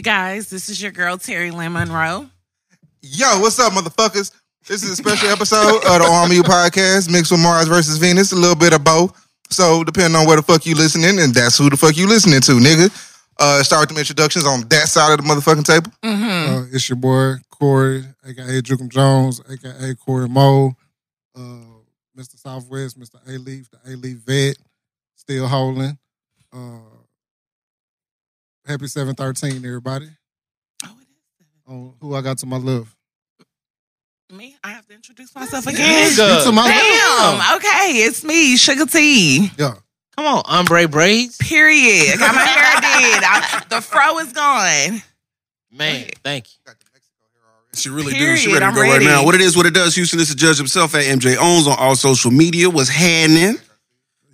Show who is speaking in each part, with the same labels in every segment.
Speaker 1: This is your girl Terry Lynn Monroe.
Speaker 2: Yo, what's up, motherfuckers? This is a special episode of the RMU podcast mixed with Mars versus Venus, a little bit of both. So, depending on where the fuck you listening, and that's who the fuck you listening to, nigga. Uh, start with them introductions on that side of the motherfucking table.
Speaker 3: Uh, it's your boy Corey, aka Jukum Jones, aka Corey Moe, uh, Mr. Southwest, Mr. A Leaf, the A Leaf vet, still holding. Uh, happy seven thirteen, everybody.
Speaker 1: Oh,
Speaker 3: On who I got to my left.
Speaker 1: Me, I have to introduce myself again.
Speaker 3: You to my left.
Speaker 1: Damn. Okay, it's me, Sugar T.
Speaker 3: Yeah.
Speaker 4: Come on, ombre braids.
Speaker 1: Period. I got my hair did. I- the fro is gone.
Speaker 4: Man, thank you.
Speaker 5: She really
Speaker 1: Period.
Speaker 5: do. She ready
Speaker 1: I'm
Speaker 5: to go
Speaker 1: ready.
Speaker 5: right now. What it is, what it does. Houston is the judge himself at MJ Owns on all social media. What's happening?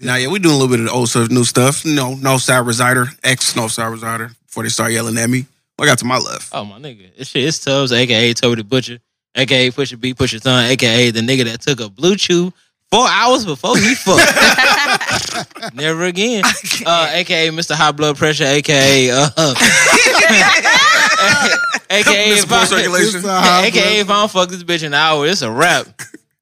Speaker 5: Now, yeah, we doing a little bit of the old stuff, new stuff. No, Northside Resider, ex Northside Resider, before they start yelling at me. I got to my left.
Speaker 4: Oh my nigga. This shit is Tubbs, aka Toby the Butcher, aka Pusha B, Pusha Thumb, aka the nigga that took a blue chew four hours before he fucked. Never again. Uh, aka Mr. High Blood Pressure, aka uh, aka
Speaker 5: Miss
Speaker 4: if
Speaker 5: Blood
Speaker 4: I,
Speaker 5: Circulation,
Speaker 4: aka if I don't fuck this bitch in an hour, it's a wrap.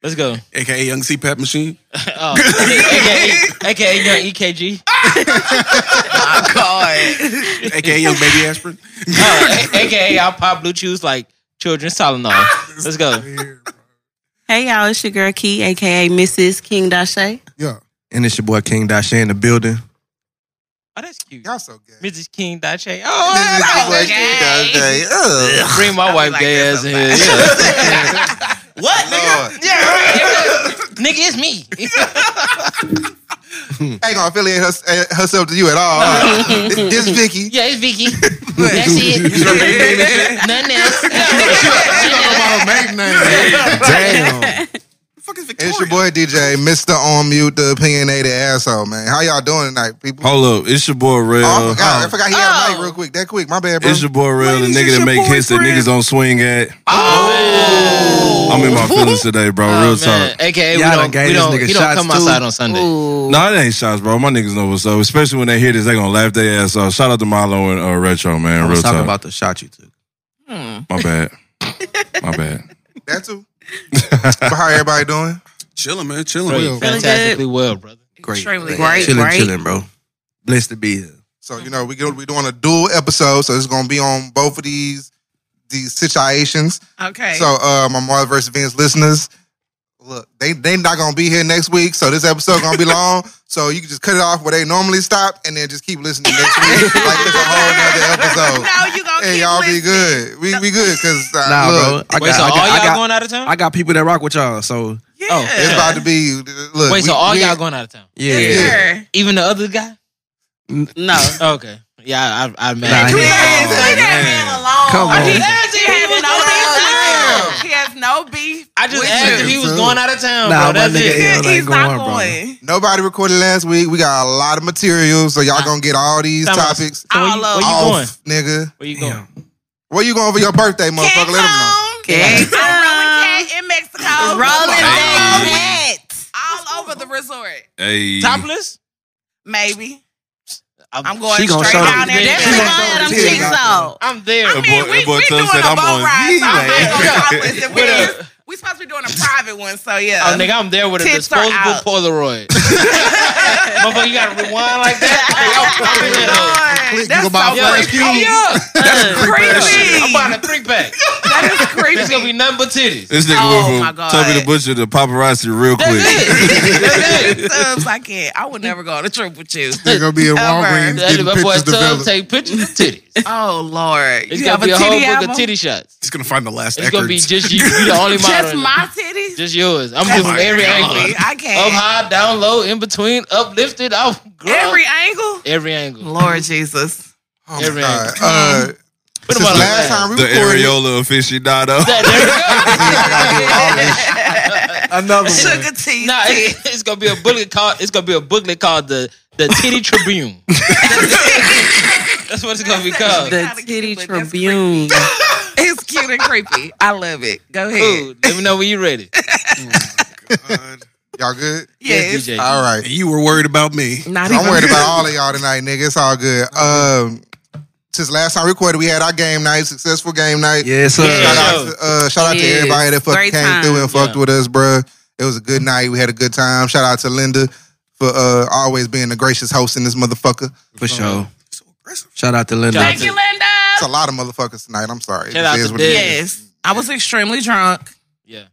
Speaker 4: Let's go.
Speaker 5: aka Young CPAP Machine.
Speaker 4: Oh, AKA, AKA young EKG.
Speaker 1: My God.
Speaker 5: aka Young Baby Aspirin.
Speaker 4: Oh, a- AKA I'll pop blue chews like children's Tylenol. Let's go.
Speaker 6: Hey y'all, it's your girl Key, aka Mrs. King Dashay.
Speaker 3: Yeah.
Speaker 7: And it's your boy King Dashay in the building.
Speaker 4: Oh, that's cute.
Speaker 2: Y'all so gay.
Speaker 4: Mrs. King Dache. Oh,
Speaker 1: Okay.
Speaker 4: bring my wife
Speaker 1: like
Speaker 4: gay
Speaker 1: that
Speaker 4: ass in here. Yeah.
Speaker 1: What?
Speaker 2: Lord.
Speaker 4: Nigga, it's me.
Speaker 2: Ain't gonna affiliate hers- eh, herself to you at all. This Vicky.
Speaker 4: yeah, it's Vicky. That's it. Nothing else.
Speaker 7: Damn.
Speaker 5: The fuck is Victoria?
Speaker 2: It's your boy DJ, Mr. On Mute, the opinionated asshole, man. How y'all doing tonight, people?
Speaker 7: Hold up. It's your boy Real.
Speaker 2: Oh, I forgot, I forgot he had a
Speaker 1: Oh.
Speaker 2: mic real quick. That quick. My bad, bro.
Speaker 7: It's your boy Real, the
Speaker 5: Ladies, it's
Speaker 7: nigga that
Speaker 5: your
Speaker 7: make hits that
Speaker 5: boyfriend.
Speaker 7: niggas don't swing at. Oh. I'm in my feelings today, bro.
Speaker 4: Oh,
Speaker 7: Real
Speaker 4: man.
Speaker 7: talk.
Speaker 4: AKA, we
Speaker 7: Y'all done
Speaker 4: don't,
Speaker 7: gave
Speaker 4: we
Speaker 7: this
Speaker 4: don't,
Speaker 7: nigga
Speaker 4: he don't
Speaker 7: shots
Speaker 4: come
Speaker 7: too.
Speaker 4: outside on Sunday.
Speaker 6: Ooh.
Speaker 7: No, it ain't shots, bro. My niggas know what's up. Especially when they hear this, they gonna laugh their ass off. Shout out to Milo and uh, Retro, man. Real
Speaker 5: Let's
Speaker 7: talk.
Speaker 5: the shot you took.
Speaker 1: Hmm.
Speaker 7: My bad. My bad.
Speaker 2: That too. but how everybody doing?
Speaker 5: Chilling, man. Chilling.
Speaker 4: Bro,
Speaker 3: Really
Speaker 4: you're
Speaker 3: good.
Speaker 4: fantastically well, brother.
Speaker 1: Extremely great.
Speaker 6: Chilling, great.
Speaker 5: chilling, bro.
Speaker 7: Blessed to be here.
Speaker 2: So you know we go- we doing a dual episode, so it's gonna be on both of these these situations.
Speaker 1: Okay.
Speaker 2: So uh, my Mars versus Venus listeners, look, they they not gonna be here next week, so this episode gonna be long. So you can just cut it off where they normally stop, and then just keep listening next week like it's a whole other episode.
Speaker 1: no, you gonna
Speaker 2: Hey,
Speaker 1: keep
Speaker 2: y'all
Speaker 1: listening.
Speaker 2: be good. We we good because uh,
Speaker 8: Nah,
Speaker 2: look,
Speaker 8: bro. I
Speaker 4: Wait,
Speaker 8: got,
Speaker 4: so
Speaker 8: I,
Speaker 4: all
Speaker 8: got,
Speaker 4: y'all
Speaker 8: I, got,
Speaker 4: going out of town?
Speaker 8: I got people that rock with y'all. So
Speaker 1: Yeah.
Speaker 4: Oh,
Speaker 2: it's about to be look.
Speaker 4: Wait, so
Speaker 2: we-
Speaker 4: all
Speaker 2: we-
Speaker 4: y'all going out of town?
Speaker 8: yeah,
Speaker 1: Yes, sir.
Speaker 4: Even the other guy?
Speaker 6: No.
Speaker 4: Okay. Yeah, I, I, I
Speaker 8: Nah,
Speaker 4: imagine.
Speaker 1: Please,
Speaker 8: he-
Speaker 1: leave that
Speaker 7: man.
Speaker 1: man alone.
Speaker 8: Come on.
Speaker 1: He has, he has no beef with you. He has no beef.
Speaker 4: I just
Speaker 1: with
Speaker 4: asked
Speaker 1: you.
Speaker 4: if he was
Speaker 3: too.
Speaker 4: going out of town,
Speaker 8: Nah,
Speaker 4: bro.
Speaker 8: my
Speaker 4: That's
Speaker 8: nigga
Speaker 4: it.
Speaker 8: is- Yeah, it ain't
Speaker 1: He's not
Speaker 8: going, bro.
Speaker 1: going.
Speaker 2: Nobody recorded last week. We got a lot of material, so y'all gonna get all these
Speaker 4: Time out.
Speaker 2: topics
Speaker 4: So where
Speaker 1: All
Speaker 4: you,
Speaker 1: of
Speaker 4: where you
Speaker 2: off,
Speaker 4: going?
Speaker 2: nigga.
Speaker 4: Where you going?
Speaker 2: Where you going for your birthday, motherfucker? Let them know.
Speaker 1: Cancun.
Speaker 6: Cancun.
Speaker 1: Rolling cat in Mexico.
Speaker 6: Rolling
Speaker 1: All
Speaker 6: that
Speaker 1: all over the resort.
Speaker 7: Hey.
Speaker 4: Topless?
Speaker 1: Maybe. I'm going
Speaker 8: She gonna show-
Speaker 1: straight down there.
Speaker 4: She
Speaker 6: Definitely
Speaker 1: Definitely
Speaker 6: gonna
Speaker 1: going-
Speaker 6: have them
Speaker 2: Yeah.
Speaker 6: cheeks out.
Speaker 4: I'm there.
Speaker 1: I
Speaker 7: That
Speaker 1: mean,
Speaker 7: boy-
Speaker 1: we,
Speaker 7: that boy
Speaker 1: we
Speaker 7: Tub
Speaker 1: doing a
Speaker 7: said
Speaker 1: boat
Speaker 7: I'm on
Speaker 1: ride. so I'm
Speaker 7: Z-Way.
Speaker 1: there on Topless, and we
Speaker 4: What
Speaker 1: just-
Speaker 4: up?
Speaker 1: We supposed to be doing a private one, so yeah.
Speaker 4: Oh, nigga, I'm there with a
Speaker 1: Tits are
Speaker 4: disposable
Speaker 1: out.
Speaker 4: Polaroid. Motherfucker, you gotta rewind like that. I'm in that hoe.
Speaker 1: Lord, that's so
Speaker 4: Yo,
Speaker 1: creepy.
Speaker 4: hurry up. I'm
Speaker 1: creepy.
Speaker 4: buying a three pack.
Speaker 1: That is
Speaker 4: It's gonna
Speaker 1: creepy.
Speaker 4: be nothing but titties.
Speaker 7: This nigga
Speaker 1: Oh, my
Speaker 7: went
Speaker 1: God.
Speaker 7: from Toby the Butcher to paparazzi real
Speaker 4: That's
Speaker 7: quick.
Speaker 4: it. That's it.
Speaker 1: Tubbs, I can't. I would never go on a trip with you.
Speaker 3: They're gonna be in Walgreens
Speaker 4: That's
Speaker 3: getting
Speaker 4: my boy
Speaker 3: pictures
Speaker 4: Tub
Speaker 3: developed.
Speaker 4: take pictures of titties.
Speaker 1: Oh Lord,
Speaker 4: It's
Speaker 1: you
Speaker 4: gonna
Speaker 1: have
Speaker 4: be a, whole
Speaker 1: titty
Speaker 4: book
Speaker 1: album?
Speaker 4: of titty shots.
Speaker 5: He's going to find the last
Speaker 4: It's gonna be
Speaker 5: Eckerd.
Speaker 4: just you. You the only model.
Speaker 1: Just
Speaker 4: in it.
Speaker 1: my titties.
Speaker 4: Just yours. I'm
Speaker 1: That's
Speaker 4: good from every
Speaker 1: creepy.
Speaker 4: angle.
Speaker 1: Oh I
Speaker 4: Up
Speaker 1: can't.
Speaker 4: high, down low, in between, uplifted, off
Speaker 1: Every angle.
Speaker 4: every angle.
Speaker 1: Lord Jesus.
Speaker 2: Oh my
Speaker 4: Every
Speaker 2: God.
Speaker 4: angle.
Speaker 2: Uh,
Speaker 4: What
Speaker 2: since
Speaker 4: about
Speaker 2: last
Speaker 4: last
Speaker 2: time we
Speaker 7: The
Speaker 2: recorded,
Speaker 7: areola aficionado.
Speaker 4: That- there we go.
Speaker 8: another one.
Speaker 1: Sugar tea.
Speaker 4: Nah,
Speaker 1: tea.
Speaker 4: it's, it's gonna be a booklet called. It's gonna be a booklet called the the Titty Tribune. That's what it's gonna be called.
Speaker 1: Kinda
Speaker 6: The
Speaker 1: cute,
Speaker 6: Titty
Speaker 1: but that's
Speaker 6: Tribune.
Speaker 1: It's cute and creepy. I love it. Go ahead.
Speaker 4: Cool. Let me know when you ready.
Speaker 2: Oh y'all good?
Speaker 1: Yes.
Speaker 4: DJ.
Speaker 2: All right.
Speaker 5: You were worried about me.
Speaker 1: Not
Speaker 2: I'm
Speaker 1: even.
Speaker 2: worried about all of y'all tonight, nigga. It's all good. Um, since last time we recorded, we had our game night, successful game night.
Speaker 8: Yes, sir.
Speaker 4: Yeah.
Speaker 2: Shout out, to, uh, shout out to
Speaker 6: Yes.
Speaker 2: everybody that fucking
Speaker 6: Great
Speaker 2: came
Speaker 6: time.
Speaker 2: through and fucked
Speaker 4: Yeah.
Speaker 2: with us, bruh. It was a good night. We had a good time. Shout out to Linda for uh, always being a gracious host in this motherfucker.
Speaker 8: For sure.
Speaker 5: So aggressive.
Speaker 8: Shout out to Linda.
Speaker 4: Shout out
Speaker 6: Thank
Speaker 4: to-
Speaker 6: you, Linda.
Speaker 2: It's a lot of motherfuckers tonight. I'm sorry.
Speaker 4: Shout out
Speaker 2: It is
Speaker 4: to
Speaker 2: what it is.
Speaker 4: Diz.
Speaker 1: Yes. I was extremely drunk.
Speaker 4: Yeah.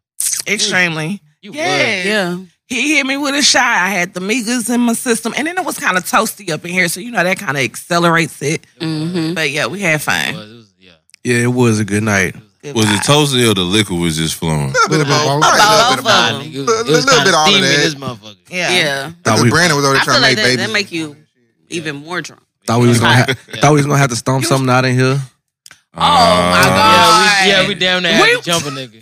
Speaker 1: Extremely.
Speaker 4: You
Speaker 1: Yeah.
Speaker 6: Yeah.
Speaker 1: He hit me with a shot. I had the migas in my system. And then it was kind of toasty up in here. So, you know, that kind of accelerates it.
Speaker 6: Mm-hmm.
Speaker 1: But yeah, we had
Speaker 4: would. It
Speaker 1: fun.
Speaker 4: was- it was- yeah.
Speaker 8: Yeah, it was a good night.
Speaker 1: Good
Speaker 7: Was it
Speaker 1: vibes.
Speaker 7: toasty or the liquor was just flowing?
Speaker 2: A little bit of both. Probably a little bit of
Speaker 6: Both of
Speaker 2: both.
Speaker 4: Nah,
Speaker 6: Um,
Speaker 4: nigga, it
Speaker 2: a
Speaker 4: was, it was
Speaker 2: little bit
Speaker 4: kinda
Speaker 2: all of
Speaker 4: steaming
Speaker 2: that.
Speaker 4: this motherfucker.
Speaker 1: Yeah.
Speaker 6: Yeah.
Speaker 2: Because
Speaker 8: Nah, we-
Speaker 2: Brandon was over there
Speaker 6: I
Speaker 2: trying
Speaker 6: feel
Speaker 2: to
Speaker 6: like
Speaker 2: make
Speaker 6: that,
Speaker 2: babies.
Speaker 6: that make you even more drunk.
Speaker 8: Thought we was gonna have,
Speaker 4: Yeah.
Speaker 8: thought we was gonna have to stomp something out in here. Uh,
Speaker 1: Oh, my God.
Speaker 4: Um, Yeah, we, yeah, we down there
Speaker 1: We-
Speaker 4: had to jump a nigga.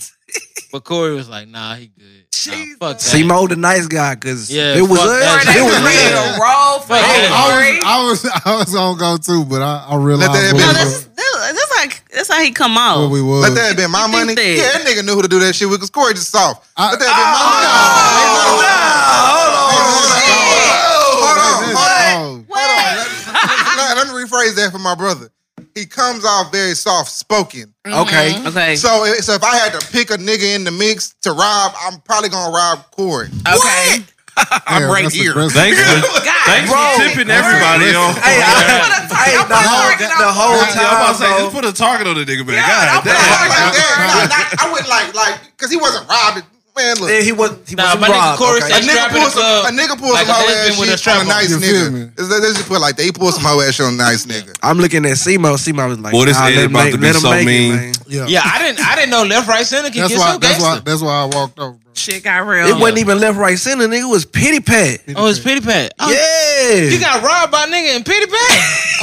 Speaker 4: But Corey was like, nah, he good. Nah,
Speaker 1: Jesus.
Speaker 4: fuck that.
Speaker 8: Simo the nice guy, cause
Speaker 4: Yeah,
Speaker 8: it was
Speaker 4: fuck
Speaker 8: us.
Speaker 4: that.
Speaker 8: It was
Speaker 4: Yeah.
Speaker 8: me.
Speaker 1: ready to roll for
Speaker 4: Fuck
Speaker 1: that,
Speaker 4: yeah.
Speaker 1: Corey.
Speaker 3: I was, I was gonna go too, but I, I realized
Speaker 2: that
Speaker 3: what,
Speaker 2: be-
Speaker 6: No,
Speaker 2: Yeah.
Speaker 6: that's that's that's like that's how he come
Speaker 3: what
Speaker 6: off.
Speaker 3: we was.
Speaker 2: Let that have been my
Speaker 6: You think
Speaker 2: money.
Speaker 6: that-
Speaker 2: Yeah, that nigga knew who to do that shit with because Corey just soft.
Speaker 3: I-
Speaker 2: Let that
Speaker 1: Oh,
Speaker 2: have been my money. Hold on, hold on, hold on, hold on, hold on.
Speaker 3: Oh,
Speaker 2: Let- Let me rephrase that for my brother. He comes off very soft spoken.
Speaker 8: Okay.
Speaker 6: Okay.
Speaker 2: So, if- so if I had to pick a nigga in the mix to rob, I'm probably gonna rob Corey.
Speaker 1: Okay.
Speaker 3: damn,
Speaker 5: right
Speaker 3: that's
Speaker 5: here.
Speaker 3: aggressive.
Speaker 7: Thanks for,
Speaker 1: God,
Speaker 7: thanks
Speaker 1: bro.
Speaker 7: for tipping everybody on.
Speaker 8: Hey, I,
Speaker 1: What a-
Speaker 8: hey, the whole the whole
Speaker 7: I'm about to say,
Speaker 8: time.
Speaker 7: just
Speaker 8: bro.
Speaker 7: put a target on the nigga, man. God
Speaker 1: I'm
Speaker 7: damn.
Speaker 2: Like that, like, I wouldn't like like because he wasn't robbed. Man, look.
Speaker 8: Yeah, he was he
Speaker 4: Nah,
Speaker 8: was
Speaker 4: my nigga
Speaker 8: robbed.
Speaker 4: Corey
Speaker 8: okay?
Speaker 2: A
Speaker 4: said-
Speaker 2: nigga
Speaker 4: strap in
Speaker 2: pulls
Speaker 4: the club,
Speaker 2: some, a nigga pulls
Speaker 4: like a
Speaker 2: some hoe
Speaker 4: husband
Speaker 2: ass
Speaker 4: with a
Speaker 2: shit
Speaker 4: strap
Speaker 2: on a
Speaker 4: on.
Speaker 2: nice
Speaker 3: You feel me?
Speaker 2: nigga. It's- They just put like they pull some hoe ass shit on a nice nigga.
Speaker 8: I'm looking at Simo. Simo was like,
Speaker 7: Boy, this
Speaker 8: nah,
Speaker 7: Ed
Speaker 8: let him
Speaker 7: about
Speaker 8: make,
Speaker 7: to be
Speaker 8: let him
Speaker 7: so
Speaker 8: make
Speaker 7: mean.
Speaker 8: it, man.
Speaker 3: Yeah,
Speaker 4: Yeah, I didn't I didn't know left, right, center could
Speaker 3: that's
Speaker 4: get
Speaker 3: why.
Speaker 4: so
Speaker 3: That's why.
Speaker 4: gangster.
Speaker 3: That's why I walked off, bro.
Speaker 1: Shit got real.
Speaker 8: It wasn't even left, right, center. Nigga it was pity pat.
Speaker 4: Oh, it's Pity Pat. Oh,
Speaker 8: yeah.
Speaker 4: You got robbed by a nigga in Pity Pat?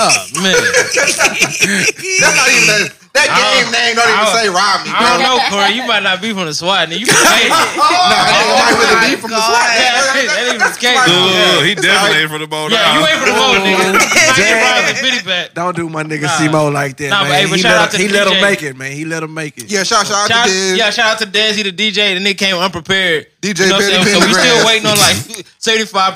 Speaker 4: oh, man.
Speaker 2: That's not even that, that
Speaker 4: I
Speaker 2: game name. Don't even
Speaker 4: I-
Speaker 2: say rob me.
Speaker 4: I don't
Speaker 2: bro.
Speaker 4: know, Corey. You might not be from the SWAT, nigga. You from Vegas.
Speaker 2: Nah, that nigga might really be from the SWAT.
Speaker 4: Yeah, that ain't- that ain't even the case.
Speaker 7: Look, look,
Speaker 2: Yeah.
Speaker 7: look, he definitely ain't from the boat.
Speaker 4: Yeah, you ain't from the boat, nigga. Nah, you robbed in Pity Pat.
Speaker 8: Don't do my nigga
Speaker 4: Nah.
Speaker 8: Simo like that,
Speaker 4: Nah, but
Speaker 8: man.
Speaker 4: hey, but
Speaker 8: he
Speaker 4: shout
Speaker 8: let,
Speaker 4: out to
Speaker 8: him, he
Speaker 4: the
Speaker 8: let him
Speaker 4: DJ.
Speaker 8: make it, man. He let him make it.
Speaker 2: Yeah, shout shout out
Speaker 4: Shout
Speaker 2: to
Speaker 4: out,
Speaker 2: Diz.
Speaker 4: yeah, shout out to Desi, the DJ, the nigga came unprepared.
Speaker 2: DJ
Speaker 4: you know what I'm
Speaker 2: Petty
Speaker 4: saying? So we
Speaker 2: Pendergrass.
Speaker 4: still waiting on like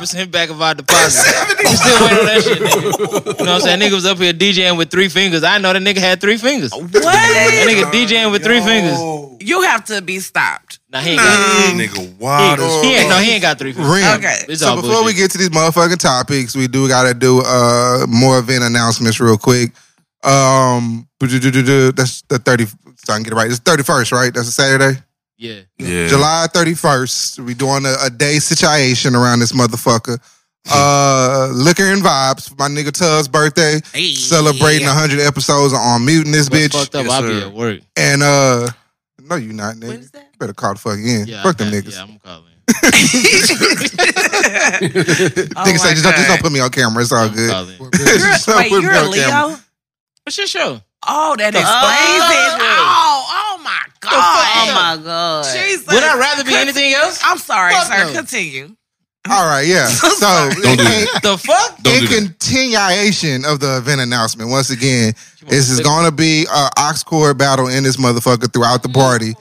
Speaker 4: 75% back of our deposit. we still waiting on that shit, nigga. You know what I'm saying? Nigga was up here DJing with three fingers. I know that nigga had three fingers.
Speaker 2: Oh,
Speaker 4: That
Speaker 1: What?
Speaker 4: nigga DJing with three fingers.
Speaker 1: You have to be stopped.
Speaker 4: Nah, he ain't got
Speaker 7: Nigga, wild as
Speaker 4: he ain't, no, he ain't got three fingers.
Speaker 2: Rim.
Speaker 1: Okay.
Speaker 4: It's
Speaker 2: So
Speaker 4: all
Speaker 2: before we
Speaker 4: bullshit.
Speaker 2: get to these motherfucking topics, we do gotta do uh more event announcements real quick. Um, that's the thirty. So I can get it right. It's thirty first, right? That's a Saturday.
Speaker 4: Yeah.
Speaker 7: Yeah.
Speaker 2: July 31st, we doing a, a day situation around this motherfucker. Uh, liquor and vibes for my nigga Tug's birthday, celebrating 100 episodes on muting this
Speaker 4: What's
Speaker 2: bitch.
Speaker 4: fucked up,
Speaker 8: Yes,
Speaker 4: I'll be
Speaker 8: sir.
Speaker 4: at work.
Speaker 2: And uh, no, you not nigga.
Speaker 6: is that?
Speaker 2: Better call the fuck in.
Speaker 4: Yeah,
Speaker 2: fuck them
Speaker 4: I-
Speaker 2: niggas.
Speaker 4: Yeah, I'm calling.
Speaker 1: Oh
Speaker 2: niggas
Speaker 1: my
Speaker 2: say just don't, just
Speaker 1: God.
Speaker 2: don't put me on camera. It's all
Speaker 4: I'm
Speaker 2: good.
Speaker 4: calling.
Speaker 2: Just
Speaker 1: You're,
Speaker 2: don't
Speaker 1: wait,
Speaker 2: put me
Speaker 1: you're a
Speaker 2: on camera.
Speaker 1: Leo?
Speaker 4: What's your show?
Speaker 1: Oh, that explains
Speaker 6: Oh.
Speaker 1: it. Oh, oh my
Speaker 6: Oh
Speaker 1: God.
Speaker 6: my god.
Speaker 1: Jesus.
Speaker 4: Would I rather be
Speaker 1: Cause-
Speaker 4: anything else?
Speaker 1: I'm sorry,
Speaker 4: Fuck
Speaker 1: sir.
Speaker 4: no.
Speaker 1: Continue.
Speaker 2: All right, yeah. So,
Speaker 7: Don't do
Speaker 2: in-
Speaker 4: The fuck?
Speaker 7: Don't
Speaker 2: in
Speaker 7: do that.
Speaker 2: continuation of the event announcement, once again,
Speaker 4: You wanna
Speaker 2: This is
Speaker 4: flip-
Speaker 2: going to be an ox cord battle in this motherfucker throughout the party.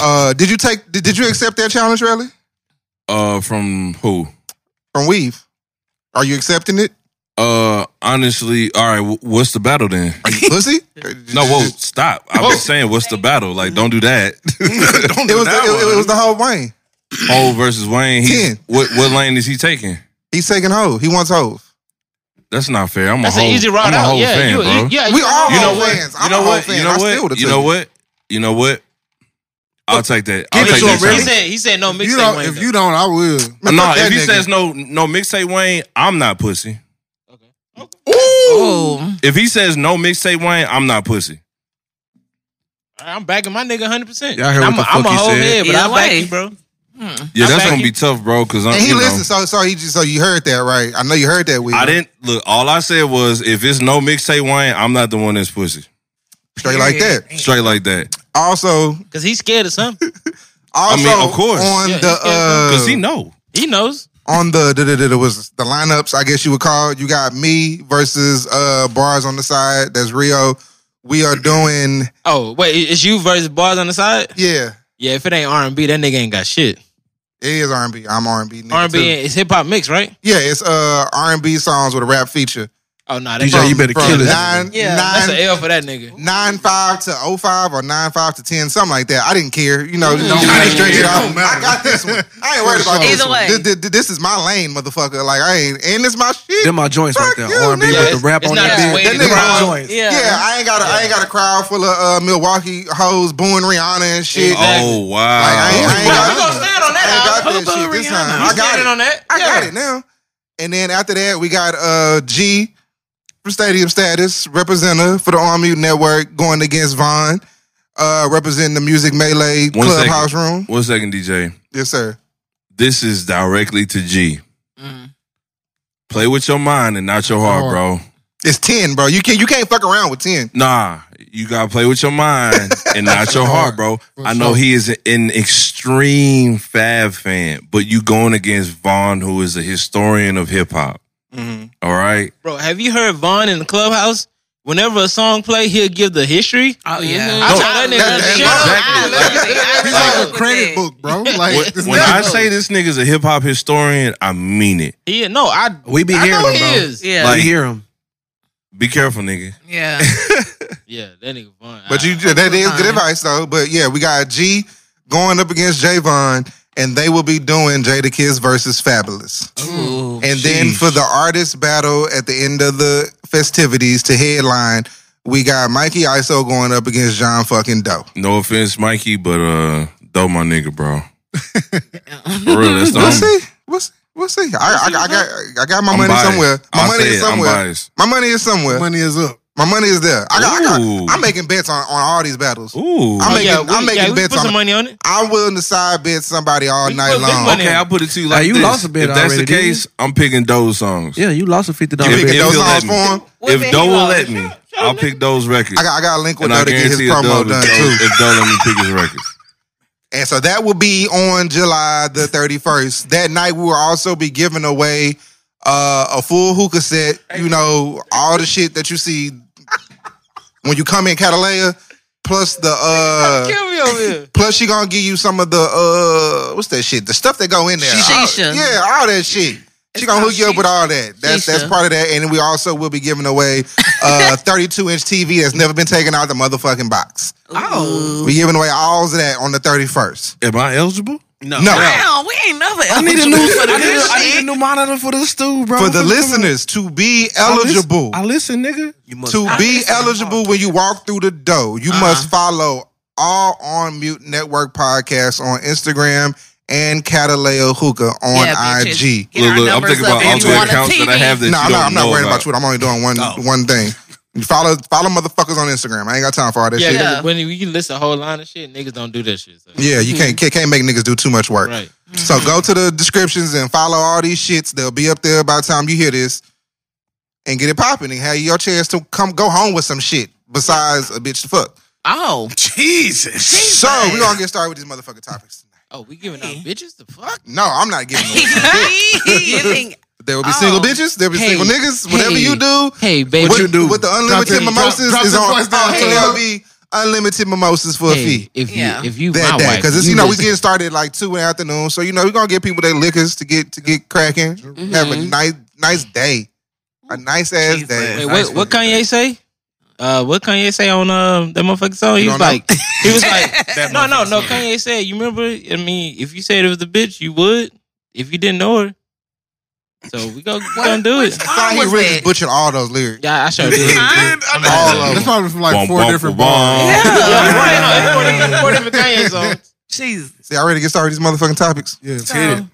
Speaker 2: Uh, did you take? Did, did you accept that challenge, Riley?
Speaker 7: Uh, from who?
Speaker 2: From Weave? Are you accepting it,
Speaker 7: Uh, honestly, all right. wh- What's the battle then?
Speaker 2: pussy?
Speaker 7: No, whoa, stop! I was saying, what's the battle? Like, don't do that.
Speaker 5: Don't
Speaker 2: It
Speaker 5: do
Speaker 2: was the,
Speaker 5: that
Speaker 2: it, it
Speaker 5: one.
Speaker 2: was the whole Wayne.
Speaker 7: Hove versus Wayne. He,
Speaker 2: Ten.
Speaker 7: what what lane is he taking?
Speaker 2: He's taking hove. He wants hove.
Speaker 7: That's not fair. I'm
Speaker 4: That's
Speaker 7: a whole,
Speaker 4: an easy route
Speaker 7: I'm a
Speaker 4: out.
Speaker 7: whole
Speaker 4: Yeah,
Speaker 7: fan,
Speaker 4: you,
Speaker 7: bro.
Speaker 4: you, yeah,
Speaker 2: We
Speaker 4: you-
Speaker 2: all
Speaker 7: You know
Speaker 2: Hov
Speaker 7: what?
Speaker 2: fans. I'm
Speaker 7: you know
Speaker 2: a
Speaker 7: what?
Speaker 2: Hov fan.
Speaker 7: You know
Speaker 2: I steal the
Speaker 7: what? You know
Speaker 2: two.
Speaker 7: what? You know what? I'll take that. I'll
Speaker 8: Give it
Speaker 7: take
Speaker 8: to
Speaker 7: that.
Speaker 8: him, really?
Speaker 4: He
Speaker 7: challenge.
Speaker 4: said he said no
Speaker 3: If you don't,
Speaker 4: mixtape.
Speaker 3: if you don't, I will.
Speaker 2: Man,
Speaker 7: no,
Speaker 2: fuck
Speaker 7: if
Speaker 2: that
Speaker 7: he
Speaker 2: nigga.
Speaker 7: says no, no mixtape Wayne, I'm not pussy.
Speaker 4: Mm-hmm.
Speaker 1: Oh,
Speaker 7: If he says no mixtape Wayne, I'm not pussy.
Speaker 4: I'm backing my nigga 100. percent
Speaker 8: Y'all heard
Speaker 4: I'm
Speaker 8: what the
Speaker 4: a, I'm
Speaker 8: fuck
Speaker 4: a
Speaker 8: he
Speaker 4: whole
Speaker 8: said.
Speaker 4: head, but
Speaker 6: Either
Speaker 4: I back
Speaker 6: way.
Speaker 4: you,
Speaker 1: Hmm.
Speaker 4: bro.
Speaker 7: Yeah,
Speaker 4: I
Speaker 7: that's
Speaker 4: back
Speaker 7: gonna
Speaker 4: you.
Speaker 7: be tough, bro. Because I'm.
Speaker 2: And he
Speaker 7: you know,
Speaker 2: listened. So so he just, so you heard that right? I know you heard that. Weave.
Speaker 7: I didn't look. All I said was, if it's no mixtape Wayne, I'm not the one that's pussy.
Speaker 2: straight like that.
Speaker 7: Straight like that.
Speaker 2: Also,
Speaker 4: Cause he's scared of something.
Speaker 2: also
Speaker 7: mean, of course.
Speaker 2: on
Speaker 4: Yeah,
Speaker 2: the
Speaker 4: he's got
Speaker 7: Cause
Speaker 2: uh,
Speaker 7: he know.
Speaker 4: He knows.
Speaker 2: on the da, da, da, da, was the lineups. I guess you would call. it. You got me versus uh bars on the side. That's Rio. We are doing
Speaker 4: Oh wait, it- it's you versus bars on the side.
Speaker 2: yeah.
Speaker 4: Yeah, if it ain't R and B, that nigga ain't got shit.
Speaker 2: It is R and B. I'm R and B.
Speaker 4: R and B is hip hop mix, right?
Speaker 2: Yeah, it's uh R and B songs with a rap feature.
Speaker 4: Oh no, nah, that's
Speaker 5: DJ, you better
Speaker 2: from
Speaker 5: kill it.
Speaker 2: nine,
Speaker 6: Yeah.
Speaker 4: that's an
Speaker 2: nine,
Speaker 4: L for that nigga.
Speaker 2: nine five to oh five or nine five to ten, something like that. I didn't care. You know, don't
Speaker 5: I didn't
Speaker 2: straight it
Speaker 5: Mm. care. It
Speaker 2: off.
Speaker 5: don't
Speaker 2: I
Speaker 5: matter.
Speaker 2: got this one. I ain't worried about
Speaker 6: Either
Speaker 2: this
Speaker 6: way.
Speaker 2: one. This, this, this is my lane, motherfucker. Like I ain't, and it's my shit.
Speaker 8: Them my joints
Speaker 2: Fuck
Speaker 8: right there.
Speaker 2: you,
Speaker 8: R&B
Speaker 2: nigga.
Speaker 8: with the rap
Speaker 4: It's
Speaker 8: on
Speaker 4: not as
Speaker 8: that bitch.
Speaker 4: weighted
Speaker 8: Them
Speaker 2: as
Speaker 8: my
Speaker 2: mine.
Speaker 8: joints.
Speaker 6: Yeah.
Speaker 2: Yeah, I ain't got a, I ain't got a crowd full of uh, Milwaukee hoes booing Rihanna and shit.
Speaker 4: Exactly.
Speaker 7: Oh wow!
Speaker 2: Like, I ain't, I ain't
Speaker 4: Well, we gonna
Speaker 2: got,
Speaker 4: stand on
Speaker 2: I ain't
Speaker 4: that.
Speaker 2: got
Speaker 4: Al.
Speaker 2: that shit this time.
Speaker 4: We
Speaker 2: I got
Speaker 4: standing
Speaker 2: it.
Speaker 4: on that.
Speaker 2: I got
Speaker 4: Yeah.
Speaker 2: it now. And then after that, we got uh, G from Stadium Status, representative for the Army Network, going against Vaughn, uh, representing the Music Melee
Speaker 7: One
Speaker 2: Clubhouse Room.
Speaker 7: One second, DJ.
Speaker 2: Yes, sir.
Speaker 7: This is directly to G.
Speaker 1: Mm.
Speaker 7: Play with your mind and not your heart, bro.
Speaker 2: It's ten, bro. You can't you can't fuck around with ten.
Speaker 7: Nah, you gotta play with your mind and not your heart, bro.
Speaker 3: For
Speaker 7: I know
Speaker 3: sure.
Speaker 7: he is an extreme Fab fan, but you going against Vaughn, who is a historian of hip hop.
Speaker 4: Mm. Mm-hmm.
Speaker 7: All right,
Speaker 4: Bro, have you heard Vaughn in the clubhouse? Whenever a song play, he'll give the history. Mm-hmm.
Speaker 1: Oh yeah.
Speaker 4: I told that nigga
Speaker 2: that-
Speaker 4: to
Speaker 2: that-
Speaker 4: shut up.
Speaker 3: He's
Speaker 6: I
Speaker 3: like a credit book, bro. Like
Speaker 7: when,
Speaker 3: this
Speaker 7: when
Speaker 3: nigga
Speaker 7: I
Speaker 3: know.
Speaker 7: say this nigga's a hip hop historian, I mean it.
Speaker 4: Yeah, no, I
Speaker 8: We be
Speaker 4: I
Speaker 8: hearing
Speaker 4: know
Speaker 8: them,
Speaker 4: he
Speaker 8: bro.
Speaker 4: is. Yeah,
Speaker 6: Yeah.
Speaker 7: Like-
Speaker 8: We hear them.
Speaker 7: Be careful, nigga.
Speaker 1: Yeah.
Speaker 4: that nigga Vaughn.
Speaker 2: But
Speaker 4: I-
Speaker 2: you that is good
Speaker 1: fine.
Speaker 2: advice though. But yeah, we got G going up against Javon, and they will be doing Jada Kiss versus Fabulous.
Speaker 1: Ooh.
Speaker 7: Oh,
Speaker 2: And then
Speaker 5: Sheesh.
Speaker 2: for the artist battle at the end of the festivities to headline, we got Mikey ISO going up against John fucking Doe.
Speaker 7: No offense, Mikey, but uh, though my nigga, bro. For real, that's the
Speaker 2: We'll
Speaker 7: only-
Speaker 2: see. We'll see. We'll see. I, I, I got I got my
Speaker 7: I'm
Speaker 2: money
Speaker 7: biased.
Speaker 2: somewhere. My
Speaker 7: I'll
Speaker 2: money
Speaker 7: say
Speaker 2: is
Speaker 7: it, I'm
Speaker 2: somewhere.
Speaker 7: biased.
Speaker 2: My money is somewhere.
Speaker 3: money is up.
Speaker 2: My money is there. I got, I
Speaker 7: Ooh.
Speaker 2: am making bets on, on all these battles.
Speaker 7: Ooh.
Speaker 2: I'm
Speaker 4: Oh,
Speaker 2: making-
Speaker 4: yeah, we,
Speaker 2: I'm making
Speaker 4: yeah, we
Speaker 2: bets
Speaker 4: put
Speaker 2: on-
Speaker 4: some money on it.
Speaker 2: I'm willing to side bet somebody all
Speaker 4: We
Speaker 2: night
Speaker 4: put big
Speaker 2: long.
Speaker 4: money-
Speaker 7: Okay, I'll put it to you like
Speaker 8: Hey, you
Speaker 7: this.
Speaker 8: lost a bit
Speaker 7: If that's
Speaker 8: already,
Speaker 7: the
Speaker 8: didn't
Speaker 7: case, I'm picking those songs.
Speaker 8: Yeah, you lost a fifty
Speaker 7: If,
Speaker 8: dollars.
Speaker 2: picking
Speaker 7: if
Speaker 2: those
Speaker 7: he'll let
Speaker 2: songs
Speaker 7: me.
Speaker 2: for him?
Speaker 6: What
Speaker 7: If
Speaker 6: band
Speaker 7: Doe
Speaker 6: you
Speaker 7: will
Speaker 6: on?
Speaker 7: let me, I'll pick those records.
Speaker 2: I got I got a link with
Speaker 7: and I
Speaker 2: Doe to get his
Speaker 7: guarantee a Doe
Speaker 2: promo done too.
Speaker 7: if Doe let me pick his records.
Speaker 2: And so that will be on July the 31st. That night, we will also be giving away uh, a full hookah set. You know, all the shit that you see when you come in Catalina, plus the uh,
Speaker 4: Kill me over here.
Speaker 2: plus she gonna give you some of the uh, what's that shit? The stuff that go in there. All-
Speaker 6: Shisha.
Speaker 2: yeah, all that shit. She gonna
Speaker 1: called
Speaker 2: hook you up with all that. That's that's
Speaker 6: Shisha.
Speaker 2: part of that. And we also will be giving away a 32 inch TV that's never been taken out of the motherfucking box.
Speaker 1: Oh.
Speaker 2: We're giving away all of that on the 31st.
Speaker 7: Am I eligible?
Speaker 2: No.
Speaker 1: Damn, we ain't never. I
Speaker 8: need a new,
Speaker 1: for
Speaker 8: I need, a,
Speaker 1: this
Speaker 8: I need a
Speaker 1: shit.
Speaker 8: new monitor for the stew, bro.
Speaker 2: for the listeners to be eligible
Speaker 7: I listen, nigga.
Speaker 8: You must-
Speaker 2: to be eligible when you walk through the door you
Speaker 1: Uh-huh.
Speaker 2: must follow all on mute network podcasts on instagram and cataleo hookah on
Speaker 1: Yeah, bitches.
Speaker 2: ig
Speaker 1: Get our
Speaker 7: look, look, I'm
Speaker 1: numbers
Speaker 7: thinking
Speaker 1: up
Speaker 7: about
Speaker 1: if
Speaker 7: all
Speaker 1: you
Speaker 7: the
Speaker 1: want a
Speaker 7: accounts that I
Speaker 1: TV.
Speaker 7: have that
Speaker 2: no
Speaker 7: you
Speaker 2: i'm
Speaker 7: don't
Speaker 2: not, I'm not
Speaker 7: know
Speaker 2: worrying
Speaker 7: about.
Speaker 2: about you i'm only doing one
Speaker 5: Oh.
Speaker 2: one thing You follow follow motherfuckers on instagram i ain't got time for all that
Speaker 4: Yeah,
Speaker 2: shit
Speaker 4: 'cause
Speaker 6: Yeah.
Speaker 4: when you can list a whole line of shit, niggas don't do that shit. So.
Speaker 2: yeah
Speaker 7: Mm-hmm.
Speaker 2: you can't can't make niggas do too much work
Speaker 4: Right.
Speaker 2: so go to the descriptions and follow all these shits they'll be up there by the time you hear this and get it popping and have your chance to come go home with some shit besides a bitch to fuck
Speaker 1: Oh.
Speaker 5: Jesus.
Speaker 2: So we're gonna get started with these motherfucking topics tonight.
Speaker 4: Oh, we giving out bitches the fuck?
Speaker 2: No, I'm not giving no shit.
Speaker 1: You think-
Speaker 2: There will be
Speaker 1: Oh.
Speaker 2: single bitches, there will be
Speaker 4: Hey,
Speaker 2: single niggas, whatever
Speaker 4: hey,
Speaker 2: you do.
Speaker 4: Hey, baby.
Speaker 2: What you do with the unlimited
Speaker 4: Drop it,
Speaker 2: mimosas
Speaker 3: drop-
Speaker 2: is
Speaker 3: drop
Speaker 2: on
Speaker 3: your voice down,
Speaker 2: oh, hey,
Speaker 3: Taylor.
Speaker 2: there'll be unlimited mimosas for a fee.
Speaker 4: if you
Speaker 1: Yeah.
Speaker 4: if you
Speaker 2: That
Speaker 4: my
Speaker 2: that
Speaker 4: wife,
Speaker 2: because it's you know we
Speaker 4: listen.
Speaker 2: getting started at like two in the afternoon, so you know we're gonna get people their liquors to get to get cracking. Have a nice nice day, a nice ass
Speaker 1: Jesus.
Speaker 2: day.
Speaker 4: Mm-hmm. Wait,
Speaker 2: Nice
Speaker 4: what, what
Speaker 2: fucking
Speaker 4: Kanye say? Uh, what Kanye say on um that motherfucking song? He
Speaker 2: You
Speaker 4: was
Speaker 2: don't know?
Speaker 4: like, he was like,
Speaker 5: That
Speaker 4: no, no, no.
Speaker 5: motherfucking song.
Speaker 4: Kanye said, you remember? I mean, if you said it was the bitch, you would. If you didn't know her, so we go we gonna do it.
Speaker 2: day. I thought he
Speaker 1: was
Speaker 2: really
Speaker 1: that?
Speaker 2: just butchered all those lyrics.
Speaker 4: Yeah, I sure did.
Speaker 1: Huh?
Speaker 2: All of
Speaker 3: That's
Speaker 2: them.
Speaker 3: probably from like
Speaker 7: Bum,
Speaker 3: four
Speaker 7: bum,
Speaker 3: different
Speaker 7: bum,
Speaker 3: bars.
Speaker 7: bum.
Speaker 4: Yeah, it's four different- it's four different Kanye songs.
Speaker 1: Jesus.
Speaker 2: See, I ready to get started with these motherfucking topics.
Speaker 3: Yeah, it's
Speaker 1: So-
Speaker 3: hit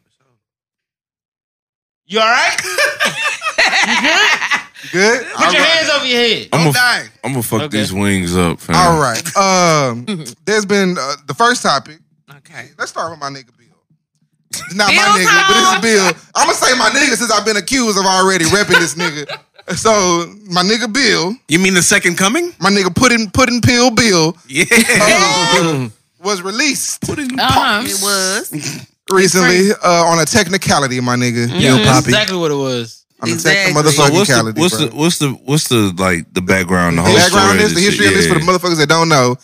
Speaker 4: You all right?
Speaker 2: You Good.
Speaker 4: Put your hands over your head.
Speaker 7: I'm gonna
Speaker 5: die.
Speaker 7: I'm gonna fuck
Speaker 4: Okay.
Speaker 7: these wings up, fam.
Speaker 2: All right. Um, there's been uh, the first topic.
Speaker 1: Okay.
Speaker 2: Let's start with my nigga Bill. It's not my
Speaker 1: Bill's
Speaker 2: nigga,
Speaker 1: home.
Speaker 2: but it's Bill. I'm gonna say my nigga since I've been accused of already repping this nigga. So my nigga Bill,
Speaker 5: You mean the second coming?
Speaker 2: my nigga Puddin Puddin Pill Bill
Speaker 5: Yeah.
Speaker 2: uh, was released
Speaker 1: Uh-huh. It was.
Speaker 2: recently uh, on a technicality, my nigga.
Speaker 4: Yeah, that's
Speaker 8: Poppy.
Speaker 4: exactly what it was.
Speaker 2: On a
Speaker 1: Mm-hmm. Exactly.
Speaker 2: technical
Speaker 7: So
Speaker 2: motherfucking
Speaker 7: what's the
Speaker 2: cality,
Speaker 7: what's
Speaker 2: bro.
Speaker 7: the what's the what's the like the background? The
Speaker 2: the
Speaker 7: whole
Speaker 2: background
Speaker 7: story of
Speaker 2: is the
Speaker 7: this
Speaker 2: history
Speaker 7: shit?
Speaker 2: of this
Speaker 7: Yeah.
Speaker 2: for the motherfuckers that don't know.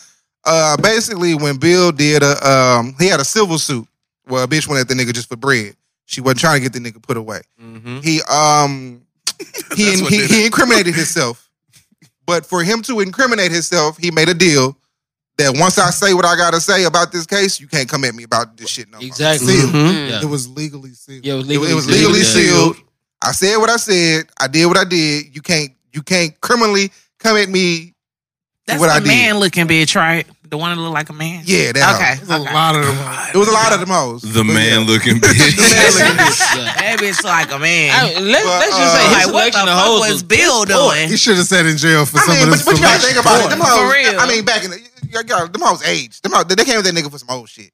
Speaker 2: Uh, basically, when Bill did a, um, he had a civil suit
Speaker 4: Mm-hmm.
Speaker 9: Mm-hmm.
Speaker 2: where a bitch went at the nigga just for bread. She wasn't trying to get the nigga put away. He um he,
Speaker 5: That's what
Speaker 2: he,
Speaker 5: did
Speaker 2: he incriminated himself. But for him to incriminate himself, he made a deal that once I say what I gotta say about this case, you can't come at me about this shit no more.
Speaker 4: Exactly.
Speaker 3: Sealed.
Speaker 7: Mm-hmm.
Speaker 4: Yeah.
Speaker 3: It was legally sealed.
Speaker 4: Yeah, it was
Speaker 2: It,
Speaker 4: legally,
Speaker 2: it was legally
Speaker 4: yeah.
Speaker 2: sealed. I said what I said. I did what I did. You can't you can't criminally come at me.
Speaker 1: That's
Speaker 2: What
Speaker 1: a
Speaker 2: I did.
Speaker 1: man looking bitch, right? The one that look like a man.
Speaker 2: Yeah, that
Speaker 1: Okay.
Speaker 3: There's a lot of them.
Speaker 2: It was a lot of the most.
Speaker 7: The man looking bitch.
Speaker 4: Yeah.
Speaker 1: That bitch like a man.
Speaker 4: I- let's, let's
Speaker 2: But,
Speaker 4: just say
Speaker 2: uh,
Speaker 4: his
Speaker 1: like what the
Speaker 4: selection of
Speaker 1: fuck
Speaker 4: hoes
Speaker 1: was
Speaker 4: was
Speaker 1: Bill
Speaker 3: He
Speaker 1: doing?
Speaker 3: should have sat in jail for
Speaker 2: I
Speaker 3: some
Speaker 2: mean,
Speaker 3: of this.
Speaker 2: but, but you gotta think about it. Them hoes,
Speaker 1: For real.
Speaker 2: I mean, back in the, y'all, y'all, them hoes aged. Them hoes, they came with that nigga for some old shit.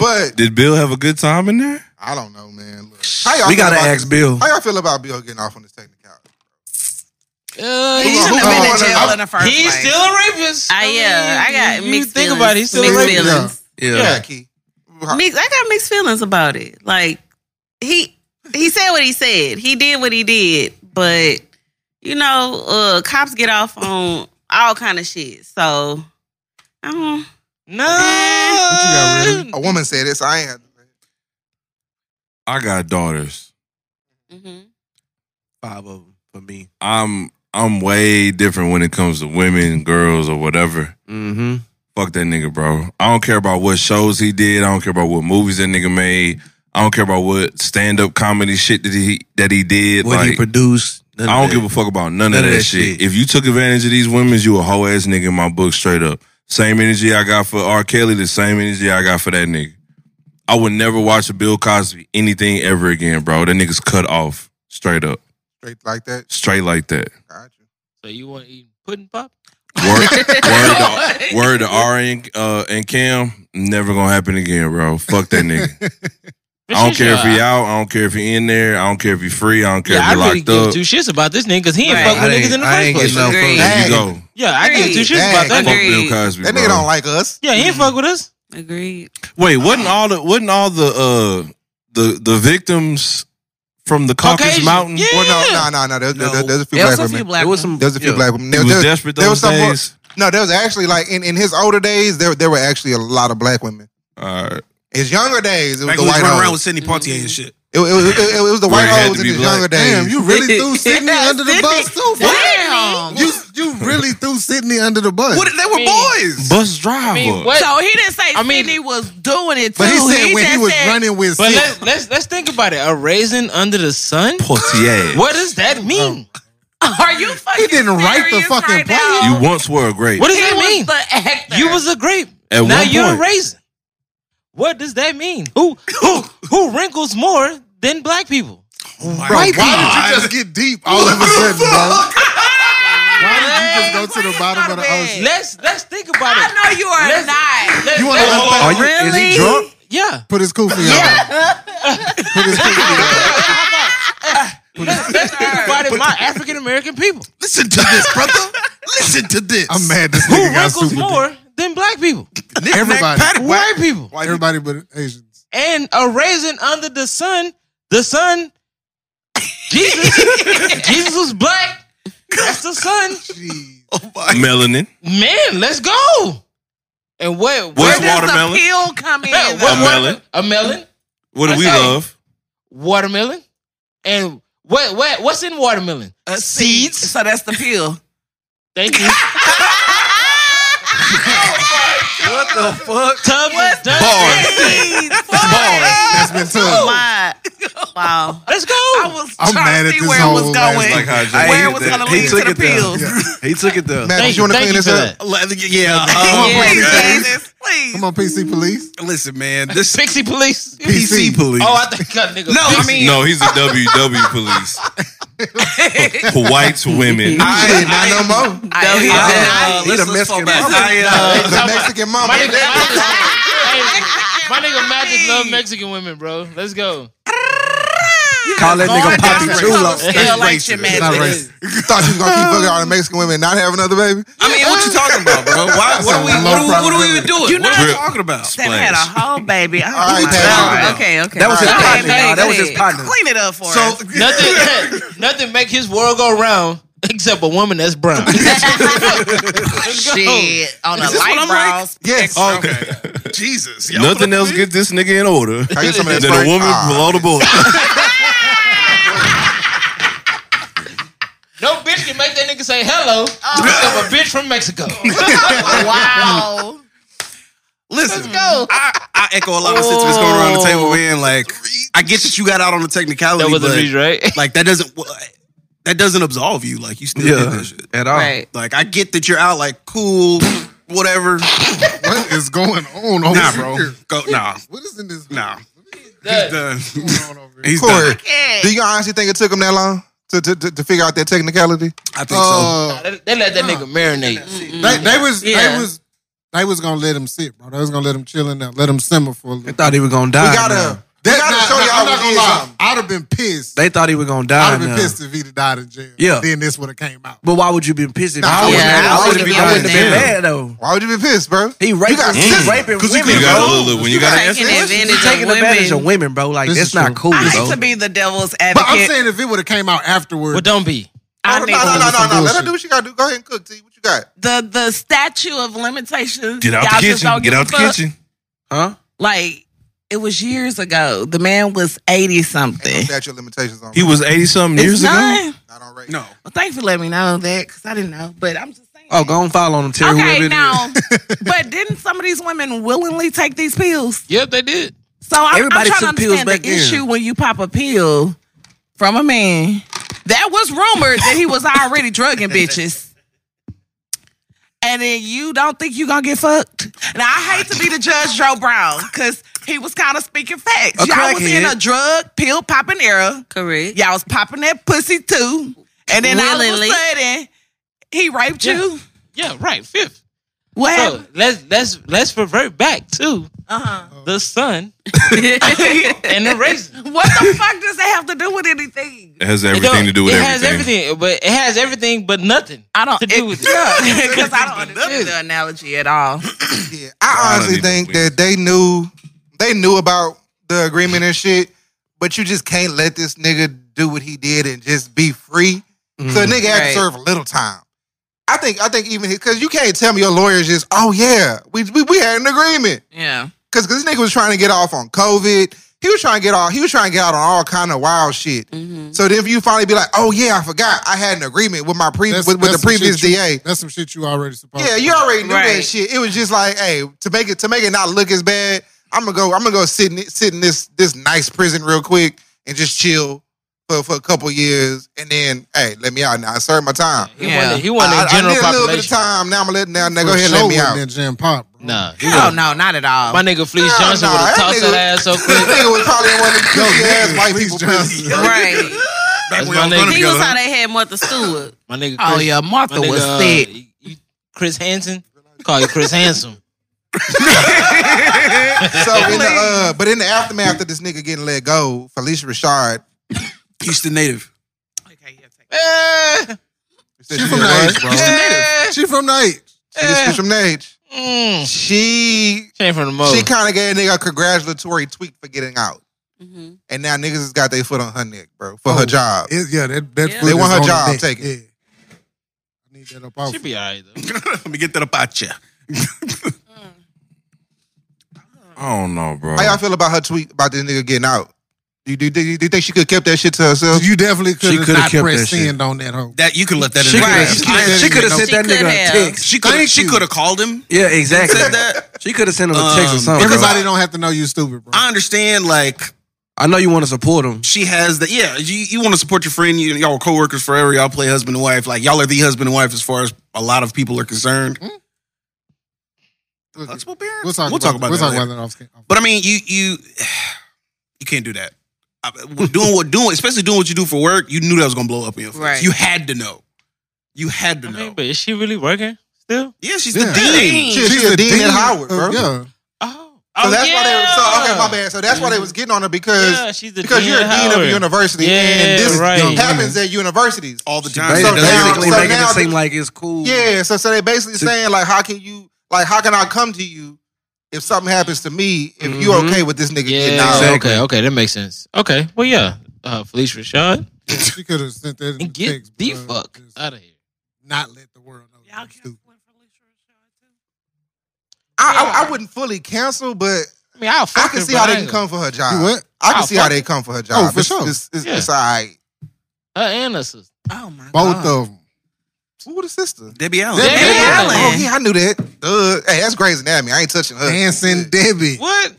Speaker 2: But
Speaker 7: Did Bill have a good time in there?
Speaker 2: I don't know, man. Look, how y'all
Speaker 5: We
Speaker 2: feel
Speaker 5: gotta
Speaker 2: about-
Speaker 5: ask Bill.
Speaker 2: How y'all feel about Bill getting off on this technicality?
Speaker 4: Uh,
Speaker 1: He
Speaker 2: Who-
Speaker 1: shouldn't
Speaker 2: who-
Speaker 1: have been in
Speaker 2: who-
Speaker 1: jail
Speaker 2: who-
Speaker 1: in the first
Speaker 4: he's
Speaker 1: place.
Speaker 4: still a rapist.
Speaker 6: I, yeah, I got
Speaker 4: you
Speaker 6: mixed
Speaker 4: think
Speaker 6: feelings.
Speaker 4: about it, he's still a
Speaker 6: mixed
Speaker 4: rapist.
Speaker 6: feelings.
Speaker 5: Yeah.
Speaker 2: Key.
Speaker 6: Mix, I got mixed feelings about it. Like he he said what he said. He did what he did, but you know, uh cops get off on all kind of shit. So I don't
Speaker 4: No.
Speaker 2: A woman said this. I ain't. had to say it.
Speaker 7: I got daughters.
Speaker 3: Mm-hmm.
Speaker 6: mhm.
Speaker 5: Five of them for me.
Speaker 7: I'm I'm way different when it comes to women, girls, or whatever.
Speaker 5: Mm-hmm.
Speaker 7: Fuck that nigga, bro. I don't care about what shows he did. I don't care about what movies that nigga made. I don't care about what stand up comedy shit that he that he did.
Speaker 5: What
Speaker 7: like,
Speaker 5: he produced. none
Speaker 7: I
Speaker 5: of
Speaker 7: don't
Speaker 5: that.
Speaker 7: give a fuck about none, of, that, shit. If you took advantage of these women, you a hoe ass nigga in my book, straight up. Same energy I got for R. Kelly, the same energy I got for that nigga. I would never watch a Bill Cosby anything ever again, bro. That nigga's cut off, straight up,
Speaker 2: Straight like that.
Speaker 7: straight like that.
Speaker 2: Got you.
Speaker 4: So you want to eat pudding pop?
Speaker 7: Word, word, to, word to Ari and, uh, and Cam, never gonna happen again, bro. Fuck that nigga. I don't care if he out. I don't care if he in there. I don't care if he free. I don't care
Speaker 4: Yeah, I
Speaker 7: if he
Speaker 4: really
Speaker 7: locked
Speaker 4: give
Speaker 7: up.
Speaker 4: two shits about this nigga because he ain't
Speaker 6: Right.
Speaker 4: fuck
Speaker 5: I
Speaker 4: with
Speaker 5: ain't-
Speaker 4: niggas in the
Speaker 5: I
Speaker 4: first
Speaker 5: ain't
Speaker 4: place.
Speaker 5: getting no fucking-
Speaker 6: Agreed.
Speaker 7: There you go.
Speaker 4: Yeah, I give two shits about that
Speaker 7: Fuck
Speaker 4: nigga.
Speaker 7: Bill Cosby.
Speaker 2: That
Speaker 7: bro.
Speaker 2: nigga don't like us.
Speaker 4: Yeah, he ain't fuck with us.
Speaker 5: Mm.
Speaker 6: Agreed.
Speaker 7: Wait, wasn't all the wasn't all the uh the the victims from the Caucasus
Speaker 4: Caucasian.
Speaker 7: Mountain?
Speaker 4: Yeah.
Speaker 2: Well, no, no, no, no. There's,
Speaker 5: No.
Speaker 2: There's, there's a few
Speaker 1: There
Speaker 2: black
Speaker 1: was a
Speaker 2: women.
Speaker 1: few black
Speaker 5: There was
Speaker 1: women.
Speaker 5: some.
Speaker 2: There's a few black women.
Speaker 7: He
Speaker 2: There,
Speaker 7: was
Speaker 2: there-
Speaker 7: desperate
Speaker 2: there was
Speaker 7: those
Speaker 2: some more-
Speaker 7: days.
Speaker 2: no, there was actually like in, in his older days, there there were actually a lot of black women.
Speaker 7: All right.
Speaker 2: His younger days, it was
Speaker 5: Back
Speaker 2: the
Speaker 5: when we
Speaker 2: white
Speaker 5: run around
Speaker 2: hoes.
Speaker 5: with Sidney Poitier
Speaker 2: Mm-hmm.
Speaker 5: and shit.
Speaker 2: It, it, was- it, it was the
Speaker 7: Where
Speaker 2: white
Speaker 7: it had
Speaker 2: hoes
Speaker 7: to
Speaker 2: in
Speaker 7: be
Speaker 2: his
Speaker 7: black.
Speaker 2: younger days.
Speaker 3: Damn, you really threw Sydney under the bus too. Fuck.
Speaker 1: Damn.
Speaker 3: You you really threw Sydney under the bus.
Speaker 5: What, they were boys.
Speaker 7: Bus driver.
Speaker 1: So he didn't say
Speaker 4: I mean-
Speaker 1: Sydney was doing it too.
Speaker 3: but he said when he
Speaker 1: just
Speaker 3: was
Speaker 1: said-
Speaker 3: running with
Speaker 4: But
Speaker 3: Sydney.
Speaker 4: let, let's let's think about it. A raisin under the sun.
Speaker 7: Portier.
Speaker 4: What does that mean?
Speaker 1: Oh. Are you fucking?
Speaker 3: He didn't write the
Speaker 1: serious
Speaker 3: fucking
Speaker 1: right
Speaker 3: play.
Speaker 1: now?
Speaker 7: You once were a great.
Speaker 4: What does
Speaker 1: He
Speaker 4: that
Speaker 1: was
Speaker 4: mean?
Speaker 1: the actor.
Speaker 4: You was a grape.
Speaker 7: At
Speaker 4: now
Speaker 7: one
Speaker 4: you're
Speaker 7: point.
Speaker 4: a raisin. What does that mean? Who who who wrinkles more than black people?
Speaker 3: Oh Why did you just get deep all of a sudden, bro? Why did you just go to the bottom of the ocean?
Speaker 4: Let's let's think about
Speaker 1: I
Speaker 4: it.
Speaker 1: know you are
Speaker 4: Let's-
Speaker 1: not.
Speaker 4: Let-
Speaker 3: You want
Speaker 4: let-
Speaker 3: to
Speaker 7: Are you, Is
Speaker 6: Really?
Speaker 7: he drunk?
Speaker 4: yeah.
Speaker 3: put his kufi on? Put his kufi on.
Speaker 4: Let's, let's think about it. My African American people.
Speaker 5: Listen to this, brother. Listen to this.
Speaker 3: I'm mad this
Speaker 4: Who
Speaker 3: nigga got
Speaker 4: wrinkles
Speaker 3: super
Speaker 4: more than black people?
Speaker 5: Knick-knack,
Speaker 3: Everybody.
Speaker 5: paddywhack.
Speaker 4: White people.
Speaker 3: deep. Everybody but Asians.
Speaker 4: And a raisin under the sun. The sun. Jesus. Jesus was black. That's the sun.
Speaker 3: Jeez.
Speaker 7: Melanin.
Speaker 4: Man, let's go. And where
Speaker 7: What's
Speaker 4: where
Speaker 1: Where
Speaker 4: did-
Speaker 1: does
Speaker 7: watermelon?
Speaker 1: the pill come in?
Speaker 4: yeah,
Speaker 1: though?
Speaker 4: what-
Speaker 7: A melon.
Speaker 4: A melon.
Speaker 7: What do we
Speaker 4: Okay.
Speaker 7: love?
Speaker 4: watermelon. And what what what's in watermelon?
Speaker 1: Uh, So that's the pill.
Speaker 4: Thank you.
Speaker 5: What the fuck?
Speaker 4: Tub is done.
Speaker 3: That's been tough.
Speaker 6: My wow.
Speaker 4: Let's go.
Speaker 1: I was
Speaker 3: I'm
Speaker 1: trying
Speaker 3: mad
Speaker 1: to
Speaker 3: at
Speaker 1: see
Speaker 3: this
Speaker 1: where it was
Speaker 3: whole
Speaker 1: going.
Speaker 3: last
Speaker 7: Like how
Speaker 5: I
Speaker 7: Jay-
Speaker 1: where
Speaker 5: hate
Speaker 1: it was
Speaker 5: that.
Speaker 1: going to
Speaker 5: He
Speaker 1: lead
Speaker 5: took
Speaker 1: to the
Speaker 5: it though.
Speaker 1: pills.
Speaker 5: He took it though.
Speaker 2: Matt,
Speaker 4: thank
Speaker 2: you
Speaker 4: you,
Speaker 2: want to
Speaker 4: thank
Speaker 2: clean
Speaker 4: you
Speaker 2: this
Speaker 4: for
Speaker 2: up?
Speaker 4: that.
Speaker 5: Let- Yeah. um,
Speaker 1: Yes,
Speaker 3: please.
Speaker 1: Jesus, please.
Speaker 3: Come on, PC police.
Speaker 5: Listen, man. This
Speaker 4: Pixie police.
Speaker 5: PC police.
Speaker 4: Oh, I think that nigga.
Speaker 5: No, I
Speaker 4: Pixie.
Speaker 7: No, he's a WW police. For white women.
Speaker 2: Shit, not no more.
Speaker 1: No, he
Speaker 5: I-
Speaker 1: did not.
Speaker 2: He
Speaker 5: uh,
Speaker 2: the
Speaker 5: let's- let's
Speaker 2: Mexican
Speaker 5: fall back.
Speaker 2: mama.
Speaker 5: I, uh,
Speaker 2: The Mexican mama.
Speaker 4: My nigga, my nigga, hey, my nigga Magic love Mexican women, bro. Let's go.
Speaker 5: Call that nigga Poppy
Speaker 1: That's
Speaker 5: Chulo.
Speaker 1: on the scale like shit,
Speaker 5: That's
Speaker 1: man.
Speaker 3: Not
Speaker 5: racist.
Speaker 3: racist.
Speaker 2: You thought you was gonna keep fucking all the Mexican women and not have another baby?
Speaker 5: I mean, what you talking about, bro? Why, what,
Speaker 3: a
Speaker 5: are we,
Speaker 3: low
Speaker 5: what, are we, what are we even
Speaker 3: probability.
Speaker 5: doing?
Speaker 1: You
Speaker 5: what are we
Speaker 7: know-
Speaker 5: talking about?
Speaker 1: They had a whole baby. Oh,
Speaker 2: All right,
Speaker 1: my
Speaker 2: Tab.
Speaker 1: God.
Speaker 6: Okay, okay.
Speaker 5: That was his
Speaker 1: All right,
Speaker 5: partner.
Speaker 1: baby,
Speaker 5: y'all. That was his
Speaker 1: baby.
Speaker 5: partner.
Speaker 1: Clean it up for
Speaker 5: So
Speaker 1: us.
Speaker 4: Nothing, nothing make his world go round except a woman that's brown.
Speaker 1: Shit. On a
Speaker 5: this what
Speaker 1: light
Speaker 5: I'm
Speaker 1: brown.
Speaker 5: like?
Speaker 2: yes.
Speaker 5: okay, Jesus, y'all
Speaker 7: Nothing
Speaker 5: put
Speaker 7: else
Speaker 5: me-
Speaker 7: gets this nigga in order
Speaker 2: I
Speaker 7: than
Speaker 2: get some of that
Speaker 7: a
Speaker 2: Sprite?
Speaker 7: woman
Speaker 2: Ah.
Speaker 7: below the board.
Speaker 4: Modelo of a bitch from Mexico.
Speaker 6: wow.
Speaker 5: Listen, I, I echo a lot of sentiments going around the
Speaker 3: Oh.
Speaker 5: table, man. Like, I get that you got out on the technicality,
Speaker 4: That was the
Speaker 5: but
Speaker 4: reach, right?
Speaker 5: like that doesn't that doesn't absolve you. Like, you still did that shit.
Speaker 2: at all.
Speaker 6: Right.
Speaker 5: Like, I get that you're out. Like, cool, whatever.
Speaker 3: What is going on over
Speaker 5: Nah, bro.
Speaker 3: here?
Speaker 5: Go, nah,
Speaker 3: What is in this?
Speaker 5: nah. He's
Speaker 4: That-
Speaker 5: done.
Speaker 3: Going on over here?
Speaker 5: He's
Speaker 2: Corey,
Speaker 5: done.
Speaker 6: Yeah.
Speaker 2: do you honestly think it took him that long to to, to, to figure out that technicality?
Speaker 5: I think so.
Speaker 3: Uh,
Speaker 4: They they let that nigga marinate.
Speaker 3: they, they was
Speaker 6: Yeah.
Speaker 3: they was they was gonna let him sit, bro. They was gonna let him chill in there, let him simmer for a little.
Speaker 8: They thought he was gonna die.
Speaker 2: We gotta,
Speaker 8: now.
Speaker 2: we gotta
Speaker 3: Nah,
Speaker 2: show
Speaker 3: nah,
Speaker 2: y'all.
Speaker 3: I'm
Speaker 2: we
Speaker 3: not gonna
Speaker 2: did
Speaker 3: lie.
Speaker 2: something.
Speaker 3: I'd have been pissed.
Speaker 8: They thought he was gonna
Speaker 3: I'd
Speaker 8: die.
Speaker 3: have been
Speaker 8: now.
Speaker 3: pissed if he'd have died in jail.
Speaker 8: Yeah.
Speaker 3: Then this would have came out.
Speaker 8: But why would you be pissed? If
Speaker 3: Nah,
Speaker 8: you
Speaker 3: I
Speaker 8: was
Speaker 3: wouldn't-
Speaker 8: mad?
Speaker 6: I
Speaker 8: I
Speaker 6: wouldn't
Speaker 8: wouldn't
Speaker 6: be
Speaker 8: have been
Speaker 6: mad.
Speaker 8: mad though.
Speaker 2: Why would you be pissed, bro?
Speaker 8: He raping,
Speaker 2: got
Speaker 8: he
Speaker 2: sense.
Speaker 8: raping
Speaker 5: Cause you
Speaker 7: You
Speaker 8: women,
Speaker 5: could've
Speaker 8: bro.
Speaker 5: got
Speaker 7: gotta look, look, when you gotta ask
Speaker 6: taking advantage
Speaker 8: He's taking
Speaker 6: of women.
Speaker 8: advantage of women, bro. Like
Speaker 3: This
Speaker 8: that's
Speaker 3: is
Speaker 8: not
Speaker 3: true.
Speaker 8: cool,
Speaker 1: I hate
Speaker 8: bro.
Speaker 1: to be the devil's
Speaker 3: But I'm
Speaker 1: advocate.
Speaker 3: saying if it would have came out afterwards,
Speaker 4: But don't be.
Speaker 1: I
Speaker 2: no,
Speaker 1: think
Speaker 2: no, no, no, no,
Speaker 3: some
Speaker 2: no. Let her
Speaker 3: bullshit.
Speaker 2: do what she gotta do. Go ahead and cook, T. What you got?
Speaker 1: the the statue of limitations.
Speaker 7: Get
Speaker 1: y'all
Speaker 7: out the
Speaker 1: just
Speaker 7: kitchen.
Speaker 1: don't
Speaker 7: Get
Speaker 1: give
Speaker 7: out
Speaker 1: a
Speaker 7: the
Speaker 1: fuck.
Speaker 7: kitchen.
Speaker 8: Huh?
Speaker 1: Like it was years ago. The man was eighty something.
Speaker 2: Statute of limitations on
Speaker 7: He was eighty something
Speaker 1: It's
Speaker 7: years ago.
Speaker 1: none.
Speaker 2: not on rape.
Speaker 5: No,
Speaker 1: Well, thanks for letting me know that because I didn't know. But I'm just saying.
Speaker 8: Oh, go and follow him. Tell whoever
Speaker 1: Okay,
Speaker 8: it
Speaker 1: now, but didn't some of these women willingly take these pills?
Speaker 4: Yep, they did.
Speaker 1: So I'm,
Speaker 8: Everybody
Speaker 1: I'm trying
Speaker 8: took
Speaker 1: to
Speaker 8: pills
Speaker 1: understand
Speaker 8: back
Speaker 1: the
Speaker 8: then.
Speaker 1: issue when you pop a pill from a man. That was rumored that he was already drugging bitches. And then you don't think you gonna get fucked? Now I hate to be the judge, Joe Brown, because he was kind of speaking facts.
Speaker 8: A
Speaker 1: Y'all was in
Speaker 8: crackhead.
Speaker 1: a drug pill popping era.
Speaker 6: Correct.
Speaker 1: Y'all was popping that pussy too, and then
Speaker 6: Willingly.
Speaker 1: all of a sudden he raped
Speaker 4: Yeah.
Speaker 1: you.
Speaker 4: Yeah, right. Fifth.
Speaker 1: What?
Speaker 4: So let's let's let's revert back to
Speaker 1: Uh-huh.
Speaker 4: the sun and the raisin.
Speaker 1: What the fuck does that have to do with anything?
Speaker 7: It has
Speaker 4: It don't-
Speaker 7: everything to do with
Speaker 4: it
Speaker 7: everything.
Speaker 4: has everything, but it has everything but nothing.
Speaker 1: I don't
Speaker 4: To do with it.
Speaker 1: because I don't understand the analogy at all.
Speaker 2: Yeah, I
Speaker 7: don't
Speaker 2: honestly
Speaker 7: need to
Speaker 2: think
Speaker 7: win.
Speaker 2: that they knew they knew about the agreement and shit, but you just can't let this nigga do what he did and just be free.
Speaker 3: Mm-hmm.
Speaker 2: So a nigga had to
Speaker 1: Right.
Speaker 2: serve a little time. I think I think even because you can't tell me your lawyer's just oh yeah we we, we had an agreement
Speaker 1: Yeah,
Speaker 2: because this nigga was trying to get off on COVID. He was trying to get off. He was trying to get out on all kind of wild shit. So then if you finally be like oh yeah I forgot I had an agreement with my pre with,
Speaker 3: That's-
Speaker 2: with the
Speaker 3: that's some
Speaker 2: previous
Speaker 3: shit you-
Speaker 2: DA.
Speaker 3: That's some shit you already supposed.
Speaker 2: Yeah,
Speaker 3: to
Speaker 2: you already knew that
Speaker 1: Right.
Speaker 2: shit. It was just like, hey, to make it to make it not look as bad, I'm gonna go. I'm gonna go sit in it- sit in this this nice prison real quick and just chill for, for a couple years, and then hey, let me out now. I served my time.
Speaker 4: He
Speaker 1: Yeah.
Speaker 4: wanted, he wanted
Speaker 2: I, I
Speaker 4: general
Speaker 2: did a little bit of
Speaker 4: population.
Speaker 2: time. Now I'm gonna let now, now go
Speaker 3: For
Speaker 2: ahead and let
Speaker 3: sure
Speaker 2: me
Speaker 3: wasn't
Speaker 2: out.
Speaker 3: in Jim Pop, bro.
Speaker 4: Nah, he
Speaker 1: hell no, not at all.
Speaker 4: My nigga Fleece
Speaker 2: Hell
Speaker 4: Johnson
Speaker 2: nah,
Speaker 4: would
Speaker 2: that
Speaker 4: have tossed
Speaker 2: nigga-
Speaker 4: that ass so
Speaker 2: This
Speaker 4: quick.
Speaker 2: nigga was probably one of the goofy
Speaker 3: nigga,
Speaker 2: ass white
Speaker 3: Please
Speaker 2: people.
Speaker 3: Johnson.
Speaker 2: prisons.
Speaker 6: Right.
Speaker 5: back
Speaker 4: That's my nigga.
Speaker 5: when y'all was
Speaker 6: He
Speaker 5: running
Speaker 6: was how
Speaker 5: together.
Speaker 6: they had Martha Stewart.
Speaker 4: My nigga Chris,
Speaker 1: oh yeah, Martha
Speaker 4: my nigga,
Speaker 1: was
Speaker 4: uh,
Speaker 1: sick.
Speaker 4: you- you- Chris Hansen. Call you Chris Handsome.
Speaker 2: So in the, uh, but in the aftermath of this nigga getting let go, Felicia Rashard.
Speaker 5: Houston native.
Speaker 1: Okay, yeah,
Speaker 4: Eh,
Speaker 1: take
Speaker 2: She
Speaker 3: from the H, bro.
Speaker 4: eh,
Speaker 3: She from the eight.
Speaker 2: She's from the H.
Speaker 4: mm.
Speaker 2: She
Speaker 4: She ain't from the mode.
Speaker 2: She kind of gave a nigga a congratulatory tweet for getting out.
Speaker 6: Mm-hmm.
Speaker 2: And now niggas has got their foot on her neck, bro, for
Speaker 3: Oh.
Speaker 2: her job.
Speaker 3: It- yeah, that, that
Speaker 6: Yeah.
Speaker 3: foot
Speaker 6: They
Speaker 2: want
Speaker 3: is
Speaker 2: her
Speaker 3: on
Speaker 2: job
Speaker 3: neck.
Speaker 2: taken.
Speaker 3: Yeah. I need that up off.
Speaker 4: She be alright though.
Speaker 5: Let me get that up out ya.
Speaker 7: I don't know, bro.
Speaker 2: How y'all feel about her tweet about this nigga getting out? Do you, do, do you do you think she could have kept that shit to herself?
Speaker 3: You definitely could have
Speaker 8: coulda
Speaker 3: not
Speaker 8: kept that
Speaker 3: pressed
Speaker 8: shit.
Speaker 3: send on that hoe.
Speaker 5: That you can let that
Speaker 8: She
Speaker 5: in.
Speaker 8: could
Speaker 5: there.
Speaker 8: have
Speaker 5: I-
Speaker 8: she could have
Speaker 5: no-
Speaker 8: sent that
Speaker 6: She
Speaker 8: nigga
Speaker 6: could
Speaker 8: a
Speaker 6: have.
Speaker 8: text.
Speaker 5: She could
Speaker 3: Thank
Speaker 5: have. She
Speaker 3: you.
Speaker 5: could have called him.
Speaker 8: Yeah, exactly.
Speaker 5: Said that.
Speaker 8: She could have sent him a text or
Speaker 5: Um,
Speaker 8: something. bro.
Speaker 3: Everybody don't have to know you stupid, bro.
Speaker 5: I understand. Like
Speaker 8: I know you want to support him.
Speaker 5: she has the yeah. You, you want to support your friend. You, y'all are coworkers forever. Y'all play husband and wife. Like y'all are the husband and wife as far as a lot of people are concerned.
Speaker 3: Look,
Speaker 5: Flexible parents.
Speaker 3: We'll talk,
Speaker 5: We'll
Speaker 3: about, that. We'll
Speaker 5: that
Speaker 3: talk
Speaker 5: later.
Speaker 3: about that off screen.
Speaker 5: But I mean, you you you can't do that. I- Doing what doing, especially doing what you do for work, you knew that was gonna blow up in your face.
Speaker 6: Right.
Speaker 5: You had to know. You had to
Speaker 4: I
Speaker 5: know.
Speaker 4: mean, but is she really working still?
Speaker 5: yeah, she's
Speaker 3: Yeah.
Speaker 5: the dean.
Speaker 2: She- she's a dean at Howard,
Speaker 3: uh,
Speaker 2: bro.
Speaker 3: yeah.
Speaker 4: Oh,
Speaker 2: so
Speaker 4: oh,
Speaker 2: that's why they were, so, okay,
Speaker 4: yeah.
Speaker 2: my bad. So that's why they was getting on her because
Speaker 4: Yeah, she's the
Speaker 2: because
Speaker 4: dean
Speaker 2: you're a dean of a
Speaker 4: Howard.
Speaker 2: university
Speaker 4: Yeah,
Speaker 2: and this
Speaker 4: right.
Speaker 2: happens at universities.
Speaker 5: all the time.
Speaker 2: So
Speaker 8: Basically,
Speaker 2: now-
Speaker 8: basically
Speaker 2: so
Speaker 8: making
Speaker 2: now
Speaker 8: it seem
Speaker 2: the-
Speaker 8: like it's cool.
Speaker 2: Yeah, so so they basically saying like, how can you like how can I come to you if something happens to me if you
Speaker 8: Mhm.
Speaker 2: okay with this nigga getting
Speaker 4: Yeah,
Speaker 2: out?
Speaker 8: exactly.
Speaker 4: okay, okay, that makes sense. Okay, well, yeah, uh, Felice Rashad,
Speaker 3: Yeah, She could have sent that in the
Speaker 4: and get
Speaker 3: text.
Speaker 4: the
Speaker 3: bro.
Speaker 4: fuck
Speaker 3: Just
Speaker 4: out of here.
Speaker 3: Not let the world know you stupid.
Speaker 2: I, I I wouldn't fully cancel, but
Speaker 4: I mean, I'll fuck
Speaker 2: I can
Speaker 4: her,
Speaker 2: see
Speaker 4: but
Speaker 2: how
Speaker 4: I
Speaker 2: they
Speaker 4: ain't
Speaker 2: can come for her job.
Speaker 3: You what?
Speaker 2: I can
Speaker 4: Oh,
Speaker 2: see how
Speaker 4: fuck.
Speaker 2: they come for her job.
Speaker 3: Oh, for
Speaker 2: It's-
Speaker 3: sure.
Speaker 2: It's, it's,
Speaker 4: Yeah.
Speaker 2: it's all right.
Speaker 4: gonna- Her and her sister.
Speaker 1: Oh my
Speaker 3: Both
Speaker 1: god.
Speaker 3: of them.
Speaker 2: Who was the sister?
Speaker 5: Debbie Allen.
Speaker 3: Debbie
Speaker 6: Debbie Allen.
Speaker 2: Oh, yeah, I knew that. Duh. Hey, that's Grey's Anatomy. I ain't touching her.
Speaker 3: Dancing Debbie.
Speaker 4: What?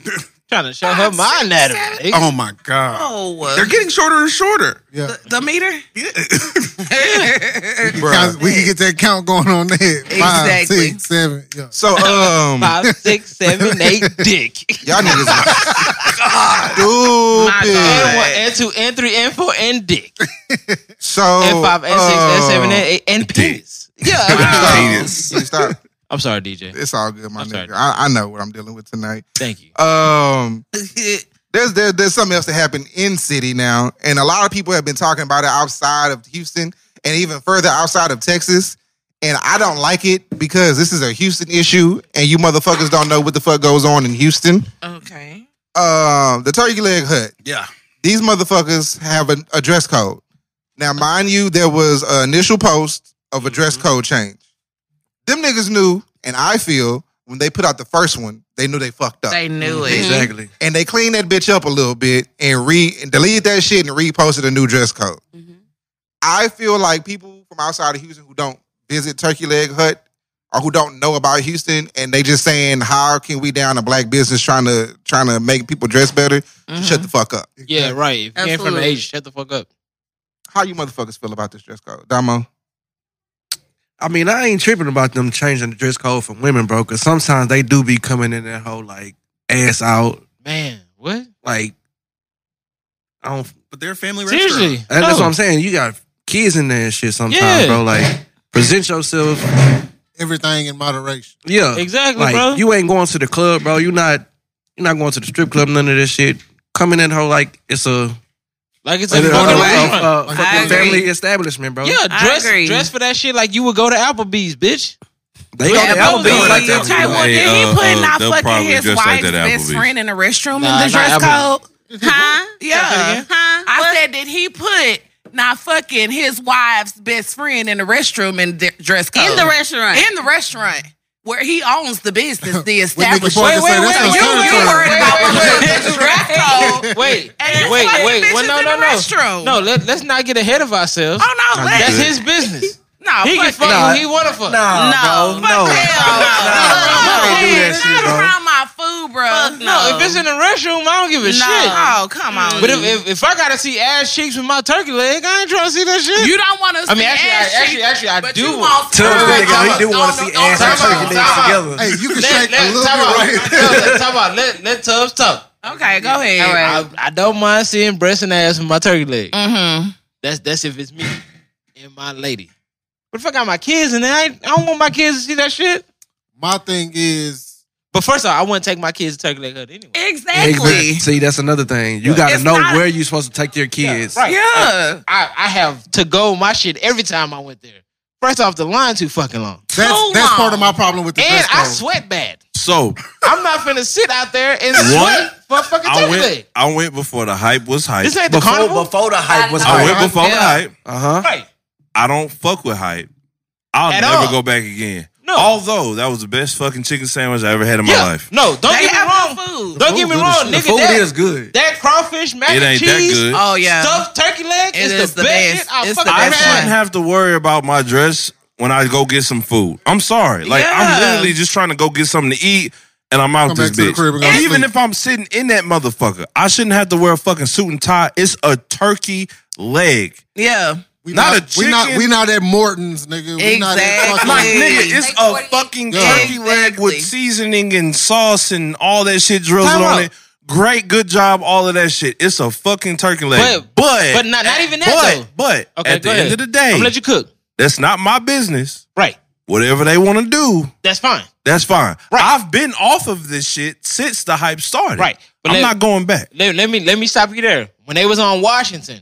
Speaker 4: Trying to show her my anatomy.
Speaker 5: Oh my God.
Speaker 1: Oh,
Speaker 5: They're getting shorter and shorter.
Speaker 3: Yeah.
Speaker 1: the meter.
Speaker 5: Yeah.
Speaker 2: Bruh.
Speaker 3: Guys, we can get that count going on there. Five,
Speaker 1: Exactly.
Speaker 3: six, seven. Yeah.
Speaker 2: So, um,
Speaker 4: Five, six, seven, eight, dick.
Speaker 2: y'all niggas are stupid.
Speaker 4: And one, and two, and three, and four, and dick.
Speaker 2: So,
Speaker 4: And five, and six, and seven, and
Speaker 2: um,
Speaker 4: eight, and penis. Yeah.
Speaker 2: stop.
Speaker 4: I mean,
Speaker 7: Penis.
Speaker 2: Please Stop.
Speaker 4: I'm sorry, DJ.
Speaker 2: It's all good, my
Speaker 4: I'm sorry.
Speaker 2: nigga. I, I know what I'm dealing with tonight.
Speaker 4: Thank you.
Speaker 2: Um, there's there, there's something else that happened in city now, and a lot of people have been talking about it outside of Houston and even further outside of Texas. And I don't like it because this is a Houston issue, and you motherfuckers don't know what the fuck goes on in Houston.
Speaker 1: Okay.
Speaker 2: Um, the turkey leg hut.
Speaker 5: Yeah.
Speaker 2: These motherfuckers have an, a dress code. Now, mind you, there was an initial post of a dress
Speaker 6: Mm-hmm.
Speaker 2: code change. Them niggas knew, and I feel when they put out the first one, they knew they fucked up
Speaker 6: They knew it.
Speaker 5: Exactly.
Speaker 2: and they cleaned that bitch up a little bit and re and deleted that shit and reposted a new dress code.
Speaker 6: Mhm.
Speaker 2: I feel like people from outside of Houston who don't visit Turkey Leg Hut or who don't know about Houston and they just saying how can we down a black business trying to trying to make people dress better? Just
Speaker 6: Mm-hmm.
Speaker 2: Shut the fuck up.
Speaker 4: Yeah, right. If you came from the
Speaker 6: Absolutely.
Speaker 4: Asia, shut the fuck up.
Speaker 2: How you motherfuckers feel about this dress code, Damo?
Speaker 8: I mean, I ain't tripping about them changing the dress code for women, bro. Because sometimes they do be coming in that whole like ass out,
Speaker 4: Man, what?
Speaker 8: like I don't.
Speaker 5: But they're a family restaurant.
Speaker 4: Seriously.
Speaker 8: That's
Speaker 4: No.
Speaker 8: what I'm saying. You got kids in there and shit sometimes,
Speaker 4: Oh. Yeah.
Speaker 8: bro. Like present yourself.
Speaker 3: Everything in moderation.
Speaker 8: Yeah,
Speaker 4: Exactly,
Speaker 8: Like
Speaker 4: bro.
Speaker 8: you ain't going to the club, bro. You not. You not going to the strip club. None of this shit. Coming in that whole like it's a,
Speaker 4: like it's
Speaker 8: a,
Speaker 4: a
Speaker 8: a-
Speaker 4: fucking
Speaker 8: a-
Speaker 4: restaurant.
Speaker 8: a- a
Speaker 6: I agree.
Speaker 8: family establishment, bro.
Speaker 4: Yeah,
Speaker 6: I
Speaker 4: dress
Speaker 6: agree.
Speaker 4: dress for that shit like you would go to Applebee's, bitch.
Speaker 8: They go to
Speaker 1: Yeah,
Speaker 4: Applebee's
Speaker 8: Applebee's like that.
Speaker 1: Applebee's. Okay, well,
Speaker 7: Hey,
Speaker 1: did
Speaker 7: uh,
Speaker 1: he putting
Speaker 7: uh,
Speaker 1: out
Speaker 7: they'll
Speaker 1: fucking
Speaker 7: probably
Speaker 1: his
Speaker 7: dress
Speaker 1: wife's
Speaker 7: like that at
Speaker 1: best
Speaker 7: Applebee's.
Speaker 1: friend in the restroom
Speaker 4: Nah, not
Speaker 1: in the dress
Speaker 4: Applebee's.
Speaker 1: code?
Speaker 6: Huh?
Speaker 1: Yeah.
Speaker 6: Huh?
Speaker 1: I
Speaker 6: What?
Speaker 1: said, did he put not fucking his wife's best friend in the restroom in the dress code?
Speaker 6: in the restaurant.
Speaker 1: In the restaurant where he owns the business, the
Speaker 3: Nicky
Speaker 1: establishment.
Speaker 3: Boy can say that's
Speaker 1: you
Speaker 3: conservatory.
Speaker 1: ain't worried about the dress code.
Speaker 4: Wait,
Speaker 1: And
Speaker 4: wait,
Speaker 1: it's like
Speaker 4: wait.
Speaker 1: bitches
Speaker 4: Well, no,
Speaker 1: in
Speaker 4: no,
Speaker 1: the
Speaker 4: no.
Speaker 1: restroom.
Speaker 4: No, let, let's not get ahead of ourselves.
Speaker 1: Oh no, let
Speaker 4: That's his business.
Speaker 1: No,
Speaker 4: He
Speaker 1: fuck
Speaker 4: can fuck
Speaker 1: that.
Speaker 4: who he want to fuck.
Speaker 6: no,
Speaker 1: Fuck that.
Speaker 8: do that shit,
Speaker 1: no,
Speaker 8: bro.
Speaker 1: no, around my food, bro.
Speaker 6: Fuck
Speaker 4: No, if it's in the restroom, I don't give a shit.
Speaker 1: Oh, come on.
Speaker 4: But if, if, if I gotta see ass cheeks with my turkey leg, I ain't trying to see that shit.
Speaker 1: you don't want to see
Speaker 4: I mean, actually,
Speaker 1: ass
Speaker 4: I, actually,
Speaker 1: cheeks,
Speaker 4: actually, I
Speaker 1: but
Speaker 4: do.
Speaker 1: you
Speaker 4: want-
Speaker 1: want
Speaker 8: Tell us
Speaker 4: Alright,
Speaker 8: the nigga,
Speaker 4: I'ma-
Speaker 8: he do want to see ass
Speaker 4: time
Speaker 8: and
Speaker 4: out,
Speaker 8: turkey legs
Speaker 4: time out.
Speaker 8: together.
Speaker 3: Hey, you can
Speaker 4: Let,
Speaker 3: shake a
Speaker 4: let,
Speaker 3: little bit
Speaker 4: time out.
Speaker 3: right there.
Speaker 4: Tubs, time out. Let, let Tubbs talk.
Speaker 1: Okay, go ahead.
Speaker 6: All right.
Speaker 4: I, I don't mind seeing breasts and ass with my turkey leg.
Speaker 1: Mm-hmm.
Speaker 4: That's that's if it's me and my lady. But if I got my kids and I, ain't- I don't want my kids to see that shit.
Speaker 3: My thing is,
Speaker 4: But first of all, I wouldn't take my kids to turkey leg hut anyway.
Speaker 1: Exactly.
Speaker 8: See, that's another thing. You got to
Speaker 1: It's
Speaker 8: know
Speaker 1: not-
Speaker 8: where you're supposed to take your kids.
Speaker 4: right.
Speaker 1: Yeah.
Speaker 4: I, I have to go my shit every time I went there. First off, the line too fucking long,
Speaker 3: that's, that's part of my problem with the
Speaker 4: and
Speaker 3: dress code.
Speaker 4: I sweat bad.
Speaker 7: So
Speaker 4: I'm not finna sit out there and
Speaker 7: What?
Speaker 4: sweat for a fucking
Speaker 7: I
Speaker 4: turkey
Speaker 7: went.
Speaker 4: leg.
Speaker 7: I went before the hype was hype.
Speaker 4: This ain't the carnival.
Speaker 8: the hype was
Speaker 7: I went before the
Speaker 4: Yeah.
Speaker 7: hype.
Speaker 8: Uh huh.
Speaker 4: Right.
Speaker 7: I don't fuck with hype. I'll
Speaker 4: At
Speaker 7: never
Speaker 4: all.
Speaker 7: go back again.
Speaker 4: No.
Speaker 7: Although that was the best fucking chicken sandwich I ever had in my
Speaker 4: yeah.
Speaker 7: life.
Speaker 4: No, don't
Speaker 1: They
Speaker 4: get me
Speaker 1: have
Speaker 4: wrong.
Speaker 1: good food.
Speaker 4: Don't get me wrong,
Speaker 8: The
Speaker 4: nigga.
Speaker 8: food
Speaker 4: that,
Speaker 8: is good.
Speaker 4: that crawfish mac
Speaker 7: It
Speaker 4: and
Speaker 7: ain't that
Speaker 4: cheese,
Speaker 7: good.
Speaker 1: Oh yeah.
Speaker 4: stuffed turkey leg
Speaker 1: It
Speaker 4: is,
Speaker 1: is
Speaker 4: the,
Speaker 1: the
Speaker 4: best.
Speaker 1: best.
Speaker 4: shit I
Speaker 1: It's
Speaker 4: fucking
Speaker 1: the
Speaker 7: I
Speaker 1: best
Speaker 4: had.
Speaker 1: one.
Speaker 7: shouldn't have to worry about my dress when I go get some food. I'm sorry. Like I'm
Speaker 1: Yeah.
Speaker 7: literally just trying to go get something to eat and I'm
Speaker 3: Come
Speaker 7: out this
Speaker 3: back to the
Speaker 7: bitch.
Speaker 3: crib and go to
Speaker 7: Even
Speaker 3: sleep.
Speaker 7: if I'm sitting in that motherfucker, I shouldn't have to wear a fucking suit and tie. It's a turkey leg.
Speaker 1: Yeah.
Speaker 3: We
Speaker 7: Not a
Speaker 3: We not,
Speaker 7: chicken.
Speaker 3: we not at Morton's, nigga. We not at
Speaker 1: Exactly.
Speaker 3: fucking-
Speaker 7: Like
Speaker 1: Yeah.
Speaker 7: nigga, it's
Speaker 6: Make
Speaker 7: a
Speaker 6: 48
Speaker 7: fucking
Speaker 3: Yeah.
Speaker 7: turkey leg with
Speaker 6: Exactly.
Speaker 7: seasoning and sauce and all that shit drizzled
Speaker 4: Time
Speaker 7: on
Speaker 4: out.
Speaker 7: it. Great, good job, all of that shit. It's a fucking turkey leg.
Speaker 4: But-
Speaker 7: But but
Speaker 4: but not- not even that, though.
Speaker 7: But, but
Speaker 4: Okay,
Speaker 7: at the
Speaker 4: go
Speaker 7: end
Speaker 4: ahead.
Speaker 7: of the day,
Speaker 4: I'm gonna let you cook.
Speaker 7: that's not my business.
Speaker 4: Right.
Speaker 7: Whatever they want to do,
Speaker 4: That's fine.
Speaker 7: that's fine.
Speaker 4: Right.
Speaker 7: I've been off of this shit since the hype started.
Speaker 4: Right. But
Speaker 7: I'm
Speaker 4: let-
Speaker 7: not going back.
Speaker 4: Let, let me let me stop you there. When they was on Washington,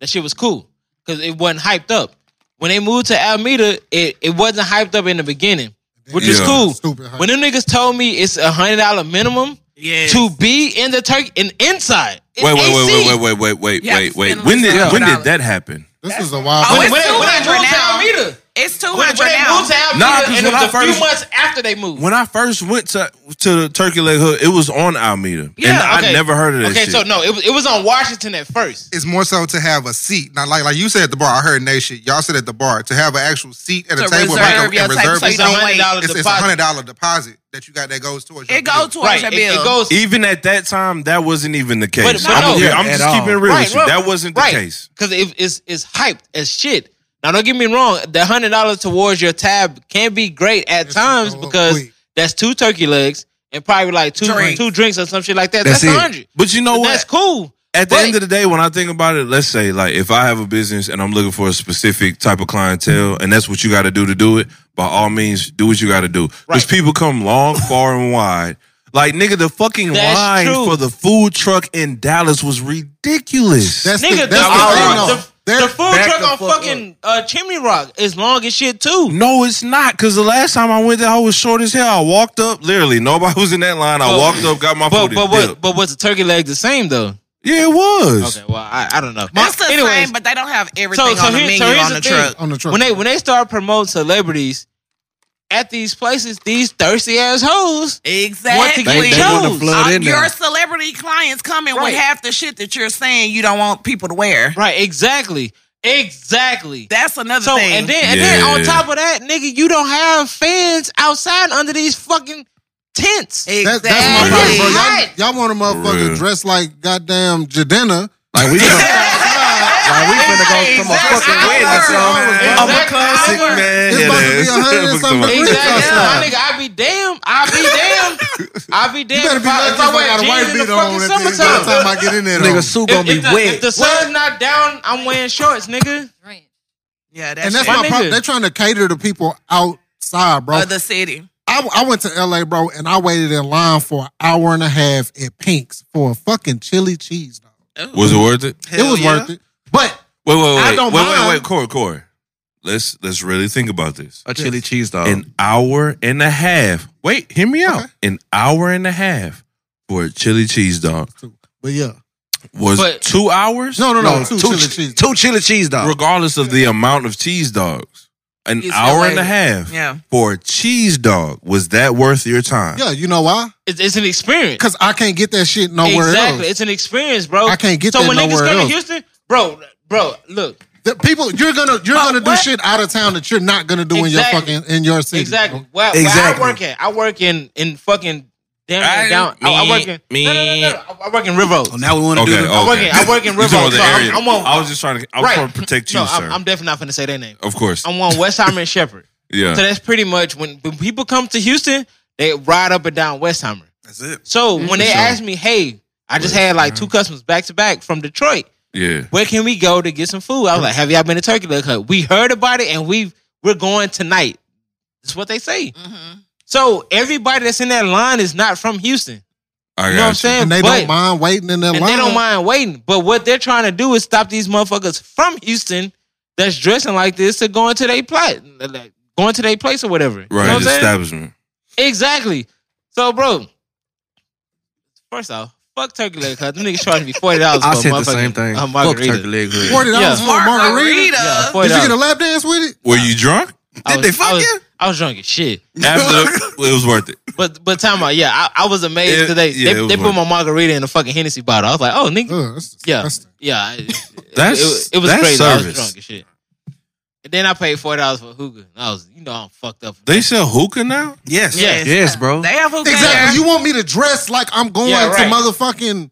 Speaker 4: that shit was cool because it wasn't hyped up. When they moved to Alameda, it, it wasn't hyped up in the beginning, which is
Speaker 7: Yeah.
Speaker 4: cool.
Speaker 3: Stupid hype.
Speaker 4: When them niggas told me it's a hundred dollar minimum
Speaker 1: Yeah.
Speaker 4: to be in the turkey and inside. in
Speaker 7: Wait, wait,
Speaker 4: AC.
Speaker 7: wait, wait, wait, wait, wait,
Speaker 1: Yeah,
Speaker 7: wait, wait.
Speaker 1: spend
Speaker 7: When did
Speaker 1: like
Speaker 7: when
Speaker 1: $100.
Speaker 7: did that happen?
Speaker 3: This is a wild.
Speaker 1: Oh,
Speaker 4: Uh, When,
Speaker 1: it's
Speaker 4: when, when I
Speaker 1: 200
Speaker 4: drove to
Speaker 1: now.
Speaker 4: Alameda,
Speaker 1: It's two
Speaker 4: When,
Speaker 1: hundred
Speaker 4: when they
Speaker 1: now.
Speaker 4: moved to Algeria,
Speaker 7: Nah, 'cause
Speaker 4: and it
Speaker 7: when
Speaker 4: was
Speaker 7: I
Speaker 4: a few
Speaker 7: first-
Speaker 4: months after they moved.
Speaker 7: When I first went to to the Turkey Leg Hood, it was on Alameda, and
Speaker 4: Yeah,
Speaker 7: I
Speaker 4: okay.
Speaker 7: never heard of that
Speaker 4: okay,
Speaker 7: shit.
Speaker 4: so no, it was it was on Washington at first.
Speaker 2: It's more so to have a seat. Now, like like you said at the bar, I heard that shit. Y'all said at the bar to have an actual seat at a
Speaker 1: To
Speaker 2: table and
Speaker 1: reserve
Speaker 2: make a-
Speaker 1: your
Speaker 2: and
Speaker 1: table
Speaker 2: reserve
Speaker 1: so you
Speaker 4: It's
Speaker 2: it.
Speaker 4: a
Speaker 1: don't
Speaker 4: hundred
Speaker 1: wait.
Speaker 4: dollar
Speaker 2: It's, it's a hundred
Speaker 4: deposit.
Speaker 2: dollar deposit that you got that goes towards. Your
Speaker 1: It goes
Speaker 2: bill.
Speaker 1: towards
Speaker 4: Right,
Speaker 1: your
Speaker 4: it,
Speaker 1: bill.
Speaker 4: it goes.
Speaker 7: Even at that time, that wasn't even the case.
Speaker 4: But- but
Speaker 7: I'm,
Speaker 4: no.
Speaker 7: yeah, I'm
Speaker 8: At
Speaker 7: just
Speaker 8: all.
Speaker 7: keeping it real
Speaker 4: Right,
Speaker 7: with you.
Speaker 4: right.
Speaker 7: that wasn't the case.
Speaker 4: Because it, it's it's hyped as shit. Now don't get me wrong, the hundred dollars towards your tab can be great at
Speaker 3: That shit
Speaker 4: times
Speaker 3: go up
Speaker 4: because
Speaker 3: quick.
Speaker 4: that's two turkey legs and probably like two
Speaker 1: Drinks.
Speaker 4: two drinks or some shit like that.
Speaker 8: That's
Speaker 4: That's,
Speaker 8: it.
Speaker 4: a hundred.
Speaker 7: But you know what?
Speaker 4: That's cool.
Speaker 7: At the
Speaker 4: But-
Speaker 7: end of the day, when I think about it, let's say like if I have a business and I'm looking for a specific type of clientele, and that's what you got to do to do it. By all means, do what you got to do because
Speaker 4: Right.
Speaker 7: people come long, far, and wide. Like nigga, the fucking
Speaker 4: That's
Speaker 7: line
Speaker 4: true.
Speaker 7: for the food truck in Dallas was ridiculous.
Speaker 3: That's
Speaker 4: Nigga,
Speaker 3: the,
Speaker 4: the,
Speaker 3: that's
Speaker 7: I
Speaker 3: the
Speaker 7: don't
Speaker 3: thing,
Speaker 7: know.
Speaker 4: the,
Speaker 3: though. They're-
Speaker 4: the food
Speaker 8: back
Speaker 4: truck
Speaker 8: the
Speaker 4: on
Speaker 8: fuck
Speaker 4: fucking uh, Chimney Rock is long as shit too.
Speaker 7: no, it's not. Because the last time I went there, I was short as hell. I walked up, literally nobody was in that line. I
Speaker 4: But-
Speaker 7: walked up, got my
Speaker 4: But
Speaker 7: food.
Speaker 4: but
Speaker 7: and
Speaker 4: what
Speaker 7: dipped.
Speaker 4: but was the turkey leg the same though?
Speaker 7: Yeah, it was.
Speaker 4: Okay, well I, I don't know.
Speaker 1: It's the
Speaker 4: Anyways,
Speaker 1: same, but they don't have everything on the
Speaker 4: here-
Speaker 1: menu
Speaker 4: here's
Speaker 1: on the,
Speaker 4: thing.
Speaker 1: truck.
Speaker 3: On the truck.
Speaker 4: When they when they start promoting celebrities at these places, these thirsty ass hoes.
Speaker 1: Exactly.
Speaker 4: They- they wanna Shows.
Speaker 8: flood
Speaker 1: Uh,
Speaker 8: in
Speaker 1: your
Speaker 8: there.
Speaker 1: celebrity clients coming
Speaker 4: Right.
Speaker 1: with half the shit that you're saying you don't want people to wear.
Speaker 4: Right, exactly. Exactly.
Speaker 1: That's another
Speaker 4: so
Speaker 1: thing.
Speaker 4: and then and then on
Speaker 7: Yeah.
Speaker 4: top of that, nigga, you don't have fans outside under these fucking tents.
Speaker 3: That-
Speaker 1: exactly.
Speaker 3: that's my problem, bro.
Speaker 4: Right.
Speaker 3: Y'all, y'all want a
Speaker 7: For
Speaker 3: motherfucker
Speaker 7: real.
Speaker 3: dressed like goddamn Jadena.
Speaker 8: Like we finna, like we finna go from a fucking wedding or something.
Speaker 4: I'm a classic,
Speaker 7: man.
Speaker 3: It's about to be 100 and something
Speaker 4: Exactly.
Speaker 3: Yeah.
Speaker 4: My nigga, I be damn. I be damn. I be damn.
Speaker 3: better
Speaker 4: if
Speaker 3: be
Speaker 4: I,
Speaker 3: lucky
Speaker 4: if I wear
Speaker 3: got a
Speaker 4: jeans
Speaker 3: white
Speaker 4: in the
Speaker 3: beat on
Speaker 4: fucking
Speaker 3: at the
Speaker 4: summertime.
Speaker 3: end by the time I get in there.
Speaker 8: Nigga,
Speaker 3: though.
Speaker 8: suit gonna
Speaker 4: if,
Speaker 8: be
Speaker 4: if the,
Speaker 8: wet.
Speaker 4: if the sun's not down, I'm wearing shorts, nigga.
Speaker 9: Drink.
Speaker 1: yeah, that's,
Speaker 3: And that's
Speaker 1: it.
Speaker 3: my
Speaker 4: Nigga.
Speaker 3: problem. They're trying to cater to people outside, bro.
Speaker 1: Other city.
Speaker 3: I, I went to LA, bro, and I waited in line for an hour and a half at Pink's for a fucking chili cheese, dog.
Speaker 7: Was it worth it?
Speaker 3: it was worth it. Oh. But
Speaker 7: Wait, wait, wait,
Speaker 3: I
Speaker 7: wait,
Speaker 3: don't
Speaker 7: wait,
Speaker 3: mind.
Speaker 7: wait, wait, Corey, Corey. Let's let's really think about this.
Speaker 8: A chili cheese dog.
Speaker 7: An hour and a half. Wait, hear me out.
Speaker 3: Okay.
Speaker 7: An hour and a half for a chili cheese dog
Speaker 3: but yeah.
Speaker 7: was
Speaker 4: But-
Speaker 7: two hours.
Speaker 3: No, no, no.
Speaker 8: No,
Speaker 3: two,
Speaker 8: two
Speaker 3: chili
Speaker 8: chi-
Speaker 3: cheese.
Speaker 8: two chili cheese dog.
Speaker 7: regardless of the amount of cheese dogs, an
Speaker 1: You still
Speaker 7: hour and
Speaker 1: like
Speaker 7: a
Speaker 1: it.
Speaker 7: half
Speaker 1: Yeah.
Speaker 7: for a cheese dog was that worth your time?
Speaker 3: Yeah, you know why?
Speaker 4: It's, it's an experience.
Speaker 3: Because I can't get that shit nowhere
Speaker 4: exactly.
Speaker 3: else.
Speaker 4: It's an experience, bro.
Speaker 3: I can't get
Speaker 4: so
Speaker 3: that
Speaker 4: when niggas
Speaker 3: nowhere
Speaker 4: come to
Speaker 3: else.
Speaker 4: Houston, bro, bro, look,
Speaker 3: The people, you're gonna you're gonna do
Speaker 1: what?
Speaker 3: shit out of town that you're not gonna do
Speaker 4: Exactly.
Speaker 3: in your fucking in your city.
Speaker 4: exactly. Where,
Speaker 8: Exactly.
Speaker 4: where I work at, I work in in fucking damn
Speaker 7: I-
Speaker 4: near down. I, I
Speaker 7: me-
Speaker 4: work in
Speaker 7: me-
Speaker 4: no, no, no, no. I- I work in Rivos.
Speaker 5: Oh, now we want to do the.
Speaker 4: I work in- I work in
Speaker 7: You talking about
Speaker 4: Riverwalk,
Speaker 7: the
Speaker 4: so I'm-
Speaker 7: area.
Speaker 4: I'm on-
Speaker 7: I was just trying to. I was trying to protect you,
Speaker 4: no,
Speaker 7: sir.
Speaker 4: I'm, I'm definitely not gonna say their name.
Speaker 7: of course.
Speaker 4: I'm on Westheimer and Shepherd.
Speaker 7: yeah.
Speaker 4: So that's pretty much when when people come to Houston, they ride up and down Westheimer.
Speaker 5: That's it. Mm-hmm.
Speaker 4: So when they asked me, hey, I just had like two customers back to back from Detroit.
Speaker 7: yeah.
Speaker 4: where can we go to get some food? I was like, have y'all been to Turkey Leg Hut? We heard about it and we we're going tonight. That's what they say. So everybody that's in that line is not from Houston.
Speaker 7: I got
Speaker 4: You know what I'm saying?
Speaker 3: And they
Speaker 4: But-
Speaker 3: don't mind waiting in that
Speaker 4: and
Speaker 3: line.
Speaker 4: they don't mind waiting. But what they're trying to do is stop these motherfuckers from Houston that's dressing like this to going to their plot, like going to their place or whatever. You know
Speaker 7: Right.
Speaker 4: what I'm saying?
Speaker 7: establishment.
Speaker 4: Exactly. So, bro, first off, fuck Turkey Leg Hut. Them niggas charged me forty dollars.
Speaker 8: I said the same thing.
Speaker 4: A
Speaker 8: Fuck
Speaker 4: margarita.
Speaker 8: turkey leg hood.
Speaker 3: Forty dollars
Speaker 4: Yeah.
Speaker 3: for a margarita.
Speaker 4: Yeah,
Speaker 3: Did you
Speaker 4: $40.
Speaker 3: get a lap dance with it?
Speaker 7: Were you drunk?
Speaker 4: I
Speaker 5: Did they
Speaker 4: was- I
Speaker 5: fuck
Speaker 4: was-
Speaker 5: you?
Speaker 4: I was drunk as shit.
Speaker 7: After it was worth it.
Speaker 4: But but time out, yeah, I, I was amazed
Speaker 7: It-
Speaker 4: today.
Speaker 7: yeah, it
Speaker 4: they
Speaker 7: was
Speaker 4: they put
Speaker 7: one.
Speaker 4: my margarita in a fucking Hennessy bottle. I was like, oh nigga,
Speaker 3: Ugh, that's
Speaker 4: Yeah.
Speaker 3: disgusting.
Speaker 4: yeah, it, it-
Speaker 7: That's-
Speaker 4: it, it was
Speaker 7: that's
Speaker 4: crazy. I was
Speaker 7: service.
Speaker 4: drunk and shit. And then I paid four dollars for hookah. And I was, you know, I'm fucked up.
Speaker 7: They sell hookah now.
Speaker 5: Yes.
Speaker 4: yeah,
Speaker 8: Yes, bro.
Speaker 1: They have hookah
Speaker 3: Exactly.
Speaker 1: there.
Speaker 3: You want me to dress like I'm going
Speaker 4: Yeah, right.
Speaker 3: to motherfucking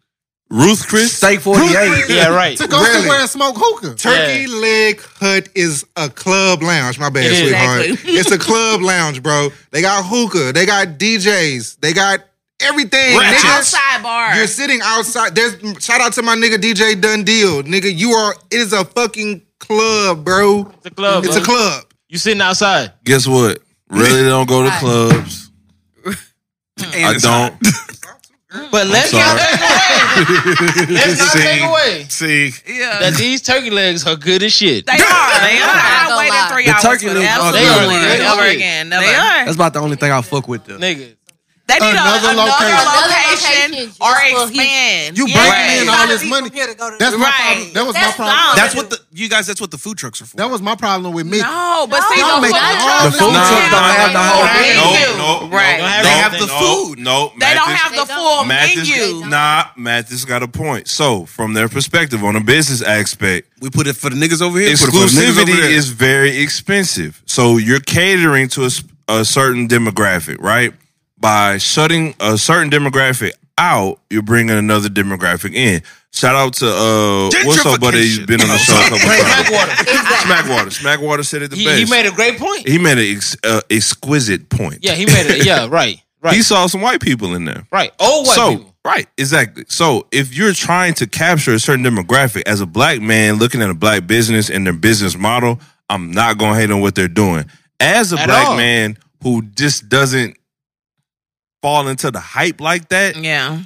Speaker 7: Ruth Chris.
Speaker 8: Steak 48.
Speaker 4: yeah, right.
Speaker 3: to go
Speaker 2: Really?
Speaker 3: somewhere and smoke hookah.
Speaker 2: Turkey Leg Hut is a club lounge. My bad,
Speaker 4: It is.
Speaker 2: sweetheart.
Speaker 1: Exactly.
Speaker 2: It's a club lounge, bro. They got hookah. They got DJs. They got everything.
Speaker 5: Ratchets.
Speaker 2: nigga.
Speaker 1: outside bar.
Speaker 2: You're sitting outside. There's shout out to my nigga DJ Done Deal. Nigga, you are it is a fucking club, bro.
Speaker 4: It's a club.
Speaker 2: It's a
Speaker 4: bro.
Speaker 2: club.
Speaker 4: You sitting outside.
Speaker 7: Guess what? Really don't go to
Speaker 9: Right.
Speaker 7: clubs.
Speaker 5: And
Speaker 7: I
Speaker 5: it's
Speaker 7: don't.
Speaker 4: But let's not
Speaker 7: sorry.
Speaker 4: take away. let's not take
Speaker 5: See.
Speaker 4: away
Speaker 5: See,
Speaker 1: yeah.
Speaker 4: that these turkey legs are good as shit.
Speaker 1: they are. They are.
Speaker 9: Gonna
Speaker 1: I
Speaker 9: lie.
Speaker 1: waited three
Speaker 8: The
Speaker 1: hours
Speaker 8: turkey
Speaker 1: for
Speaker 8: legs
Speaker 1: that.
Speaker 8: are
Speaker 4: They are
Speaker 8: good.
Speaker 4: good.
Speaker 1: Never
Speaker 4: They are.
Speaker 1: again. Never.
Speaker 8: That's about the only thing I fuck with though.
Speaker 4: Nigga.
Speaker 1: They need
Speaker 3: Another
Speaker 1: another, another
Speaker 3: location.
Speaker 1: location,
Speaker 9: Another location just
Speaker 1: or
Speaker 9: for
Speaker 1: expand.
Speaker 3: You
Speaker 1: Yeah.
Speaker 3: breaking
Speaker 1: Right.
Speaker 3: in all this money. That's my
Speaker 1: Right.
Speaker 3: problem. That was
Speaker 9: That's
Speaker 3: my problem.
Speaker 9: not-
Speaker 5: That's what the you guys. That's what the food trucks are for.
Speaker 3: That was my problem with Mickey.
Speaker 1: No, but see,
Speaker 9: No,
Speaker 1: the
Speaker 9: make it
Speaker 1: food trucks
Speaker 9: all-
Speaker 1: don't
Speaker 9: The food
Speaker 1: have
Speaker 9: trucks don't
Speaker 5: have the whole
Speaker 1: full
Speaker 5: thing.
Speaker 1: menu.
Speaker 7: No, no,
Speaker 1: right.
Speaker 7: no,
Speaker 5: They have the
Speaker 7: no,
Speaker 5: food.
Speaker 7: No,
Speaker 1: They don't
Speaker 7: Mathis-
Speaker 1: have the
Speaker 9: They
Speaker 1: full
Speaker 7: Mathis,
Speaker 1: menu.
Speaker 7: Nah, Mathis got a point. So, from their perspective, on a business aspect,
Speaker 5: we put it for the niggas over here. put it for the niggas over
Speaker 7: exclusivity
Speaker 5: there.
Speaker 7: is very expensive. So you're catering to a, s- a certain demographic, right? By shutting a certain demographic out, you're bringing another demographic in. Shout out to uh, what's up, buddy? He's been on the show a couple times. Smackwater, Smackwater said it the
Speaker 4: He,
Speaker 7: best.
Speaker 4: he made a great point.
Speaker 7: he made an ex- uh, exquisite point.
Speaker 4: Yeah, he made it. Yeah, right, right,
Speaker 7: he saw some white people in there.
Speaker 4: right. Old white
Speaker 7: so
Speaker 4: people.
Speaker 7: right, exactly. So if you're trying to capture a certain demographic as a black man looking at a black business and their business model, I'm not gonna hate on what they're doing. As a
Speaker 4: At
Speaker 7: black
Speaker 4: all.
Speaker 7: man who just doesn't fall into the hype like that,
Speaker 1: Yeah,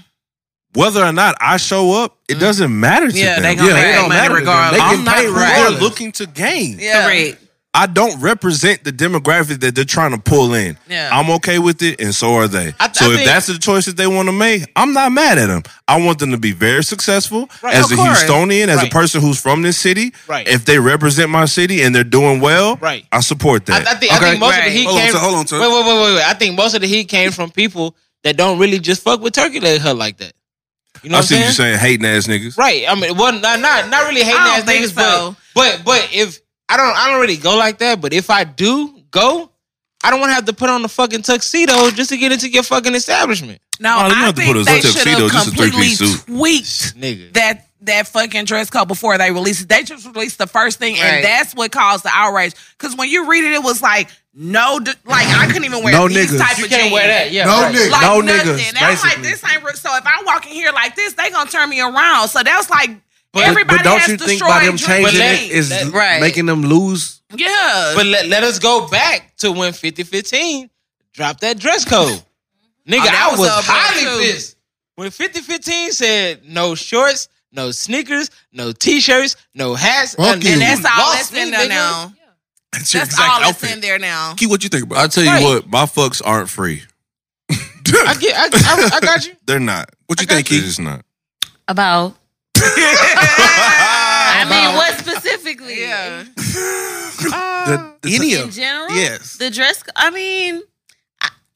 Speaker 7: whether or not I show up,
Speaker 4: Mm.
Speaker 7: it doesn't matter to
Speaker 1: yeah, they
Speaker 7: them.
Speaker 1: gonna
Speaker 5: Yeah,
Speaker 1: make
Speaker 5: it
Speaker 1: that
Speaker 5: don't
Speaker 1: money
Speaker 5: matter to them.
Speaker 1: regardless.
Speaker 5: They
Speaker 7: I'm
Speaker 5: can
Speaker 7: not
Speaker 5: pay
Speaker 7: who
Speaker 5: right.
Speaker 7: they're looking to gain.
Speaker 1: Yeah.
Speaker 6: Correct.
Speaker 7: I don't represent the demographic that they're trying to pull in.
Speaker 1: Yeah.
Speaker 7: I'm okay with it, and so are they.
Speaker 4: I- I
Speaker 7: so if
Speaker 4: think-
Speaker 7: that's the choice that they want to make, I'm not mad at them. I want them to be very successful
Speaker 4: Right,
Speaker 7: as
Speaker 4: of
Speaker 7: a
Speaker 4: course.
Speaker 7: Houstonian, as
Speaker 4: Right.
Speaker 7: a person who's from this city.
Speaker 4: Right.
Speaker 7: If they represent my city and they're doing well,
Speaker 4: Right.
Speaker 7: I support
Speaker 4: I,
Speaker 7: that.
Speaker 4: I think, I
Speaker 5: Okay.
Speaker 4: think most of the
Speaker 1: Right.
Speaker 4: heat
Speaker 5: Hold on,
Speaker 4: came.
Speaker 5: sir, hold on, sir.
Speaker 4: Wait, wait, wait, wait, wait. I think most of the heat came from people that don't really just fuck with turkey leg her like that. You know
Speaker 7: I
Speaker 4: what I'm
Speaker 7: see
Speaker 4: saying?
Speaker 7: you saying hating ass niggas.
Speaker 4: Right. I mean, well, not not, not really hating
Speaker 1: I
Speaker 4: ass
Speaker 1: don't think
Speaker 4: niggas,
Speaker 1: so.
Speaker 4: but but but if I don't I don't really go like that. But if I do go, I don't want to have to put on the fucking tuxedo just to get into your fucking establishment,
Speaker 1: No,
Speaker 7: Molly, you don't
Speaker 1: I
Speaker 7: have to put
Speaker 1: think
Speaker 7: us
Speaker 1: they
Speaker 7: in
Speaker 1: should
Speaker 7: tuxedos,
Speaker 1: have
Speaker 7: just a
Speaker 1: completely
Speaker 7: three-piece suit.
Speaker 1: tweaked
Speaker 4: nigga.
Speaker 1: that that fucking dress code before they released it. They just released the first thing,
Speaker 4: Right.
Speaker 1: and that's what caused the outrage. Because when you read it, it was like no, d- like I couldn't even wear
Speaker 8: No
Speaker 1: these
Speaker 8: niggas.
Speaker 1: type
Speaker 4: you
Speaker 1: of
Speaker 4: can't
Speaker 1: jeans.
Speaker 4: wear that. Yeah.
Speaker 3: No
Speaker 4: right.
Speaker 3: nigga.
Speaker 1: Like
Speaker 8: No
Speaker 1: nothing.
Speaker 8: niggas,
Speaker 1: And I'm like,
Speaker 8: basically.
Speaker 1: this ain't re- so. If I walk in here like this, they gonna turn me around. So that's like
Speaker 4: But-
Speaker 8: But,
Speaker 1: everybody
Speaker 8: but don't
Speaker 1: has
Speaker 8: you think
Speaker 1: destroyed
Speaker 8: by them
Speaker 1: dreams.
Speaker 8: changing
Speaker 4: But
Speaker 8: it is
Speaker 4: that-
Speaker 1: right.
Speaker 8: making them lose?
Speaker 1: yeah,
Speaker 4: But let, let us go back to when 5015 dropped that dress code. Nigga,
Speaker 1: Oh, that
Speaker 4: I was,
Speaker 1: was up there,
Speaker 4: highly
Speaker 1: too.
Speaker 4: pissed. When 5015 said no shorts, no sneakers, no t-shirts, no hats,
Speaker 3: Fuck you.
Speaker 1: and that's all
Speaker 4: lost
Speaker 1: that's
Speaker 4: me,
Speaker 1: in there
Speaker 4: nigga.
Speaker 1: now.
Speaker 5: That's your
Speaker 1: That's
Speaker 5: exact
Speaker 1: all that's
Speaker 5: outfit.
Speaker 1: in there now.
Speaker 5: Key, what you think about?
Speaker 7: I'll
Speaker 5: it?
Speaker 7: tell you
Speaker 4: Right.
Speaker 7: what, my fucks aren't free.
Speaker 4: I get I, I, I got you.
Speaker 7: They're not.
Speaker 5: What you think,
Speaker 7: They're
Speaker 5: Key?
Speaker 7: just not.
Speaker 9: About.
Speaker 6: I mean,
Speaker 5: Uh-huh.
Speaker 6: what specifically?
Speaker 1: Yeah.
Speaker 8: The, the,
Speaker 5: Uh, Any
Speaker 6: In
Speaker 5: of them.
Speaker 6: general,
Speaker 5: Yes.
Speaker 6: The dress. co- I mean,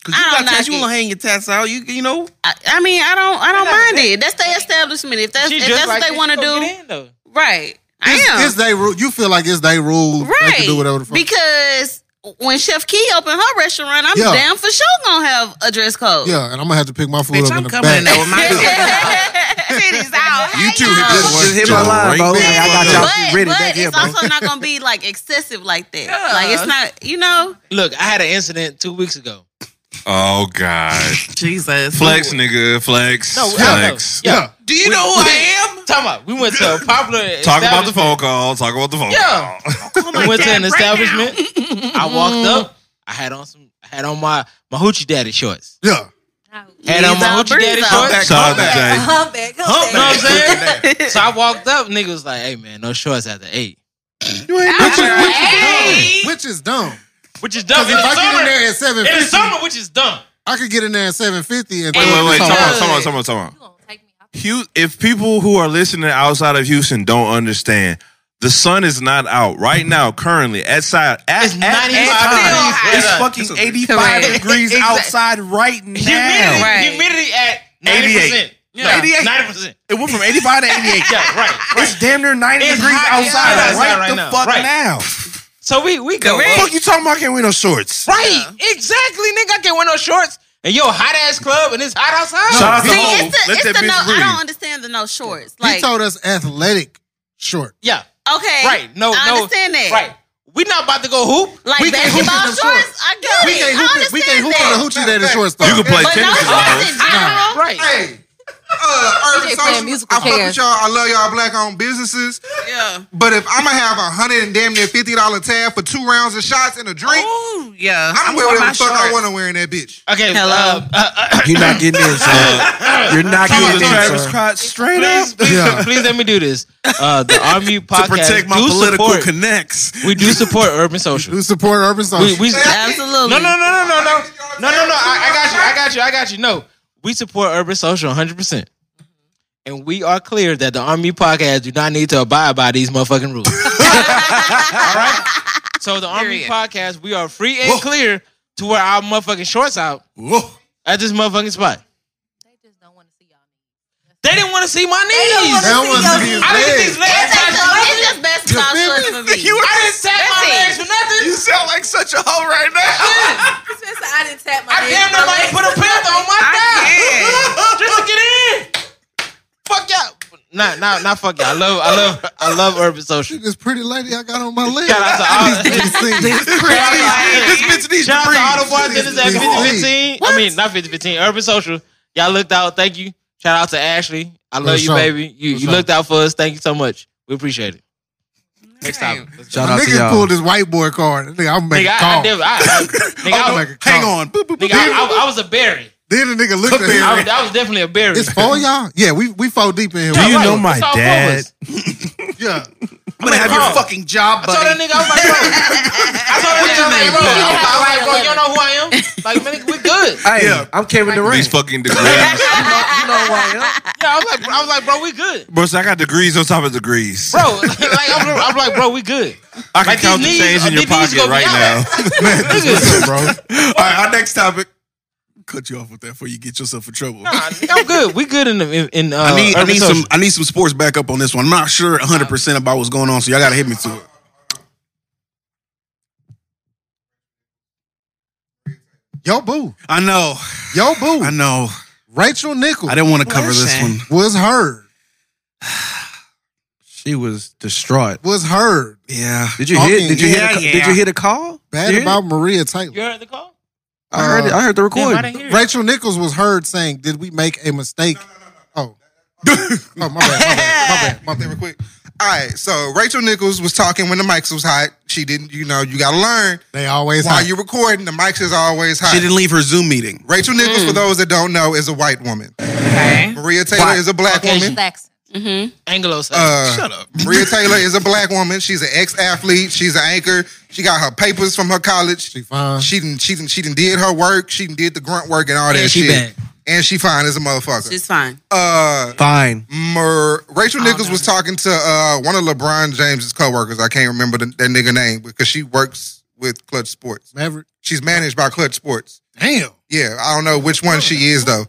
Speaker 5: Cause you
Speaker 6: I
Speaker 5: got
Speaker 6: don't
Speaker 5: tats,
Speaker 6: like
Speaker 5: you
Speaker 6: it.
Speaker 5: want to hang your tats out. You you know.
Speaker 6: I, I mean, I don't. I don't mind it. That's their establishment. If that's
Speaker 4: She
Speaker 6: if
Speaker 4: just
Speaker 6: that's
Speaker 4: like
Speaker 6: what
Speaker 4: that.
Speaker 6: they want to
Speaker 4: She gonna
Speaker 6: do,
Speaker 4: get in, though.
Speaker 6: right? I
Speaker 3: It's,
Speaker 6: am.
Speaker 3: it's they rule. You feel like it's they rule. They
Speaker 6: Right.
Speaker 3: can do whatever the fuck.
Speaker 6: Because when Chef Key opened her restaurant, I'm
Speaker 3: Yeah.
Speaker 6: damn for sure gonna have a dress code.
Speaker 3: yeah, and I'm gonna have to pick my food
Speaker 1: Bitch,
Speaker 3: up in
Speaker 1: I'm
Speaker 3: the
Speaker 1: coming in there
Speaker 3: back.
Speaker 1: with my titties out.
Speaker 5: You too.
Speaker 8: just, just hit my line, bro. Like, I got y'all
Speaker 6: But,
Speaker 8: ready
Speaker 6: but
Speaker 8: back here,
Speaker 6: it's
Speaker 8: bro.
Speaker 6: also not gonna be like excessive like that.
Speaker 1: Yeah.
Speaker 6: Like it's not, you know.
Speaker 4: Look, I had an incident two weeks ago.
Speaker 7: Oh God,
Speaker 1: Jesus.
Speaker 7: flex, nigga, flex,
Speaker 4: No, I know.
Speaker 7: flex.
Speaker 4: Yeah.
Speaker 1: Do you know who I am?
Speaker 4: Talking about, we went to a popular
Speaker 7: Talk about the
Speaker 4: establishment.
Speaker 7: phone call. Talk about the phone
Speaker 4: Yeah.
Speaker 7: call.
Speaker 4: I went to an
Speaker 1: Right
Speaker 4: establishment. I walked up. I had on some. I had on my my hoochie daddy shorts.
Speaker 3: Yeah,
Speaker 4: Had on my
Speaker 6: These are
Speaker 4: hoochie daddy
Speaker 6: breezes.
Speaker 4: shorts.
Speaker 7: Shout out to Jay.
Speaker 9: Humpback.
Speaker 4: You know what I'm
Speaker 9: Humpback.
Speaker 4: saying? so I walked up. Nigga was like, "Hey man, no shorts after eight.
Speaker 3: which is, which
Speaker 1: Hey.
Speaker 3: is dumb. Which is dumb.
Speaker 4: which is dumb.
Speaker 3: Because
Speaker 4: In
Speaker 3: if
Speaker 4: the
Speaker 3: I get in
Speaker 4: summer,
Speaker 3: there at seven
Speaker 4: in the
Speaker 3: fifty,
Speaker 4: summer, which is dumb.
Speaker 3: I could get in there at seven fifty and
Speaker 7: Wait, wait, wait.
Speaker 1: It's
Speaker 7: Talk
Speaker 1: all
Speaker 7: about,
Speaker 1: good.
Speaker 7: talk about, talk about, talk about.
Speaker 9: You gonna take me out?
Speaker 7: Hu- If people who are listening outside of Houston don't understand, the sun is not out right now. Currently, outside, at,
Speaker 4: It's
Speaker 7: at,
Speaker 4: 95
Speaker 7: at
Speaker 4: degrees.
Speaker 7: it's
Speaker 4: Yeah.
Speaker 7: fucking
Speaker 5: It's a-
Speaker 7: eighty-five
Speaker 1: Correct.
Speaker 7: degrees
Speaker 4: Exact-
Speaker 7: outside right now.
Speaker 4: Humidity,
Speaker 6: Right.
Speaker 4: humidity at ninety percent.
Speaker 7: 88.
Speaker 4: Yeah,
Speaker 7: 88.
Speaker 4: ninety percent.
Speaker 7: It went from eighty-five to eighty-eight.
Speaker 4: Yeah, right. right.
Speaker 7: It's damn near ninety
Speaker 4: It's
Speaker 7: degrees
Speaker 4: hot as
Speaker 7: outside,
Speaker 4: hell outside
Speaker 7: right,
Speaker 4: right
Speaker 7: the
Speaker 4: now.
Speaker 7: fuck
Speaker 4: Right.
Speaker 7: now.
Speaker 4: So we we go.
Speaker 1: Correct.
Speaker 4: up.
Speaker 7: Fuck you talking about? I can't wear no shorts.
Speaker 4: Right, exactly, nigga. I can't wear no shorts. And yo, hot ass club, and it's hot outside.
Speaker 7: Shout out
Speaker 6: See,
Speaker 7: to Hov.
Speaker 6: it's the,
Speaker 7: Let
Speaker 6: it's
Speaker 7: that
Speaker 6: the
Speaker 7: bitch
Speaker 6: no. I don't
Speaker 7: breathe.
Speaker 6: understand the no shorts.
Speaker 3: he
Speaker 6: Like,
Speaker 3: told us athletic short.
Speaker 4: yeah,
Speaker 6: okay,
Speaker 4: right. No,
Speaker 6: I
Speaker 4: no,
Speaker 6: understand that.
Speaker 4: Right, we not about to go hoop.
Speaker 6: Like
Speaker 3: We can't hoop
Speaker 6: basketball
Speaker 3: in them
Speaker 6: shorts,
Speaker 3: shorts.
Speaker 6: I get
Speaker 3: We
Speaker 6: it.
Speaker 3: can't
Speaker 6: I
Speaker 3: hoop. it-
Speaker 6: understand
Speaker 3: We can't hoop
Speaker 6: that.
Speaker 3: in a hoochie daddy short. Though.
Speaker 7: You can play
Speaker 6: But no
Speaker 7: tennis in the
Speaker 6: shorts
Speaker 7: house.
Speaker 6: in general.
Speaker 4: Right,
Speaker 3: Hey,
Speaker 2: uh, urban
Speaker 9: DJ playing
Speaker 2: social.
Speaker 9: musical
Speaker 2: I fuck
Speaker 9: chairs.
Speaker 2: with y'all. I love y'all black owned businesses.
Speaker 1: Yeah.
Speaker 2: But if I'm gonna have a hundred and damn near fifty dollar tab for two rounds of shots and a drink,
Speaker 1: Ooh, yeah.
Speaker 2: I'm,
Speaker 1: wearing
Speaker 2: wearing whatever
Speaker 1: my
Speaker 2: the fuck I
Speaker 1: shorts.
Speaker 2: want to wear in that bitch.
Speaker 4: Okay.
Speaker 6: Hello.
Speaker 4: uh, uh, uh,
Speaker 8: You're not getting in, sir. You're not
Speaker 5: Talking
Speaker 8: getting
Speaker 5: about
Speaker 8: in,
Speaker 5: Travis
Speaker 8: sir.
Speaker 5: Scott straight up
Speaker 4: please, please,
Speaker 8: Yeah.
Speaker 4: please let me do this. Uh, the Army podcast.
Speaker 5: to protect my
Speaker 4: do
Speaker 5: political
Speaker 4: support-
Speaker 5: connects.
Speaker 4: we do support urban social.
Speaker 3: Who support urban social?
Speaker 4: We, we, No, no,
Speaker 6: Absolutely.
Speaker 4: no, no, no, no, no, no, no. I, I got you. I got you. I got you. No, we support urban social 100. percent and we are clear that the Army podcast do not need to abide by these motherfucking rules. All right. So the Army
Speaker 1: Period.
Speaker 4: podcast, we are free and clear to wear our motherfucking shorts out
Speaker 5: Whoa.
Speaker 4: at this motherfucking spot.
Speaker 9: They just don't want to see y'all.
Speaker 4: They didn't want to see my
Speaker 3: They
Speaker 4: knees.
Speaker 3: don't wanna see these
Speaker 4: I didn't
Speaker 3: legs.
Speaker 4: get these legs. touched.
Speaker 6: It's just best about shorts for me.
Speaker 4: I didn't tap my legs for nothing.
Speaker 5: You sound like such a hoe right now.
Speaker 9: I didn't tap my
Speaker 4: I damn near might put a pimp on my thigh just to get in. Fuck y'all. Nah, nah, nah. Fuck y'all. I love, I love, I love urban social.
Speaker 3: this pretty lady I got on my leg.
Speaker 4: Shout out to all,
Speaker 3: These DCs.
Speaker 5: this bitch needs
Speaker 4: shout out
Speaker 5: to breathe.
Speaker 4: to all the bartenders at
Speaker 3: Please,
Speaker 4: 5015.
Speaker 3: please.
Speaker 4: I mean, not 5015. Urban social. Y'all looked out. Thank you. Shout out to Ashley. I love you,
Speaker 3: sure.
Speaker 4: baby. You
Speaker 3: For
Speaker 4: you
Speaker 3: sure.
Speaker 4: looked out for us. Thank you so much. We appreciate it. Next time.
Speaker 8: Shout out to
Speaker 3: Niggas
Speaker 8: y'all.
Speaker 3: pulled his whiteboard card. Nigga, I'm
Speaker 4: Nigga,
Speaker 3: making a
Speaker 4: I, I,
Speaker 3: call.
Speaker 4: did- I, I, nigga, I,
Speaker 3: I'm
Speaker 4: was-
Speaker 3: making a call.
Speaker 5: Hang on. Boop, boop, boop.
Speaker 4: nigga, I, I, I was a berry.
Speaker 3: Then the nigga looked at
Speaker 4: I, was-
Speaker 3: him.
Speaker 4: I was definitely a berry.
Speaker 3: It's four y'all. Yeah, we we four deep in here.
Speaker 7: Do you
Speaker 4: right.
Speaker 7: know my
Speaker 4: It's all
Speaker 7: dad?
Speaker 4: covers.
Speaker 3: yeah.
Speaker 5: I'm gonna have
Speaker 4: Carl.
Speaker 5: your fucking job,
Speaker 4: I told that
Speaker 5: buddy.
Speaker 4: nigga, I was like, bro. I told that nigga, I was like, bro,
Speaker 6: name?
Speaker 4: I was like, bro, you don't know who I am? Like, man, we good.
Speaker 8: Hey,
Speaker 5: Yeah.
Speaker 8: I'm Kevin Durant.
Speaker 7: These fucking degrees.
Speaker 8: you know who I am.
Speaker 4: Yeah, I was like, I was like, bro, we good.
Speaker 7: Bro, so I got degrees on top of degrees.
Speaker 4: Bro, like, I'm, I'm like, bro, we good.
Speaker 7: I can
Speaker 4: like,
Speaker 7: count the
Speaker 4: these
Speaker 7: change
Speaker 4: knees- uh,
Speaker 7: in your
Speaker 4: these
Speaker 7: pocket
Speaker 4: knees gonna
Speaker 7: right
Speaker 4: be
Speaker 7: now.
Speaker 4: Nigga,
Speaker 5: All right, our next topic. Cut you off with that before you get yourself in trouble.
Speaker 4: nah, nigga, I'm good. We good in the in, in uh,
Speaker 5: I need I
Speaker 4: urban
Speaker 5: need
Speaker 4: social.
Speaker 5: some I need some sports backup on this one. I'm not sure 100 percent about what's going on, so y'all gotta hit me to it.
Speaker 3: Yo boo.
Speaker 5: I know,
Speaker 3: Yo boo.
Speaker 5: I know.
Speaker 3: Rachel Nichols
Speaker 5: I didn't want to cover this
Speaker 6: Listen.
Speaker 5: one.
Speaker 3: was heard.
Speaker 8: She was distraught.
Speaker 3: Was heard.
Speaker 5: Yeah.
Speaker 8: Did you
Speaker 3: Okay,
Speaker 8: hear? Did you hear?
Speaker 5: yeah,
Speaker 8: the,
Speaker 5: yeah.
Speaker 8: Did you hear the call?
Speaker 3: Bad
Speaker 8: Did you hear
Speaker 3: about
Speaker 8: it?
Speaker 3: Maria Taylor.
Speaker 4: You heard the call?
Speaker 8: I heard. It. I heard the
Speaker 4: Damn, I
Speaker 8: recording.
Speaker 4: didn't hear it.
Speaker 3: Rachel Nichols was heard saying, "Did we make a mistake?" Oh, oh, my bad, my bad, my bad.
Speaker 2: Real quick. All right, so Rachel Nichols was talking when the mics was hot. She didn't, you know, you gotta learn
Speaker 3: They always
Speaker 2: while
Speaker 3: hot.
Speaker 2: you're recording. The mics is always hot.
Speaker 5: She didn't leave her Zoom meeting.
Speaker 2: Rachel Nichols, for those that don't know, is a white woman.
Speaker 1: Okay.
Speaker 2: Maria Taylor is a black
Speaker 4: Okay,
Speaker 2: woman.
Speaker 9: Saxon. Mm-hmm.
Speaker 4: Anglo saxon
Speaker 2: Uh,
Speaker 5: Shut up.
Speaker 2: Maria Taylor is a black woman. She's an ex-athlete. She's an anchor. She got her papers from her college.
Speaker 3: She fine.
Speaker 2: She didn't. She didn't. She didn't did her work. She done did the grunt work and all that
Speaker 4: she
Speaker 2: shit.
Speaker 4: bad.
Speaker 2: And she fine as a motherfucker.
Speaker 6: She's fine.
Speaker 2: uh,
Speaker 8: Fine.
Speaker 2: Mer- Rachel
Speaker 6: Oh,
Speaker 2: Nichols
Speaker 6: no.
Speaker 2: was talking to uh, one of LeBron James's coworkers. I can't remember the, that nigga name because she works with Clutch Sports.
Speaker 3: Maverick.
Speaker 2: She's managed by Clutch Sports.
Speaker 3: Damn.
Speaker 2: Yeah, I don't know which one she is though.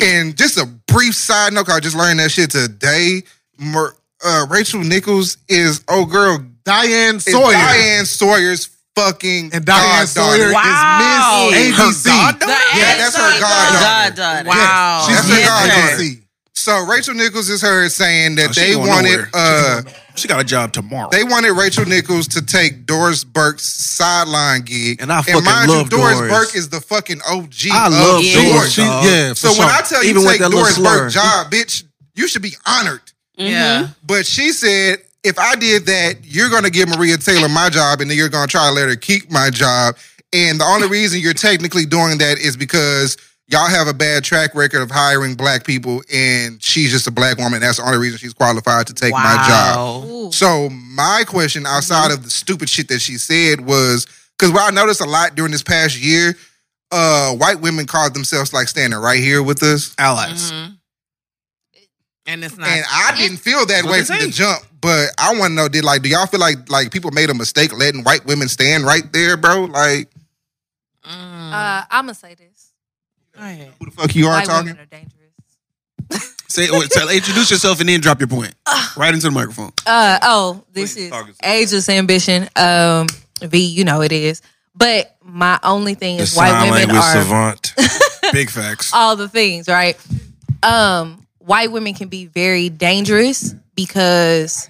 Speaker 2: And just a brief side note, 'cause I just learned that shit today. Mer- uh, Rachel Nichols is oh girl
Speaker 3: Diane
Speaker 2: is
Speaker 3: Sawyer.
Speaker 2: Diane Sawyer's fucking
Speaker 3: And Diane
Speaker 2: goddaughter.
Speaker 3: Sawyer
Speaker 6: Wow.
Speaker 3: is Miss ABC.
Speaker 5: goddaughter?
Speaker 2: Yeah, that's her goddaughter.
Speaker 6: Goddaughter.
Speaker 2: Yes,
Speaker 1: Wow.
Speaker 3: She's
Speaker 2: That's
Speaker 3: Miss
Speaker 2: her goddaughter.
Speaker 3: ABC.
Speaker 2: So Rachel Nichols is heard saying that
Speaker 5: Oh, she
Speaker 2: they
Speaker 5: going
Speaker 2: wanted
Speaker 5: nowhere.
Speaker 2: uh,
Speaker 5: She got a job tomorrow.
Speaker 2: they wanted Rachel Nichols to take Doris Burke's sideline gig.
Speaker 8: And I fucking
Speaker 2: mind
Speaker 8: love
Speaker 2: you, Doris,
Speaker 8: Doris.
Speaker 2: Burke is the fucking OG.
Speaker 8: I
Speaker 2: of
Speaker 8: love
Speaker 6: Yeah.
Speaker 2: Doris.
Speaker 8: Doris.
Speaker 3: She,
Speaker 8: dog.
Speaker 3: yeah. For
Speaker 2: So
Speaker 3: sure.
Speaker 2: when I tell you
Speaker 8: Even with
Speaker 2: take
Speaker 8: that little
Speaker 2: Doris
Speaker 8: slur.
Speaker 2: Burke job, bitch, you should be honored.
Speaker 1: Yeah.
Speaker 2: But she said, if I did that, you're going to give Maria Taylor my job, and then you're going to try to let her keep my job. And the only reason you're technically doing that is because y'all have a bad track record of hiring black people, and she's just a black woman. That's the only reason she's qualified to take my job.
Speaker 9: Ooh.
Speaker 2: So my question outside of the stupid shit that she said was because what I noticed a lot during this past year, uh, white women called themselves like standing right here with us.
Speaker 5: allies.
Speaker 1: Mm-hmm. And it's not.
Speaker 2: And I didn't feel that way
Speaker 5: they
Speaker 2: from
Speaker 5: say.
Speaker 2: the jump, but I want to know: Did like, do y'all feel like like people made a mistake letting white women stand right there, bro? Like,
Speaker 9: Uh, I'm gonna say this.
Speaker 2: who the fuck you are
Speaker 9: White
Speaker 2: talking?
Speaker 9: women are dangerous.
Speaker 5: Say, or tell, introduce yourself and then drop your point right into the microphone.
Speaker 9: Uh oh, this
Speaker 7: Please
Speaker 9: is
Speaker 7: talk us up.
Speaker 9: ageless ambition. Um, V, you know it is. But my only thing
Speaker 7: The
Speaker 9: is white
Speaker 7: sign
Speaker 9: women
Speaker 7: language
Speaker 9: are
Speaker 7: savant.
Speaker 5: Big facts.
Speaker 9: all the things, right? Um, white women can be very dangerous because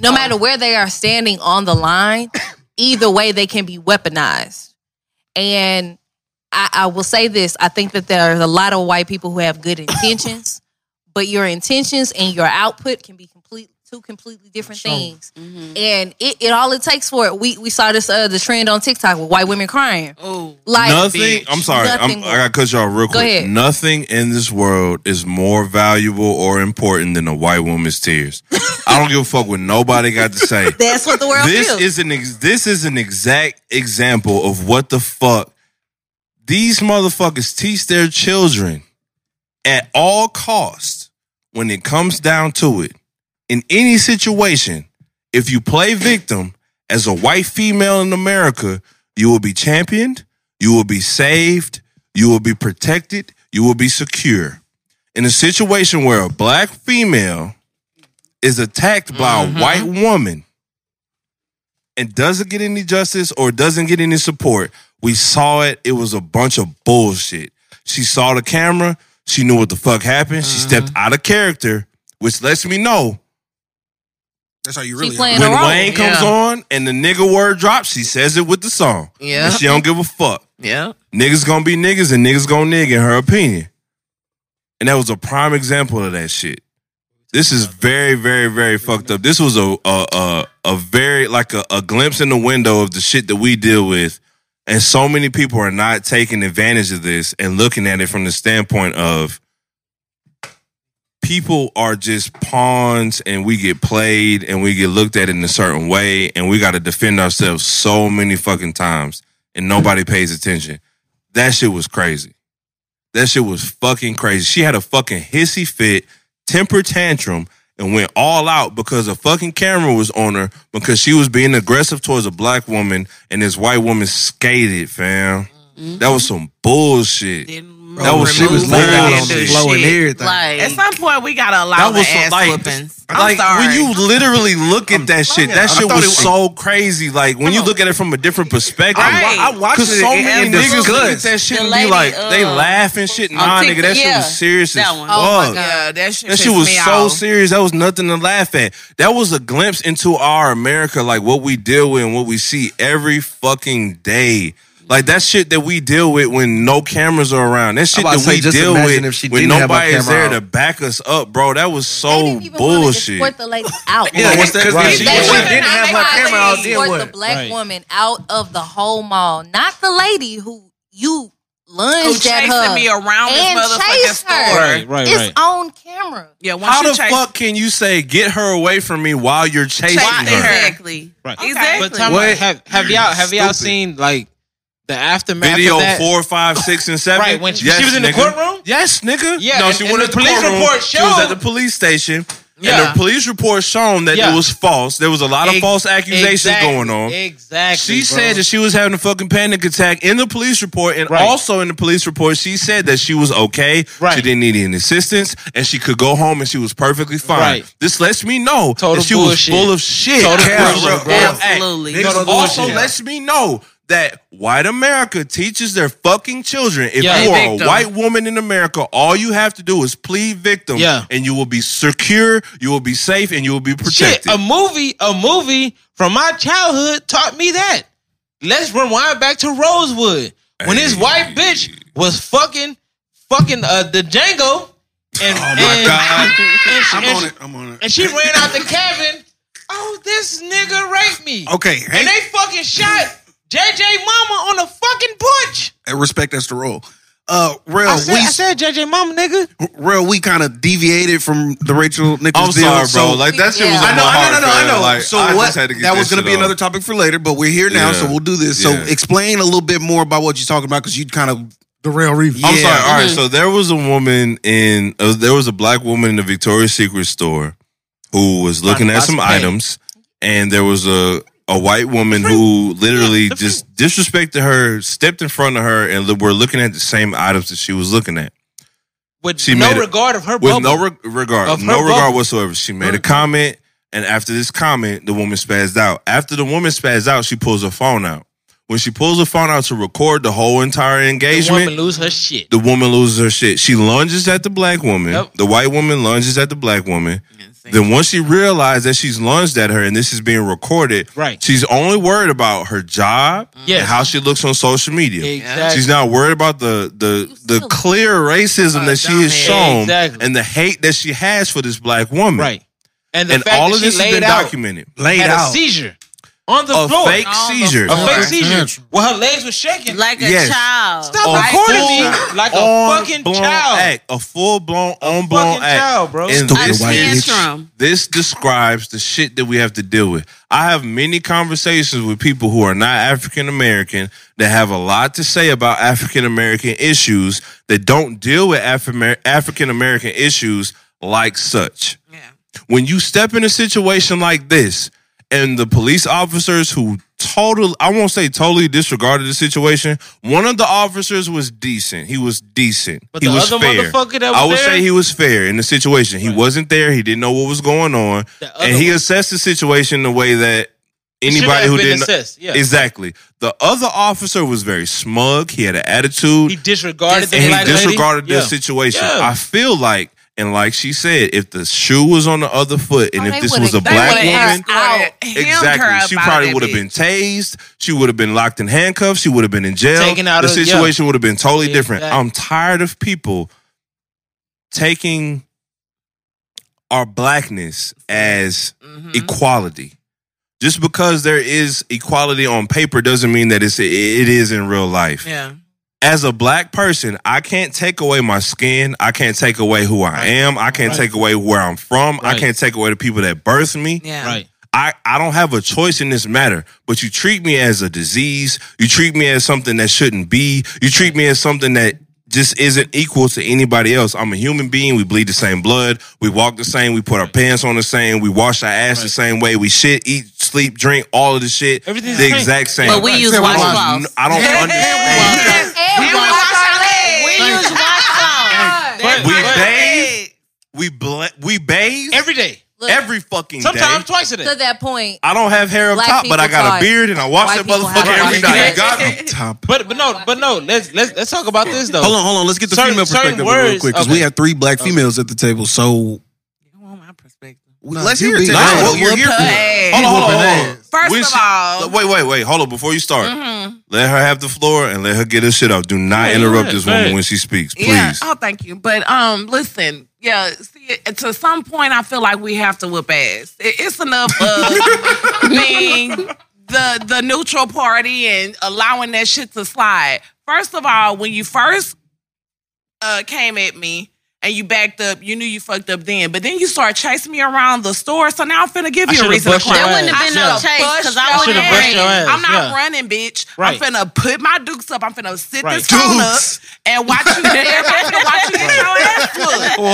Speaker 9: no matter where they are standing on the line, either way they can be weaponized. And I, I will say this: I think that there's a lot of white people who have good intentions, but your intentions and your output can be complete two completely different things.
Speaker 8: Mm.
Speaker 9: And it, it all it takes for it. We we saw this uh the trend on TikTok with white women crying.
Speaker 1: Oh,
Speaker 9: Like
Speaker 7: Nothing. I'm sorry.
Speaker 9: Nothing
Speaker 7: I'm, I got to cut y'all real quick.
Speaker 9: ahead.
Speaker 7: Nothing in this world is more valuable or important than a white woman's tears. I don't give a fuck what nobody got to say.
Speaker 9: That's what the world
Speaker 7: this
Speaker 9: feels.
Speaker 7: is an ex- this is an exact example of what the fuck these motherfuckers teach their children at all costs when it comes down to it in any situation if you play victim as a white female in america you will be championed you will be saved you will be protected you will be secure in a situation where a black female is attacked by
Speaker 9: Mm-hmm.
Speaker 7: a white woman and doesn't get any justice or doesn't get any support. We saw it. It was a bunch of bullshit. She saw the camera. She knew what the fuck happened. She stepped out of character, which lets me know
Speaker 5: That's how you
Speaker 9: She
Speaker 5: really.
Speaker 9: playing a
Speaker 7: when
Speaker 9: role.
Speaker 7: Wayne comes
Speaker 1: Yeah.
Speaker 7: on and the nigga word drops, she says it with the song.
Speaker 1: Yeah.
Speaker 7: And she don't give a fuck.
Speaker 1: yeah.
Speaker 7: Niggas gonna be niggas and niggas gonna nigga in her opinion. And that was a prime example of that shit. This is very, very, very fucked up. This was a a a, a very like a, a glimpse in the window of the shit that we deal with. And so many people are not taking advantage of this and looking at it from the standpoint of people are just pawns and we get played and we get looked at in a certain way and we got to defend ourselves so many fucking times and nobody pays attention. That shit was crazy. That shit was fucking crazy. She had a fucking hissy fit, temper tantrum, and went all out because a fucking camera was on her because she was being aggressive towards a black woman and this white woman skated, fam. That was some bullshit.
Speaker 1: Didn't
Speaker 7: That was- she
Speaker 1: Mm-hmm.
Speaker 7: was
Speaker 1: remove
Speaker 7: laid out
Speaker 1: the
Speaker 7: on this.
Speaker 1: shit.
Speaker 8: Blowing everything.
Speaker 1: At
Speaker 6: Like,
Speaker 1: some point, we gotta allow
Speaker 7: That
Speaker 1: the
Speaker 7: was so-
Speaker 1: ass
Speaker 7: like-
Speaker 1: whoopings. I'm sorry.
Speaker 7: when you literally look at that shit, that
Speaker 5: I
Speaker 7: shit
Speaker 5: thought
Speaker 7: was
Speaker 5: it was-
Speaker 7: so crazy. Like when you look at it from a different perspective,
Speaker 1: Right.
Speaker 5: I watched it
Speaker 7: Cause so many
Speaker 5: and
Speaker 7: niggas look at
Speaker 5: discussed.
Speaker 7: that shit
Speaker 6: The
Speaker 7: and
Speaker 6: lady,
Speaker 7: be like, they
Speaker 6: uh,
Speaker 7: laugh and shit.
Speaker 6: on
Speaker 7: Nah, nigga,
Speaker 6: TikTok.
Speaker 7: that shit
Speaker 9: Yeah.
Speaker 7: was serious
Speaker 6: That
Speaker 7: as
Speaker 6: one.
Speaker 9: Oh my
Speaker 7: fuck.
Speaker 9: God.
Speaker 1: yeah, that shit,
Speaker 7: That shit
Speaker 1: pissed
Speaker 7: was
Speaker 1: me
Speaker 7: so
Speaker 1: off.
Speaker 7: serious. That was nothing to laugh at. That was a glimpse into our America, like what we deal with and what we see every fucking day. Like that shit that we deal with when no cameras are around. That shit
Speaker 8: about
Speaker 7: that
Speaker 8: to say,
Speaker 7: we
Speaker 8: just
Speaker 7: deal
Speaker 8: imagine
Speaker 7: with
Speaker 8: if she
Speaker 7: when
Speaker 8: didn't have a
Speaker 7: nobody's
Speaker 8: camera
Speaker 7: there
Speaker 8: on.
Speaker 7: to back us up, bro. That was
Speaker 9: They
Speaker 7: so
Speaker 9: didn't even wanna
Speaker 7: bullshit.
Speaker 9: escort the lady out.
Speaker 8: Yeah,
Speaker 9: Like,
Speaker 8: what's that?
Speaker 7: Right.
Speaker 8: If she
Speaker 9: They
Speaker 7: If she
Speaker 9: were
Speaker 8: didn't
Speaker 9: not
Speaker 8: have her
Speaker 9: allowed to
Speaker 8: camera out,
Speaker 9: escort
Speaker 8: then what?
Speaker 9: the black
Speaker 4: Right.
Speaker 9: woman out of the whole mall, not the lady who you
Speaker 1: Who
Speaker 9: lunged at
Speaker 1: chasing
Speaker 9: her.
Speaker 1: me around this
Speaker 9: and
Speaker 1: motherfucking
Speaker 9: chased her.
Speaker 1: store?
Speaker 4: Right, right,
Speaker 9: it's
Speaker 4: right.
Speaker 9: on camera.
Speaker 1: Yeah, once
Speaker 7: How
Speaker 1: you
Speaker 7: the
Speaker 1: chase,
Speaker 7: fuck can you say get her away from me while you're chasing
Speaker 1: Chasing
Speaker 7: her?
Speaker 1: her.
Speaker 6: exactly.
Speaker 4: Right.
Speaker 6: Exactly.
Speaker 4: But tell me, have have y'all have y'all seen like the aftermath
Speaker 7: Video
Speaker 4: of that?
Speaker 7: four, five, six, and seven.
Speaker 4: Right, when she- she was in the
Speaker 7: nigga.
Speaker 4: courtroom?
Speaker 7: Yes, nigga.
Speaker 4: Yeah,
Speaker 7: no,
Speaker 4: and-
Speaker 7: she
Speaker 4: and
Speaker 7: went
Speaker 4: the
Speaker 7: to
Speaker 4: police
Speaker 7: courtroom.
Speaker 4: report
Speaker 7: She was at
Speaker 4: showed-
Speaker 7: the police station,
Speaker 4: Yeah.
Speaker 7: and the police report shown that
Speaker 4: Yeah.
Speaker 7: it was false. There was a lot of
Speaker 4: Ex-
Speaker 7: false accusations
Speaker 4: exactly,
Speaker 7: going on.
Speaker 4: Exactly.
Speaker 7: She
Speaker 4: bro.
Speaker 7: said that she was having a fucking panic attack in the police report, and
Speaker 4: Right.
Speaker 7: also in the police report, she said that she was okay.
Speaker 4: Right.
Speaker 7: She didn't need any assistance, and she could go home, and she was perfectly fine.
Speaker 4: Right.
Speaker 7: This lets me know
Speaker 4: Total
Speaker 7: that she
Speaker 4: bullshit.
Speaker 7: was full of shit.
Speaker 4: Total
Speaker 7: Camera,
Speaker 4: bullshit,
Speaker 7: bro.
Speaker 4: bro.
Speaker 7: Hey,
Speaker 6: Absolutely.
Speaker 7: this
Speaker 4: Total
Speaker 7: also
Speaker 4: bullshit.
Speaker 7: lets me know that white America teaches their fucking children. If
Speaker 4: Yeah.
Speaker 7: you
Speaker 4: Play
Speaker 7: are
Speaker 1: victim.
Speaker 7: a white woman in America, all you have to do is plead victim,
Speaker 4: Yeah.
Speaker 7: and you will be secure, you will be safe, and you will be protected.
Speaker 4: Shit, a movie, a movie from my childhood taught me that. Let's rewind back to Rosewood when this white bitch was fucking, fucking uh, the Django, and
Speaker 5: Oh my
Speaker 4: and,
Speaker 5: god!
Speaker 4: and she,
Speaker 5: I'm
Speaker 4: and
Speaker 5: on
Speaker 4: she-
Speaker 5: it. I'm on it.
Speaker 4: and she ran out the cabin. Oh, this nigga raped me,
Speaker 5: Okay, hey,
Speaker 4: and they fucking shot JJ Mama on the fucking porch.
Speaker 5: and respect that's the role. Uh, real,
Speaker 4: I said,
Speaker 5: we
Speaker 4: I said JJ Mama, nigga.
Speaker 5: real, we kind of deviated from the Rachel Nichols
Speaker 7: I'm
Speaker 5: deal.
Speaker 7: sorry, bro.
Speaker 5: so-
Speaker 7: like that shit
Speaker 9: Yeah.
Speaker 7: was.
Speaker 5: I
Speaker 7: on
Speaker 5: know,
Speaker 7: my
Speaker 5: I know,
Speaker 7: heart,
Speaker 5: no, no, I
Speaker 7: man.
Speaker 5: know.
Speaker 7: Like,
Speaker 5: so
Speaker 7: I
Speaker 5: what?
Speaker 7: Just had to get
Speaker 5: that
Speaker 7: this
Speaker 5: was gonna
Speaker 7: shit
Speaker 5: be
Speaker 7: off.
Speaker 5: another topic for later, but we're here now,
Speaker 7: Yeah.
Speaker 5: so we'll do this.
Speaker 7: Yeah.
Speaker 5: So explain a little bit more about what you're talking about because you kind of
Speaker 3: Darrell Reeves.
Speaker 7: I'm
Speaker 5: Yeah.
Speaker 7: sorry. All
Speaker 4: mm-hmm.
Speaker 7: right, so there was a woman in uh, there was a black woman in the Victoria's Secret store who was looking at
Speaker 4: lots
Speaker 7: some
Speaker 4: of pain.
Speaker 7: items, and there was a a white woman who literally
Speaker 4: Yeah, the
Speaker 7: just disrespected her, stepped in front of her, and li- were looking at the same items that she was looking at
Speaker 4: Mm-hmm. With
Speaker 7: She
Speaker 4: no
Speaker 7: made it-
Speaker 4: regard of her
Speaker 7: with
Speaker 4: bubble.
Speaker 7: no re- regard,
Speaker 4: Of her
Speaker 7: no regard
Speaker 4: bubble.
Speaker 7: whatsoever. She made a comment, and after this comment, the woman spazzed out. After the woman spazzed out, she pulls her phone out. When she pulls her phone out to record the whole entire
Speaker 4: the
Speaker 7: engagement,
Speaker 4: woman lose her shit.
Speaker 7: the woman loses her shit. She lunges at the black woman.
Speaker 4: Yep.
Speaker 7: The white woman lunges at the black woman.
Speaker 1: Interesting.
Speaker 7: Then once she realized that she's lunged at her and this is being recorded,
Speaker 4: Right.
Speaker 7: she's only worried about her job
Speaker 4: Yes.
Speaker 7: and how she looks on social media.
Speaker 4: Exactly.
Speaker 7: She's not worried about the the the clear racism that she has shown
Speaker 4: Exactly.
Speaker 7: and the hate that she has for this black woman.
Speaker 4: right. And the
Speaker 7: and
Speaker 4: fact
Speaker 7: all
Speaker 4: that
Speaker 7: of this
Speaker 4: she
Speaker 7: has
Speaker 4: laid
Speaker 7: been
Speaker 4: out
Speaker 7: documented.
Speaker 8: Laid
Speaker 4: had a
Speaker 8: out.
Speaker 4: seizure on the
Speaker 7: A
Speaker 4: floor.
Speaker 7: fake seizure.
Speaker 4: A fake
Speaker 3: Right.
Speaker 4: seizure.
Speaker 3: Natural.
Speaker 4: Well, her legs were shaking.
Speaker 6: Like a
Speaker 7: Yes.
Speaker 6: child.
Speaker 4: Stop
Speaker 7: a
Speaker 4: recording
Speaker 7: full-
Speaker 4: me like a
Speaker 7: on
Speaker 4: fucking
Speaker 7: blown
Speaker 4: child.
Speaker 7: act, a full blown on blown
Speaker 4: fucking
Speaker 7: act,
Speaker 4: child, bro.
Speaker 7: And
Speaker 8: Stupid
Speaker 7: this,
Speaker 8: white
Speaker 7: is-
Speaker 6: bitch.
Speaker 7: this describes the shit that we have to deal with. I have many conversations with people who are not African American that have a lot to say about African American issues that don't deal with African American issues like such
Speaker 6: Yeah.
Speaker 7: when you step in a situation like this and the police officers who total I won't say totally disregarded the situation, one of the officers was decent. He was decent.
Speaker 4: But
Speaker 7: he
Speaker 4: the
Speaker 7: was
Speaker 4: other
Speaker 7: fair.
Speaker 4: motherfucker that
Speaker 7: I
Speaker 4: was
Speaker 7: would
Speaker 4: there-
Speaker 7: say he was fair in the situation. He wasn't there, he didn't know what was going on.
Speaker 4: The other
Speaker 7: And he
Speaker 4: one-
Speaker 7: assessed the situation the way that anybody
Speaker 4: have
Speaker 7: who
Speaker 4: been
Speaker 7: didn't
Speaker 4: assessed, yeah.
Speaker 7: Exactly. The other officer was very smug. He had an attitude
Speaker 4: He disregarded the
Speaker 7: and
Speaker 4: black
Speaker 7: he disregarded
Speaker 4: lady.
Speaker 7: this
Speaker 4: Yeah.
Speaker 7: situation.
Speaker 4: Yeah.
Speaker 7: I feel like, and like she said, if the shoe was on the other foot, and
Speaker 9: Oh,
Speaker 7: if
Speaker 9: they
Speaker 7: this
Speaker 9: would've-
Speaker 7: was a
Speaker 9: they
Speaker 7: black
Speaker 9: would've
Speaker 7: woman,
Speaker 9: asked out.
Speaker 7: exactly, she probably would have been tased. She would have been locked in handcuffs. She would have been in jail.
Speaker 4: Taken out
Speaker 7: the
Speaker 4: of- yeah.
Speaker 7: situation would have been totally different.
Speaker 4: Exactly.
Speaker 7: I'm tired of people taking our blackness as
Speaker 4: Mm-hmm.
Speaker 7: equality. Just because there is equality on paper doesn't mean that it's it is in real life
Speaker 6: Yeah.
Speaker 7: as a black person, I can't take away my skin. I can't take away who I am. I can't
Speaker 4: Right.
Speaker 7: take away where I'm from. I
Speaker 4: Right.
Speaker 7: can't take away the people that birthed me.
Speaker 6: Yeah.
Speaker 4: Right.
Speaker 7: I, I don't have a choice in this matter, but you treat me as a disease. You treat me as something that shouldn't be. You treat me as something that just isn't equal to anybody else. I'm a human being. We bleed the same blood. We walk the same. We put our pants on the same. We wash our ass the same way. We shit, eat, sleep, drink, all of the shit.
Speaker 4: Everything's
Speaker 7: the
Speaker 4: the same.
Speaker 7: exact same.
Speaker 6: But we
Speaker 7: I
Speaker 6: use
Speaker 7: don't-
Speaker 6: washcloths.
Speaker 7: I don't understand.
Speaker 9: And we wash our legs.
Speaker 6: We use washcloths.
Speaker 4: But-
Speaker 7: We
Speaker 4: but
Speaker 7: bathe. We bla- we bathe every,
Speaker 4: every day.
Speaker 9: Look,
Speaker 7: fucking
Speaker 4: Sometimes
Speaker 7: day.
Speaker 4: twice a day.
Speaker 9: to that point,
Speaker 7: I don't have hair up
Speaker 9: Black
Speaker 7: top, but I
Speaker 9: people
Speaker 7: got
Speaker 9: talk.
Speaker 7: a beard and I wash
Speaker 9: White
Speaker 7: that
Speaker 9: people
Speaker 7: motherfucker
Speaker 9: have
Speaker 7: every
Speaker 9: black
Speaker 7: night.
Speaker 9: people.
Speaker 7: Got me.
Speaker 5: Top.
Speaker 4: But but no, but no, let's let's let's talk about this though.
Speaker 5: Hold on, hold on. Let's get the
Speaker 4: Certain-
Speaker 5: female
Speaker 4: certain
Speaker 5: perspective real
Speaker 4: words-
Speaker 5: quick because
Speaker 4: okay.
Speaker 5: we have three black females at the table. So
Speaker 6: my perspective.
Speaker 5: let's hear it.
Speaker 7: Nah,
Speaker 5: today.
Speaker 7: what we're here for.
Speaker 6: Hey.
Speaker 7: Hold on, hold on, hold on.
Speaker 3: Whooping ass.
Speaker 6: First
Speaker 7: When
Speaker 6: of
Speaker 7: she-
Speaker 6: all-
Speaker 7: wait, wait, wait. Hold on. Before you start,
Speaker 1: Mm-hmm.
Speaker 7: let her have the floor and let her get her shit out. Do not
Speaker 4: Yeah,
Speaker 7: interrupt
Speaker 4: yeah,
Speaker 7: this
Speaker 4: go
Speaker 7: woman
Speaker 4: ahead.
Speaker 7: when she speaks, please.
Speaker 6: Yeah. Oh, thank you. But um, listen. Yeah. See, to some point, I feel like we have to whoop ass. It, it's enough of being the the neutral party and allowing that shit to slide. First of all, when you first uh came at me. And you backed up. You knew you fucked up then, but then you started chasing me around the store. So now I'm finna give
Speaker 4: I
Speaker 6: you a
Speaker 4: should've
Speaker 6: reason to
Speaker 4: brushed your
Speaker 6: cry.
Speaker 4: ass.
Speaker 6: I
Speaker 4: There wouldn't have
Speaker 1: been
Speaker 6: should've
Speaker 1: no
Speaker 6: chased
Speaker 1: chase,
Speaker 6: 'cause I
Speaker 1: I
Speaker 6: would've
Speaker 1: should've brushed
Speaker 6: ran.
Speaker 4: your ass,
Speaker 6: I'm not
Speaker 4: yeah.
Speaker 1: running, bitch.
Speaker 4: Right.
Speaker 1: I'm finna put my dukes up. I'm finna sit
Speaker 4: Right.
Speaker 1: this phone up and watch you there and watch you get your ass whooped.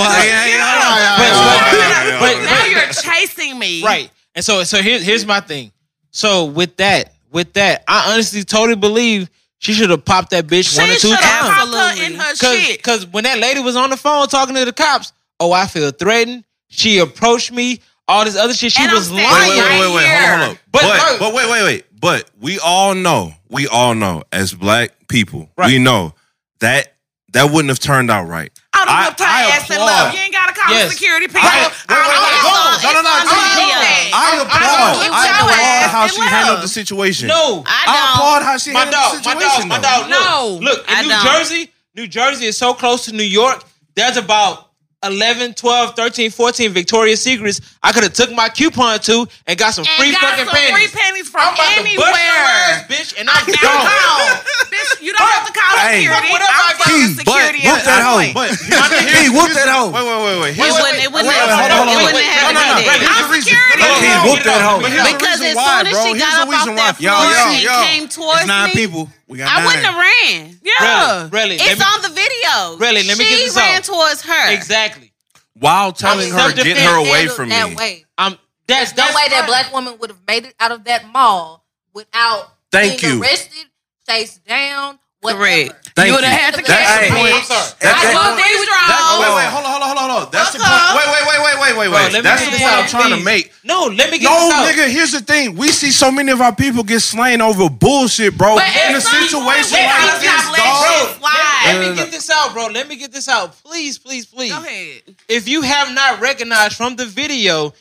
Speaker 4: But- but- but-
Speaker 1: Now you're chasing me.
Speaker 4: Right. And so so here, here's my thing. So with that, with that, I honestly totally believe she should have popped that bitch one or
Speaker 1: She
Speaker 4: two
Speaker 1: should
Speaker 4: times.
Speaker 1: have popped her in her
Speaker 4: Cause,
Speaker 1: shit.
Speaker 4: Cause when that lady was on the phone talking to the cops, oh, I feel threatened. She approached me. All this other shit. She
Speaker 1: And I'm
Speaker 4: was
Speaker 1: standing
Speaker 4: lying.
Speaker 7: wait, wait, wait, wait, hold
Speaker 1: right
Speaker 7: on,
Speaker 1: here.
Speaker 7: hold on.
Speaker 4: But-
Speaker 7: But, but,
Speaker 4: no.
Speaker 7: wait, wait, wait. But we all know, we all know, as black people, we
Speaker 4: Right.
Speaker 7: know that that wouldn't have turned out right.
Speaker 1: I don't have
Speaker 7: I
Speaker 1: time ass and love. You ain't gotta call
Speaker 4: Yes.
Speaker 1: security people.
Speaker 4: Right.
Speaker 1: I
Speaker 7: Wait, wait,
Speaker 1: don't
Speaker 7: wait,
Speaker 1: have
Speaker 7: hold
Speaker 1: time.
Speaker 7: on. No, no, no.
Speaker 4: Oh,
Speaker 6: It's on
Speaker 7: I-
Speaker 6: video.
Speaker 7: I applaud.
Speaker 1: you
Speaker 7: I
Speaker 1: tell
Speaker 7: applaud
Speaker 1: ass
Speaker 7: how
Speaker 1: it
Speaker 7: she
Speaker 1: love.
Speaker 7: handled the situation.
Speaker 4: No,
Speaker 6: I
Speaker 7: I
Speaker 6: don't.
Speaker 7: applaud how she
Speaker 4: my
Speaker 7: handled
Speaker 4: dog,
Speaker 7: the
Speaker 4: my
Speaker 7: situation.
Speaker 4: dog, my
Speaker 7: though.
Speaker 4: dog.
Speaker 6: No,
Speaker 4: Look, look in
Speaker 6: I
Speaker 4: New
Speaker 6: don't.
Speaker 4: Jersey, New Jersey is so close to New York. There's about 11, 12, 13, 14 Victoria's Secrets I could have took my coupon to and got some
Speaker 1: And
Speaker 4: free
Speaker 1: got
Speaker 4: fucking
Speaker 1: some
Speaker 4: panties.
Speaker 1: free panties from
Speaker 4: I'm about to bust your ass,
Speaker 1: anywhere.
Speaker 4: bitch, and I'm gone.
Speaker 1: Downtown. Bitch, you don't have to call
Speaker 5: Hey.
Speaker 1: security.
Speaker 4: Whatever I
Speaker 1: I'm
Speaker 4: got.
Speaker 1: fucking
Speaker 5: But
Speaker 1: security.
Speaker 5: whoop
Speaker 1: at
Speaker 5: that
Speaker 1: this
Speaker 5: hoe.
Speaker 1: point.
Speaker 7: But
Speaker 5: He whooped that hoe.
Speaker 7: Wait, wait, wait, wait.
Speaker 6: It
Speaker 7: Here's-
Speaker 6: wouldn't. It wouldn't.
Speaker 5: Wait, hold on, hold on,
Speaker 6: It wouldn't
Speaker 5: wait.
Speaker 6: happen
Speaker 5: No, no, no,
Speaker 6: today.
Speaker 5: wait, here's the reason.
Speaker 1: security.
Speaker 5: No, he
Speaker 1: Hold
Speaker 5: whooped
Speaker 1: on.
Speaker 5: that hoe.
Speaker 4: But
Speaker 5: Here's the
Speaker 6: Because
Speaker 5: reason
Speaker 6: as
Speaker 5: why,
Speaker 6: soon as
Speaker 5: bro.
Speaker 6: she
Speaker 5: Here's
Speaker 6: got
Speaker 5: the
Speaker 6: up
Speaker 5: reason
Speaker 6: off
Speaker 5: why.
Speaker 6: that
Speaker 5: Yo,
Speaker 6: floor
Speaker 5: yo,
Speaker 6: and
Speaker 5: yo.
Speaker 6: came towards
Speaker 5: It's nine
Speaker 6: me,
Speaker 5: people. We got
Speaker 6: I
Speaker 5: nine.
Speaker 6: wouldn't have ran.
Speaker 1: Yeah.
Speaker 4: Really, really, let
Speaker 6: It's
Speaker 4: me-
Speaker 6: on the video.
Speaker 4: Really, let me
Speaker 6: she
Speaker 4: get this
Speaker 6: ran
Speaker 4: out.
Speaker 6: towards her.
Speaker 4: exactly.
Speaker 7: While telling her, get her away from
Speaker 9: that
Speaker 7: me.
Speaker 9: Way.
Speaker 4: I'm that's
Speaker 9: No
Speaker 4: that's
Speaker 9: way that black woman would have made it out of that mall without
Speaker 7: Thank
Speaker 9: being
Speaker 7: you.
Speaker 9: arrested, chased down, whatever.
Speaker 6: Correct.
Speaker 5: Thank
Speaker 6: you would have
Speaker 5: you.
Speaker 6: had to
Speaker 7: That's
Speaker 6: catch
Speaker 7: the
Speaker 6: me.
Speaker 7: point.
Speaker 4: I'm sorry.
Speaker 7: That-
Speaker 6: I
Speaker 7: that-
Speaker 6: was
Speaker 7: that-
Speaker 6: these
Speaker 7: Wait, wait,
Speaker 6: draws.
Speaker 7: hold on, hold on, hold on, hold on. That's the point.
Speaker 6: Welcome.
Speaker 7: Wait, wait, wait, wait, wait,
Speaker 5: wait, wait,
Speaker 4: Bro,
Speaker 5: wait.
Speaker 4: let me
Speaker 5: That's
Speaker 4: get
Speaker 5: the
Speaker 4: this
Speaker 5: point I'm
Speaker 4: out,
Speaker 5: trying to
Speaker 4: please.
Speaker 5: make.
Speaker 4: No, let me get
Speaker 5: No,
Speaker 4: this out.
Speaker 5: nigga, here's the thing. We see so many of our people get slain over bullshit,
Speaker 7: Oh,
Speaker 5: bro.
Speaker 4: But
Speaker 5: In a
Speaker 4: it's not-
Speaker 5: situation
Speaker 4: we gotta
Speaker 5: like this,
Speaker 4: stop
Speaker 5: dog.
Speaker 6: shit slide.
Speaker 4: Let me get this out, bro. Let me get this out. Please, please, please.
Speaker 6: Go ahead.
Speaker 4: If you have not recognized from the video,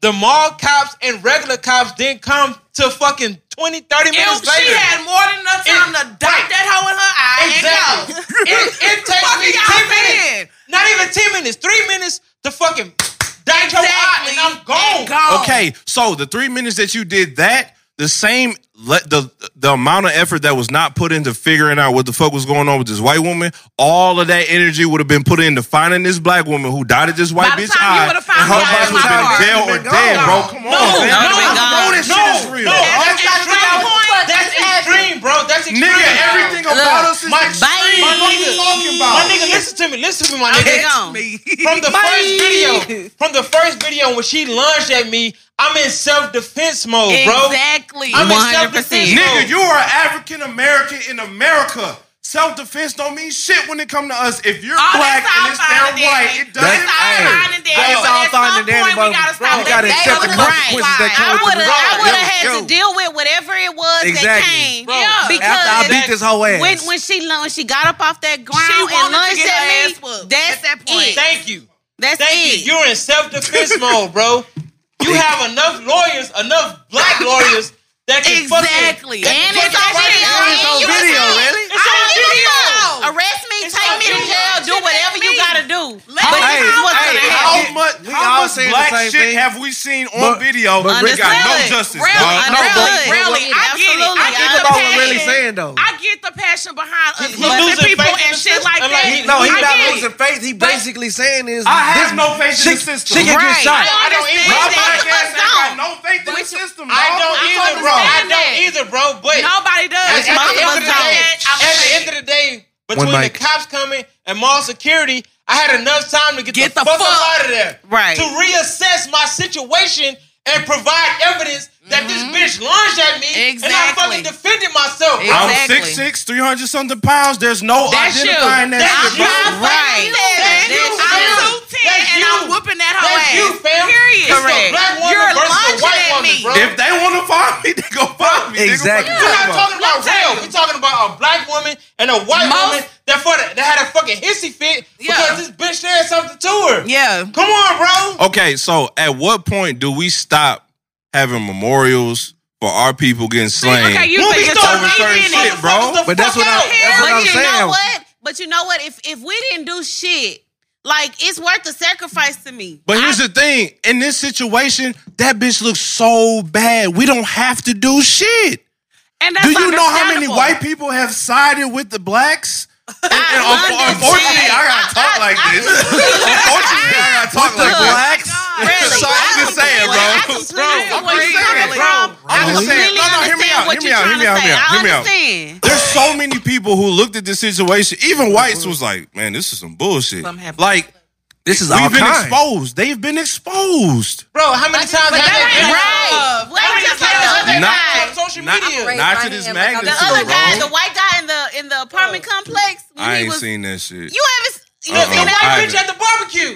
Speaker 4: the mall cops and regular cops didn't come to fucking 20, 30 minutes
Speaker 6: If
Speaker 4: later.
Speaker 6: she had more than enough time
Speaker 4: It-
Speaker 6: to dot that hoe in her eye
Speaker 4: exactly.
Speaker 6: and go.
Speaker 4: it, it takes
Speaker 6: Fuck
Speaker 4: me
Speaker 6: y'all
Speaker 4: 10
Speaker 6: saying?
Speaker 4: minutes. Not even 10 minutes. Three minutes to fucking dot your eye and I'm gone.
Speaker 6: And gone.
Speaker 5: Okay, so the three minutes that you did that,
Speaker 7: the same let the the amount of effort that was not put into figuring out what the fuck was going on with this white woman, all of that energy would have been put into finding this black woman who dotted this white
Speaker 6: By the
Speaker 7: bitch
Speaker 6: time you
Speaker 7: eye. and
Speaker 6: would've found
Speaker 7: her
Speaker 6: out,
Speaker 7: body
Speaker 6: it
Speaker 7: would
Speaker 6: was
Speaker 7: have been
Speaker 6: my
Speaker 7: dead
Speaker 6: fault.
Speaker 7: or dead, bro. Come on, man.
Speaker 4: No, no,
Speaker 6: That would've been
Speaker 4: no,
Speaker 6: gone.
Speaker 4: no,
Speaker 5: This shit is
Speaker 4: No,
Speaker 5: real. That's
Speaker 4: that's extreme.
Speaker 6: point.
Speaker 4: That's extreme, bro. That's extreme.
Speaker 5: nigga, everything about us is
Speaker 4: My- my
Speaker 5: extreme. What are you
Speaker 4: nigga-
Speaker 5: talking
Speaker 4: My
Speaker 5: about?
Speaker 4: nigga, listen to me. Listen to me, my
Speaker 6: I'm
Speaker 4: nigga.
Speaker 6: gone.
Speaker 4: From the first video, from the first video when she lunged at me, I'm in self defense mode, bro.
Speaker 6: Exactly.
Speaker 4: I'm in
Speaker 6: 100%.
Speaker 4: self-defense.
Speaker 5: Nigga, you are African American in America. Self defense don't mean shit when it come to us. If you're
Speaker 6: All
Speaker 5: black
Speaker 6: that's
Speaker 5: and
Speaker 6: all
Speaker 5: it's damn
Speaker 6: fine and
Speaker 5: white,
Speaker 6: dandy.
Speaker 5: it doesn't
Speaker 6: That's all
Speaker 5: matter.
Speaker 6: fine and dandy,
Speaker 5: That's
Speaker 6: but
Speaker 5: all
Speaker 6: at
Speaker 8: fine
Speaker 6: some
Speaker 8: and dandy,
Speaker 6: point
Speaker 8: bro.
Speaker 6: we gotta stop
Speaker 8: You
Speaker 6: that.
Speaker 8: gotta
Speaker 6: They
Speaker 8: accept the
Speaker 6: would've-
Speaker 8: consequences that come
Speaker 6: I
Speaker 8: with the
Speaker 6: would've- I
Speaker 8: road.
Speaker 6: would
Speaker 8: Yo,
Speaker 6: have had to
Speaker 8: yo.
Speaker 6: deal with whatever it was that
Speaker 8: Exactly.
Speaker 6: came.
Speaker 4: Bro.
Speaker 6: Because
Speaker 8: After I beat this whole ass.
Speaker 6: when when she lo- when she got up off that ground
Speaker 1: She wanted
Speaker 6: and
Speaker 1: to
Speaker 6: lunged
Speaker 1: get
Speaker 6: at
Speaker 1: her
Speaker 6: me,
Speaker 1: ass whooped
Speaker 6: that's
Speaker 1: at that point.
Speaker 6: It.
Speaker 4: Thank you.
Speaker 6: that's
Speaker 4: Thank
Speaker 6: it.
Speaker 4: you. You're in self defense mode, bro. You have enough lawyers, enough black lawyers that can fucking.
Speaker 6: exactly. And it's on
Speaker 4: fucking
Speaker 6: video.
Speaker 4: right.
Speaker 6: and
Speaker 4: It's on
Speaker 6: you
Speaker 8: video,
Speaker 6: asleep.
Speaker 8: really?
Speaker 4: on
Speaker 6: I don't give a
Speaker 4: video.
Speaker 6: fuck. Arrest me, take
Speaker 1: on
Speaker 6: me to
Speaker 1: video.
Speaker 6: jail, do
Speaker 1: Shit,
Speaker 6: whatever
Speaker 1: that's
Speaker 6: you
Speaker 1: me.
Speaker 6: gotta do. But this
Speaker 1: me-
Speaker 6: is what's
Speaker 8: Hey,
Speaker 6: gonna
Speaker 8: hey,
Speaker 6: happen.
Speaker 5: How much,
Speaker 8: We
Speaker 5: how
Speaker 8: all
Speaker 5: much
Speaker 8: saying the
Speaker 5: black
Speaker 8: same
Speaker 5: shit
Speaker 8: thing.
Speaker 5: have we seen on
Speaker 8: But-
Speaker 5: video
Speaker 8: but-
Speaker 5: that got no
Speaker 6: Understood.
Speaker 5: justice,
Speaker 1: Really?
Speaker 5: dog?
Speaker 1: No,
Speaker 6: Understood.
Speaker 1: but really, I get it.
Speaker 6: Absolutely.
Speaker 1: I get the
Speaker 8: about what
Speaker 1: passion.
Speaker 8: Rayleigh's saying, though.
Speaker 1: I get the passion behind us
Speaker 4: He- he
Speaker 1: losing
Speaker 4: losing
Speaker 1: people
Speaker 4: faith in
Speaker 1: and
Speaker 4: the
Speaker 1: shit
Speaker 4: system.
Speaker 1: like
Speaker 4: I'm
Speaker 1: that.
Speaker 4: like, he-
Speaker 8: No, he's
Speaker 1: I
Speaker 8: not
Speaker 1: get it.
Speaker 8: losing faith. He basically saying is
Speaker 5: I have
Speaker 8: this-
Speaker 5: no faith in
Speaker 8: she,
Speaker 5: the system.
Speaker 8: She can
Speaker 6: Right.
Speaker 8: get shot.
Speaker 6: I
Speaker 1: I don't
Speaker 6: understand
Speaker 5: My
Speaker 1: even-
Speaker 6: that.
Speaker 5: black ass
Speaker 6: But
Speaker 5: ain't got
Speaker 6: don't.
Speaker 5: no faith in the system, dog.
Speaker 4: I don't
Speaker 1: I
Speaker 4: either, bro. I
Speaker 1: understand
Speaker 4: don't
Speaker 1: that.
Speaker 4: either, bro. But
Speaker 1: Nobody does.
Speaker 4: at,
Speaker 1: Most
Speaker 4: the
Speaker 1: of
Speaker 4: end
Speaker 1: us
Speaker 4: of the day,
Speaker 1: don't.
Speaker 4: at the end of the day, between the
Speaker 8: mic.
Speaker 4: cops coming and mall security, I had enough time to get,
Speaker 1: Get
Speaker 4: the,
Speaker 1: the
Speaker 4: fuck,
Speaker 1: fuck-
Speaker 4: up out of there.
Speaker 6: Right.
Speaker 4: To reassess my situation and provide evidence that this
Speaker 1: Mm-hmm.
Speaker 4: bitch lunged at me and I
Speaker 6: Exactly.
Speaker 4: fucking defended myself.
Speaker 6: Exactly.
Speaker 5: I'm 6'6", 300 something pounds. There's no
Speaker 1: That's you.
Speaker 5: identifying that
Speaker 1: That's
Speaker 5: shit, bro.
Speaker 1: you.
Speaker 6: Right.
Speaker 1: That's you.
Speaker 6: That's
Speaker 1: I'm 210 and I'm whooping that whole
Speaker 4: That's
Speaker 1: ass.
Speaker 4: you, fam.
Speaker 1: Period.
Speaker 4: It's
Speaker 6: Correct.
Speaker 4: the black woman
Speaker 1: You're
Speaker 4: versus the
Speaker 1: lunging
Speaker 4: white
Speaker 1: at
Speaker 4: woman,
Speaker 1: me.
Speaker 4: bro.
Speaker 5: If they want to find me, they go find me.
Speaker 8: Exactly.
Speaker 5: Nigga,
Speaker 4: We're
Speaker 5: what
Speaker 4: not
Speaker 5: you
Speaker 4: talking about
Speaker 1: tell
Speaker 4: real. We're talking about a black woman and a white
Speaker 1: Most-
Speaker 4: woman that for the, that had a fucking hissy fit
Speaker 1: Yeah.
Speaker 4: because this bitch said something to her.
Speaker 1: Yeah.
Speaker 4: Come on, bro.
Speaker 7: Okay, so at what point do we stop having memorials for our people getting slain?
Speaker 1: Okay, you
Speaker 4: When
Speaker 1: think
Speaker 4: we
Speaker 1: it's
Speaker 4: start
Speaker 1: so
Speaker 4: leaving
Speaker 1: easy.
Speaker 4: shit, bro.
Speaker 8: But that's what I- Oh, that's what
Speaker 6: but
Speaker 8: I'm
Speaker 6: you
Speaker 8: saying.
Speaker 6: know what? But you know what? If if we didn't do shit, like it's worth the sacrifice to me.
Speaker 5: But here's the thing: in this situation, that bitch looks so bad. We don't have to do shit.
Speaker 1: And that's
Speaker 5: Do you know how many
Speaker 1: understandable.
Speaker 5: white people have sided with the blacks?
Speaker 6: I
Speaker 5: And
Speaker 6: love
Speaker 5: un-
Speaker 6: this
Speaker 5: unfortunately,
Speaker 6: shit.
Speaker 5: I gotta talk
Speaker 6: I-
Speaker 5: like
Speaker 6: I-
Speaker 5: this. unfortunately, I gotta talk like this.
Speaker 8: blacks.
Speaker 6: Really?
Speaker 5: So I'm
Speaker 6: I
Speaker 5: just saying,
Speaker 6: completely- I
Speaker 5: bro.
Speaker 6: completely see where you're coming
Speaker 5: Bro,
Speaker 6: from.
Speaker 5: I'm
Speaker 6: I
Speaker 5: just saying.
Speaker 6: completely
Speaker 5: No, no, hear me
Speaker 6: Oh, understand
Speaker 5: out.
Speaker 6: what
Speaker 5: Hear me
Speaker 6: you're
Speaker 5: out. Hear
Speaker 6: trying
Speaker 5: me
Speaker 6: to
Speaker 5: out.
Speaker 6: say.
Speaker 5: Hear me out. Hear me
Speaker 6: I
Speaker 7: out.
Speaker 6: understand.
Speaker 7: There's so many people who looked at this situation. Even whites was like, "Man, this is some bullshit." Like
Speaker 8: This is all
Speaker 5: We've been
Speaker 8: kinds.
Speaker 5: exposed. They've been exposed.
Speaker 4: Bro, how many times have
Speaker 1: that
Speaker 4: they
Speaker 1: ain't
Speaker 4: been
Speaker 1: right.
Speaker 6: Right. Well,
Speaker 1: Everybody
Speaker 6: just
Speaker 1: just
Speaker 6: let
Speaker 1: let
Speaker 6: the
Speaker 7: not-
Speaker 6: other guy-
Speaker 4: on social
Speaker 7: not-
Speaker 4: media?
Speaker 9: Raise
Speaker 7: not
Speaker 9: my
Speaker 7: to this
Speaker 9: hand like I'm
Speaker 7: magnitude,
Speaker 6: The other
Speaker 7: bro. Oh.
Speaker 6: guy, the white guy in the in the apartment complex,
Speaker 7: I
Speaker 6: when he
Speaker 7: ain't
Speaker 6: was
Speaker 7: seen that shit.
Speaker 6: you haven't you
Speaker 7: Uh-uh.
Speaker 6: haven't
Speaker 4: The
Speaker 6: seen that?
Speaker 4: white
Speaker 7: Ivan.
Speaker 4: bitch at the barbecue.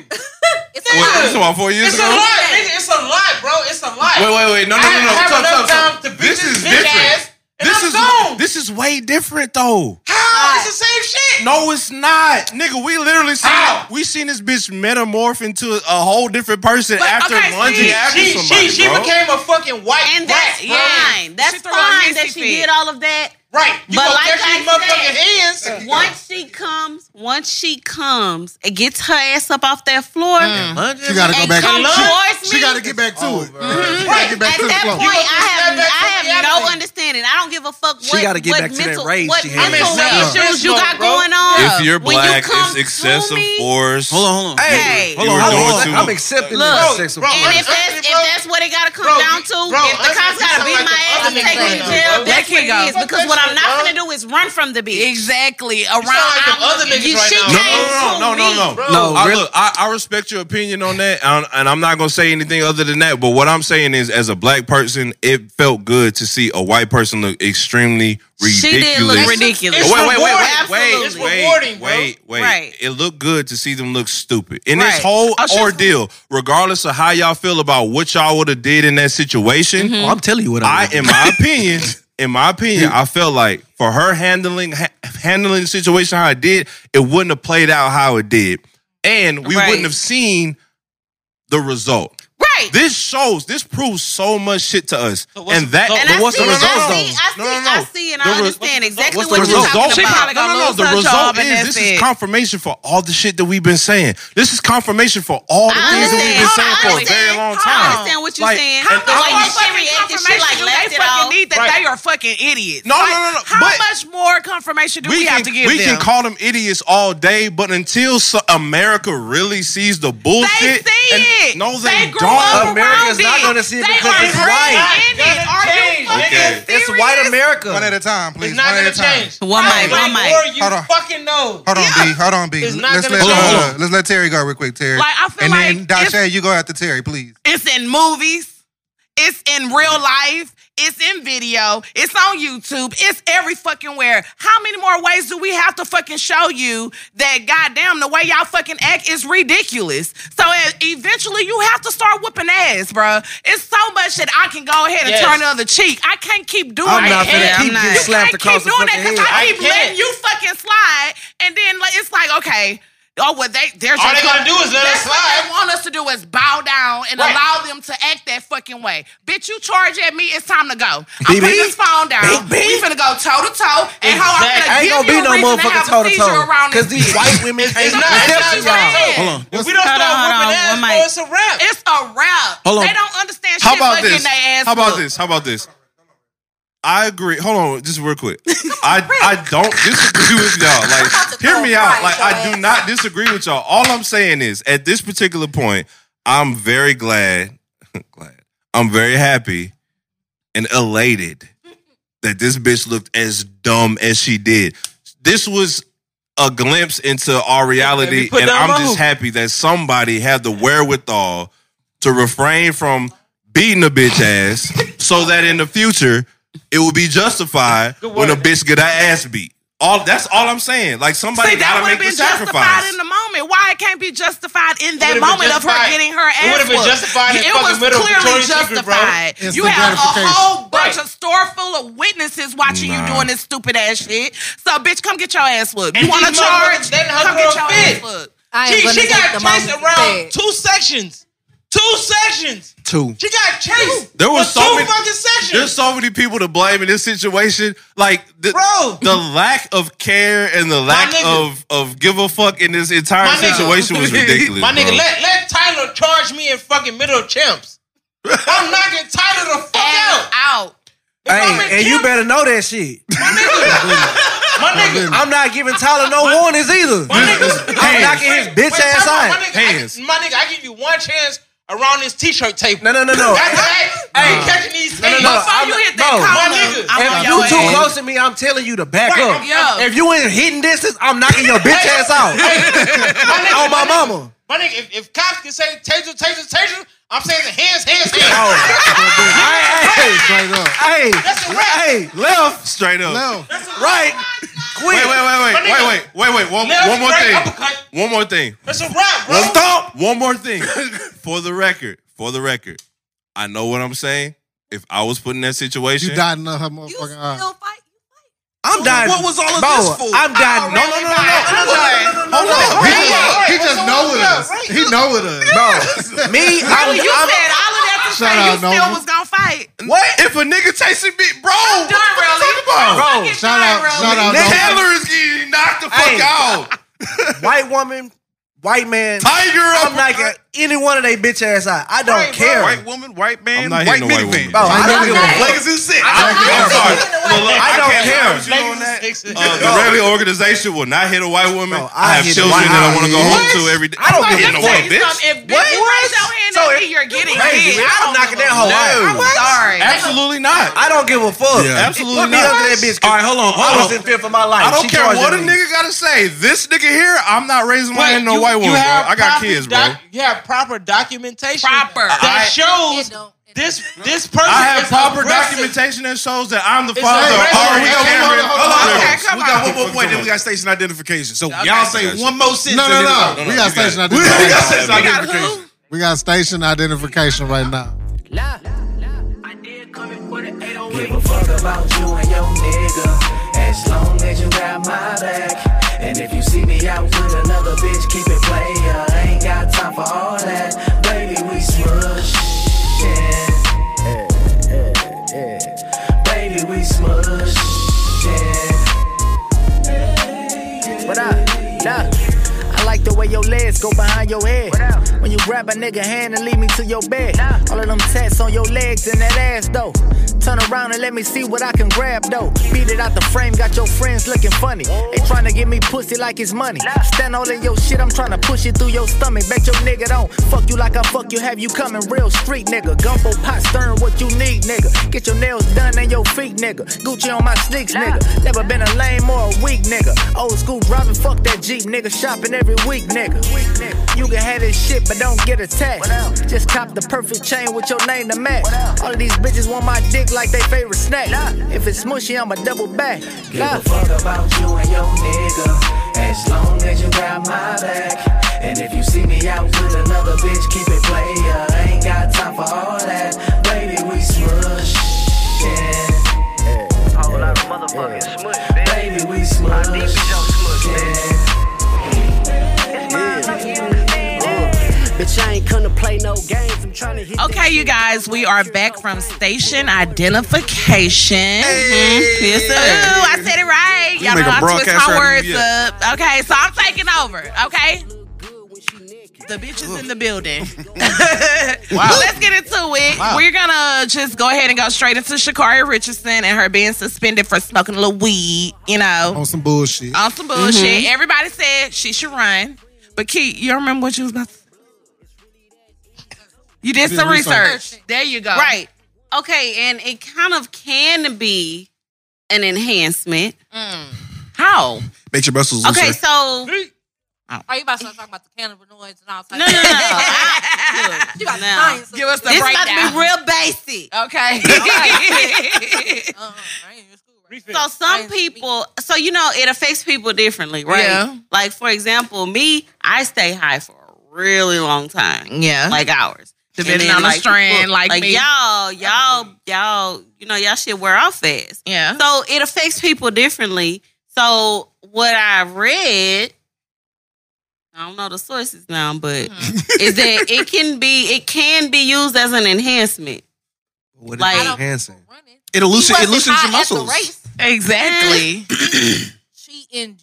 Speaker 9: It's a
Speaker 7: What,
Speaker 9: lot.
Speaker 7: this is about four years
Speaker 4: It's a
Speaker 7: ago.
Speaker 4: lot. nigga. It's a lot, bro. It's a lot.
Speaker 5: Wait, wait, wait. No, no,
Speaker 4: I
Speaker 5: no, no.
Speaker 4: have
Speaker 5: Stop,
Speaker 4: enough
Speaker 5: stop,
Speaker 4: time
Speaker 5: stop.
Speaker 4: to beat
Speaker 5: This
Speaker 4: this
Speaker 5: is
Speaker 4: bitch
Speaker 5: different.
Speaker 4: ass, and
Speaker 5: This
Speaker 4: I'm
Speaker 5: is
Speaker 4: gone.
Speaker 5: this is way different though.
Speaker 4: How? It's the same shit.
Speaker 5: No, it's not, nigga. We literally seen
Speaker 4: How?
Speaker 5: we seen this bitch metamorph into a whole different person after
Speaker 1: okay,
Speaker 5: lunging
Speaker 1: see,
Speaker 5: after
Speaker 4: She,
Speaker 5: somebody,
Speaker 4: she, she
Speaker 5: bro.
Speaker 4: became a fucking white
Speaker 6: And
Speaker 4: rat,
Speaker 6: that's
Speaker 4: bro.
Speaker 6: fine. That's
Speaker 1: She threw her
Speaker 6: fine that
Speaker 1: hissy
Speaker 6: she
Speaker 1: fit.
Speaker 6: did all of that.
Speaker 4: Right. You
Speaker 6: But
Speaker 4: gonna
Speaker 6: like
Speaker 4: catch these motherfucking
Speaker 6: I
Speaker 4: hands.
Speaker 6: Once she comes, once she comes, it gets her ass up off that floor
Speaker 8: Mm.
Speaker 3: She gotta go
Speaker 6: and
Speaker 3: back.
Speaker 6: come
Speaker 3: She,
Speaker 6: towards
Speaker 3: she
Speaker 6: me.
Speaker 3: gotta get back to it. She gotta
Speaker 4: Right.
Speaker 3: get back
Speaker 6: At
Speaker 3: to the
Speaker 6: that
Speaker 3: flow.
Speaker 6: point, I have
Speaker 4: Get back
Speaker 6: I have
Speaker 4: to reality.
Speaker 6: no understanding. I don't give a fuck what
Speaker 8: She gotta get
Speaker 6: what
Speaker 8: back to that
Speaker 6: mental,
Speaker 8: rage
Speaker 6: what
Speaker 8: she had.
Speaker 6: mental
Speaker 4: I'm in self-
Speaker 6: issues you got
Speaker 4: bro.
Speaker 6: going on.
Speaker 7: If you're
Speaker 6: When you
Speaker 7: black,
Speaker 6: come
Speaker 7: it's
Speaker 6: to
Speaker 7: excessive
Speaker 6: me-
Speaker 7: force.
Speaker 8: on, hold on.
Speaker 6: Hey,
Speaker 8: Hold on,
Speaker 7: You were
Speaker 8: hold
Speaker 7: doing
Speaker 8: on.
Speaker 7: too
Speaker 8: I'm
Speaker 7: much.
Speaker 8: accepting
Speaker 6: Look,
Speaker 8: this sexual.
Speaker 4: bro,
Speaker 6: And if
Speaker 4: Honestly,
Speaker 6: that's if
Speaker 4: bro,
Speaker 6: that's what it gotta come
Speaker 4: bro,
Speaker 6: down to,
Speaker 4: bro,
Speaker 6: if the
Speaker 4: honestly,
Speaker 6: cops
Speaker 4: you
Speaker 6: gotta
Speaker 4: sound
Speaker 6: beat
Speaker 4: like
Speaker 6: my
Speaker 4: the
Speaker 6: ass
Speaker 4: other
Speaker 6: and take
Speaker 4: niggas
Speaker 6: me
Speaker 4: now,
Speaker 6: to
Speaker 4: bro.
Speaker 6: jail,
Speaker 1: That
Speaker 6: that's what
Speaker 1: kid
Speaker 6: it
Speaker 1: go.
Speaker 6: is. Because what I'm not gonna do is run from the bitch.
Speaker 1: Exactly. Around
Speaker 4: like them
Speaker 1: our-
Speaker 4: other niggas
Speaker 1: you-
Speaker 4: right
Speaker 1: she
Speaker 4: now.
Speaker 1: came
Speaker 7: No, no, no,
Speaker 6: to
Speaker 7: no,
Speaker 6: me.
Speaker 7: no, no.
Speaker 4: Bro.
Speaker 8: No,
Speaker 7: I,
Speaker 8: really-
Speaker 7: look, I, I respect your opinion on that, and, and I'm not gonna say anything other than that. But what I'm saying is, as a black person, it felt good to see a white person look extremely ridiculous.
Speaker 6: She did look
Speaker 7: Wait,
Speaker 6: ridiculous.
Speaker 7: wait, wait, wait, wait,
Speaker 6: Absolutely.
Speaker 7: wait,
Speaker 4: rewarding, bro.
Speaker 7: wait, wait.
Speaker 6: Right.
Speaker 7: It looked good to see them look stupid. In this
Speaker 6: Right.
Speaker 7: whole
Speaker 6: Oh, she's-
Speaker 7: ordeal, regardless of how y'all feel about what y'all would have did in that situation,
Speaker 6: Mm-hmm.
Speaker 8: Oh, I'm telling you what I,
Speaker 7: I, in my opinion, in my opinion, I felt like for her handling ha- handling the situation how it did, it wouldn't have played out how it did, and we
Speaker 6: Right.
Speaker 7: wouldn't have seen the result.
Speaker 6: Right.
Speaker 7: This shows, this proves so much shit to us,
Speaker 4: So what's-
Speaker 7: and that.
Speaker 4: so-
Speaker 6: And
Speaker 4: But
Speaker 6: I
Speaker 4: what's
Speaker 6: see,
Speaker 4: the
Speaker 6: and
Speaker 4: result,
Speaker 6: I
Speaker 7: though?
Speaker 6: see, I see,
Speaker 7: No, no, no.
Speaker 6: I see, and
Speaker 7: The
Speaker 6: I
Speaker 7: re-
Speaker 6: understand exactly
Speaker 7: What's
Speaker 6: what
Speaker 7: the
Speaker 6: you're
Speaker 7: result?
Speaker 6: talking
Speaker 1: She
Speaker 6: about.
Speaker 1: probably gonna lose
Speaker 7: the
Speaker 1: her
Speaker 7: result
Speaker 1: job and
Speaker 7: is
Speaker 1: that's
Speaker 7: this
Speaker 1: it.
Speaker 7: is confirmation for all the shit that we've been saying. This is confirmation for all the
Speaker 6: I
Speaker 7: things that we've been
Speaker 6: understand.
Speaker 7: saying
Speaker 6: Hold on,
Speaker 7: for
Speaker 6: I
Speaker 7: a very long
Speaker 6: understand. Hold on, I
Speaker 7: time.
Speaker 6: understand what you're
Speaker 7: Like,
Speaker 6: saying.
Speaker 7: and
Speaker 6: How the
Speaker 7: I-
Speaker 6: way that she reacted, she like
Speaker 1: do
Speaker 6: laughed
Speaker 1: they
Speaker 6: it
Speaker 1: fucking
Speaker 6: off.
Speaker 1: need that
Speaker 7: Right.
Speaker 1: they are fucking idiots.
Speaker 7: No, no,
Speaker 1: Like,
Speaker 7: no, no,
Speaker 1: How
Speaker 7: but-
Speaker 1: much more confirmation do we,
Speaker 7: can,
Speaker 1: have to give
Speaker 7: we
Speaker 1: them?
Speaker 7: can call them idiots all day, but until so- America really sees the
Speaker 1: they
Speaker 7: bullshit,
Speaker 1: see
Speaker 7: and-
Speaker 1: it.
Speaker 7: No, they,
Speaker 1: they grew
Speaker 7: don't.
Speaker 1: Up
Speaker 8: America's
Speaker 1: around
Speaker 8: not
Speaker 1: it.
Speaker 8: gonna see it
Speaker 1: They
Speaker 8: because
Speaker 1: are
Speaker 8: it's
Speaker 1: really
Speaker 8: white.
Speaker 1: in it. Are you fucking
Speaker 7: Okay.
Speaker 8: It's white
Speaker 1: serious?
Speaker 8: America.
Speaker 2: One at a time, please.
Speaker 4: It's not
Speaker 2: one
Speaker 4: gonna
Speaker 2: at a time.
Speaker 4: change.
Speaker 6: One mic,
Speaker 4: Like,
Speaker 6: one mic.
Speaker 4: or you
Speaker 2: Hold on.
Speaker 4: fucking know.
Speaker 2: Hold on, B. Hold on, B.
Speaker 4: It's not
Speaker 2: Let's
Speaker 4: gonna
Speaker 2: let,
Speaker 4: change.
Speaker 2: uh,
Speaker 4: Hold
Speaker 7: on.
Speaker 2: let's let Terry go real quick, Terry.
Speaker 1: Like, I feel
Speaker 2: and
Speaker 1: like
Speaker 2: then
Speaker 1: if-
Speaker 2: Dashay, you go after Terry, please.
Speaker 1: It's in movies. It's in real life. It's in video. It's on YouTube. It's every fucking where. How many more ways do we have to fucking show you that goddamn the way y'all fucking act is ridiculous? So e- eventually you have to start whooping ass, bruh. It's so much that I can go ahead and
Speaker 4: Yes.
Speaker 1: turn the other cheek. I can't keep doing
Speaker 8: I'm
Speaker 1: that.
Speaker 8: not
Speaker 6: Yeah,
Speaker 8: finna
Speaker 6: I'm
Speaker 8: keep
Speaker 6: not.
Speaker 8: getting
Speaker 6: You
Speaker 8: slapped
Speaker 1: I
Speaker 8: across
Speaker 1: keep
Speaker 8: the
Speaker 1: doing
Speaker 8: fucking
Speaker 1: that
Speaker 8: head.
Speaker 1: because I,
Speaker 4: I
Speaker 1: keep
Speaker 4: can't.
Speaker 1: letting you fucking slide, and then like, it's like okay, oh well they they're just
Speaker 4: All they gotta do is let us
Speaker 1: That's what
Speaker 4: slide.
Speaker 1: They want us to do is bow down and
Speaker 4: Right.
Speaker 1: allow them to act that fucking way. Bitch, you charge at me, it's time to go. I'm
Speaker 8: BB?
Speaker 1: putting this phone down. We finna go toe to toe, and how I'm
Speaker 4: Exactly.
Speaker 1: finna
Speaker 8: I ain't
Speaker 1: give
Speaker 8: gonna
Speaker 1: you
Speaker 8: be
Speaker 1: a
Speaker 8: no
Speaker 1: reason to
Speaker 8: motherfucking
Speaker 1: have a
Speaker 8: toe to
Speaker 1: seizure
Speaker 8: toe.
Speaker 1: around
Speaker 8: Because
Speaker 1: this
Speaker 8: these
Speaker 1: bitch.
Speaker 8: white women
Speaker 4: It's
Speaker 8: can't
Speaker 4: not.
Speaker 8: accept
Speaker 4: It's not.
Speaker 8: y'all.
Speaker 4: Hold
Speaker 1: Hold
Speaker 4: on.
Speaker 1: on.
Speaker 4: If we don't
Speaker 6: Hold
Speaker 4: start
Speaker 6: on, hold
Speaker 4: whooping
Speaker 6: on,
Speaker 4: ass,
Speaker 6: one
Speaker 4: bro,
Speaker 6: mic.
Speaker 4: it's a wrap.
Speaker 1: It's a wrap.
Speaker 5: Hold on.
Speaker 1: They don't understand shit
Speaker 7: How about
Speaker 1: but getting
Speaker 7: this?
Speaker 1: their ass
Speaker 7: How about
Speaker 1: whooped.
Speaker 7: this? How about this? I agree. Hold on, just real quick. I I don't disagree with y'all. Like, hear me out. Like, I do not disagree with y'all. All I'm saying is, at this particular point, I'm very glad, glad. I'm very happy and elated that this bitch looked as dumb as she did. This was a glimpse into our reality,
Speaker 4: we put
Speaker 7: and
Speaker 4: down
Speaker 7: I'm just
Speaker 4: Vogue.
Speaker 7: happy that somebody had the wherewithal to refrain from beating a bitch ass, so that in the future it will be justified when a bitch get her ass beat. All that's all I'm saying. Like somebody
Speaker 1: See, that
Speaker 7: gotta
Speaker 1: would
Speaker 7: make
Speaker 1: have
Speaker 7: the
Speaker 1: been justified
Speaker 7: sacrifice.
Speaker 1: in the moment. Why it can't be justified in
Speaker 4: would've
Speaker 1: that
Speaker 4: been
Speaker 1: moment of her
Speaker 4: justified-
Speaker 1: getting her ass
Speaker 4: it would've been
Speaker 1: whooped.
Speaker 4: justified in
Speaker 1: It
Speaker 4: fucking
Speaker 1: was
Speaker 4: middle of
Speaker 1: clearly
Speaker 4: Victoria's Secret, bro.
Speaker 1: justified.
Speaker 3: Instant
Speaker 1: you have a
Speaker 3: gratification.
Speaker 1: whole bunch
Speaker 4: Right.
Speaker 1: of store full of witnesses watching you
Speaker 7: Nah.
Speaker 1: doing this stupid ass shit. So, bitch, come get your ass whooped.
Speaker 4: And
Speaker 1: You want to
Speaker 4: these motherfuckers
Speaker 1: charge?
Speaker 4: letting her
Speaker 1: Come get
Speaker 4: girl
Speaker 1: your
Speaker 4: fit.
Speaker 1: ass whooped.
Speaker 9: I am
Speaker 4: She,
Speaker 9: gonna
Speaker 4: she got
Speaker 9: take the
Speaker 4: chased
Speaker 9: moment
Speaker 4: around
Speaker 9: around.
Speaker 4: two sections. Two sections.
Speaker 8: Two.
Speaker 4: She got chased.
Speaker 7: There was so
Speaker 4: for two
Speaker 7: many-
Speaker 4: fucking sections.
Speaker 7: There's so many people to blame in this situation. Like the,
Speaker 4: Bro.
Speaker 7: the lack of care and the lack
Speaker 4: nigga.
Speaker 7: of of give a fuck in this entire
Speaker 4: My nigga.
Speaker 7: situation was ridiculous.
Speaker 4: My nigga,
Speaker 7: bro.
Speaker 4: let, let Tyler charge me in fucking middle of champs. I'm knocking Tyler the fuck
Speaker 1: Ass
Speaker 4: out.
Speaker 1: out.
Speaker 4: If I'm
Speaker 8: Hey,
Speaker 4: in
Speaker 8: and you
Speaker 4: camp,
Speaker 8: better know that shit.
Speaker 4: my nigga,
Speaker 8: I'm not giving Tyler no warnings either.
Speaker 4: my nigga,
Speaker 8: I'm knocking his bitch
Speaker 4: Wait,
Speaker 8: ass
Speaker 4: time out, My
Speaker 8: out.
Speaker 4: nigga,
Speaker 7: Hands.
Speaker 4: I, my nigga, I give you one chance around this t-shirt table.
Speaker 8: No, no, no, no.
Speaker 4: After that, I ain't catching these.
Speaker 8: No, no,
Speaker 4: things.
Speaker 8: no.
Speaker 1: Before
Speaker 8: I'm-
Speaker 1: you hit
Speaker 8: bro,
Speaker 4: my
Speaker 1: that
Speaker 4: nigga.
Speaker 1: column, I'm on
Speaker 8: If
Speaker 1: your
Speaker 8: you too
Speaker 1: ass.
Speaker 8: close to me, I'm telling you to back
Speaker 4: Right,
Speaker 8: up.
Speaker 1: yeah.
Speaker 8: If you ain't hitting distance, I'm knocking your bitch ass out.
Speaker 4: My nigga,
Speaker 8: On my mama.
Speaker 4: My nigga, if, if cops can say taser, taser, taser, I'm saying hands, hands,
Speaker 8: Oh,
Speaker 4: hands.
Speaker 8: hey, hey,
Speaker 3: Straight up.
Speaker 8: hey,
Speaker 4: That's a wrap.
Speaker 8: hey, left,
Speaker 7: straight up.
Speaker 3: No.
Speaker 8: right, quick.
Speaker 7: Wait, wait, wait,
Speaker 4: My
Speaker 7: wait,
Speaker 4: nigga.
Speaker 7: wait, wait, wait, wait. One,
Speaker 4: Left,
Speaker 7: one more
Speaker 4: right,
Speaker 7: thing.
Speaker 4: uppercut.
Speaker 7: One more thing.
Speaker 4: That's a wrap, bro.
Speaker 7: One, stop. one more thing. for the record, for the record, I know what I'm saying. If I was put in that situation,
Speaker 3: You dotting up her
Speaker 9: You
Speaker 3: motherfucking eye.
Speaker 9: still fight.
Speaker 8: I'm dying.
Speaker 5: What was all of
Speaker 8: Bro,
Speaker 5: this for?
Speaker 8: I'm dying. No, no, no, no, no.
Speaker 2: Hold on.
Speaker 4: Right, right,
Speaker 2: He
Speaker 4: right,
Speaker 2: just
Speaker 4: right,
Speaker 2: know with
Speaker 4: right,
Speaker 2: us.
Speaker 4: right.
Speaker 2: He know with us.
Speaker 8: Bro, me, I'm,
Speaker 1: Oh, You
Speaker 8: I'm,
Speaker 1: said all of that to
Speaker 3: Shout
Speaker 1: say you
Speaker 3: out,
Speaker 1: still
Speaker 3: Nova.
Speaker 1: was gonna fight.
Speaker 7: what? If a nigga chasing me, bro, what the
Speaker 1: done,
Speaker 7: fuck you
Speaker 1: really.
Speaker 7: talking about?
Speaker 8: Bro,
Speaker 1: Fucking
Speaker 3: Shout
Speaker 1: die,
Speaker 3: out,
Speaker 1: bro.
Speaker 3: shout out,
Speaker 8: Nigga.
Speaker 3: Nova.
Speaker 7: Taylor is getting knocked the fuck
Speaker 8: Hey.
Speaker 7: out.
Speaker 8: white woman, white man.
Speaker 7: Tiger up.
Speaker 8: I'm knocking any one of they bitch ass out. I don't care.
Speaker 5: White woman, white
Speaker 7: I'm
Speaker 5: man,
Speaker 7: not
Speaker 5: white
Speaker 7: hitting no white woman.
Speaker 5: minivan.
Speaker 8: Bro, I don't give a
Speaker 9: Okay.
Speaker 8: fuck.
Speaker 5: Lakers is sick.
Speaker 7: I'm sorry. Look, look,
Speaker 8: I don't
Speaker 7: can't
Speaker 8: care.
Speaker 7: promise you on that. Uh, the regular organization will not hit a white woman.
Speaker 8: Bro, I
Speaker 7: I, have
Speaker 8: hit
Speaker 7: children
Speaker 8: white-
Speaker 7: that I want to go home
Speaker 8: What?
Speaker 7: to every day.
Speaker 8: I don't
Speaker 7: I'm
Speaker 8: give
Speaker 7: hitting no
Speaker 8: a fuck.
Speaker 7: white
Speaker 1: Tell you
Speaker 7: bitch.
Speaker 1: something, If bitch you raise your hand
Speaker 8: So
Speaker 1: at
Speaker 8: if-
Speaker 1: me, you're getting
Speaker 8: Crazy.
Speaker 1: hit.
Speaker 8: I'm knocking that
Speaker 1: whole.
Speaker 8: hoe out.
Speaker 1: Sorry.
Speaker 7: Absolutely not.
Speaker 8: I don't give a fuck.
Speaker 5: Yeah.
Speaker 7: Absolutely
Speaker 8: Put me
Speaker 7: not.
Speaker 8: up to that bitch. 'cause
Speaker 7: All right, hold on, hold
Speaker 8: I was
Speaker 7: on.
Speaker 8: in fear for my life.
Speaker 7: I don't
Speaker 8: She
Speaker 7: care
Speaker 8: charging
Speaker 7: what a
Speaker 8: me.
Speaker 7: nigga got to say. This nigga here, I'm not raising my
Speaker 4: But
Speaker 7: hand no
Speaker 4: you-
Speaker 7: white
Speaker 4: you
Speaker 7: woman, bro.
Speaker 4: have
Speaker 7: I got
Speaker 4: proper
Speaker 7: kids, bro.
Speaker 4: doc- You have proper documentation
Speaker 1: Proper.
Speaker 4: that
Speaker 7: I-
Speaker 4: shows
Speaker 9: It don't-
Speaker 10: This this person
Speaker 11: I have
Speaker 10: is
Speaker 11: proper
Speaker 10: aggressive.
Speaker 11: documentation that shows that I'm the
Speaker 10: It's
Speaker 11: father.
Speaker 10: aggressive.
Speaker 11: All right, we got
Speaker 10: Hold
Speaker 11: one
Speaker 10: on,
Speaker 11: more.
Speaker 10: hold on,
Speaker 11: Hold on,
Speaker 10: okay,
Speaker 11: hold on.
Speaker 10: come
Speaker 11: We got
Speaker 10: on.
Speaker 11: one more point. Then we got station identification. So y'all say
Speaker 7: Gotcha.
Speaker 11: one more sentence.
Speaker 3: No, no,
Speaker 11: and then
Speaker 3: no.
Speaker 11: we're out.
Speaker 3: We got station
Speaker 11: We
Speaker 3: identification.
Speaker 11: got station
Speaker 3: We got
Speaker 11: identification.
Speaker 3: We got station identification right now.
Speaker 12: Give a fuck about you and your nigga. As long as you got my back. And if you see me out with another bitch, keep it player. I ain't got time for all that. Baby, we smushin'. Baby, we smushin'. What up? Look. I like the way your legs go behind your head. When you grab a nigga hand and lead me to your bed. All of them tats on your legs and that ass though. Turn around and let me see what I can grab though. Beat it out the frame, got your friends looking funny. They tryna give me pussy like it's money. Stand all in your shit, I'm tryna push it through your stomach. Bet your nigga don't fuck you like I fuck you, have you coming real street nigga. Gumbo pot stirring what you need nigga. Get your nails done and your feet nigga. Gucci on my sneaks nigga. Never been a lame or a weak nigga. Old school driving, fuck that Jeep nigga. Shopping every week nigga. You can have this shit, but don't get attached. Just cop the perfect chain with your name to match. All of these bitches want my dick like they favorite snack. If it's smushy, I'ma double back.
Speaker 13: Give a fuck about you and your nigga. As long as you got my back.
Speaker 12: And if you see me out with another bitch, keep it player. I ain't got time for all that. Baby, we smush. Yeah. Whole lot of motherfucking smush, Baby, we Uh. smush.
Speaker 13: Bitch, I ain't come to play no games. I'm trying to hit
Speaker 1: Okay, you guys, we are back from station identification. Mhm. Yes, sir. Ooh, I said it right.
Speaker 13: You
Speaker 1: Y'all
Speaker 13: make
Speaker 1: know
Speaker 13: a
Speaker 1: I twist
Speaker 13: broadcast out
Speaker 1: my
Speaker 13: of
Speaker 1: words
Speaker 13: you, yeah.
Speaker 1: up. Okay, so I'm taking over. Okay. The bitch is in the building. wow. Let's get into it.
Speaker 13: Wow.
Speaker 1: We're gonna just go ahead and go straight into Shakari Richardson and her being suspended for smoking a little weed, you know.
Speaker 3: On some bullshit.
Speaker 1: On some
Speaker 13: Mm-hmm.
Speaker 1: bullshit.
Speaker 3: Mhm.
Speaker 11: Mm-hmm.
Speaker 1: Everybody said she should run. But Keith, you remember what you was about to You did
Speaker 6: Did
Speaker 1: some
Speaker 6: research.
Speaker 1: research. There you go.
Speaker 6: Right. Okay, and it kind of can be an enhancement.
Speaker 1: Mm. How?
Speaker 5: Make your muscles looser.
Speaker 6: Okay, so Oh.
Speaker 9: Are Oh, you about to start talking about the cannabinoids and all types? No,
Speaker 6: no, no, no.
Speaker 9: You about
Speaker 6: No.
Speaker 9: science.
Speaker 6: Give us the This about to be breakdown. real basic.
Speaker 9: Okay.
Speaker 6: So some people, so you know, it affects people differently, right?
Speaker 1: Yeah.
Speaker 6: Like for example, me, I stay high for a really long time.
Speaker 1: Yeah.
Speaker 6: like hours.
Speaker 1: Depending on the strand, like me.
Speaker 6: y'all, y'all, y'all, you know, y'all shit wear off fast.
Speaker 1: Yeah.
Speaker 6: So it affects people differently. So what I read, I don't know the sources now, but
Speaker 1: Mm-hmm.
Speaker 6: is that it can be it can be used as an enhancement.
Speaker 8: What
Speaker 6: Like-
Speaker 8: is enhancing?
Speaker 5: It loosen- it loosens your
Speaker 9: muscles.
Speaker 1: Exactly.
Speaker 9: she in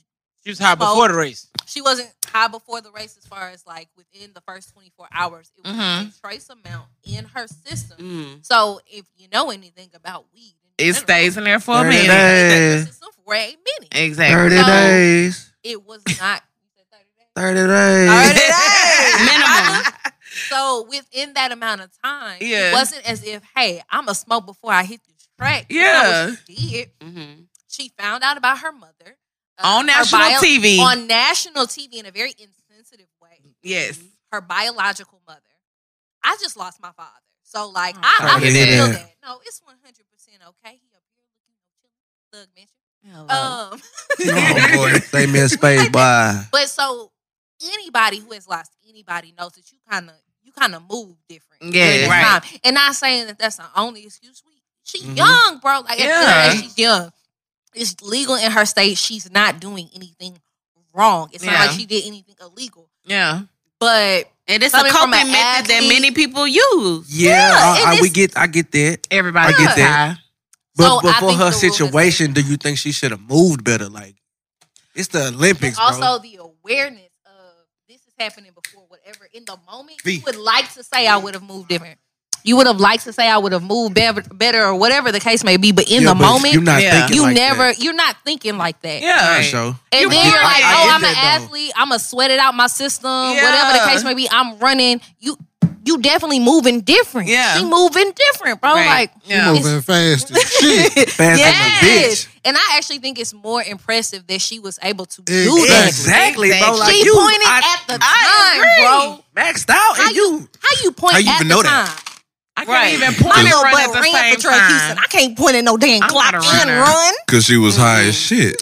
Speaker 4: She was high before the race.
Speaker 9: she wasn't high before the race as far as like within the first 24 hours. It was
Speaker 1: Mhm.
Speaker 9: a trace amount in her system.
Speaker 6: Mm-hmm. Mm.
Speaker 9: So if you know anything about weed,
Speaker 1: It stays in there for a
Speaker 8: 30
Speaker 1: minute.
Speaker 8: days.
Speaker 9: it's for a minute.
Speaker 1: Exactly.
Speaker 8: 30
Speaker 6: Eh.
Speaker 8: days.
Speaker 9: It was not
Speaker 8: 30 days.
Speaker 9: minimum. So within that amount of time,
Speaker 1: Yeah.
Speaker 9: it wasn't as if, hey, I'm a smoke before I hit this track. You know
Speaker 1: Yeah.
Speaker 9: what she did. She found out about her mother
Speaker 1: On
Speaker 9: her
Speaker 1: national
Speaker 9: bio-
Speaker 1: TV.
Speaker 9: on national TV in a very insensitive way.
Speaker 1: Yes.
Speaker 9: Her biological mother. I just lost my father, so like I, I
Speaker 1: sorry to hear
Speaker 9: feel
Speaker 1: that.
Speaker 9: that. No, it's one hundred percent okay. He a thug man. Um,
Speaker 1: Oh,
Speaker 8: They miss space, boy.
Speaker 9: but so anybody who has lost anybody knows that you kind of you kind of move different.
Speaker 1: Yeah,
Speaker 9: during this
Speaker 1: right.
Speaker 9: time. And not saying that that's the only excuse. We she
Speaker 1: Mhm.
Speaker 9: young, bro. Like at
Speaker 1: Yeah.
Speaker 9: the age she's young. It's legal in her state. She's not doing anything wrong. It's
Speaker 1: Yeah.
Speaker 9: not like she did anything illegal.
Speaker 1: Yeah.
Speaker 9: But
Speaker 6: and it's a coping method that many people use.
Speaker 8: Yeah, uh, I, I, we get, I get that.
Speaker 1: Everybody
Speaker 8: I get that. But,
Speaker 9: So
Speaker 8: but
Speaker 9: I
Speaker 8: for
Speaker 9: think
Speaker 8: her
Speaker 9: the rule is-
Speaker 8: situation, do you think she should have moved better? Like, it's the Olympics, bro.
Speaker 9: also the awareness of this is happening before whatever in the moment
Speaker 8: V.
Speaker 9: you would like to say I would have moved different. You would have liked to say I would have moved bev- better or whatever the case may be, but in
Speaker 8: Yeah,
Speaker 9: the
Speaker 8: but
Speaker 9: moment
Speaker 8: you're not Yeah. thinking
Speaker 9: you
Speaker 8: like
Speaker 9: never
Speaker 8: that.
Speaker 9: you're not thinking like that.
Speaker 8: Yeah. So,
Speaker 9: And
Speaker 8: You
Speaker 9: then
Speaker 8: get-
Speaker 9: you're like,
Speaker 8: I- I
Speaker 9: oh,
Speaker 8: get
Speaker 9: I'm an
Speaker 8: that, though.
Speaker 9: athlete. I'm gonna sweat it out my system.
Speaker 1: Yeah.
Speaker 9: Whatever the case may be, I'm running. You, you definitely moving different.
Speaker 1: Yeah.
Speaker 9: she moving different, bro.
Speaker 1: Right.
Speaker 9: Like,
Speaker 1: Yeah.
Speaker 9: it's-
Speaker 3: Moving fast as shit.
Speaker 8: Fast
Speaker 9: yes. And I actually think it's more impressive that she was able to do that.
Speaker 8: Exactly, bro. Like,
Speaker 9: she
Speaker 8: you,
Speaker 9: pointed
Speaker 8: I-
Speaker 9: at the
Speaker 8: I
Speaker 9: time,
Speaker 8: agree.
Speaker 9: bro.
Speaker 8: Maxed out, and you.
Speaker 9: How you point
Speaker 8: How you
Speaker 9: at
Speaker 8: even
Speaker 9: the
Speaker 8: know
Speaker 9: time?
Speaker 8: that?
Speaker 1: I can't even point and
Speaker 9: little
Speaker 1: run
Speaker 9: butt
Speaker 1: at the
Speaker 9: ran
Speaker 1: same
Speaker 9: for Trey
Speaker 1: time.
Speaker 9: Houston. I can't point at no damn
Speaker 1: I'm
Speaker 9: clock
Speaker 1: not a
Speaker 9: and
Speaker 1: runner.
Speaker 9: run.
Speaker 7: Cause she was high as shit.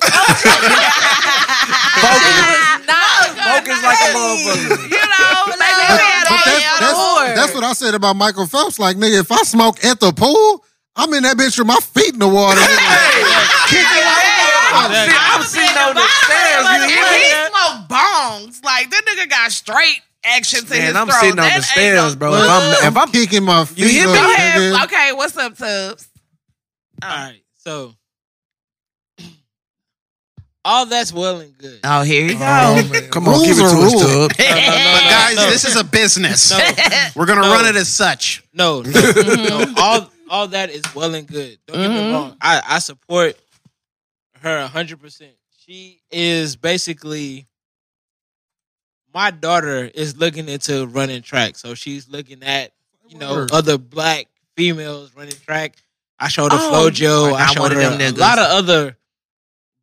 Speaker 9: Focus
Speaker 8: like a motherfucker.
Speaker 1: You know, like they had
Speaker 3: But
Speaker 1: a
Speaker 3: that's,
Speaker 1: door.
Speaker 3: that's, that's what I said about Michael Phelps. Like, nigga, if I smoke at the pool, I'm in that bitch with my feet in the water.
Speaker 1: I'm sitting on the stairs.
Speaker 8: you
Speaker 1: If he
Speaker 8: idiot.
Speaker 1: smoked bongs, like that nigga got straight action to his
Speaker 8: Man, I'm
Speaker 1: throat.
Speaker 8: sitting on
Speaker 1: That
Speaker 8: the
Speaker 1: ain't
Speaker 8: stairs,
Speaker 1: no-
Speaker 8: bro. If I'm, if I'm
Speaker 3: kicking my feet,
Speaker 8: you hit
Speaker 1: Go
Speaker 8: me.
Speaker 1: ahead.
Speaker 8: nigga.
Speaker 1: Okay, what's up, Tubbs?
Speaker 4: All right, so all that's well and good.
Speaker 1: Oh, here you
Speaker 8: Oh,
Speaker 1: go.
Speaker 8: man. Come on, give it to us, Dub.
Speaker 4: But
Speaker 11: guys, this is a business.
Speaker 4: No.
Speaker 11: We're gonna
Speaker 4: No.
Speaker 11: run it as such.
Speaker 4: No, no, no. All all that is well and good. Don't get me
Speaker 1: Mhm.
Speaker 4: wrong. I, I support her hundred percent. She is basically my daughter is looking into running track. So she's looking at, you know,
Speaker 3: Word.
Speaker 4: other black females running track. I showed her
Speaker 1: Oh,
Speaker 4: Flojo.
Speaker 1: like
Speaker 4: I
Speaker 1: I'm
Speaker 4: showed
Speaker 1: one
Speaker 4: her
Speaker 1: of them
Speaker 4: a
Speaker 1: niggas.
Speaker 4: lot of other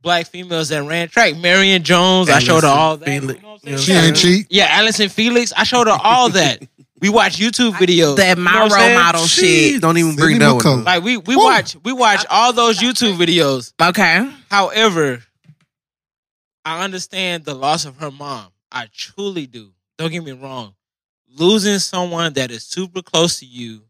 Speaker 4: black females that ran track. Marion Jones, I showed her all that.
Speaker 8: Felix,
Speaker 4: You know what I'm saying?
Speaker 3: She ain't cheap.
Speaker 4: Yeah, Allison Felix. I showed her all that. we watch YouTube videos.
Speaker 1: That
Speaker 4: You know
Speaker 1: my
Speaker 4: what I'm
Speaker 1: role
Speaker 4: saying?
Speaker 1: model shit.
Speaker 8: Don't even bring
Speaker 3: Sydney
Speaker 8: that one.
Speaker 3: McCullough.
Speaker 8: up.
Speaker 4: Like we we watch we watch all those YouTube videos.
Speaker 1: Okay.
Speaker 4: However, I understand the loss of her mom. I truly do. Don't get me wrong. Losing someone that is super close to you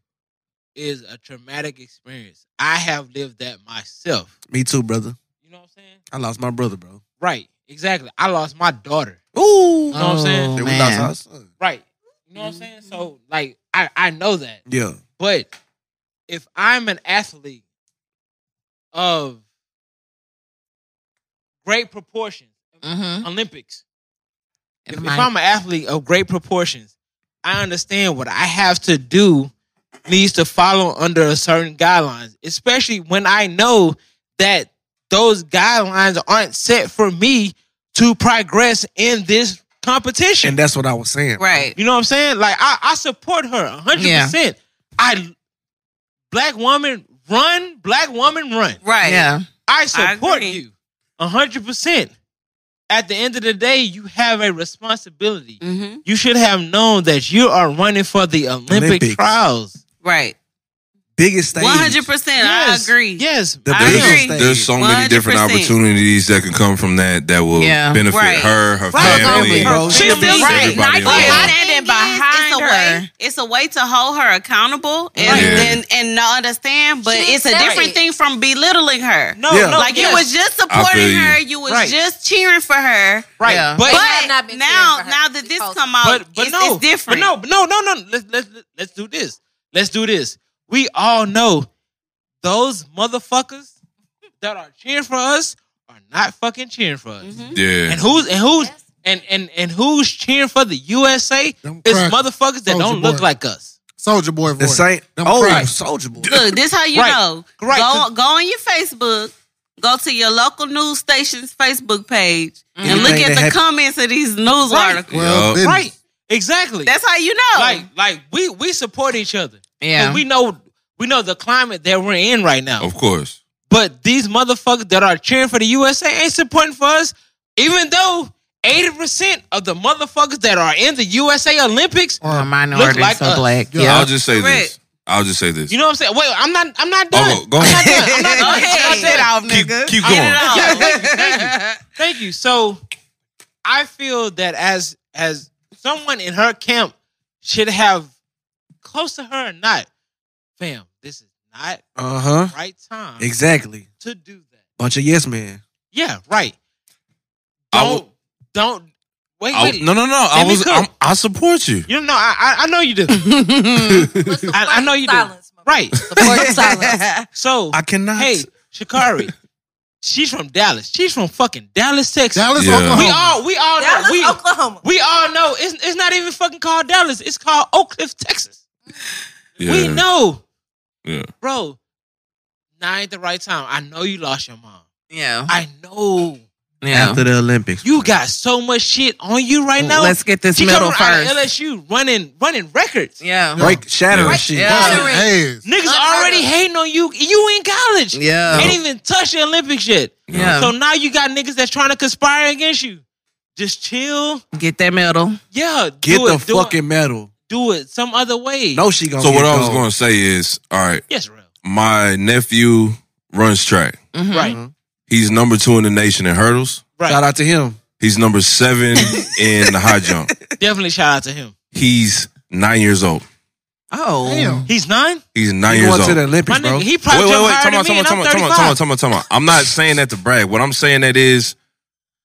Speaker 4: is a traumatic experience. I have lived that myself.
Speaker 8: Me too, brother.
Speaker 4: You know what I'm saying?
Speaker 8: I lost my brother, bro.
Speaker 4: Right. Exactly. I lost my daughter.
Speaker 8: Ooh.
Speaker 4: You know what I'm saying?
Speaker 8: Then we lost
Speaker 1: man.
Speaker 8: our son.
Speaker 4: Right. You know what I'm saying? So like I I know that.
Speaker 8: Yeah.
Speaker 4: But if I'm an athlete of great proportions,
Speaker 1: Mm-hmm.
Speaker 4: Olympics, if, if
Speaker 1: Mike.
Speaker 4: I'm an athlete of great proportions, I understand what I have to do needs to follow under a certain guidelines, especially when I know that those guidelines aren't set for me to progress in this competition.
Speaker 8: And that's what I was saying.
Speaker 6: Right.
Speaker 4: You know what I'm saying? Like I, I support her 100%. I black woman run, black woman run.
Speaker 6: Right.
Speaker 1: Yeah.
Speaker 4: I support
Speaker 6: agree.
Speaker 4: you 100%. At the end of the day, you have a responsibility.
Speaker 6: Mm-hmm.
Speaker 4: You should have known that you are running for the Olympic
Speaker 8: Olympics.
Speaker 4: trials.
Speaker 6: Right.
Speaker 8: Biggest stage.
Speaker 6: One hundred percent. I
Speaker 4: Yes,
Speaker 6: agree.
Speaker 4: Yes.
Speaker 8: The
Speaker 4: I
Speaker 8: biggest
Speaker 4: agree.
Speaker 8: thing.
Speaker 7: There's, there's so many different
Speaker 6: 100%.
Speaker 7: opportunities that can come from that that will
Speaker 1: Yeah,
Speaker 7: benefit
Speaker 6: right.
Speaker 7: her, her
Speaker 9: Right.
Speaker 7: family,
Speaker 8: Bro,
Speaker 6: She's
Speaker 8: she's
Speaker 6: still
Speaker 7: everybody
Speaker 1: right. Nike
Speaker 7: involved.
Speaker 1: is
Speaker 6: My thing is,
Speaker 1: standing
Speaker 6: it's
Speaker 1: behind
Speaker 6: a
Speaker 1: her.
Speaker 6: way. It's a way to hold her accountable and
Speaker 7: Right. Yeah.
Speaker 6: and, and not understand. But
Speaker 9: She
Speaker 6: it's a
Speaker 9: said
Speaker 6: different
Speaker 9: it.
Speaker 6: thing from belittling her.
Speaker 4: No,
Speaker 8: Yeah.
Speaker 4: no.
Speaker 6: like
Speaker 4: yes.
Speaker 6: you was just
Speaker 7: I feel
Speaker 6: supporting
Speaker 7: you.
Speaker 6: her. You was
Speaker 4: Right.
Speaker 6: just cheering for her.
Speaker 4: right.
Speaker 1: Yeah.
Speaker 4: But
Speaker 6: But,
Speaker 9: have not been
Speaker 6: now,
Speaker 9: cheering for her.
Speaker 6: now that this
Speaker 9: Because-
Speaker 6: come out,
Speaker 4: but but
Speaker 6: it's,
Speaker 4: no,
Speaker 6: it's different.
Speaker 4: But no, but no, no, no. Let's let's let's do this. Let's do this. We all know those motherfuckers that are cheering for us are not fucking cheering for us.
Speaker 6: Mm-hmm.
Speaker 7: Yeah.
Speaker 4: And who's and who's and and and who's cheering for the USA is
Speaker 3: Them crack
Speaker 4: motherfuckers that
Speaker 3: soldier
Speaker 4: don't look
Speaker 3: boy.
Speaker 4: like us.
Speaker 3: Soldier boy
Speaker 8: The
Speaker 3: voice.
Speaker 8: same.
Speaker 3: Them
Speaker 8: Oh,
Speaker 3: cracks.
Speaker 8: Soldier Boy.
Speaker 6: Look, this how you
Speaker 4: Right.
Speaker 6: know.
Speaker 4: Right.
Speaker 6: Go go on your Facebook. Go to your local news station's Facebook page
Speaker 7: Mm-hmm.
Speaker 6: and look
Speaker 8: Anything that
Speaker 6: at the
Speaker 8: hap-
Speaker 6: comments of these news
Speaker 4: Right.
Speaker 6: articles.
Speaker 3: Well,
Speaker 7: Yup.
Speaker 3: business.
Speaker 4: Right. Exactly.
Speaker 6: That's how you know.
Speaker 4: like like we we support each other.
Speaker 1: Yeah.
Speaker 4: And we know we know the climate that we're in right now.
Speaker 7: Of course.
Speaker 4: But these motherfuckers that are cheering for the USA ain't supporting for us, even though 80% of the motherfuckers that are in the USA Olympics,
Speaker 1: or a
Speaker 4: look
Speaker 1: minority
Speaker 4: like
Speaker 1: so
Speaker 4: us.
Speaker 1: black.
Speaker 3: Yeah.
Speaker 1: Yeah.
Speaker 7: I'll just say
Speaker 6: Correct.
Speaker 7: this. I'll just say this.
Speaker 4: you know what I'm saying? Wait, I'm not I'm not done.
Speaker 7: oh, go
Speaker 4: I'm not
Speaker 7: ahead.
Speaker 4: done. I'm not done.
Speaker 6: ahead.
Speaker 4: Shut it off.
Speaker 7: keep, keep
Speaker 4: I
Speaker 7: going.
Speaker 4: Yeah, thank you, thank you. Thank you. So I feel that as as someone in her camp should have close to her or not, fam, this is not
Speaker 8: Uh huh.
Speaker 4: the right time
Speaker 8: Exactly.
Speaker 4: to do that.
Speaker 8: Bunch of yes men.
Speaker 4: Yeah, right.
Speaker 7: I
Speaker 4: Don't
Speaker 7: will-
Speaker 4: don't wait,
Speaker 7: I,
Speaker 4: wait.
Speaker 7: no, no, no. I
Speaker 4: Let me
Speaker 7: was.
Speaker 4: cook.
Speaker 7: I'm, I support you.
Speaker 4: You know, I I- I know you do.
Speaker 9: But support
Speaker 4: I know you do.
Speaker 9: silence, do.
Speaker 4: right.
Speaker 9: Support silence.
Speaker 4: So
Speaker 8: I cannot.
Speaker 4: hey, Shikari, she's from Dallas. She's from fucking Dallas, Texas.
Speaker 3: Dallas,
Speaker 7: Yeah.
Speaker 3: Oklahoma.
Speaker 4: We all we all know,
Speaker 9: Dallas,
Speaker 4: we,
Speaker 9: Oklahoma.
Speaker 4: we all know it's it's not even fucking called Dallas. It's called Oak Cliff, Texas.
Speaker 7: Yeah.
Speaker 4: We know,
Speaker 7: Yeah.
Speaker 4: bro. Now ain't the right time. I know you lost your mom.
Speaker 1: Yeah.
Speaker 4: I know
Speaker 1: Yeah.
Speaker 8: After the Olympics.
Speaker 4: you got so much shit on you right now.
Speaker 1: Let's get this
Speaker 4: she
Speaker 1: middle
Speaker 4: coming out of
Speaker 1: first.
Speaker 4: LSU running running records.
Speaker 1: Yeah.
Speaker 8: break shattering
Speaker 7: Yeah.
Speaker 8: shit.
Speaker 1: Yeah.
Speaker 3: Busting ass.
Speaker 4: Niggas already hating on you. You in college.
Speaker 1: Yeah.
Speaker 4: Ain't even touched the Olympics yet.
Speaker 1: Yeah.
Speaker 4: So now you got niggas that's trying to conspire against you. Just chill.
Speaker 1: Get that medal.
Speaker 4: Yeah.
Speaker 8: Get
Speaker 4: do it,
Speaker 8: the
Speaker 4: do it-
Speaker 8: fucking medal.
Speaker 4: do do it some other way.
Speaker 7: So what I was going to say is, all right.
Speaker 4: Yes,
Speaker 7: My nephew runs track.
Speaker 4: Mm-hmm. Right.
Speaker 7: He's number two in the nation in hurdles.
Speaker 4: Right. Shout
Speaker 7: out to him. He's number seven in the high jump.
Speaker 4: Definitely shout out to him.
Speaker 7: He's nine years old.
Speaker 4: Oh, he's nine.
Speaker 7: He's nine
Speaker 4: He
Speaker 7: years
Speaker 4: going
Speaker 7: old.
Speaker 4: to the Olympics, My nigga, bro. he probably
Speaker 7: wait, wait,
Speaker 4: jumped
Speaker 7: wait.
Speaker 4: higher
Speaker 7: Come on,
Speaker 4: than me,
Speaker 7: come on,
Speaker 4: and I'm
Speaker 7: come on, come on, come on, come on. I'm not saying that to brag. What I'm saying that is,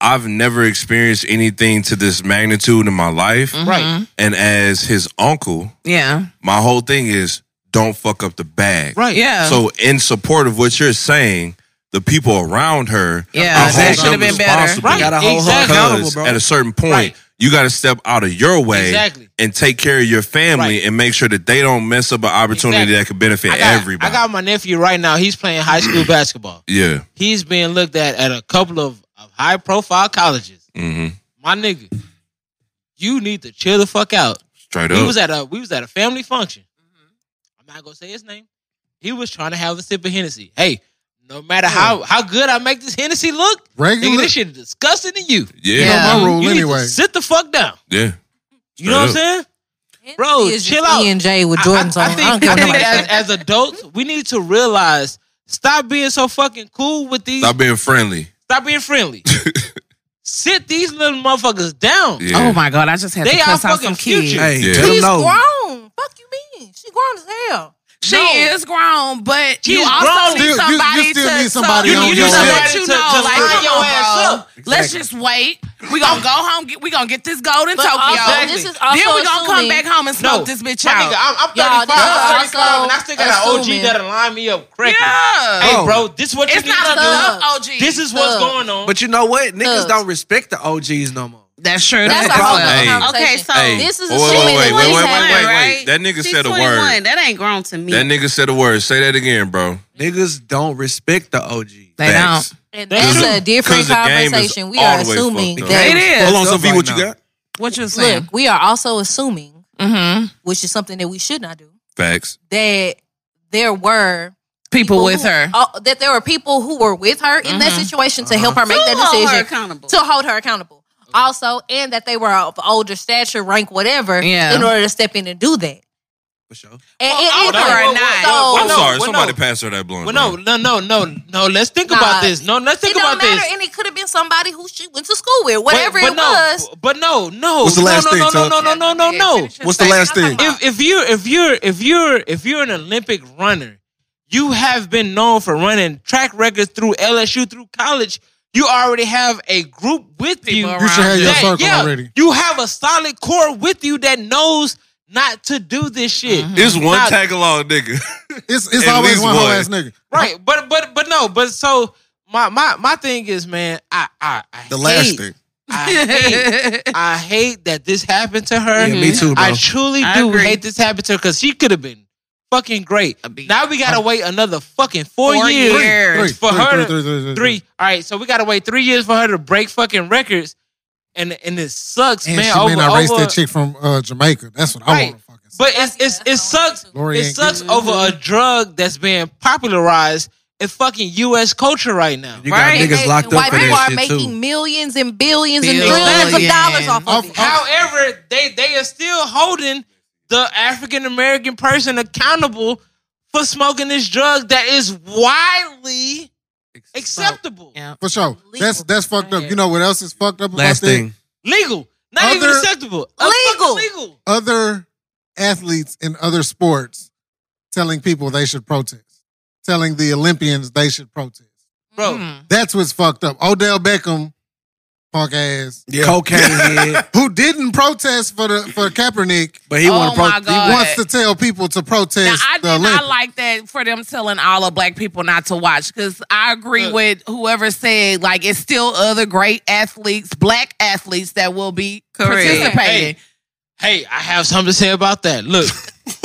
Speaker 7: I've never experienced anything to this magnitude in my life.
Speaker 4: Mm.
Speaker 1: Right.
Speaker 7: And as his uncle,
Speaker 1: Mm-hmm. Yeah.
Speaker 7: my whole thing is don't fuck up the bag.
Speaker 1: Right. Yeah.
Speaker 7: So in support of what you're saying, the people around her,
Speaker 1: Yeah,
Speaker 7: I hold
Speaker 1: that should've
Speaker 7: them
Speaker 1: been better.
Speaker 7: responsible.
Speaker 1: Right, Gotta hold her exactly. accountable,
Speaker 7: Because
Speaker 1: bro.
Speaker 7: at a certain point,
Speaker 1: Right.
Speaker 7: you got to step out of your way
Speaker 4: Exactly.
Speaker 7: and take care of your family and make sure that they don't mess up an opportunity
Speaker 4: Exactly.
Speaker 7: that could benefit everybody.
Speaker 4: I got my nephew right now. He's playing high school basketball.
Speaker 7: yeah.
Speaker 4: He's being looked at at a couple of, of high profile colleges.
Speaker 7: Mm-hmm.
Speaker 4: My nigga, you need to chill the fuck out.
Speaker 7: Straight
Speaker 4: we
Speaker 7: up.
Speaker 4: was at a we was at a family function. I'm not gonna say his name. He was trying to have a sip of Hennessy. Hey, no matter how how good I make this Hennessy look,
Speaker 3: Regular-
Speaker 4: nigga, this shit is disgusting to you.
Speaker 7: Yeah. Yeah.
Speaker 3: my rule
Speaker 4: you Need
Speaker 3: anyway.
Speaker 4: to sit the fuck down.
Speaker 7: Yeah.
Speaker 4: You know what I'm
Speaker 7: Straight up.
Speaker 4: saying? Bro, chill out.
Speaker 9: E and J with
Speaker 4: I-
Speaker 9: Jordans
Speaker 4: I, I
Speaker 9: on.
Speaker 4: think,
Speaker 9: I don't give
Speaker 4: I
Speaker 9: a
Speaker 4: think
Speaker 9: fuck.
Speaker 4: as, as adults, we need to realize stop being so fucking cool with these.
Speaker 7: Stop being friendly.
Speaker 4: Stop being friendly. Sit these little motherfuckers down.
Speaker 7: Yeah. Oh
Speaker 1: my god, I just had
Speaker 4: they
Speaker 1: to cuss
Speaker 4: are
Speaker 1: out
Speaker 4: fucking
Speaker 1: some kids.
Speaker 4: future.
Speaker 7: Hey, Yeah.
Speaker 9: She's
Speaker 1: Oh.
Speaker 9: grown. Fuck you mean? She grown as hell.
Speaker 1: She is grown, but you
Speaker 9: She's
Speaker 1: also
Speaker 9: grown. Still-
Speaker 1: need
Speaker 9: you- you
Speaker 1: somebody
Speaker 9: still
Speaker 1: to
Speaker 9: need somebody
Speaker 1: so,
Speaker 9: on
Speaker 1: you,
Speaker 9: your
Speaker 1: need somebody
Speaker 9: ass.
Speaker 1: to
Speaker 9: To-
Speaker 1: know,
Speaker 9: to
Speaker 1: like,
Speaker 9: line
Speaker 1: come
Speaker 9: your
Speaker 1: on,
Speaker 9: ass
Speaker 1: bro.
Speaker 9: up.
Speaker 1: Let's just wait. We gonna go home. Get, we gonna get this gold in
Speaker 9: But
Speaker 1: Tokyo.
Speaker 9: also, this is
Speaker 1: then
Speaker 9: also
Speaker 1: we gonna come
Speaker 9: assuming-
Speaker 1: back home and smoke
Speaker 9: No.
Speaker 1: this bitch
Speaker 4: My
Speaker 1: out.
Speaker 4: nigga, I'm, I'm 35,
Speaker 1: Y'all, this
Speaker 4: I'm
Speaker 1: is
Speaker 4: 35, and I still got an
Speaker 1: assuming-
Speaker 4: OG that'll line me up correctly.
Speaker 1: Yeah.
Speaker 4: Hey,
Speaker 8: Oh.
Speaker 4: bro, this is what you
Speaker 1: It's
Speaker 4: need
Speaker 1: not
Speaker 4: to
Speaker 1: enough
Speaker 4: do.
Speaker 1: OGs.
Speaker 4: This is what's
Speaker 1: Look.
Speaker 4: going on.
Speaker 8: But you know what? Niggas
Speaker 9: Thugs.
Speaker 8: don't respect the OGs no more.
Speaker 1: That's true.
Speaker 8: That's
Speaker 9: That's a
Speaker 8: the
Speaker 9: whole
Speaker 8: problem.
Speaker 9: other
Speaker 8: Hey.
Speaker 9: conversation.
Speaker 6: Okay, so- Hey,
Speaker 9: this is
Speaker 7: wait, wait,
Speaker 9: assuming
Speaker 7: wait, wait,
Speaker 9: what
Speaker 7: wait,
Speaker 9: he's
Speaker 7: wait,
Speaker 9: having,
Speaker 7: wait, wait.
Speaker 9: right?
Speaker 7: That nigga
Speaker 6: She's
Speaker 7: said a
Speaker 6: 21.
Speaker 7: word.
Speaker 6: That ain't grown to me.
Speaker 7: That nigga said a word. Say that again, bro.
Speaker 8: Niggas don't respect the OG.
Speaker 7: They Facts.
Speaker 9: And that's a different conversation. We are assuming that
Speaker 5: Hold on, Sophie, what you got?
Speaker 1: What you saying?
Speaker 9: Look, we are also assuming,
Speaker 1: Mm-hmm.
Speaker 9: which is something that we should not do,
Speaker 7: Facts.
Speaker 9: that there were
Speaker 1: People with
Speaker 9: who-
Speaker 1: her.
Speaker 9: oh, that there were people who were with her in that situation to help her make
Speaker 6: To
Speaker 9: that
Speaker 6: hold her
Speaker 9: decision,
Speaker 6: accountable.
Speaker 9: to hold her accountable. Also, and that they were of older stature, rank, whatever,
Speaker 6: Yeah.
Speaker 9: in order to step in and do that. For sure.
Speaker 4: older or not.
Speaker 7: I'm
Speaker 4: no,
Speaker 7: sorry.
Speaker 4: well,
Speaker 7: Somebody
Speaker 4: no.
Speaker 7: passed her that blunt.
Speaker 4: Well, no, no, no, no, no. Let's think
Speaker 9: Nah.
Speaker 4: about this. No, let's think
Speaker 9: it don't
Speaker 4: about
Speaker 9: matter,
Speaker 4: this.
Speaker 9: and it could have been somebody who she went to school with, whatever
Speaker 4: Wait, but
Speaker 9: it
Speaker 4: no,
Speaker 9: was.
Speaker 4: b- But no, no.
Speaker 5: What's the last
Speaker 4: no, no,
Speaker 5: thing,
Speaker 4: No, no,
Speaker 5: Tubbs?
Speaker 4: no, no, no, no, no.
Speaker 5: What's the last thing?
Speaker 4: If, if you're if you're if you're if you're an Olympic runner, you have been known for running track records through LSU through college. You already have a group with you.
Speaker 3: around You should have your
Speaker 4: that-
Speaker 3: circle already.
Speaker 4: You have a solid core with you that knows not to do this shit.
Speaker 7: It's one
Speaker 4: Now-
Speaker 7: tag along nigga.
Speaker 3: It's it's
Speaker 7: At
Speaker 3: always
Speaker 7: least
Speaker 3: one whole
Speaker 7: one.
Speaker 3: ass nigga.
Speaker 4: Right, but but but no, but so my my my thing is, man, I I, I
Speaker 5: The last
Speaker 4: hate,
Speaker 5: thing.
Speaker 4: I hate, I hate that this happened to her.
Speaker 8: Yeah, me too, bro.
Speaker 4: I truly
Speaker 1: I
Speaker 4: do
Speaker 1: agree.
Speaker 4: hate this happened to her because she could have been fucking great. Now we gotta wait another fucking four,
Speaker 1: Four
Speaker 4: years,
Speaker 1: years.
Speaker 4: for
Speaker 3: Three,
Speaker 4: her.
Speaker 3: three,
Speaker 4: to-
Speaker 3: three, three, three,
Speaker 4: three. All right, so we gotta wait three years for her to break fucking records, and and it sucks,
Speaker 3: And
Speaker 4: man.
Speaker 3: she
Speaker 4: over,
Speaker 3: may not race
Speaker 4: over-
Speaker 3: that chick from uh, Jamaica. That's what I
Speaker 4: Right.
Speaker 3: want to fucking
Speaker 4: But it's, it's, it sucks.
Speaker 3: Lori
Speaker 4: It
Speaker 3: ain't
Speaker 4: sucks
Speaker 3: good.
Speaker 4: over a drug that's being popularized in fucking U.S. culture right now.
Speaker 8: You got
Speaker 9: Right.
Speaker 8: niggas locked up
Speaker 9: White
Speaker 8: for
Speaker 9: people
Speaker 8: that
Speaker 9: are
Speaker 8: shit
Speaker 9: making
Speaker 8: too.
Speaker 9: millions and billions and
Speaker 1: Billions.
Speaker 9: trillions of
Speaker 4: Oh,
Speaker 9: dollars
Speaker 1: Billion.
Speaker 9: off of it.
Speaker 4: However, they they are still holding the African American person accountable for smoking this drug that is widely acceptable,
Speaker 3: For sure. That's that's fucked up. You know what else is fucked up about
Speaker 8: Last
Speaker 3: that?
Speaker 8: thing.
Speaker 4: legal, not even
Speaker 3: Other-
Speaker 4: acceptable,
Speaker 9: Legal.
Speaker 4: legal, legal.
Speaker 3: Other athletes in other sports telling people they should protest. Telling the Olympians they should protest.
Speaker 4: Bro,
Speaker 3: That's what's fucked up. Odell Beckham, punk ass,
Speaker 5: Yeah.
Speaker 8: Cocaine head.
Speaker 3: who didn't protest for the for Kaepernick,
Speaker 8: But he
Speaker 1: Oh
Speaker 8: wanna
Speaker 1: my
Speaker 8: pro-
Speaker 3: he
Speaker 1: God.
Speaker 3: wants to tell people to
Speaker 1: Now,
Speaker 3: protest
Speaker 1: I
Speaker 3: the
Speaker 1: did
Speaker 3: Olympics.
Speaker 1: not like that for them telling all of black people not to watch because I agree with whoever said like it's still other great athletes, black athletes that will be
Speaker 6: Correct.
Speaker 1: participating.
Speaker 4: Hey, I have something to say about that. Look,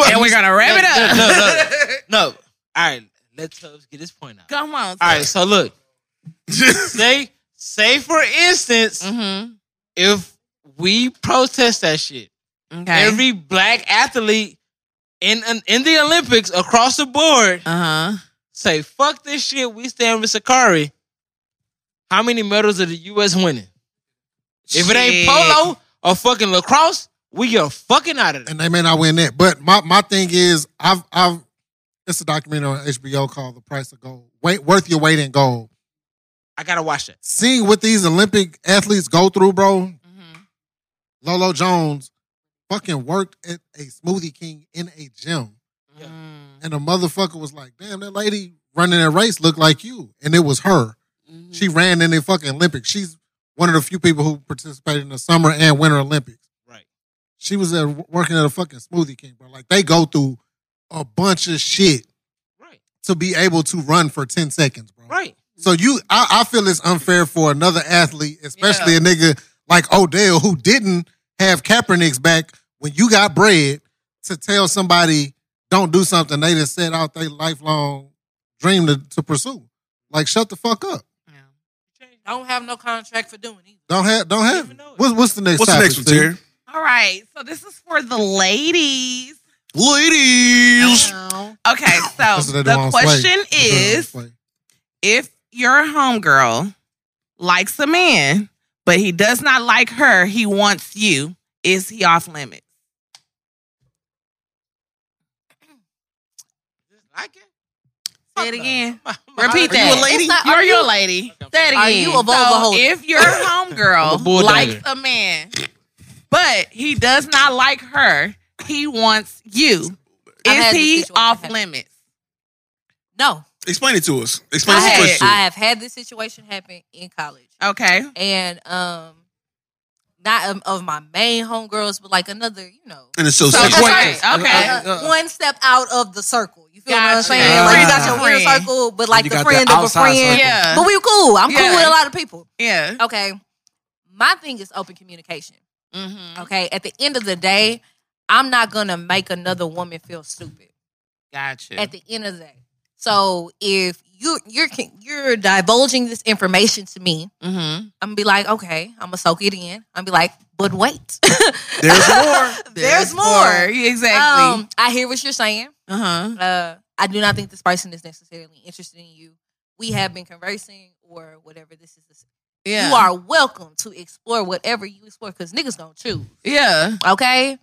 Speaker 1: And we're gonna wrap
Speaker 4: no,
Speaker 1: it up.
Speaker 4: No, no, no, no. All right, let Tubbs get his point out.
Speaker 1: Come on.
Speaker 4: All right, so look, say say for instance,
Speaker 1: Mm-hmm.
Speaker 4: if we protest that shit,
Speaker 1: Okay.
Speaker 4: every black athlete in in the Olympics across the board
Speaker 1: uh huh.
Speaker 4: say fuck this shit. We stand with Sakari. How many medals are the U.S. winning? If it ain't oh,
Speaker 1: Shit.
Speaker 4: polo or fucking lacrosse, we are fucking out of
Speaker 3: there. And they may not win that. But my, my thing is, I've I've it's a documentary on HBO called The Price of Gold. Wait, worth your weight in gold.
Speaker 4: I gotta watch that.
Speaker 3: Seeing what these Olympic athletes go through, bro. Lolo Jones fucking worked at a Smoothie King in a gym. And the motherfucker was like, damn, that lady running that race looked like you. And it was her.
Speaker 4: Mm-hmm.
Speaker 3: She ran in the fucking Olympics. She's one of the few people who participated in the summer and winter Olympics.
Speaker 4: Right.
Speaker 3: She was at, working at a fucking Smoothie King, bro. Like they go through a bunch of shit to be able to run for 10 seconds, bro.
Speaker 4: Right.
Speaker 3: So you, I, I feel it's unfair for another athlete, especially a nigga like Odell who didn't have Kaepernick's back when you got bread to tell somebody don't do something they just set out their lifelong dream to, to pursue. Like shut the fuck up.
Speaker 9: Don't have no contract for doing it.
Speaker 3: Don't have don't have. it. What's what's the next?
Speaker 5: What's the
Speaker 3: topic,
Speaker 5: next one,
Speaker 3: Steve?
Speaker 5: Terry?
Speaker 1: All right. So this is for the ladies.
Speaker 5: Ladies.
Speaker 1: Okay.
Speaker 3: That's what
Speaker 1: So
Speaker 3: they do
Speaker 1: the
Speaker 3: on Slay.
Speaker 1: question
Speaker 3: That's what they do on
Speaker 1: is
Speaker 3: Slay.
Speaker 1: if your homegirl likes a man, but he does not like her, he wants you, is he off limits? Say it again. Repeat
Speaker 4: Are you
Speaker 1: that.
Speaker 4: a lady?
Speaker 1: It's not-
Speaker 4: You're-
Speaker 1: are you
Speaker 4: you're-
Speaker 1: a lady? Say it again.
Speaker 9: Are you a vulva
Speaker 1: so
Speaker 9: holder?
Speaker 1: If your
Speaker 4: I'm a
Speaker 1: homegirl
Speaker 4: bulldogger.
Speaker 1: likes a man, but he does not like her, he wants you.
Speaker 9: I've
Speaker 1: Is
Speaker 9: had this
Speaker 1: he
Speaker 9: situation
Speaker 1: off
Speaker 9: happen.
Speaker 1: limits?
Speaker 9: No.
Speaker 5: Explain it to us. Explain
Speaker 9: I
Speaker 5: the
Speaker 9: had,
Speaker 5: question.
Speaker 9: I have had this situation happen in college.
Speaker 1: Okay.
Speaker 9: And um not of, of my main homegirls, but like another, you know.
Speaker 5: An associate.
Speaker 1: Acquaintance.
Speaker 9: Right.
Speaker 1: Okay.
Speaker 9: Uh, one step out of the circle. You feel what I'm
Speaker 1: Gotcha.
Speaker 9: saying? Like you got
Speaker 1: Friend.
Speaker 9: your weird circle, but like
Speaker 1: You
Speaker 9: the
Speaker 1: got
Speaker 9: friend
Speaker 1: the
Speaker 9: of a
Speaker 1: outside
Speaker 9: friend.
Speaker 1: circle. Yeah.
Speaker 9: But we were cool. I'm cool
Speaker 1: Yeah.
Speaker 9: with a lot of people.
Speaker 1: Yeah.
Speaker 9: Okay. My thing is open communication.
Speaker 1: Mm-hmm.
Speaker 9: Okay. At the end of the day, I'm not gonna make another woman feel stupid.
Speaker 1: Gotcha.
Speaker 9: At the end of the day. So if you you're you're divulging this information to me,
Speaker 1: Mm-hmm.
Speaker 9: I'm gonna be like, okay, I'm gonna soak it in. I'm gonna be like, but wait,
Speaker 5: There's more.
Speaker 9: there's, more.
Speaker 1: Exactly.
Speaker 9: Um, I hear what you're saying.
Speaker 1: uh-huh.
Speaker 9: Uh, I do not think this person is necessarily interested in you. We have been conversing or whatever. This is.
Speaker 1: Yeah.
Speaker 9: You are welcome to explore whatever you explore because niggas gonna choose.
Speaker 1: Yeah.
Speaker 9: Okay.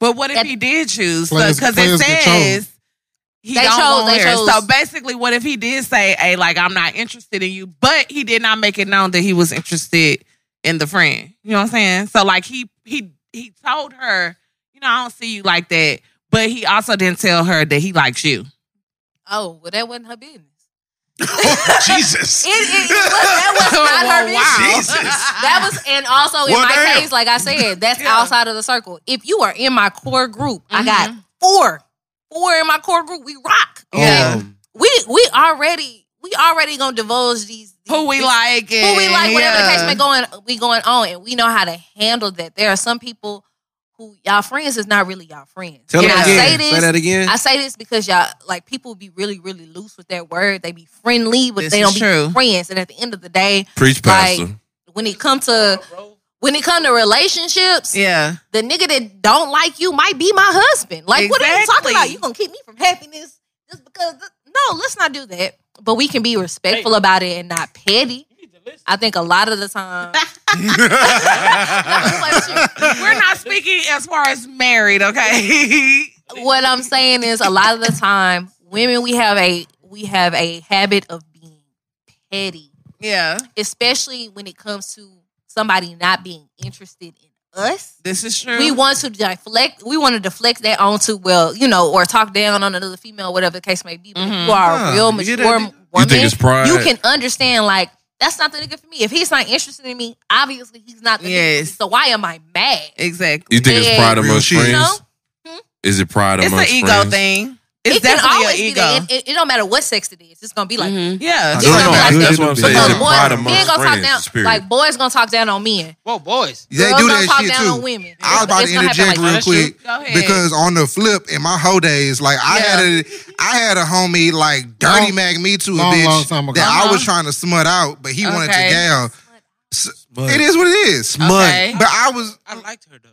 Speaker 1: But what if he did choose?
Speaker 9: Players-
Speaker 1: Because it
Speaker 9: players get
Speaker 1: says he
Speaker 9: They chose-
Speaker 1: don't want
Speaker 9: they
Speaker 1: her.
Speaker 9: chose-
Speaker 1: So basically, what if he did say, "Hey, like I'm not interested in you," but he did not make it known that he was interested in the friend. You know what I'm saying? So like he he he told her, you know, I don't see you like that, but he also didn't tell her that he likes you.
Speaker 9: Oh, well, that wasn't her business.
Speaker 5: Jesus.
Speaker 9: It, it, it was, that was not her
Speaker 1: Well, wow.
Speaker 9: business. That was, and also in
Speaker 1: Well,
Speaker 9: my
Speaker 1: damn.
Speaker 9: case, like I said, that's outside of the circle. If you are in my core group, I got
Speaker 1: Mm-hmm.
Speaker 9: four, four in my core group. We rock.
Speaker 8: Oh.
Speaker 1: Yeah.
Speaker 9: We we already we already gonna divulge these
Speaker 1: Who we
Speaker 9: these-
Speaker 1: like
Speaker 9: who we
Speaker 1: and-
Speaker 9: like, whatever the case
Speaker 1: yeah.
Speaker 9: may going we going on, and we know how to handle that. There are some people who y'all friends is not really y'all friends.
Speaker 8: Tell
Speaker 9: And
Speaker 8: it
Speaker 9: I
Speaker 8: again.
Speaker 9: say this-
Speaker 8: Say that again.
Speaker 9: I say this because y'all like people be really really loose with their word. They be friendly, but
Speaker 8: This
Speaker 9: they
Speaker 8: is
Speaker 9: don't be
Speaker 8: true.
Speaker 9: friends. And at the end of the day,
Speaker 7: Preach,
Speaker 9: like,
Speaker 7: pastor.
Speaker 9: when it come to when it come to relationships,
Speaker 1: yeah,
Speaker 9: the nigga that don't like you might be my husband. Like, what are you talking
Speaker 1: Exactly.
Speaker 9: about? You gonna keep me from happiness just because? No, let's not do that. But we can be respectful about it and not petty. I think a lot of the time,
Speaker 1: We're not speaking as far as married, okay?
Speaker 9: what I'm saying is a lot of the time, women we have a we have a habit of being petty.
Speaker 1: Yeah,
Speaker 9: especially when it comes to somebody not being interested in us.
Speaker 1: this is true.
Speaker 9: We want to deflect. We want to deflect that onto well, you know, or talk down on another female, whatever the case may be. But
Speaker 1: Mhm.
Speaker 9: if you are
Speaker 1: Huh.
Speaker 9: a real
Speaker 1: You
Speaker 9: mature
Speaker 1: did it.
Speaker 9: woman,
Speaker 7: You think it's pride?
Speaker 9: you can understand like that's not the nigga for me. If he's not interested in me, obviously he's not the nigga. for
Speaker 1: Yes.
Speaker 9: me. So why am I mad?
Speaker 1: exactly.
Speaker 7: You think it's
Speaker 9: And-
Speaker 7: pride amongst
Speaker 9: You
Speaker 7: friends?
Speaker 9: know?
Speaker 7: Is it pride
Speaker 1: It's
Speaker 7: amongst
Speaker 1: an ego
Speaker 7: friends?
Speaker 1: thing. It's
Speaker 9: it can
Speaker 1: definitely
Speaker 9: always
Speaker 1: an
Speaker 9: be
Speaker 1: ego.
Speaker 9: that. It, it, it don't matter what sex it is. It's gonna be like that.
Speaker 7: No, no,
Speaker 1: Yeah,
Speaker 7: no, that's what I'm saying. Is it
Speaker 9: Boys,
Speaker 7: pride
Speaker 9: men
Speaker 7: amongst
Speaker 9: gonna talk
Speaker 7: friends?
Speaker 9: down.
Speaker 7: Spirit.
Speaker 9: Like boys gonna talk down on men.
Speaker 4: Whoa, boys!
Speaker 2: They
Speaker 9: Girls
Speaker 2: do
Speaker 9: gonna
Speaker 2: that
Speaker 9: talk
Speaker 2: shit
Speaker 9: down
Speaker 2: too.
Speaker 9: on women.
Speaker 2: I was about
Speaker 9: It's
Speaker 2: to
Speaker 9: gonna happen
Speaker 2: interject
Speaker 9: like
Speaker 2: real
Speaker 9: that.
Speaker 2: quick
Speaker 9: Go ahead.
Speaker 2: because on the flip in my whole days, like I had a I had a homie like dirty
Speaker 3: Long-
Speaker 2: mag me to a
Speaker 3: long,
Speaker 2: bitch
Speaker 3: long time ago.
Speaker 2: that I was
Speaker 3: Uh-huh.
Speaker 2: trying to smut out, but he wanted to
Speaker 3: Okay.
Speaker 2: gal. S- It is what it is.
Speaker 5: Okay.
Speaker 2: But I was
Speaker 4: I liked her though.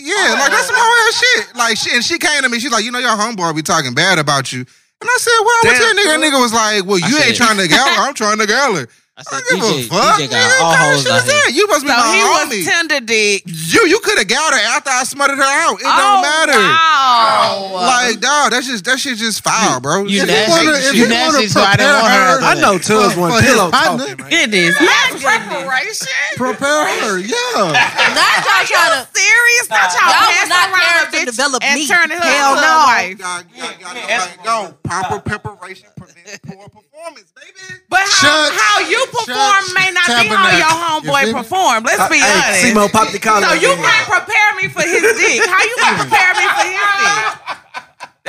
Speaker 2: yeah, like that's some whole ass shit. Like she, and she came to me, she's like, you know, your homeboy be talking bad about you. And I said, Well, what's your nigga? And nigga was like, Well, you ain't trying to gal her, I'm trying to gal her.
Speaker 4: I said,
Speaker 2: give a
Speaker 4: DJ,
Speaker 2: fuck,
Speaker 4: DJ got all hoes out here.
Speaker 2: You must be
Speaker 1: So
Speaker 2: my
Speaker 1: he was
Speaker 2: homie.
Speaker 1: tender dick.
Speaker 2: you you could have got her after I smutted her out. It
Speaker 1: Oh,
Speaker 2: don't matter.
Speaker 1: wow.
Speaker 2: Like, dog, that's just that shit just foul, bro.
Speaker 4: You
Speaker 2: If
Speaker 4: nasty.
Speaker 2: wanna-
Speaker 4: You
Speaker 2: if wanna
Speaker 4: nasty, so I didn't
Speaker 2: prepare
Speaker 4: want her
Speaker 2: her-
Speaker 4: to do I that.
Speaker 8: know Tubbs
Speaker 2: for-
Speaker 8: want
Speaker 2: for his
Speaker 8: pillow
Speaker 2: partner,
Speaker 6: Goodness.
Speaker 1: Not preparation.
Speaker 2: Prepare her, yeah.
Speaker 9: Not y'all trying to.
Speaker 1: Serious? Not y'all
Speaker 9: Y'all
Speaker 1: passing
Speaker 9: was not
Speaker 1: around a
Speaker 9: character
Speaker 1: bitch
Speaker 9: develop
Speaker 1: and
Speaker 9: me.
Speaker 1: turning her
Speaker 9: Hell
Speaker 1: into a
Speaker 9: no.
Speaker 1: wife.
Speaker 2: Y'all- y'all- y'all know how it go. Proper preparation prevents poor performance, baby.
Speaker 1: But how,
Speaker 3: Shut-
Speaker 1: how you perform
Speaker 3: shut
Speaker 1: may not be how
Speaker 3: tabernacle.
Speaker 1: your
Speaker 3: You feel
Speaker 1: homeboy
Speaker 3: me?
Speaker 1: perform. Let's be honest.
Speaker 8: Hey, Simo popped the collar.
Speaker 1: So you can't prepare me for his dick. How you gonna prepare me for his dick?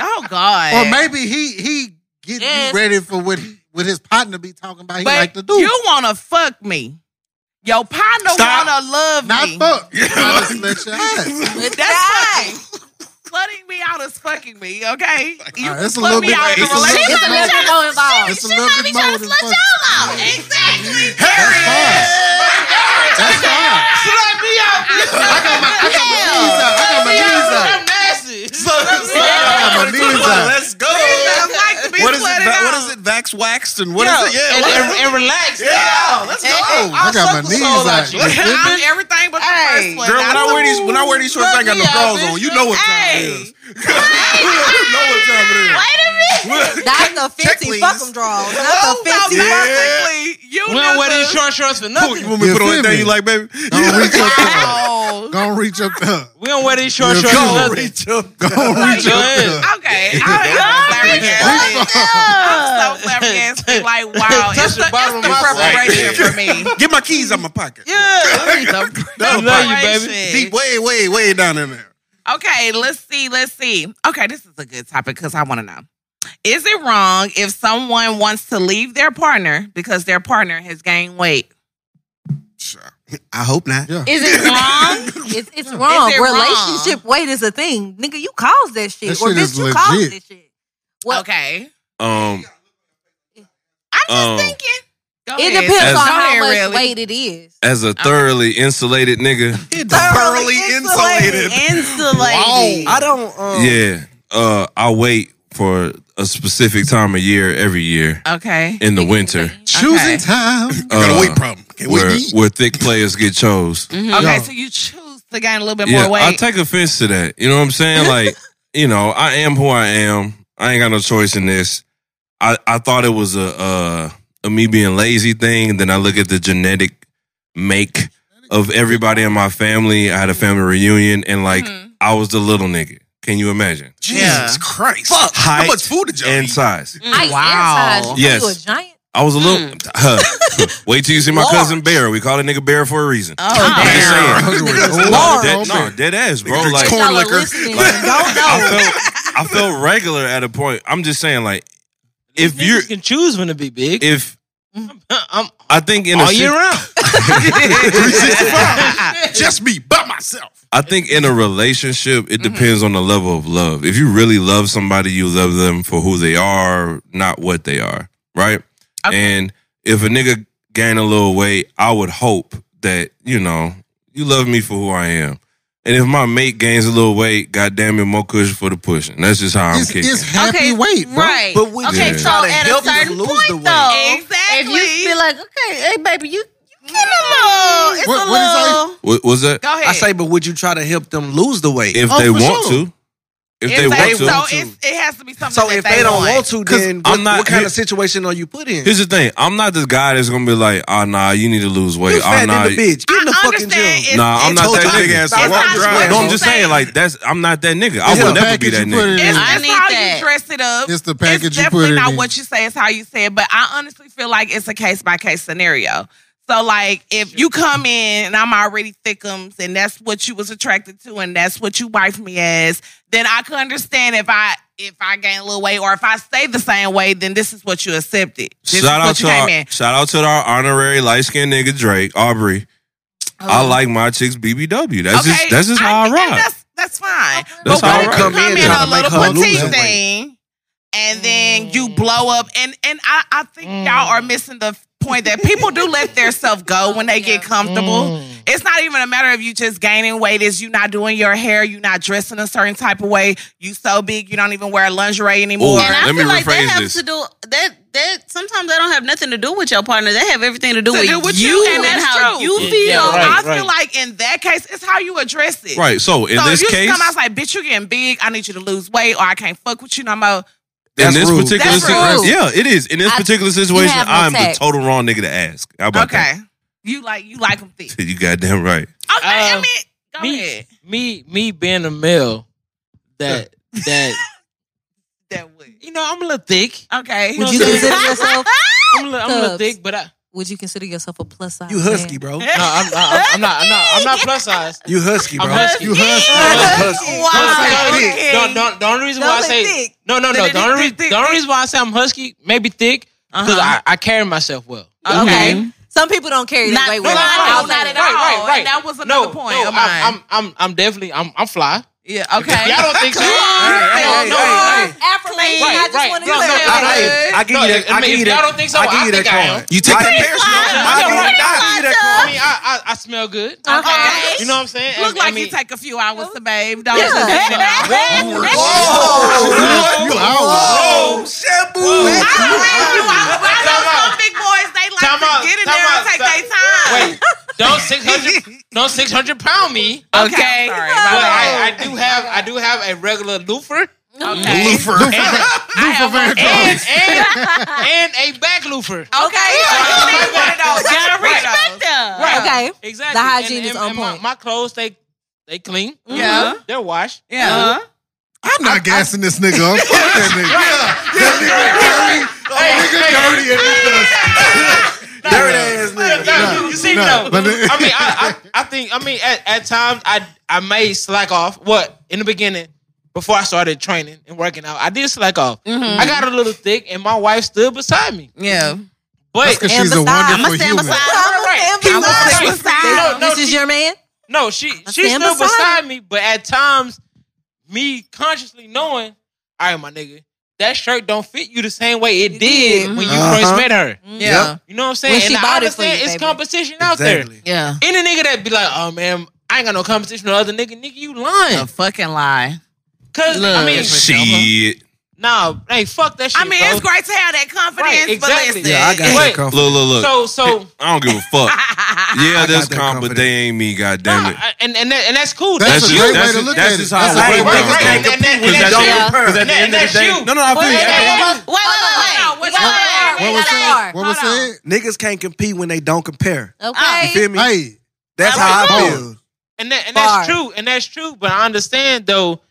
Speaker 1: Oh God.
Speaker 3: Or maybe he he getting
Speaker 9: Yes.
Speaker 3: you ready for what he what his partner be talking about. He
Speaker 1: but
Speaker 3: like to do.
Speaker 1: you wanna fuck me. Your partner wanna love
Speaker 3: not
Speaker 1: me.
Speaker 3: fuck. I just let your ass.
Speaker 1: That's fucking. Flooding me out is fucking me, okay? You
Speaker 3: Alright, it's a
Speaker 1: put
Speaker 3: little
Speaker 1: me
Speaker 3: bit-
Speaker 1: out in a
Speaker 3: it's a little-
Speaker 1: relationship.
Speaker 9: It's a little bit more involved.
Speaker 3: It's a little bit more than fuck.
Speaker 1: Exactly.
Speaker 3: That's fine. That's fine.
Speaker 1: Slut me out.
Speaker 3: I got my I
Speaker 1: Hell.
Speaker 3: got my knees up. I got my knees up. I got my knees up.
Speaker 5: Let's go.
Speaker 1: I like to be
Speaker 5: What is it?
Speaker 1: flooded
Speaker 5: va- What
Speaker 1: out.
Speaker 5: is it? Vax waxed and what is
Speaker 4: Yeah,
Speaker 5: it? Yeah.
Speaker 4: and,
Speaker 5: what-
Speaker 4: and, and relax.
Speaker 5: yeah. Let's go.
Speaker 3: I got my knees out.
Speaker 4: you.
Speaker 1: I'm everything but the first one.
Speaker 5: Girl, when I wear these when I wear these shorts, I ain't got no
Speaker 1: Look me up,
Speaker 5: bras on. You know what time
Speaker 1: Hey.
Speaker 5: it is. You know what time it is.
Speaker 9: That's the fancy
Speaker 5: please.
Speaker 9: fuck 'em draws.
Speaker 1: So
Speaker 2: Oh,
Speaker 9: That's the fancy.
Speaker 1: basically, you
Speaker 4: We don't wear
Speaker 1: niggas-
Speaker 4: these short shorts for
Speaker 5: Who- You
Speaker 4: nothing.
Speaker 5: want me
Speaker 3: You
Speaker 5: to put on
Speaker 3: feel
Speaker 5: anything
Speaker 3: me?
Speaker 5: you like, baby?
Speaker 3: Gonna reach up there.
Speaker 1: Oh,
Speaker 3: Gonna reach up there.
Speaker 4: We don't wear these short
Speaker 3: Yeah,
Speaker 4: shorts
Speaker 3: go,
Speaker 4: for nothing.
Speaker 5: Reach up.
Speaker 3: Gonna reach
Speaker 4: Go
Speaker 3: up
Speaker 4: ahead.
Speaker 3: there.
Speaker 1: okay. I'm so flabbergasted. I'm so flabbergasted. Like, wow,
Speaker 4: Touch
Speaker 1: it's
Speaker 4: the
Speaker 1: the,
Speaker 4: bottom
Speaker 1: it's the
Speaker 4: of my
Speaker 1: preparation for me.
Speaker 5: Get my keys out my pocket.
Speaker 1: Yeah, it's the
Speaker 4: I love you, baby.
Speaker 1: preparation.
Speaker 5: Deep, way, way, way down in there.
Speaker 1: Okay, let's see. Let's see. Okay, this is a good topic because I want to know. Is it wrong if someone wants to leave their partner because their partner has gained weight?
Speaker 5: I hope not.
Speaker 3: Yeah.
Speaker 6: Is it wrong?
Speaker 9: It's, it's wrong.
Speaker 1: Is it wrong?
Speaker 9: Relationship weight is a thing. Nigga, you caused that shit.
Speaker 3: That
Speaker 9: or
Speaker 3: shit
Speaker 9: bitch,
Speaker 3: is
Speaker 9: you caused
Speaker 3: legit.
Speaker 9: this shit. Well,
Speaker 1: okay.
Speaker 7: Um,
Speaker 1: I'm just
Speaker 7: um,
Speaker 1: thinking. Go
Speaker 9: It
Speaker 1: ahead.
Speaker 9: depends
Speaker 7: As-
Speaker 9: on
Speaker 1: Go
Speaker 9: how
Speaker 1: ahead,
Speaker 9: much
Speaker 1: Riley.
Speaker 9: weight it is.
Speaker 7: as a thoroughly insulated nigga,
Speaker 5: Thoroughly insulated.
Speaker 6: Insulated.
Speaker 8: I don't.
Speaker 9: Oh.
Speaker 8: Um,
Speaker 7: yeah, uh, I wait for a specific time of year every year
Speaker 1: Okay.
Speaker 7: in the winter
Speaker 3: Choosing time.
Speaker 5: I got
Speaker 7: uh,
Speaker 5: a weight problem. Can't wait
Speaker 7: where
Speaker 5: to eat.
Speaker 7: where thick players get chose.
Speaker 1: Mm-hmm. Okay,
Speaker 3: Yeah.
Speaker 1: so you choose to gain a little bit
Speaker 7: Yeah,
Speaker 1: more weight.
Speaker 7: I take offense to that. You know what I'm saying? Like, you know, I am who I am. I ain't got no choice in this. I, I thought it was a, uh a me being lazy thing. Then I look at the genetic make of everybody in my family. I had a family reunion, and like
Speaker 1: Mm-hmm.
Speaker 7: I was the little nigga. Can you imagine?
Speaker 5: Jesus
Speaker 1: Yeah.
Speaker 5: Christ.
Speaker 7: Fuck.
Speaker 5: How
Speaker 7: Height
Speaker 5: much food did y'all
Speaker 7: And
Speaker 5: eat?
Speaker 7: size.
Speaker 9: Height
Speaker 1: Wow.
Speaker 9: and size.
Speaker 7: Yes.
Speaker 9: You a giant?
Speaker 7: I was a little. wait till you see my
Speaker 9: Large.
Speaker 7: cousin Bear. We call that nigga Bear for a reason.
Speaker 1: oh,
Speaker 7: I'm just
Speaker 1: damn.
Speaker 7: saying.
Speaker 3: Lord.
Speaker 7: Dead, no, dead ass, bro.
Speaker 5: Nigga drinks
Speaker 7: Like
Speaker 5: corn
Speaker 9: Y'all are
Speaker 5: liquor.
Speaker 9: listening.
Speaker 7: I felt I felt regular at a point. I'm just saying, like, if
Speaker 4: You
Speaker 7: you're
Speaker 4: can choose when to be big.
Speaker 7: if
Speaker 1: Mm.
Speaker 4: I'm
Speaker 7: I think in a
Speaker 4: all year
Speaker 7: sit-
Speaker 4: round.
Speaker 5: Just me by myself.
Speaker 7: I think in a relationship, it depends on the level of love. If you really love somebody, you love them for who they are, not what they are, right? And if a nigga gain a little weight, I would hope that you know you love me for who I am. And if my mate gains a little weight, goddamn it, more cushion for the pushing. That's just how I'm
Speaker 3: It's,
Speaker 7: kicking.
Speaker 3: it's happy
Speaker 6: Okay,
Speaker 3: weight, bro.
Speaker 6: Right.
Speaker 8: But when
Speaker 7: Okay,
Speaker 8: you
Speaker 7: so
Speaker 8: try to
Speaker 6: at a
Speaker 8: help them
Speaker 6: certain
Speaker 8: lose the weight,
Speaker 6: If
Speaker 1: Exactly.
Speaker 6: you feel like, okay, hey baby, you you get a little, it's
Speaker 3: What-
Speaker 6: a
Speaker 3: what is that?
Speaker 6: little.
Speaker 7: What was that?
Speaker 1: Go ahead.
Speaker 8: I say, but would you try to help them lose the weight?
Speaker 7: If
Speaker 3: Oh,
Speaker 7: they
Speaker 3: for
Speaker 7: want
Speaker 3: sure.
Speaker 7: to, if,
Speaker 1: It's
Speaker 7: they
Speaker 1: like-
Speaker 7: want to,
Speaker 1: so it's, it has to be something.
Speaker 8: so
Speaker 1: that
Speaker 8: if they, don't want to,
Speaker 3: 'Cause
Speaker 8: then
Speaker 7: I'm
Speaker 8: what,
Speaker 7: not-
Speaker 8: what kind
Speaker 7: here-
Speaker 8: of situation are you put in?
Speaker 7: Here's the thing. I'm not this guy that's gonna be like, ah, nah, you need to lose weight.
Speaker 8: you
Speaker 7: ah,
Speaker 8: fat
Speaker 7: nah,
Speaker 8: in the bitch. Get in the
Speaker 1: I
Speaker 8: fucking
Speaker 1: understand
Speaker 8: gym.
Speaker 1: It's-
Speaker 7: nah, I'm
Speaker 1: it's
Speaker 7: not
Speaker 5: told
Speaker 7: that
Speaker 5: you big
Speaker 7: nigga.
Speaker 5: ass to
Speaker 1: It's
Speaker 5: walk
Speaker 1: not
Speaker 5: dry.
Speaker 1: sweat.
Speaker 7: No, I'm just
Speaker 1: Saying-
Speaker 7: saying, like, that's I'm not that nigga. I
Speaker 3: It's
Speaker 7: would
Speaker 3: the
Speaker 7: never be
Speaker 3: package
Speaker 7: that
Speaker 3: you put
Speaker 7: nigga.
Speaker 3: it
Speaker 1: It's,
Speaker 3: in.
Speaker 6: I
Speaker 1: it's
Speaker 6: need
Speaker 1: how
Speaker 6: that.
Speaker 1: you dress it up.
Speaker 3: It's the package
Speaker 1: It's
Speaker 3: you put
Speaker 1: definitely
Speaker 3: it
Speaker 1: not
Speaker 3: in.
Speaker 1: what you say. It's how you say it. But I honestly feel like it's a case by case scenario. So like, if you come in and I'm already thickums, and that's what you was attracted to, and that's what you wifed me as, then I could understand if I if I gain a little weight, or if I stay the same way, then this is what you accepted. This
Speaker 7: Shout
Speaker 1: is
Speaker 7: out
Speaker 1: what
Speaker 7: to
Speaker 1: you came
Speaker 7: our,
Speaker 1: in.
Speaker 7: shout out to our honorary light skinned nigga Drake Aubrey.
Speaker 1: Oh,
Speaker 7: I like my chicks BBW. That's just that's just how I
Speaker 1: think that-
Speaker 7: rock.
Speaker 1: That's, that's fine.
Speaker 7: That's
Speaker 1: but
Speaker 7: how
Speaker 1: when
Speaker 7: I
Speaker 1: you
Speaker 7: rock.
Speaker 1: come
Speaker 8: trying
Speaker 1: in, a
Speaker 8: to make
Speaker 1: little
Speaker 8: her lose
Speaker 1: petite
Speaker 8: weight.
Speaker 1: thing, and then
Speaker 7: Mm.
Speaker 1: you blow up, and and I, I think y'all are missing the point that people do let their self go when they get comfortable.
Speaker 7: Mm.
Speaker 1: It's not even a matter of you just gaining weight. Is you not doing your hair? You not dressing a certain type of way? You so big you don't even wear lingerie anymore.
Speaker 7: Ooh.
Speaker 6: And I
Speaker 7: Let me
Speaker 6: feel like that
Speaker 7: rephrase
Speaker 6: has
Speaker 7: this.
Speaker 6: to do that that sometimes that don't have nothing to do with your partner. They have everything to do
Speaker 1: To
Speaker 6: with,
Speaker 1: do with
Speaker 6: you,
Speaker 1: you, and that's
Speaker 6: how
Speaker 1: true.
Speaker 6: you
Speaker 7: Yeah,
Speaker 6: feel.
Speaker 7: yeah, right,
Speaker 1: I
Speaker 7: right.
Speaker 1: feel like in that case, it's how you address it.
Speaker 7: Right, so in this
Speaker 1: if you
Speaker 7: case-
Speaker 1: come out like, bitch, you getting big. I need you to lose weight, or I can't fuck with you no more.
Speaker 7: in this
Speaker 1: rude.
Speaker 7: particular
Speaker 1: That's
Speaker 7: situation,
Speaker 1: rude.
Speaker 7: yeah, it is. In this
Speaker 1: I-
Speaker 7: particular
Speaker 1: you
Speaker 7: situation,
Speaker 1: have no
Speaker 7: I'm the
Speaker 1: tact.
Speaker 7: total wrong nigga to ask. How about
Speaker 1: Okay, you like you like them thick.
Speaker 7: that? You goddamn right.
Speaker 1: Okay, I mean, go
Speaker 4: Um, me,
Speaker 1: ahead.
Speaker 4: me, me being a male, that that that way. You know, I'm a little thick.
Speaker 1: Okay,
Speaker 9: Would you consider yourself?
Speaker 4: I'm a little, I'm a little
Speaker 9: Cubs.
Speaker 4: thick, but I.
Speaker 9: Would you consider yourself a plus size?
Speaker 4: You husky,
Speaker 9: man?
Speaker 4: bro. No, I'm, I'm, I'm not. I'm not. I'm not plus size.
Speaker 5: You husky,
Speaker 4: I'm
Speaker 5: bro.
Speaker 4: husky.
Speaker 5: You husky.
Speaker 4: Husky.
Speaker 5: Wow,
Speaker 4: Don't say
Speaker 5: okay.
Speaker 4: thick. No, no, the only reason
Speaker 5: Don't
Speaker 4: why I
Speaker 5: say
Speaker 4: say
Speaker 5: thick.
Speaker 4: no, no, no.
Speaker 5: Thick,
Speaker 4: The only
Speaker 5: thick,
Speaker 4: re- the only reason why I say I'm husky, maybe thick, because
Speaker 9: Uh-huh.
Speaker 4: I, I carry myself well.
Speaker 9: Okay. Some people don't carry that weight with them.
Speaker 1: I don't
Speaker 9: Not
Speaker 1: at
Speaker 9: at all.
Speaker 1: all.
Speaker 4: right.
Speaker 1: And that was another
Speaker 4: No,
Speaker 1: point
Speaker 4: no,
Speaker 1: of mine.
Speaker 4: I'm, I'm, I'm, I'm definitely, I'm, I'm fly.
Speaker 1: Yeah. Okay.
Speaker 4: Y'all don't think so?
Speaker 1: Come on.
Speaker 4: Hey,
Speaker 1: Come
Speaker 4: hey,
Speaker 1: on.
Speaker 4: hey, hey.
Speaker 9: Affirmation. I just want to
Speaker 4: No, no, no,
Speaker 9: hear
Speaker 4: no,
Speaker 9: it.
Speaker 4: no.
Speaker 8: I give
Speaker 4: No, I
Speaker 8: you that. I
Speaker 4: mean, if
Speaker 8: give you
Speaker 4: y'all
Speaker 8: that.
Speaker 4: don't think so,
Speaker 8: I
Speaker 4: I
Speaker 8: give you
Speaker 4: think
Speaker 8: that
Speaker 4: I
Speaker 8: coin.
Speaker 4: am.
Speaker 8: You take that personal. I give you that. I give you that
Speaker 4: I
Speaker 8: coin.
Speaker 4: mean, I, I, I smell good. Okay. You know what I'm saying?
Speaker 1: Look
Speaker 4: And-
Speaker 1: like
Speaker 4: I mean,
Speaker 1: you take a few hours to bathe. Don't
Speaker 4: Yeah.
Speaker 1: just leave it out.
Speaker 4: Whoa.
Speaker 1: You
Speaker 4: Whoa.
Speaker 1: I read you out. I know some big boys they like
Speaker 4: Time
Speaker 1: to
Speaker 4: out,
Speaker 1: get in
Speaker 4: time
Speaker 1: there and
Speaker 4: out,
Speaker 1: take
Speaker 4: time-
Speaker 1: their time.
Speaker 4: Wait, don't six hundred, don't six hundred pound me.
Speaker 1: Okay, I'm sorry, my
Speaker 4: but I, I
Speaker 1: bad.
Speaker 4: do have, I do have a regular loofah.
Speaker 1: Okay.
Speaker 4: Loofer, and, and,
Speaker 1: Van
Speaker 4: and, and, a back loofah.
Speaker 1: Okay, so you need one of those. You gotta
Speaker 4: Right.
Speaker 1: respect them.
Speaker 4: Right.
Speaker 9: Okay.
Speaker 4: Exactly.
Speaker 9: The hygiene
Speaker 4: And-
Speaker 9: is
Speaker 4: and-
Speaker 9: on
Speaker 4: and my-
Speaker 9: point.
Speaker 4: My, clothes, they they clean.
Speaker 9: Yeah.
Speaker 4: Mhm. They're washed.
Speaker 1: Yeah.
Speaker 4: Uh-huh.
Speaker 3: I'm not gassing this nigga up. Fuck that nigga. That nigga dirty.
Speaker 5: Dirty ass nigga.
Speaker 4: No, you see,
Speaker 5: no,
Speaker 4: no.
Speaker 5: but the-
Speaker 4: I mean, I, I, I think, I mean, at, at times I, I may slack off. What in the beginning, before I started training and working out, I did slack off.
Speaker 1: Mhm.
Speaker 4: I got a little thick, and my wife stood beside me.
Speaker 1: Yeah,
Speaker 4: but
Speaker 3: That's 'cause she's a wonderful
Speaker 4: I'ma stand
Speaker 3: human.
Speaker 4: beside her. Right.
Speaker 9: Stand beside
Speaker 4: I'ma
Speaker 9: her.
Speaker 4: stand beside her.
Speaker 9: This is
Speaker 4: she-
Speaker 9: your man?
Speaker 4: No, she
Speaker 9: I'ma
Speaker 4: she stood
Speaker 9: stand
Speaker 4: beside,
Speaker 9: beside
Speaker 4: me, but at times, me consciously knowing, all right, my nigga. That shirt don't fit you the same way it, did, when you first
Speaker 5: Uh-huh.
Speaker 4: met her.
Speaker 5: Yeah.
Speaker 4: you know what I'm saying.
Speaker 5: When
Speaker 4: and
Speaker 5: she
Speaker 4: I
Speaker 5: bought it for
Speaker 4: understand
Speaker 5: you,
Speaker 4: it's
Speaker 5: baby.
Speaker 4: competition out there.
Speaker 5: Exactly.
Speaker 1: Yeah.
Speaker 4: Any nigga that be like, oh man, I ain't got no competition with other nigga, nigga, you lying.
Speaker 1: A fucking lie.
Speaker 4: Cause I
Speaker 1: Look.
Speaker 4: mean,
Speaker 7: Shit.
Speaker 4: nah, hey, fuck that shit.
Speaker 1: I mean,
Speaker 4: bro.
Speaker 1: it's great to have that confidence,
Speaker 4: Right, exactly.
Speaker 1: but listen,
Speaker 7: Yeah, I got
Speaker 4: Wait,
Speaker 7: that comfort. Look, look, look.
Speaker 4: So, so,
Speaker 7: I don't give a fuck. yeah, that's calm, but they ain't me. God damn it.
Speaker 4: I- and and that, and that's cool.
Speaker 7: That's
Speaker 4: just
Speaker 7: a great way to look at it.
Speaker 4: just
Speaker 7: That's
Speaker 4: I
Speaker 7: a great
Speaker 4: look
Speaker 7: way
Speaker 4: at
Speaker 7: to
Speaker 4: it.
Speaker 7: look at
Speaker 4: And-
Speaker 7: it.
Speaker 4: and- and-
Speaker 7: Because
Speaker 4: and
Speaker 7: that's
Speaker 4: that's
Speaker 7: your-
Speaker 4: you.
Speaker 7: because at the
Speaker 4: And
Speaker 7: end of the
Speaker 4: that's
Speaker 7: day-
Speaker 4: you.
Speaker 7: No, no, I
Speaker 4: But
Speaker 7: feel you.
Speaker 4: at the end of-
Speaker 1: Wait, wait, wait, wait.
Speaker 8: What was said? What was said?
Speaker 5: Niggas can't compete when they don't compare.
Speaker 9: Okay.
Speaker 8: You feel me?
Speaker 3: Hey,
Speaker 8: that's how I feel.
Speaker 4: And that, and that's true. And that's true. But I understand though.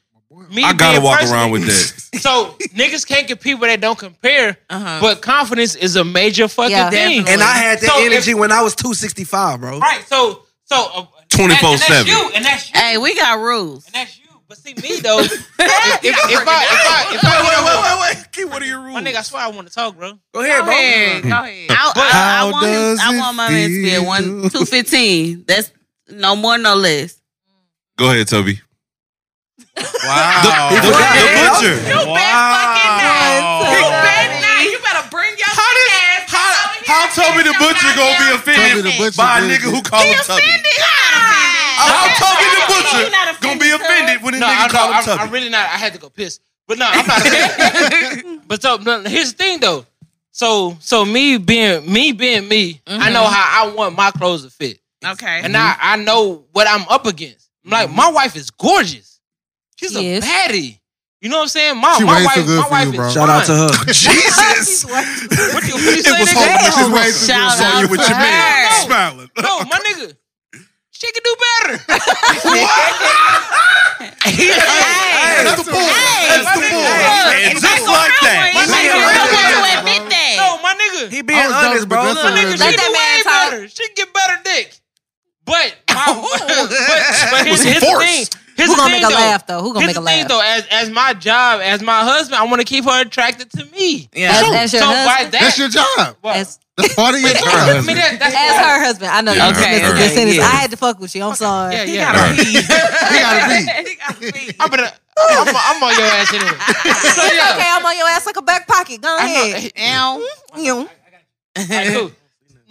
Speaker 4: Me
Speaker 7: I gotta
Speaker 4: being
Speaker 7: walk
Speaker 4: personally-
Speaker 7: around with that.
Speaker 4: So niggas can't compete where they don't compare.
Speaker 6: Uh-huh.
Speaker 4: But confidence is a major fucking thing.
Speaker 8: And I had that
Speaker 4: So if-
Speaker 8: energy when I was 265, bro.
Speaker 4: Right. So so uh,
Speaker 8: 24/7.
Speaker 4: and that's you, And that's you.
Speaker 6: Hey, we got rules.
Speaker 4: And that's you. But see me though. if, if, if, if I if I if I
Speaker 5: Wait, wait, wait, wait. Keep one of your rules.
Speaker 4: my nigga, I swear I want to talk, bro.
Speaker 5: Go ahead, bro.
Speaker 6: Go Hmm. ahead. I, I, I want him, I want my man to be at one two fifteen. That's no more, no less.
Speaker 7: Go ahead, Toby. The,
Speaker 5: Wow.
Speaker 7: the, the butcher.
Speaker 1: You
Speaker 4: Oh.
Speaker 1: bet fucking not. You bet not. You better bring your how ass.
Speaker 7: How
Speaker 1: How,
Speaker 7: Toby the Butcher gonna be offended
Speaker 3: Toby the Butcher
Speaker 7: by a
Speaker 3: did
Speaker 7: nigga
Speaker 3: it.
Speaker 7: who call him Tubby? How Toby the Butcher gonna be offended when a
Speaker 4: no, I,
Speaker 7: nigga
Speaker 4: no,
Speaker 7: call him
Speaker 4: I'm,
Speaker 7: Tubby?
Speaker 4: I'm really not. I had to go piss, but no, I'm not. offended. but so no, here's the thing, though. So so me being me being me, I know how I want my clothes to fit,
Speaker 1: Okay.
Speaker 4: and I I know what I'm up against. I'm Like my wife is gorgeous. She's
Speaker 9: She
Speaker 4: a
Speaker 9: is.
Speaker 4: patty. You know what I'm saying? My,
Speaker 3: She
Speaker 4: my
Speaker 3: way too
Speaker 4: wife,
Speaker 3: good
Speaker 4: my
Speaker 3: for
Speaker 4: wife
Speaker 3: you,
Speaker 4: is
Speaker 3: bro.
Speaker 8: Shout out to her.
Speaker 5: Jesus.
Speaker 4: What you, what you say,
Speaker 5: It was
Speaker 4: nigga?
Speaker 5: hoping she's way too
Speaker 6: Shout
Speaker 5: good for
Speaker 6: out
Speaker 5: you with
Speaker 6: to
Speaker 5: your man.
Speaker 6: her.
Speaker 5: Smiling.
Speaker 4: No, my nigga, she can do better.
Speaker 5: That's the bull. That's the bull.
Speaker 7: And just like
Speaker 6: My
Speaker 7: that,
Speaker 6: nigga, you want to admit that.
Speaker 4: No, my nigga.
Speaker 8: He being honest, bro.
Speaker 4: My nigga, she
Speaker 9: Let
Speaker 4: do way
Speaker 9: that man talk.
Speaker 4: better. She can get better dick. But, my, but, but here's,
Speaker 5: With
Speaker 4: here's the
Speaker 5: force.
Speaker 4: thing. Here's
Speaker 9: Who
Speaker 4: the
Speaker 9: gonna
Speaker 4: thing,
Speaker 9: make a
Speaker 4: though.
Speaker 9: laugh, though? Who gonna
Speaker 4: Here's
Speaker 9: make a
Speaker 4: the thing,
Speaker 9: laugh?
Speaker 4: though. As as my job, as my husband, I want to keep her attracted to me.
Speaker 1: Yeah.
Speaker 9: As- as your
Speaker 4: so by
Speaker 9: husband?
Speaker 4: that,
Speaker 3: That's your job.
Speaker 4: Well,
Speaker 9: As,
Speaker 3: That's part of your job.
Speaker 4: I mean, that, that's
Speaker 9: as her husband. I know
Speaker 7: Yeah,
Speaker 9: you
Speaker 7: okay, okay,
Speaker 9: dismissed this sentence.
Speaker 4: yeah.
Speaker 9: I had to fuck with you. I'm sorry.
Speaker 4: Yeah,
Speaker 1: He
Speaker 4: yeah.
Speaker 1: gotta pee.
Speaker 3: He gotta be.
Speaker 4: I'm, gonna, I'm, I'm on your ass anyway. So
Speaker 9: It's
Speaker 4: yeah,
Speaker 9: okay. I'm on your ass like a back pocket. Go ahead.
Speaker 1: Ow.
Speaker 9: You.
Speaker 4: Like, who?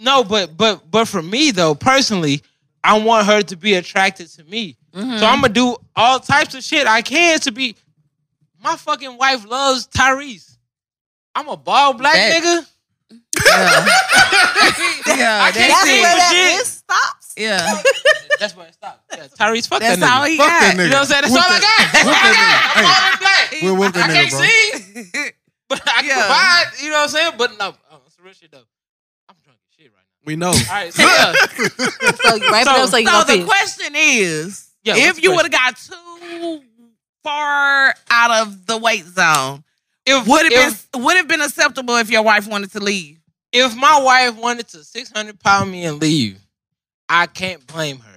Speaker 4: no, but but but for me though, personally, I want her to be attracted to me.
Speaker 1: Mm-hmm.
Speaker 4: So I'm gonna do all types of shit I can to be. My fucking wife loves Tyrese. I'm a bald black
Speaker 1: That-
Speaker 4: nigga.
Speaker 1: Yeah,
Speaker 4: I can't see what shit.
Speaker 1: stops. Yeah,
Speaker 4: That's where it stopped. Yeah, Tyrese, fuck
Speaker 1: That's
Speaker 4: that nigga.
Speaker 1: all he Fuck got. that
Speaker 4: You know what I'm saying? That's
Speaker 1: nigga.
Speaker 4: all I got. That's all
Speaker 1: Whoop that
Speaker 4: I got. I'm
Speaker 1: nigga.
Speaker 4: bald and black.
Speaker 1: Hey, whoop that
Speaker 4: I can't
Speaker 1: nigga,
Speaker 4: see, but I can provide. You know what I'm saying? But no, oh, it's real shit though.
Speaker 8: We know.
Speaker 4: All right, so yeah.
Speaker 9: wrap it up so you
Speaker 1: so
Speaker 9: gonna
Speaker 1: the
Speaker 9: finish.
Speaker 1: question is,
Speaker 4: Yeah, what's
Speaker 1: if
Speaker 4: the
Speaker 1: you would have got too far out of the weight zone,
Speaker 4: If- if-
Speaker 1: would have been would have been acceptable if your wife wanted to leave.
Speaker 4: If my wife wanted to 600 pound me and leave, I can't blame her.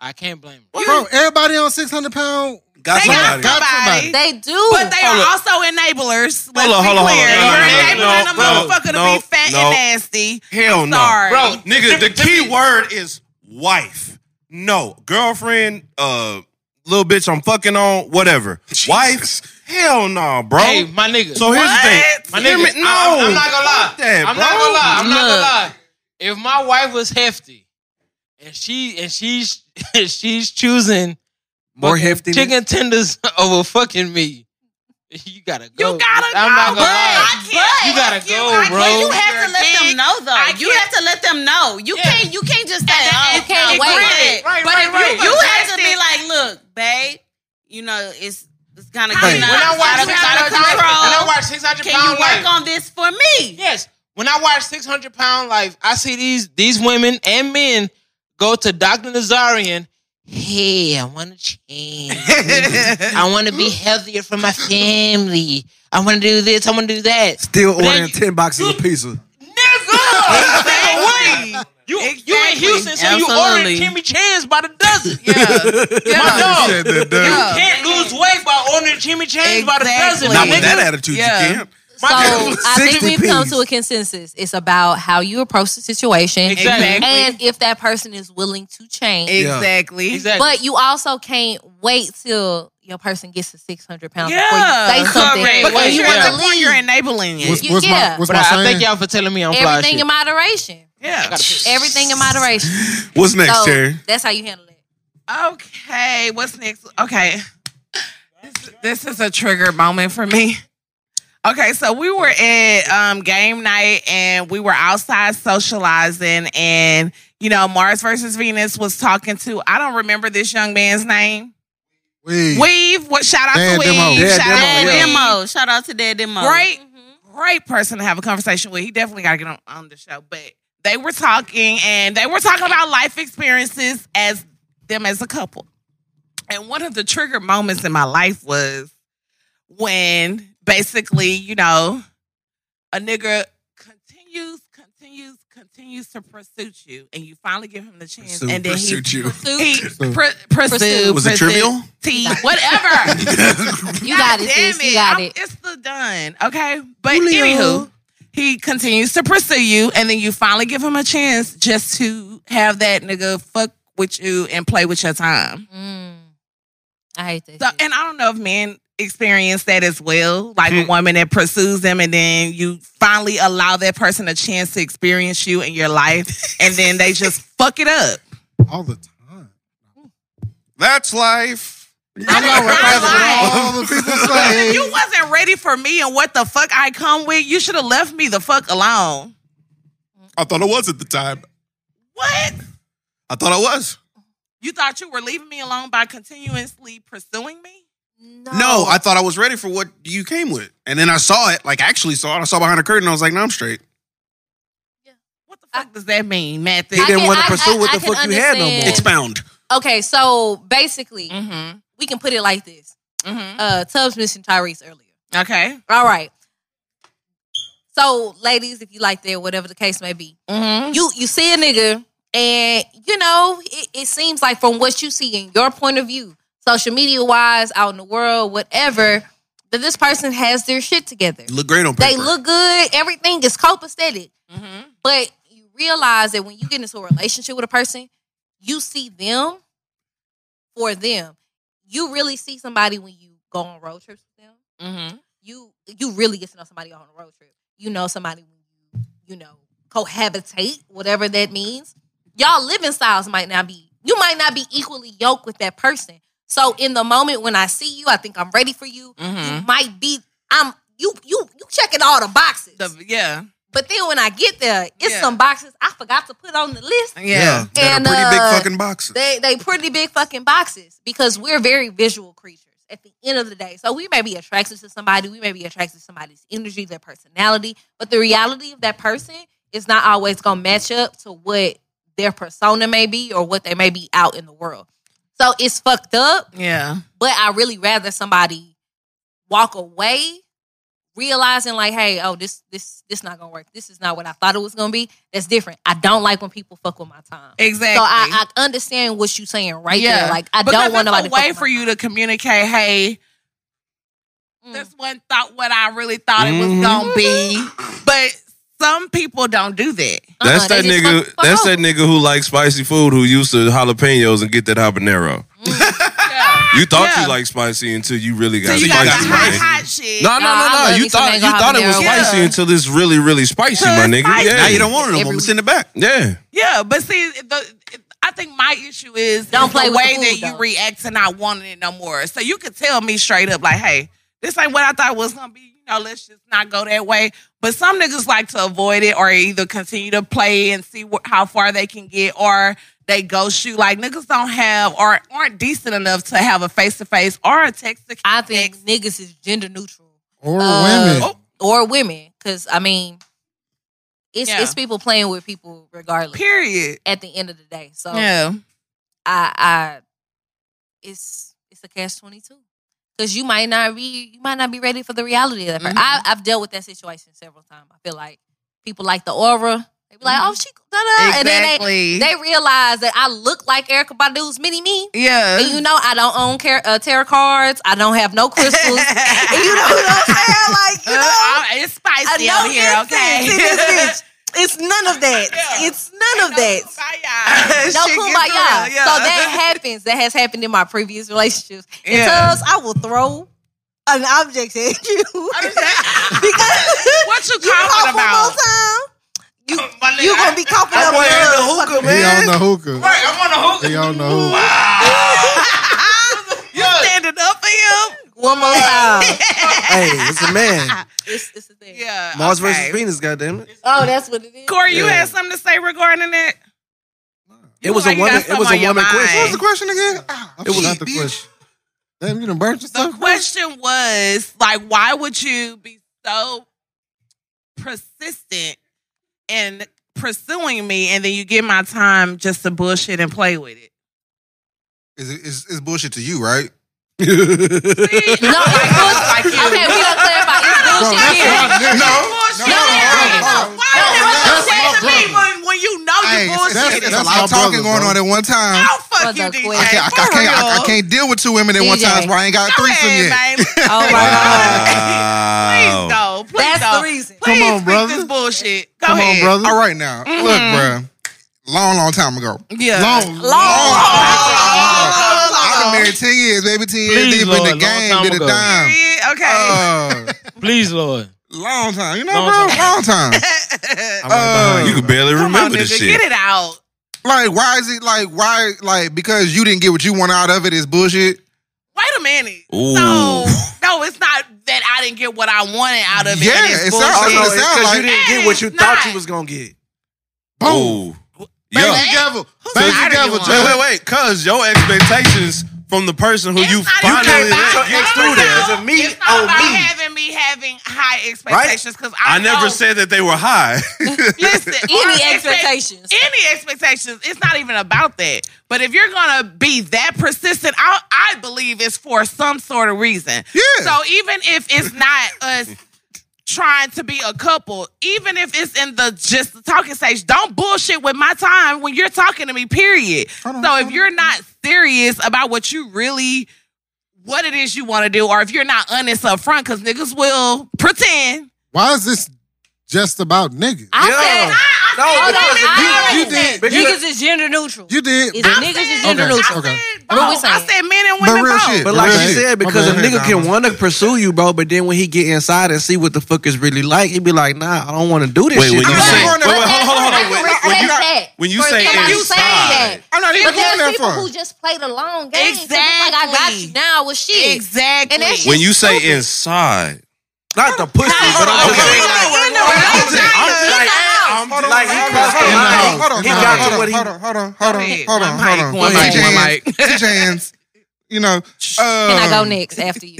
Speaker 4: I can't blame her.
Speaker 3: Bro, everybody on 600 pound
Speaker 5: Got
Speaker 1: They got
Speaker 5: somebody.
Speaker 1: somebody,
Speaker 9: They do.
Speaker 1: but they
Speaker 5: Hold
Speaker 1: are
Speaker 5: up.
Speaker 1: also enablers.
Speaker 5: Hold
Speaker 1: Let's
Speaker 5: on,
Speaker 1: be
Speaker 5: hold on, hold on.
Speaker 1: clear.
Speaker 5: No,
Speaker 1: You're
Speaker 5: no,
Speaker 1: enabling
Speaker 5: no,
Speaker 1: a
Speaker 5: no,
Speaker 1: motherfucker
Speaker 5: no,
Speaker 1: to be fat
Speaker 5: no.
Speaker 1: and nasty.
Speaker 5: Hell
Speaker 1: I'm
Speaker 5: no.
Speaker 1: sorry.
Speaker 5: Bro,
Speaker 7: Nigga, the key word is wife. No, girlfriend, uh, little bitch I'm fucking on, whatever. Wife? Hell no, bro.
Speaker 4: Hey, my nigga.
Speaker 7: so here's the thing.
Speaker 4: My
Speaker 7: Hear
Speaker 4: nigga,
Speaker 7: me- no.
Speaker 4: I, am not gonna lie.
Speaker 7: Fuck that,
Speaker 4: I'm not
Speaker 7: bro.
Speaker 4: gonna lie. I'm not
Speaker 7: Look.
Speaker 4: gonna lie. If my wife was hefty and she and she's she's choosing
Speaker 8: More
Speaker 4: fucking
Speaker 8: hefty.
Speaker 4: chicken tenders over fucking me, you gotta go.
Speaker 1: You gotta
Speaker 4: I'm
Speaker 1: go,
Speaker 4: not gonna
Speaker 1: bro.
Speaker 4: lie.
Speaker 1: I
Speaker 4: You gotta
Speaker 6: I
Speaker 4: go,
Speaker 6: can't-
Speaker 4: bro.
Speaker 6: You have to let them know though.
Speaker 1: I
Speaker 6: you have to let them know. You can't. You can't just say, "Oh,
Speaker 9: you can't
Speaker 6: no,
Speaker 9: wait."
Speaker 6: wait."
Speaker 4: Right,
Speaker 6: but
Speaker 4: right,
Speaker 6: if
Speaker 4: right.
Speaker 6: you, you
Speaker 4: But
Speaker 6: have to
Speaker 4: that's
Speaker 6: be
Speaker 4: it.
Speaker 6: like, "Look, babe, you know it's it's kind of
Speaker 4: Hey.
Speaker 6: getting
Speaker 4: When I
Speaker 6: out,
Speaker 4: watch
Speaker 6: out of,
Speaker 4: 600
Speaker 6: out of
Speaker 4: pound, when I
Speaker 6: control.
Speaker 4: watch 600
Speaker 6: Can you
Speaker 4: pound
Speaker 6: work
Speaker 4: life,
Speaker 6: on this for me?"
Speaker 4: Yes. When I watch 600 Pound Life, I see these these women and men go to Dr. Nazarian. Hey, I want to change. I want to be healthier for my family. I want to do this. I want to do that.
Speaker 8: Still
Speaker 4: But then
Speaker 8: ordering
Speaker 4: you-
Speaker 8: 10 boxes of pizza.
Speaker 4: Nigga! Wait. You, you in Houston, so you ordered
Speaker 1: Absolutely.
Speaker 4: Kimmy Chans by the dozen.
Speaker 1: Yeah.
Speaker 4: My dog.
Speaker 2: Said that, dude.
Speaker 4: You can't lose weight by ordering Chimmy Chans by the
Speaker 1: Exactly.
Speaker 4: dozen.
Speaker 5: Not with
Speaker 4: nigga.
Speaker 5: that attitude,
Speaker 1: Yeah.
Speaker 5: you can't.
Speaker 9: So I think
Speaker 8: 60
Speaker 9: we've come
Speaker 8: piece.
Speaker 9: to a consensus. It's about how you approach the situation
Speaker 4: Exactly.
Speaker 9: and if that person is willing to change.
Speaker 1: Exactly.
Speaker 4: Exactly.
Speaker 9: But you also can't wait till your person gets to 600 pounds
Speaker 1: Yeah,
Speaker 9: before you say something.
Speaker 1: correct.
Speaker 9: Because
Speaker 1: Because
Speaker 9: you
Speaker 1: you're
Speaker 4: Yeah.
Speaker 1: at
Speaker 9: want
Speaker 1: the
Speaker 9: to
Speaker 1: point you're
Speaker 9: leave
Speaker 1: enabling it.
Speaker 3: What's,
Speaker 9: You-
Speaker 3: what's
Speaker 9: yeah.
Speaker 3: my what's
Speaker 4: But
Speaker 3: my
Speaker 4: I, I
Speaker 3: saying?
Speaker 4: thank y'all for telling me I'm fly
Speaker 9: everything
Speaker 4: shit.
Speaker 9: in moderation.
Speaker 4: I
Speaker 1: Yeah.
Speaker 4: gotta piss.
Speaker 9: Everything in moderation.
Speaker 5: What's next,
Speaker 9: so
Speaker 5: Terry?
Speaker 9: that's how you handle it.
Speaker 1: Okay. What's next? Okay. This, this is a trigger moment for me. Okay, so we were at um, game night and we were outside socializing, and you know Mars versus Venus was talking to I don't remember this young man's name.
Speaker 3: We,
Speaker 1: Weave, what? Shout out
Speaker 3: Dan
Speaker 1: to
Speaker 3: Demo.
Speaker 1: Weave.
Speaker 8: Dan
Speaker 1: shout out
Speaker 6: Dad
Speaker 1: to Weave.
Speaker 6: demo. Shout out to Dad demo. Mm-hmm.
Speaker 1: Great, great person to have a conversation with. He definitely got to get on, on the show. But they were talking and they were talking about life experiences as them as a couple. And one of the trigger moments in my life was when basically, you know, a nigga continues, continues, continues to pursue you and you finally give him the chance
Speaker 5: Pursue,
Speaker 1: and then he,
Speaker 5: pursuit you.
Speaker 1: he
Speaker 3: Pursue.
Speaker 1: pr- pursue,
Speaker 5: Was it
Speaker 1: pursue,
Speaker 5: trivial?
Speaker 1: T, whatever.
Speaker 9: You got it,
Speaker 1: Damn
Speaker 9: sis. You got
Speaker 1: I'm-
Speaker 9: it.
Speaker 1: It's the done. Okay. But anywho, he continues to pursue you, and then you finally give him a chance just to have that nigga fuck with you and play with your time.
Speaker 9: Mm. I hate that.
Speaker 1: So,
Speaker 9: shit.
Speaker 1: and I don't know if men experience that as well, like a woman that pursues them, and then you finally allow that person a chance to experience you in your life, and then they just fuck it up.
Speaker 3: all the time.
Speaker 5: That's life.
Speaker 1: Not in my life.
Speaker 3: All the people
Speaker 1: Listen,
Speaker 3: say
Speaker 1: you wasn't ready for me and what the fuck I come with. You should have left me the fuck alone.
Speaker 5: I thought I was at the time.
Speaker 1: What?
Speaker 5: I thought I was.
Speaker 1: You thought you were leaving me alone by continuously pursuing me?
Speaker 5: No, I thought I was ready for what you came with. And then I saw it, like actually saw it. I saw behind the curtain. I was like, no, I'm straight.
Speaker 1: What the fuck does that mean, Matthew?
Speaker 8: He didn't
Speaker 9: can-
Speaker 8: want
Speaker 9: I-
Speaker 8: to pursue
Speaker 9: I-
Speaker 8: what
Speaker 9: I
Speaker 8: the
Speaker 9: can
Speaker 8: fuck you had no more.
Speaker 9: understand.
Speaker 5: Expound.
Speaker 9: Okay, so basically,
Speaker 1: Mm-hmm.
Speaker 9: we can put it like this.
Speaker 1: Mm-hmm.
Speaker 9: Uh, Tubbs mentioned Tyrese earlier.
Speaker 1: Okay.
Speaker 9: Mm-hmm. All right. So, ladies, if you like that, whatever the case may be,
Speaker 1: Mm-hmm.
Speaker 9: you you see a nigga, and you know it, it seems like from what you see in your point of view, social media wise, out in the world, whatever, that this person has their shit together.
Speaker 5: Look great on paper.
Speaker 9: They look good. Everything is copacetic.
Speaker 1: Mm-hmm.
Speaker 9: But you realize that when you get into a relationship with a person, you see them for them. You really see somebody when you go on road trips with them.
Speaker 1: Mm-hmm.
Speaker 9: You you really get to know somebody on a road trip. You know somebody when you you know cohabitate, whatever that means. Y'all living styles might not be. You might not be equally yoked with that person. So in the moment when I see you, I think I'm ready for you.
Speaker 1: Mhm.
Speaker 9: You might be. I'm. you you you checking all the boxes.
Speaker 1: yeah.
Speaker 9: But then when I get there, it's some boxes I forgot to put on the list.
Speaker 5: Yeah. That are
Speaker 9: and
Speaker 5: pretty big
Speaker 9: uh,
Speaker 5: fucking boxes.
Speaker 9: They they pretty big fucking boxes because we're very visual creatures at the end of the day. So we may be attracted to somebody, we may be attracted to somebody's energy, their personality, but the reality of that person is not always gonna match up to what their persona may be or what they may be out in the world. So it's fucked up.
Speaker 1: Yeah.
Speaker 9: But I really rather somebody walk away realizing like, hey, oh, this this this not gonna work. This is not what I thought it was gonna be. That's different. I don't like when people fuck with my time.
Speaker 1: Exactly.
Speaker 9: So I, I understand what you're saying right there. Like I
Speaker 1: Because
Speaker 9: don't want
Speaker 1: it's
Speaker 9: nobody to
Speaker 1: a
Speaker 9: fuck
Speaker 1: way
Speaker 9: with
Speaker 1: for you to communicate. Hey,
Speaker 9: Mm.
Speaker 1: this one thought what I really thought it was
Speaker 7: Mhm.
Speaker 1: gonna be,
Speaker 8: Mm-hmm.
Speaker 1: but some people don't do that.
Speaker 9: Uh-huh,
Speaker 3: Uh-huh,
Speaker 7: That's that nigga. That's that nigga who likes spicy food who used to jalapenos and get that habanero.
Speaker 4: Mm.
Speaker 7: You thought you liked spicy until you really got
Speaker 1: you got
Speaker 7: spicy.
Speaker 1: the hot,
Speaker 7: man.
Speaker 1: hot shit.
Speaker 7: No, no, no, no. You thought you thought it was spicy until it's really, really spicy, my nigga.
Speaker 1: spicy.
Speaker 7: Yeah.
Speaker 1: Now you don't want it no more.
Speaker 7: It's
Speaker 5: in the back.
Speaker 7: Yeah.
Speaker 1: Yeah, but see, the, I think my issue is
Speaker 9: Don't
Speaker 1: is
Speaker 9: play
Speaker 1: the
Speaker 9: with the
Speaker 1: way
Speaker 9: food,
Speaker 1: that you react to not wanting it no more. So you could tell me straight up, like, hey, this ain't what I thought it was gonna be. You know, let's just not go that way. But some niggas like to avoid it or either continue to play and see wh- how far they can get or they go shoot. Like niggas don't have or aren't decent enough to have a face to face or a text to
Speaker 9: I think niggas is gender neutral.
Speaker 3: Or
Speaker 9: Uh,
Speaker 3: women.
Speaker 9: Or women. Cause I mean it's
Speaker 1: Yeah.
Speaker 9: it's people playing with people regardless.
Speaker 1: Period.
Speaker 9: At the end of the day. So
Speaker 1: Yeah.
Speaker 9: I I it's it's a catch twenty two. Cause you might not be you might not be ready for the reality of that. person.
Speaker 1: Mm-hmm.
Speaker 9: I, I've dealt with that situation several times. I feel like people like the aura. They be like, oh, she da, da, da.
Speaker 1: Mm-hmm. Exactly.
Speaker 9: and then they, they realize that I look like Erica Badu's mini me.
Speaker 1: Yeah,
Speaker 9: and you know I don't own car- uh, tarot cards. I don't have no crystals. and you know what I'm saying? Like you know,
Speaker 1: it's spicy
Speaker 9: I
Speaker 1: over here, okay?
Speaker 9: It's none of that. It's none of that.
Speaker 1: Shit
Speaker 9: No
Speaker 1: gets
Speaker 9: kumbaya.
Speaker 1: real, yeah.
Speaker 9: So that happens. That has happened in my previous relationships. And
Speaker 1: Yeah.
Speaker 9: Tubbs, I will throw an object at you. because
Speaker 1: what you
Speaker 9: cough one
Speaker 1: talking
Speaker 9: more
Speaker 1: about?
Speaker 9: time, you you gonna be coughing up blood.
Speaker 3: He on the hookah.
Speaker 9: Right, I'm on the hookah.
Speaker 3: He on the hookah.
Speaker 1: You standing up for him?
Speaker 9: One more time.
Speaker 8: hey, it's a man.
Speaker 9: It's, it's a thing.
Speaker 1: Yeah.
Speaker 8: Mars
Speaker 1: okay.
Speaker 8: versus Venus, goddamn it.
Speaker 9: Oh, that's what it is.
Speaker 1: Corey, you
Speaker 8: Yeah.
Speaker 1: had something to say regarding that?
Speaker 8: It was a
Speaker 1: like you
Speaker 8: woman.
Speaker 1: got
Speaker 8: It was
Speaker 1: something
Speaker 8: a
Speaker 1: on
Speaker 8: woman
Speaker 1: your
Speaker 8: question.
Speaker 1: mind.
Speaker 8: What was the question?
Speaker 2: again?
Speaker 3: It was not the question. Damn, you done burnt
Speaker 1: The
Speaker 3: yourself.
Speaker 1: question was like, why would you be so persistent in pursuing me, and then you get my time just to bullshit and play with it?
Speaker 2: Is is is bullshit to you, right?
Speaker 9: No, it's bullshit.
Speaker 1: Like you.
Speaker 9: Okay, we gonna clarify. It's bullshit.
Speaker 2: No, no,
Speaker 1: Bullshit. Why would you say to me when- when you know
Speaker 2: Hey,
Speaker 1: you
Speaker 2: that's,
Speaker 1: bullshit?
Speaker 2: that's a lot of talking going on at one time.
Speaker 1: I'll fuck you, DJ.
Speaker 2: I can't, I, can't, I,
Speaker 1: for
Speaker 2: can't, I
Speaker 1: real.
Speaker 2: can't deal with two women at one
Speaker 9: DJ.
Speaker 2: time. That's why I ain't got a threesome
Speaker 1: Hey,
Speaker 2: yet.
Speaker 1: babe.
Speaker 9: Oh my
Speaker 7: Wow.
Speaker 1: Please go. Please
Speaker 9: That's
Speaker 1: go.
Speaker 9: the reason.
Speaker 2: Oh,
Speaker 1: Please
Speaker 2: Come on,
Speaker 1: speak
Speaker 2: brother.
Speaker 1: this bullshit. Go
Speaker 2: Come
Speaker 1: ahead.
Speaker 2: on, brother. All right now, look, bruh. Long, long time ago.
Speaker 1: Mm-hmm. Yeah.
Speaker 2: Long, long. I've been married ten years, baby. Ten years
Speaker 4: Please,
Speaker 2: deep
Speaker 4: Lord,
Speaker 2: in
Speaker 4: long
Speaker 2: the game,
Speaker 4: time
Speaker 2: did a
Speaker 4: ago.
Speaker 2: dime.
Speaker 1: Period. Okay.
Speaker 2: Uh,
Speaker 4: Please, Lord.
Speaker 2: long time, you know,
Speaker 4: Long
Speaker 2: bro. Long time.
Speaker 4: time.
Speaker 2: Uh,
Speaker 7: You could barely
Speaker 1: Come on,
Speaker 7: remember
Speaker 1: nigga.
Speaker 7: this
Speaker 1: Get
Speaker 7: shit.
Speaker 1: it out.
Speaker 2: like, why is it like why like because you didn't get what you want out of it is bullshit.
Speaker 1: Wait a minute.
Speaker 7: Ooh.
Speaker 1: No, no, it's not that I didn't get what I wanted out of it.
Speaker 2: Yeah,
Speaker 1: it's
Speaker 2: it
Speaker 1: bullshit.
Speaker 2: sounds-
Speaker 8: Oh, no,
Speaker 2: That's what it
Speaker 8: it's
Speaker 2: sound
Speaker 8: because you
Speaker 2: like.
Speaker 8: didn't get what you
Speaker 1: It's
Speaker 8: thought
Speaker 1: not.
Speaker 8: you was gonna get.
Speaker 7: Boom.
Speaker 3: Bang
Speaker 7: Yo.
Speaker 3: together.
Speaker 1: Who's
Speaker 3: Bang
Speaker 1: out of
Speaker 3: together,
Speaker 1: you
Speaker 7: Wait,
Speaker 3: Joe.
Speaker 7: wait, wait. Cause your expectations from the person who you
Speaker 1: It's not
Speaker 7: finally
Speaker 1: even
Speaker 7: let
Speaker 1: about-
Speaker 7: get through
Speaker 1: it's not-
Speaker 7: there.
Speaker 8: It's a me
Speaker 1: It's
Speaker 2: oh,
Speaker 1: not
Speaker 8: on
Speaker 1: about
Speaker 8: me.
Speaker 1: having me having high expectations because I,
Speaker 7: oh, I never
Speaker 1: know-
Speaker 7: said that they were high.
Speaker 1: Listen,
Speaker 9: Any
Speaker 1: our expect-
Speaker 9: expectations.
Speaker 1: any expectations. It's not even about that. But if you're gonna be that persistent, I, I believe it's for some sort of reason.
Speaker 2: Yeah.
Speaker 1: So even if it's not us trying to be a couple, even if it's in the just the talking stage, don't bullshit with my time when you're talking to me. Period.
Speaker 2: Hold on,
Speaker 1: so
Speaker 2: hold
Speaker 1: if
Speaker 2: on.
Speaker 1: you're not serious about what you really what it is you want to do, or if you're not honest up front, because niggas will pretend.
Speaker 3: Why is this just about niggas?
Speaker 9: I said,
Speaker 1: I, I
Speaker 9: hold
Speaker 1: said-
Speaker 9: on, I
Speaker 3: you
Speaker 9: already
Speaker 3: did-
Speaker 9: said
Speaker 3: but you
Speaker 9: niggas is gender neutral.
Speaker 3: You did.
Speaker 9: It's
Speaker 3: but-
Speaker 9: niggas is gender
Speaker 3: Okay,
Speaker 9: neutral.
Speaker 3: okay.
Speaker 1: Bro,
Speaker 9: What we saying?
Speaker 1: I said men and women
Speaker 2: But real
Speaker 1: both.
Speaker 2: shit.
Speaker 8: But like
Speaker 2: Right.
Speaker 8: you said,
Speaker 3: My
Speaker 8: because a
Speaker 3: bad.
Speaker 8: nigga
Speaker 2: Nah,
Speaker 8: can
Speaker 2: I'm-
Speaker 8: want to pursue you, bro, but then when he get inside and see what the fuck is really like, he be like, nah, I don't want to do this
Speaker 7: Wait,
Speaker 8: shit.
Speaker 7: when you
Speaker 8: no
Speaker 9: But-
Speaker 7: say-
Speaker 8: more.
Speaker 7: wait,
Speaker 9: but
Speaker 7: wait,
Speaker 9: that-
Speaker 7: hold on, hold on, wait.
Speaker 9: I can
Speaker 7: When you-
Speaker 9: respect that.
Speaker 7: when you
Speaker 9: For
Speaker 7: say
Speaker 9: somebody saying
Speaker 7: inside.
Speaker 9: that.
Speaker 2: I'm not even
Speaker 9: But
Speaker 2: going
Speaker 9: there's
Speaker 2: that
Speaker 9: people
Speaker 2: far.
Speaker 9: who just play the long game. So it's Like I got
Speaker 1: Exactly.
Speaker 9: you now with shit.
Speaker 1: Exactly.
Speaker 9: And that shit-
Speaker 7: when you say
Speaker 9: Stupid.
Speaker 7: inside,
Speaker 8: Not the pussy, but I'm just saying.
Speaker 2: I'm just like, he crossed the line. Hold on,
Speaker 8: He
Speaker 2: hold
Speaker 8: got
Speaker 2: on,
Speaker 8: to what he-
Speaker 2: hold on, hold on, hold on, hold on,
Speaker 1: mic,
Speaker 2: hold on.
Speaker 1: one mic, one mic.
Speaker 2: Two hands. You know,
Speaker 9: Can I go
Speaker 2: um,
Speaker 9: next after you?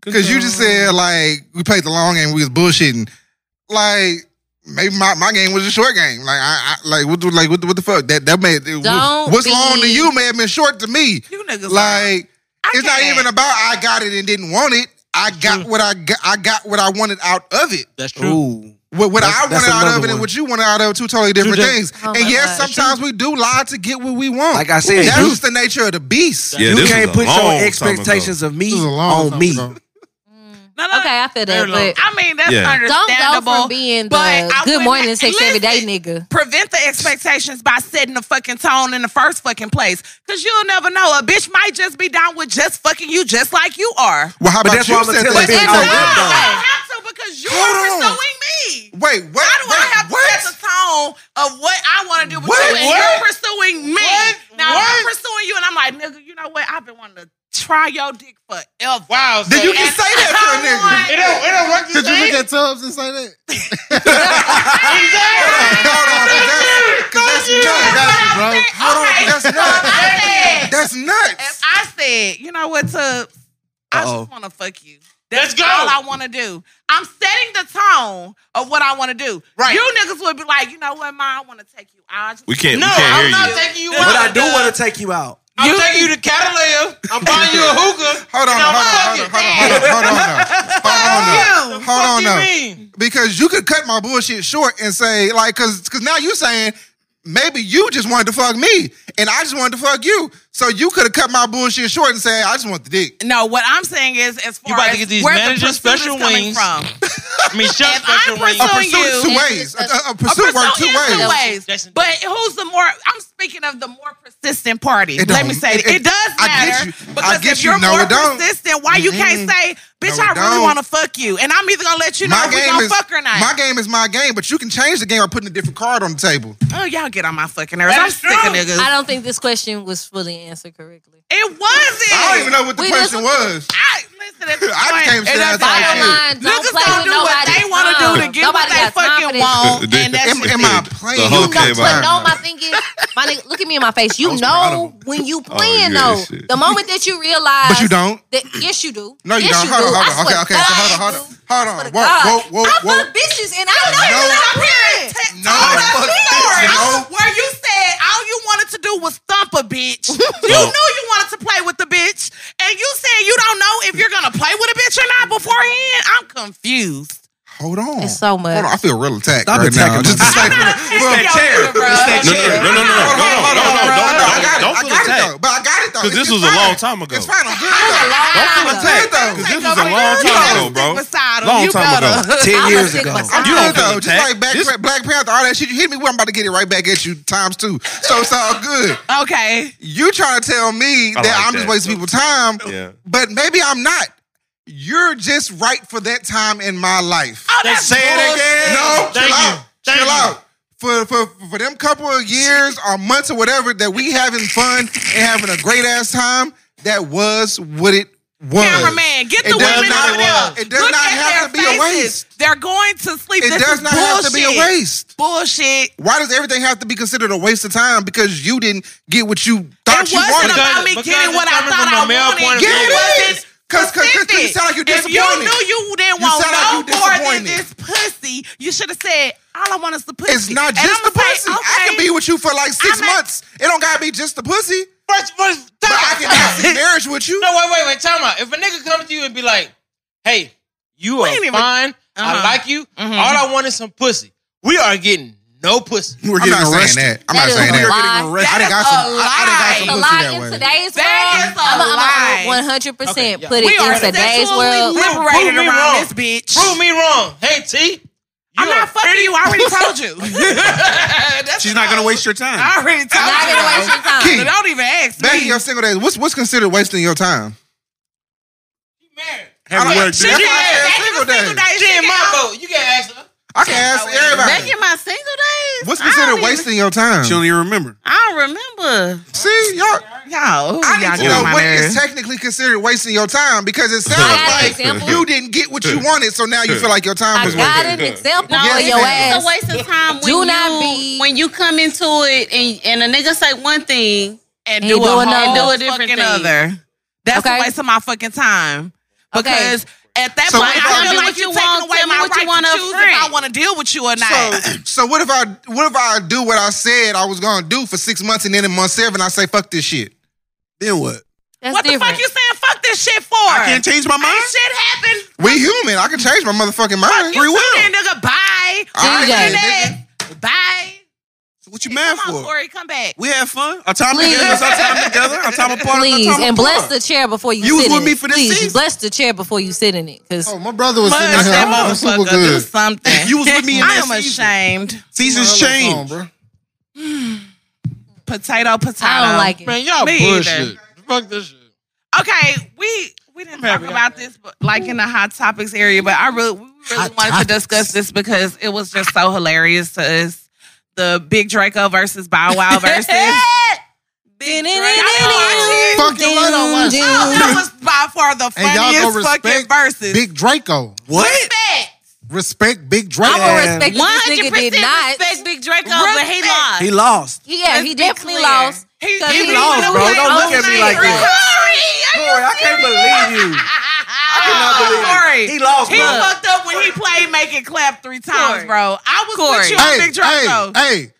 Speaker 2: Because you just said like we played the long game, we was bullshitting. Like maybe my, my game was a short game. Like I, I like what the, like what the, what the fuck that that made it-
Speaker 9: Don't
Speaker 2: what's
Speaker 9: be-
Speaker 2: long to you may have been short to me.
Speaker 1: You niggas
Speaker 2: Like it's not even about I got it and didn't want it. I got what I got. I got what I wanted out of it.
Speaker 4: That's true.
Speaker 8: Ooh.
Speaker 2: What, what
Speaker 8: That's-
Speaker 2: I
Speaker 8: that's
Speaker 2: wanted out of
Speaker 8: another
Speaker 2: it and
Speaker 8: one.
Speaker 2: what you wanted out of are two totally different
Speaker 8: True that.
Speaker 2: things.
Speaker 9: Oh
Speaker 2: and
Speaker 9: my
Speaker 2: yes,
Speaker 9: gosh.
Speaker 2: sometimes we do lie to get what we want.
Speaker 8: Like I said,
Speaker 2: that's
Speaker 8: you-
Speaker 2: just the nature of the beast.
Speaker 7: Yeah,
Speaker 8: you
Speaker 7: this
Speaker 8: can't
Speaker 7: was a
Speaker 8: put
Speaker 7: long
Speaker 8: your
Speaker 7: time
Speaker 8: expectations of me
Speaker 3: This is a long
Speaker 8: on
Speaker 3: time
Speaker 8: me.
Speaker 3: ago.
Speaker 1: No, no,
Speaker 9: Okay, I feel that,
Speaker 1: very long.
Speaker 9: but
Speaker 1: I mean, that's
Speaker 7: Yeah.
Speaker 9: don't go
Speaker 1: understandable.
Speaker 9: from being
Speaker 1: but
Speaker 9: the
Speaker 1: I
Speaker 9: good
Speaker 1: wouldn't-
Speaker 9: morning sex every day
Speaker 1: Listen,
Speaker 9: nigga.
Speaker 1: Prevent the expectations by setting the fucking tone in the first fucking place. Cause you'll never know. A bitch might just be down with just fucking you just like you are.
Speaker 2: Well, how
Speaker 8: But
Speaker 2: about
Speaker 8: that's
Speaker 2: you
Speaker 8: why I'ma
Speaker 2: set
Speaker 8: tell
Speaker 2: that
Speaker 8: that
Speaker 2: bitch
Speaker 8: bitch, I'm
Speaker 2: up?
Speaker 8: good,
Speaker 1: No,
Speaker 8: dog.
Speaker 1: I have to because you
Speaker 2: Hold
Speaker 1: are
Speaker 2: on.
Speaker 1: pursuing me.
Speaker 2: Wait, what?
Speaker 1: How do I
Speaker 2: wait,
Speaker 1: have
Speaker 2: what?
Speaker 1: to set the tone of what I want to do with
Speaker 2: What?
Speaker 1: you and
Speaker 2: What?
Speaker 1: you're pursuing me?
Speaker 2: What?
Speaker 1: Now I'm
Speaker 2: What?
Speaker 1: pursuing you and I'm like, nigga, you know what? I've been wanting to try your dick forever.
Speaker 11: Wow.
Speaker 2: Then you can
Speaker 1: And
Speaker 2: say that
Speaker 1: I
Speaker 2: to a nigga.
Speaker 11: It don't, it don't work
Speaker 3: Did
Speaker 11: this
Speaker 3: you
Speaker 11: way.
Speaker 3: look at Tubbs and say that?
Speaker 2: Hold on, 'cause that's- 'cause that's nuts. That's-
Speaker 3: bro.
Speaker 1: I said,
Speaker 2: Hold on,
Speaker 1: okay,
Speaker 2: that's
Speaker 1: I said-
Speaker 2: nuts. That's
Speaker 1: if
Speaker 2: nuts.
Speaker 1: I said, you know what, Tubbs? I
Speaker 8: Uh-oh.
Speaker 1: just want to fuck you. That's
Speaker 11: Let's go.
Speaker 1: all I want to do. I'm setting the tone of what I want to do.
Speaker 11: Right.
Speaker 1: You niggas would be like, you know what, Ma, I want to take you out. I just-
Speaker 7: We can't.
Speaker 11: No,
Speaker 7: we
Speaker 11: I'm
Speaker 7: can't
Speaker 11: not
Speaker 7: hear you.
Speaker 11: taking you out.
Speaker 8: But I do want to take you out.
Speaker 11: I'm
Speaker 1: You-
Speaker 11: taking you to Catalina. I'm buying you a hookah.
Speaker 2: Hold on,
Speaker 11: and I'm
Speaker 2: hold on, hold
Speaker 11: fucking-
Speaker 2: on, hold on, hold on, hold on, hold on,
Speaker 11: Fuck
Speaker 2: hold on,
Speaker 11: you
Speaker 2: now.
Speaker 11: mean?
Speaker 2: Because you could cut my bullshit short and say like, cause, 'cause now you saying maybe you just wanted to fuck me and I just wanted to fuck you, so you could have cut my bullshit short and say I just want the dick.
Speaker 1: No, what I'm saying is, as far
Speaker 4: You about to
Speaker 1: as
Speaker 4: get these
Speaker 1: where the
Speaker 4: manager
Speaker 1: pursuit
Speaker 4: special
Speaker 1: is coming
Speaker 4: wings.
Speaker 1: from,
Speaker 4: I mean, shut
Speaker 1: If I'm
Speaker 4: special wings.
Speaker 2: A
Speaker 1: pursuing-
Speaker 2: pursuit is
Speaker 1: you-
Speaker 2: two ways. A, a- a
Speaker 1: a
Speaker 2: pursuit works two
Speaker 1: pursuit is
Speaker 2: ways.
Speaker 1: two ways. But who's the more? I'm speaking of the more persistent party.
Speaker 2: It
Speaker 1: Let
Speaker 2: don't.
Speaker 1: me say
Speaker 2: It-
Speaker 1: it,
Speaker 2: it-
Speaker 1: it does
Speaker 2: I get
Speaker 1: matter
Speaker 2: you. I
Speaker 1: because
Speaker 2: get
Speaker 1: if
Speaker 2: you.
Speaker 1: you're
Speaker 2: No,
Speaker 1: more
Speaker 2: it don't.
Speaker 1: persistent, why you can't say, "Bitch,
Speaker 2: Mm-hmm. No,
Speaker 1: I
Speaker 2: it
Speaker 1: really
Speaker 2: don't.
Speaker 1: want to fuck you," and I'm either gonna let you know if we gonna fuck or not.
Speaker 2: my game is my game, but you can change the game by putting a different card on the table.
Speaker 1: oh, y'all get on my fucking nerves. I'm
Speaker 11: That's
Speaker 1: sick of
Speaker 11: true.
Speaker 1: niggas.
Speaker 9: I don't think this question was fully answered correctly.
Speaker 1: it wasn't.
Speaker 2: I don't even know what the
Speaker 9: We
Speaker 2: question was.
Speaker 1: I listen. At this
Speaker 2: I
Speaker 1: point,
Speaker 2: became
Speaker 1: it
Speaker 2: shit
Speaker 1: doesn't
Speaker 2: out of
Speaker 1: matter.
Speaker 2: shit.
Speaker 9: Mine, don't
Speaker 1: Niggas
Speaker 9: play
Speaker 1: don't
Speaker 9: with
Speaker 1: do what
Speaker 9: nobody's
Speaker 1: they want to do to
Speaker 9: tongue.
Speaker 1: get what
Speaker 9: Nobody
Speaker 1: they
Speaker 9: got
Speaker 1: fucking
Speaker 9: confidence.
Speaker 1: want, and that's
Speaker 2: Am, am I playing?
Speaker 7: The whole
Speaker 9: You know,
Speaker 7: Okay, bye.
Speaker 9: but no, my thing is, my nigga, look at me in my face. You know when
Speaker 2: Oh,
Speaker 9: you playing
Speaker 7: yeah,
Speaker 9: though.
Speaker 7: shit.
Speaker 9: The moment that you realize,
Speaker 2: But you don't.
Speaker 9: That, yes, you do.
Speaker 2: No, you
Speaker 9: yes,
Speaker 2: don't.
Speaker 9: You
Speaker 2: Hold on,
Speaker 9: do. I
Speaker 2: hold on.
Speaker 9: swear
Speaker 2: Okay, okay,
Speaker 9: to
Speaker 2: so
Speaker 9: God,
Speaker 2: hold on,
Speaker 9: I
Speaker 2: hold
Speaker 9: do.
Speaker 2: on,
Speaker 9: I swear to
Speaker 2: hold on. Whoa,
Speaker 9: God.
Speaker 2: whoa, whoa,
Speaker 9: I
Speaker 2: whoa.
Speaker 9: fuck bitches and I
Speaker 2: No.
Speaker 9: know that I'm
Speaker 1: Period.
Speaker 9: weird.
Speaker 1: T-
Speaker 2: No,
Speaker 1: told us
Speaker 2: fuck
Speaker 1: the
Speaker 2: that.
Speaker 1: story
Speaker 2: No.
Speaker 1: where you said all you wanted to do was thump a bitch. You
Speaker 7: No.
Speaker 1: knew you wanted to play with the bitch, and you said you don't know if you're gonna play with a bitch or not beforehand. I'm confused.
Speaker 2: Hold on.
Speaker 9: It's so much.
Speaker 2: Hold on, I feel real attacked
Speaker 8: Stop
Speaker 2: right
Speaker 8: attacking
Speaker 2: now.
Speaker 8: my
Speaker 2: Just
Speaker 8: man.
Speaker 2: a second. Look,
Speaker 1: Yo, nigga, bro.
Speaker 7: No, no, no, no, no, no, no, no, no, don't-
Speaker 2: bro, I got it.
Speaker 7: don't- don't
Speaker 2: I got
Speaker 7: feel
Speaker 2: it
Speaker 7: attacked.
Speaker 2: though. But I got it though.
Speaker 7: Because this
Speaker 2: It's
Speaker 7: was a
Speaker 2: fine.
Speaker 7: long time ago.
Speaker 2: It's fine. I'm good though.
Speaker 7: Don't feel attacked.
Speaker 2: I'm
Speaker 7: Because this
Speaker 2: good though.
Speaker 7: was a long time ago, bro.
Speaker 1: Stick beside him.
Speaker 7: Long
Speaker 1: you
Speaker 7: time ago.
Speaker 1: better.
Speaker 9: I'm
Speaker 8: Ten
Speaker 9: a
Speaker 8: years
Speaker 9: sick
Speaker 8: ago.
Speaker 9: beside.
Speaker 7: You don't
Speaker 2: I'm good though.
Speaker 7: feel
Speaker 2: Just like
Speaker 7: attacked.
Speaker 2: Black,
Speaker 7: This-
Speaker 2: Black Panther, all that shit. You hit me with, I'm about to get it right back at you times two. So it's all good.
Speaker 1: Okay.
Speaker 2: You trying to tell me that
Speaker 7: like
Speaker 2: I'm just
Speaker 7: that.
Speaker 2: wasting people's time,
Speaker 7: Yeah.
Speaker 2: but maybe I'm not. You're just right for that time in my life.
Speaker 1: Oh,
Speaker 11: They
Speaker 1: that's
Speaker 11: say it
Speaker 1: bullshit.
Speaker 11: again.
Speaker 2: No,
Speaker 11: Thank
Speaker 2: chill
Speaker 11: you.
Speaker 2: out.
Speaker 11: Thank
Speaker 2: chill
Speaker 11: you.
Speaker 2: out. For, for for them couple of years or months or whatever that we having fun and having a great ass time, that was what it was.
Speaker 1: Cameraman, get
Speaker 2: It
Speaker 1: the
Speaker 2: does
Speaker 1: women
Speaker 2: not-
Speaker 1: over there.
Speaker 2: it does
Speaker 1: Look
Speaker 2: not
Speaker 1: at
Speaker 2: have
Speaker 1: their
Speaker 2: to be a
Speaker 1: faces.
Speaker 2: waste.
Speaker 1: They're going to sleep.
Speaker 2: It
Speaker 1: this
Speaker 2: does
Speaker 1: is
Speaker 2: not
Speaker 1: bullshit.
Speaker 2: have to be a waste.
Speaker 1: Bullshit.
Speaker 2: Why does everything have to be considered a waste of time because you didn't get what you thought
Speaker 1: it
Speaker 2: you
Speaker 1: wasn't
Speaker 2: wanted?
Speaker 1: about me
Speaker 4: Because-
Speaker 1: getting what I
Speaker 4: because
Speaker 1: thought
Speaker 4: it's
Speaker 1: I
Speaker 4: coming from a male
Speaker 1: wanted.
Speaker 4: point of
Speaker 2: Yeah,
Speaker 1: You
Speaker 2: it
Speaker 1: wasn't
Speaker 2: is. 'Cause- 'cause- 'cause you sound like you
Speaker 1: specific. If you
Speaker 2: disappointed.
Speaker 1: knew you didn't
Speaker 2: You
Speaker 1: want
Speaker 2: sound
Speaker 1: no
Speaker 2: like you
Speaker 1: more than
Speaker 2: disappointed.
Speaker 1: this pussy, you should have said, "All I want is the pussy."
Speaker 2: It's not
Speaker 1: And
Speaker 2: just
Speaker 1: I'ma
Speaker 2: the
Speaker 1: say,
Speaker 2: pussy. I
Speaker 1: okay.
Speaker 2: can be with you for like 6
Speaker 1: I'm at-
Speaker 2: months. It don't gotta be just the pussy.
Speaker 11: First, first,
Speaker 2: But
Speaker 11: time
Speaker 2: I
Speaker 11: out.
Speaker 2: can have marriage with you.
Speaker 4: No, wait, wait, wait. Time out. If a nigga comes to you and be like, "Hey, you are
Speaker 1: ain't even-
Speaker 4: fine.
Speaker 1: Uh-huh.
Speaker 4: I like you.
Speaker 9: Mm-hmm.
Speaker 4: All I want is some pussy. We are getting no pussy."
Speaker 2: We're
Speaker 5: getting
Speaker 2: I'm not
Speaker 5: arrested.
Speaker 2: saying that. I'm
Speaker 9: That
Speaker 2: not
Speaker 9: is
Speaker 2: saying
Speaker 9: a
Speaker 2: that.
Speaker 9: lie.
Speaker 2: I done got
Speaker 1: That
Speaker 2: some.
Speaker 1: is
Speaker 2: I, I done got some
Speaker 9: a
Speaker 2: pussy
Speaker 9: lie
Speaker 2: that
Speaker 9: in
Speaker 2: way.
Speaker 9: today's
Speaker 1: That
Speaker 9: world.
Speaker 1: is a lie.
Speaker 9: One hundred percent.
Speaker 4: Okay,
Speaker 9: Put
Speaker 1: We
Speaker 9: it
Speaker 1: are
Speaker 9: in today's
Speaker 1: sexually
Speaker 9: world.
Speaker 1: liberated
Speaker 4: Prove me
Speaker 1: around
Speaker 4: wrong.
Speaker 1: this bitch.
Speaker 4: Prove me wrong. Hey T,
Speaker 1: I'm
Speaker 4: you
Speaker 1: not
Speaker 4: are
Speaker 1: fucking you. I already told you. That's
Speaker 5: She's not gonna waste your time.
Speaker 1: I already told
Speaker 9: Not
Speaker 1: you.
Speaker 9: gonna waste your time.
Speaker 2: Key.
Speaker 1: Don't even ask
Speaker 2: Back in
Speaker 1: me.
Speaker 2: your single days, what's what's considered wasting your time?
Speaker 4: married.
Speaker 5: Haven't worked.
Speaker 1: She
Speaker 5: yet.
Speaker 1: said,
Speaker 2: That's what I said,
Speaker 1: back in
Speaker 2: single
Speaker 1: the single
Speaker 2: days.
Speaker 1: days,
Speaker 4: She in
Speaker 1: got
Speaker 4: my
Speaker 1: all-
Speaker 4: boat. You can ask her.
Speaker 2: I can ask everybody.
Speaker 6: Back in my single days,
Speaker 2: What's
Speaker 6: I don't
Speaker 2: considered
Speaker 6: even-
Speaker 2: wasting your time?
Speaker 5: She don't even remember.
Speaker 6: I don't remember.
Speaker 2: See, y'all,
Speaker 6: y'all,
Speaker 2: I
Speaker 6: y'all
Speaker 2: need to
Speaker 6: get on
Speaker 2: know
Speaker 6: my
Speaker 2: what
Speaker 6: nerves.
Speaker 2: is technically considered wasting your time because it
Speaker 6: got an
Speaker 2: sounds like
Speaker 6: example.
Speaker 2: you didn't get what you wanted, so now you feel like your time was wasted.
Speaker 6: No,
Speaker 2: Yes,
Speaker 6: it's,
Speaker 2: ma'am.
Speaker 6: it's a waste of time. When
Speaker 9: Do not
Speaker 6: you, when you come into it and and a nigga say one thing
Speaker 1: and do, a
Speaker 6: and do a
Speaker 1: whole
Speaker 6: different
Speaker 1: fucking
Speaker 6: thing.
Speaker 1: other. That's a waste of my fucking time. Because at that
Speaker 2: So
Speaker 1: point,
Speaker 2: what
Speaker 1: I
Speaker 2: about-
Speaker 1: feel
Speaker 2: Tell me
Speaker 1: like
Speaker 2: what
Speaker 1: you're
Speaker 2: you
Speaker 1: taking
Speaker 2: want,
Speaker 1: away
Speaker 2: tell me
Speaker 1: my
Speaker 2: what you
Speaker 1: right to
Speaker 2: want up
Speaker 1: choose
Speaker 2: front.
Speaker 1: if I want to deal with you or not.
Speaker 2: So, so what if I what if I do what I said I was gonna do for six months and then in month seven I say fuck this shit?
Speaker 5: Then what?
Speaker 1: what the fuck you saying? Fuck this shit for? I
Speaker 2: can't change my mind?
Speaker 1: Ain't shit happened.
Speaker 2: We human. I can change my motherfucking mind.
Speaker 1: You sit there, nigga. Bye.
Speaker 2: All right,
Speaker 1: Fuck your
Speaker 2: nigga.
Speaker 1: neck. Bye.
Speaker 5: What you mad
Speaker 1: Come on,
Speaker 5: for?
Speaker 1: Corey, come back.
Speaker 5: We had fun. Our time
Speaker 9: Please.
Speaker 5: together. It's Our time together. Our time apart.
Speaker 9: Please,
Speaker 5: our time
Speaker 9: and bless
Speaker 5: apart.
Speaker 9: the chair before you,
Speaker 5: You was
Speaker 9: sit
Speaker 5: with
Speaker 9: in
Speaker 5: me
Speaker 9: it.
Speaker 5: for this
Speaker 9: Please,
Speaker 5: season?
Speaker 9: bless the chair before you sit in it. Cause
Speaker 3: oh, my brother was
Speaker 1: Punch that motherfucker. Do something.
Speaker 5: If you was with me in
Speaker 1: I
Speaker 5: that
Speaker 1: am ashamed.
Speaker 5: Seasons change.
Speaker 1: Potato, potato.
Speaker 9: I don't like it.
Speaker 1: Man,
Speaker 4: y'all
Speaker 1: Me
Speaker 4: bullshit.
Speaker 1: either.
Speaker 4: Fuck this shit.
Speaker 1: Okay, we we didn't talk about this, but like in the hot topics area, but I really we really wanted to discuss this because it was just so hilarious to us. The Big Draco versus Bow Wow versus. Big Draco. Y'all watch it?
Speaker 3: Fucking right, I watched it.
Speaker 1: Oh, that was by far the
Speaker 3: And y'all
Speaker 1: funniest
Speaker 3: gonna
Speaker 1: fucking
Speaker 3: respect
Speaker 1: verses.
Speaker 3: Big Draco.
Speaker 5: What?
Speaker 3: Respect Big
Speaker 9: I
Speaker 3: Draco.
Speaker 9: will respect
Speaker 6: One
Speaker 9: that this
Speaker 6: hundred
Speaker 9: nigga did
Speaker 6: percent
Speaker 9: not.
Speaker 6: respect Big Draco, but he
Speaker 1: Respect.
Speaker 6: lost.
Speaker 5: He lost.
Speaker 9: He- yeah,
Speaker 6: Let's
Speaker 9: he
Speaker 6: be
Speaker 9: definitely
Speaker 6: clear.
Speaker 9: lost.
Speaker 1: He-
Speaker 9: 'cause
Speaker 1: he
Speaker 9: he-
Speaker 1: lost,
Speaker 9: he was
Speaker 1: bro. Don't look
Speaker 9: on
Speaker 1: at me
Speaker 9: night.
Speaker 1: like that.
Speaker 8: Corey, I can't believe you.
Speaker 1: I
Speaker 8: believe it. He lost,
Speaker 1: He
Speaker 8: bro.
Speaker 1: fucked up when he played Make It Clap three times,
Speaker 6: Corey.
Speaker 1: bro. I was
Speaker 6: Corey.
Speaker 1: with you on
Speaker 3: Hey,
Speaker 1: Big Draco.
Speaker 3: hey, hey.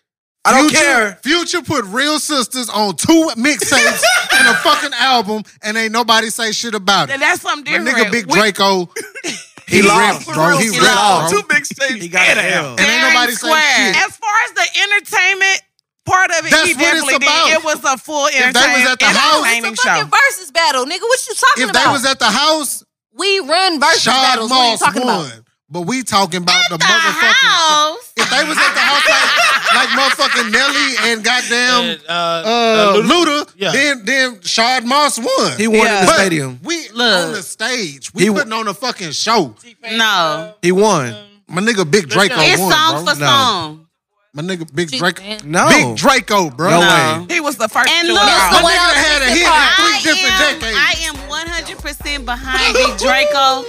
Speaker 8: I don't
Speaker 3: Future-
Speaker 8: care.
Speaker 3: Future put Real Sisters on two mixtapes and a fucking album, and ain't nobody say shit about it.
Speaker 1: And that's something
Speaker 3: My
Speaker 1: different.
Speaker 3: nigga Big
Speaker 1: We-
Speaker 3: Draco, he,
Speaker 5: lost.
Speaker 3: rapped, bro. He
Speaker 5: He
Speaker 3: rapped,
Speaker 5: lost.
Speaker 3: bro.
Speaker 5: mixtapes. He got hell.
Speaker 3: And ain't
Speaker 1: Daring
Speaker 3: nobody say
Speaker 1: Square.
Speaker 3: shit.
Speaker 1: As far as the entertainment part of it,
Speaker 3: That's
Speaker 1: he
Speaker 3: what it's
Speaker 1: definitely
Speaker 3: about.
Speaker 1: did. It was a full
Speaker 3: they
Speaker 1: entertainment,
Speaker 3: was at the house-
Speaker 1: entertaining
Speaker 9: It's a fucking
Speaker 1: show.
Speaker 9: versus battle, nigga. What you talking
Speaker 3: If they
Speaker 9: about?
Speaker 3: was at the house,
Speaker 9: we run versus
Speaker 3: Sean
Speaker 9: battles. What are you
Speaker 3: Moss
Speaker 9: talking
Speaker 3: won.
Speaker 9: about?
Speaker 3: But we talking about the,
Speaker 6: The
Speaker 3: motherfucking.
Speaker 6: house.
Speaker 3: If they was at the house like, like motherfucking Nelly and goddamn
Speaker 4: And, uh,
Speaker 3: uh,
Speaker 4: uh, Luda-
Speaker 3: Luda,
Speaker 4: Yeah.
Speaker 3: then then Shard Moss won.
Speaker 8: He won in the
Speaker 3: But
Speaker 8: stadium.
Speaker 3: We
Speaker 6: Look.
Speaker 3: on the stage. We
Speaker 8: He w-
Speaker 3: putting on a fucking show.
Speaker 6: No,
Speaker 8: He won.
Speaker 3: My nigga Big Draco
Speaker 6: it's
Speaker 3: won,
Speaker 6: song
Speaker 3: bro.
Speaker 6: for
Speaker 8: No.
Speaker 6: song.
Speaker 3: My nigga Big
Speaker 9: She-
Speaker 3: Draco.
Speaker 9: man.
Speaker 8: No.
Speaker 3: Big Draco, bro.
Speaker 8: No
Speaker 6: No.
Speaker 8: way.
Speaker 1: He was the first.
Speaker 6: And
Speaker 1: to do
Speaker 6: look,
Speaker 1: it all.
Speaker 9: the
Speaker 3: My
Speaker 9: one
Speaker 3: nigga
Speaker 9: I
Speaker 3: had a
Speaker 9: was
Speaker 3: hit
Speaker 9: thinking about.
Speaker 3: in
Speaker 6: I
Speaker 3: three different
Speaker 6: am,
Speaker 3: decades.
Speaker 6: I am 100% behind Big Draco.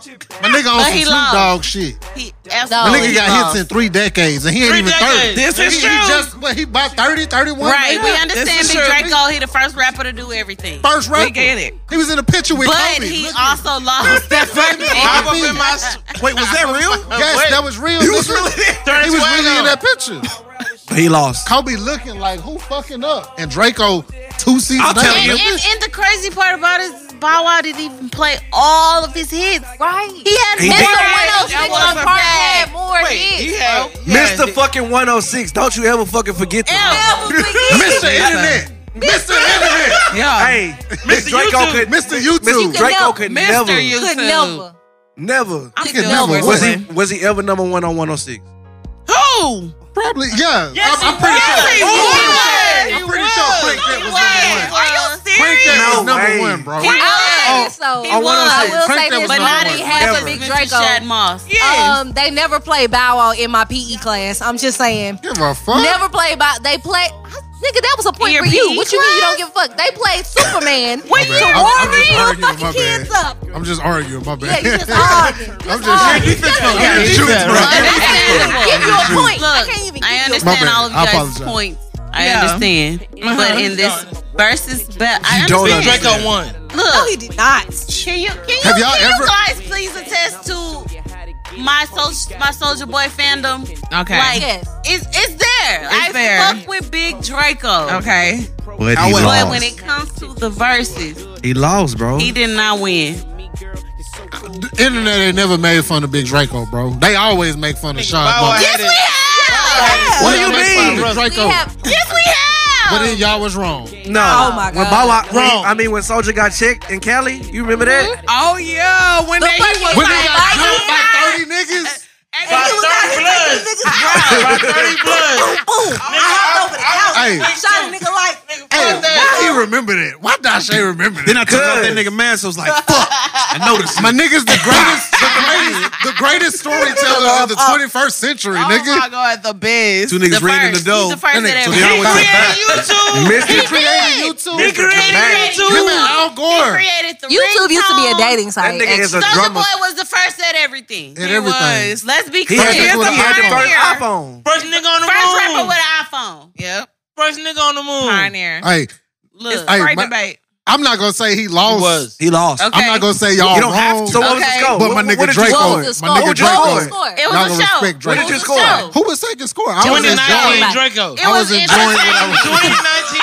Speaker 3: My nigga on
Speaker 6: But
Speaker 3: some
Speaker 6: he
Speaker 3: Snoop
Speaker 6: lost.
Speaker 3: Dogg shit.
Speaker 6: He
Speaker 3: My
Speaker 6: absolutely
Speaker 9: No,
Speaker 3: nigga
Speaker 9: he
Speaker 3: got
Speaker 6: lost.
Speaker 3: hits in three decades and he ain't
Speaker 5: Three
Speaker 3: even
Speaker 5: decades.
Speaker 3: 30.
Speaker 1: This is
Speaker 3: he, he
Speaker 1: true.
Speaker 3: just, what, he about 30, 31?
Speaker 6: Right,
Speaker 3: nigga?
Speaker 6: we
Speaker 1: This
Speaker 6: understand
Speaker 1: is
Speaker 6: Big
Speaker 1: true.
Speaker 6: Draco. He the first rapper to do everything,
Speaker 3: First rapper.
Speaker 1: We get it.
Speaker 3: He was in a picture with
Speaker 6: but
Speaker 3: Kobe.
Speaker 6: he
Speaker 3: Look at
Speaker 6: also lost.
Speaker 3: Hop up
Speaker 5: Hop
Speaker 3: in my s-
Speaker 5: Wait, was that real?
Speaker 3: him. Yes, that was real. He was really,
Speaker 5: Turn
Speaker 3: he was
Speaker 5: his swag
Speaker 3: really in
Speaker 5: on.
Speaker 3: that picture.
Speaker 5: He lost.
Speaker 3: Kobe looking like, who fucking up? And Draco, two seasons
Speaker 5: I'll tell
Speaker 3: down.
Speaker 6: And,
Speaker 5: you.
Speaker 6: and, and the crazy part about it is Bow Wow didn't even play all of his hits.
Speaker 9: Right.
Speaker 6: He had
Speaker 5: He
Speaker 6: more
Speaker 9: Mr.
Speaker 5: did.
Speaker 6: than
Speaker 1: That
Speaker 9: 106
Speaker 1: was
Speaker 9: on
Speaker 1: a
Speaker 9: Park
Speaker 1: fact.
Speaker 9: had more
Speaker 1: He
Speaker 9: hits.
Speaker 1: had, he had-
Speaker 8: Mr. fucking 106. Don't you ever fucking forget that.
Speaker 9: Mr.
Speaker 3: Mr. Internet. Mr. Internet.
Speaker 1: Yeah.
Speaker 8: Hey, Mr. Draco could,
Speaker 3: Mr. YouTube.
Speaker 9: You
Speaker 8: Mr.
Speaker 9: could
Speaker 8: Draco
Speaker 9: never-
Speaker 8: could
Speaker 1: Mr.
Speaker 8: never,
Speaker 1: You
Speaker 9: Could
Speaker 1: too.
Speaker 9: never.
Speaker 8: never.
Speaker 1: I
Speaker 3: could
Speaker 1: could
Speaker 3: never
Speaker 1: never.
Speaker 8: Was
Speaker 1: win.
Speaker 8: he was he ever number one oh on 106?
Speaker 1: Who?
Speaker 3: Probably, yeah.
Speaker 1: Yes,
Speaker 3: I'm, I'm pretty
Speaker 1: he
Speaker 3: sure.
Speaker 1: was. He
Speaker 3: Oh,
Speaker 1: was.
Speaker 3: I'm pretty
Speaker 1: He
Speaker 3: sure
Speaker 1: was.
Speaker 3: Frank That was number one.
Speaker 1: He was. Are you
Speaker 3: Frank
Speaker 1: serious?
Speaker 3: That was
Speaker 8: No
Speaker 3: number
Speaker 8: way.
Speaker 3: one, bro.
Speaker 1: He-
Speaker 9: I
Speaker 5: Oh.
Speaker 9: don't think so.
Speaker 6: He
Speaker 9: I
Speaker 6: was.
Speaker 9: will
Speaker 3: Frank
Speaker 9: say
Speaker 3: that
Speaker 9: this,
Speaker 3: was
Speaker 9: but
Speaker 3: number
Speaker 9: not
Speaker 3: one.
Speaker 9: in half
Speaker 8: Ever.
Speaker 9: of Big
Speaker 6: Shad
Speaker 9: Draco.
Speaker 6: Moss.
Speaker 1: Yes.
Speaker 9: Um, they never played Bow Wow in my PE class. I'm just saying.
Speaker 3: Give a fuck.
Speaker 9: Never played Bow. They played. Nigga, that was a point
Speaker 6: In your
Speaker 9: for you.
Speaker 6: PE
Speaker 9: What you mean you don't give a fuck? They played Superman
Speaker 3: My
Speaker 9: to
Speaker 3: bad. I'm- I'm
Speaker 9: warm
Speaker 3: just
Speaker 9: your
Speaker 3: arguing, my
Speaker 9: fucking kids
Speaker 3: bad.
Speaker 9: up.
Speaker 3: I'm just arguing, my
Speaker 9: Yeah,
Speaker 3: bad.
Speaker 9: you just arguing.
Speaker 3: I'm
Speaker 9: Just
Speaker 3: just
Speaker 9: arguing.
Speaker 3: Yeah,
Speaker 5: he
Speaker 3: shoots,
Speaker 5: said,
Speaker 3: bro.
Speaker 5: right.
Speaker 6: Understandable.
Speaker 9: Give you a point. I
Speaker 6: Look,
Speaker 9: can't even give
Speaker 6: I
Speaker 9: you a
Speaker 3: My bad.
Speaker 6: understand all of
Speaker 3: I
Speaker 6: you guys'
Speaker 3: apologize.
Speaker 6: points. I
Speaker 1: Yeah.
Speaker 6: understand. But in this versus, but I
Speaker 5: don't
Speaker 6: understand.
Speaker 5: understand.
Speaker 4: Draco won.
Speaker 9: No, he
Speaker 6: Look,
Speaker 9: did not.
Speaker 6: can you can you,
Speaker 3: Have y'all
Speaker 6: can
Speaker 3: ever-
Speaker 6: you guys please attest to my soul my Soldier Boy fandom?
Speaker 1: Okay.
Speaker 6: Like
Speaker 9: Yes.
Speaker 6: it's it's there. I
Speaker 1: there.
Speaker 6: fuck with Big Draco.
Speaker 1: okay.
Speaker 8: But
Speaker 5: I went-
Speaker 6: But when it comes to the verses,
Speaker 8: He lost, bro.
Speaker 6: he did not win.
Speaker 3: The internet ain't never made fun of Big Draco, bro. They always make fun of Sean Moss.
Speaker 6: Yes, we have.
Speaker 8: What do you
Speaker 3: They make
Speaker 8: mean?
Speaker 3: fun of Big
Speaker 9: We have.
Speaker 3: Draco.
Speaker 6: Yes, we
Speaker 3: But
Speaker 6: have.
Speaker 3: then y'all was wrong.
Speaker 8: No.
Speaker 9: Oh my
Speaker 8: When
Speaker 9: God.
Speaker 8: Bow Wow,
Speaker 3: Wrong.
Speaker 8: I mean, when Soldier got checked in Cali, you remember that?
Speaker 1: Oh yeah, when
Speaker 9: The
Speaker 1: they
Speaker 9: fuck
Speaker 1: he was
Speaker 9: you
Speaker 3: When they
Speaker 1: like,
Speaker 9: got
Speaker 3: got
Speaker 9: Like,
Speaker 3: jumped by
Speaker 9: yeah.
Speaker 3: 30 niggas,
Speaker 11: By 30 blood.
Speaker 3: Hey.
Speaker 9: Shot a nigga like.
Speaker 3: hey, why he remember that? Why Dashe remember
Speaker 5: Then
Speaker 3: that?
Speaker 5: I took out that nigga mask. I was like, fuck. I noticed.
Speaker 3: My niggas, the greatest, the greatest, the greatest storyteller of the 21st century,
Speaker 1: Oh
Speaker 3: nigga.
Speaker 1: my god, the best.
Speaker 3: Two niggas
Speaker 1: the
Speaker 3: reading
Speaker 1: first.
Speaker 3: the dough.
Speaker 1: He's the first
Speaker 3: That nigga
Speaker 1: that
Speaker 3: took
Speaker 1: ever.
Speaker 3: the other one. Mr.
Speaker 1: He
Speaker 3: He created
Speaker 1: did.
Speaker 3: YouTube.
Speaker 1: He
Speaker 3: Mr.
Speaker 1: created
Speaker 3: Dramatic.
Speaker 1: YouTube.
Speaker 3: Him and Al Gore.
Speaker 6: He created the
Speaker 9: YouTube used to be a
Speaker 6: ringtone.
Speaker 9: dating site.
Speaker 8: That nigga is a
Speaker 6: Soulja
Speaker 8: drummer.
Speaker 6: Boy was the first at everything.
Speaker 8: At everything.
Speaker 6: was. Let's be
Speaker 8: He
Speaker 6: clear.
Speaker 8: had the-
Speaker 6: Here's
Speaker 8: he had the
Speaker 6: pioneer.
Speaker 8: first iPhone.
Speaker 4: First nigga on the
Speaker 6: First
Speaker 4: moon.
Speaker 6: rapper with an iPhone.
Speaker 1: Yep.
Speaker 4: First nigga on the moon.
Speaker 6: Pioneer.
Speaker 3: Hey,
Speaker 6: Look,
Speaker 3: hey,
Speaker 6: great
Speaker 3: my-
Speaker 6: debate.
Speaker 3: I'm not gonna say he lost. He was.
Speaker 8: He lost.
Speaker 3: I'm not gonna say y'all
Speaker 8: You don't have
Speaker 3: wrong.
Speaker 8: to. So what was the Okay. score?
Speaker 3: But my
Speaker 8: What-
Speaker 3: nigga
Speaker 8: what did you
Speaker 3: Draco.
Speaker 8: score?
Speaker 3: My
Speaker 8: What was
Speaker 3: nigga
Speaker 8: your score?
Speaker 3: Draco.
Speaker 6: It was
Speaker 3: Y'all
Speaker 6: a
Speaker 3: gonna
Speaker 6: show.
Speaker 3: Respect Draco.
Speaker 6: What did you It was a score? show.
Speaker 3: Who was second score? I was
Speaker 4: 2019
Speaker 3: enjoying
Speaker 4: Draco.
Speaker 3: I was enjoying what I
Speaker 4: entertaining.
Speaker 3: was.
Speaker 4: 2019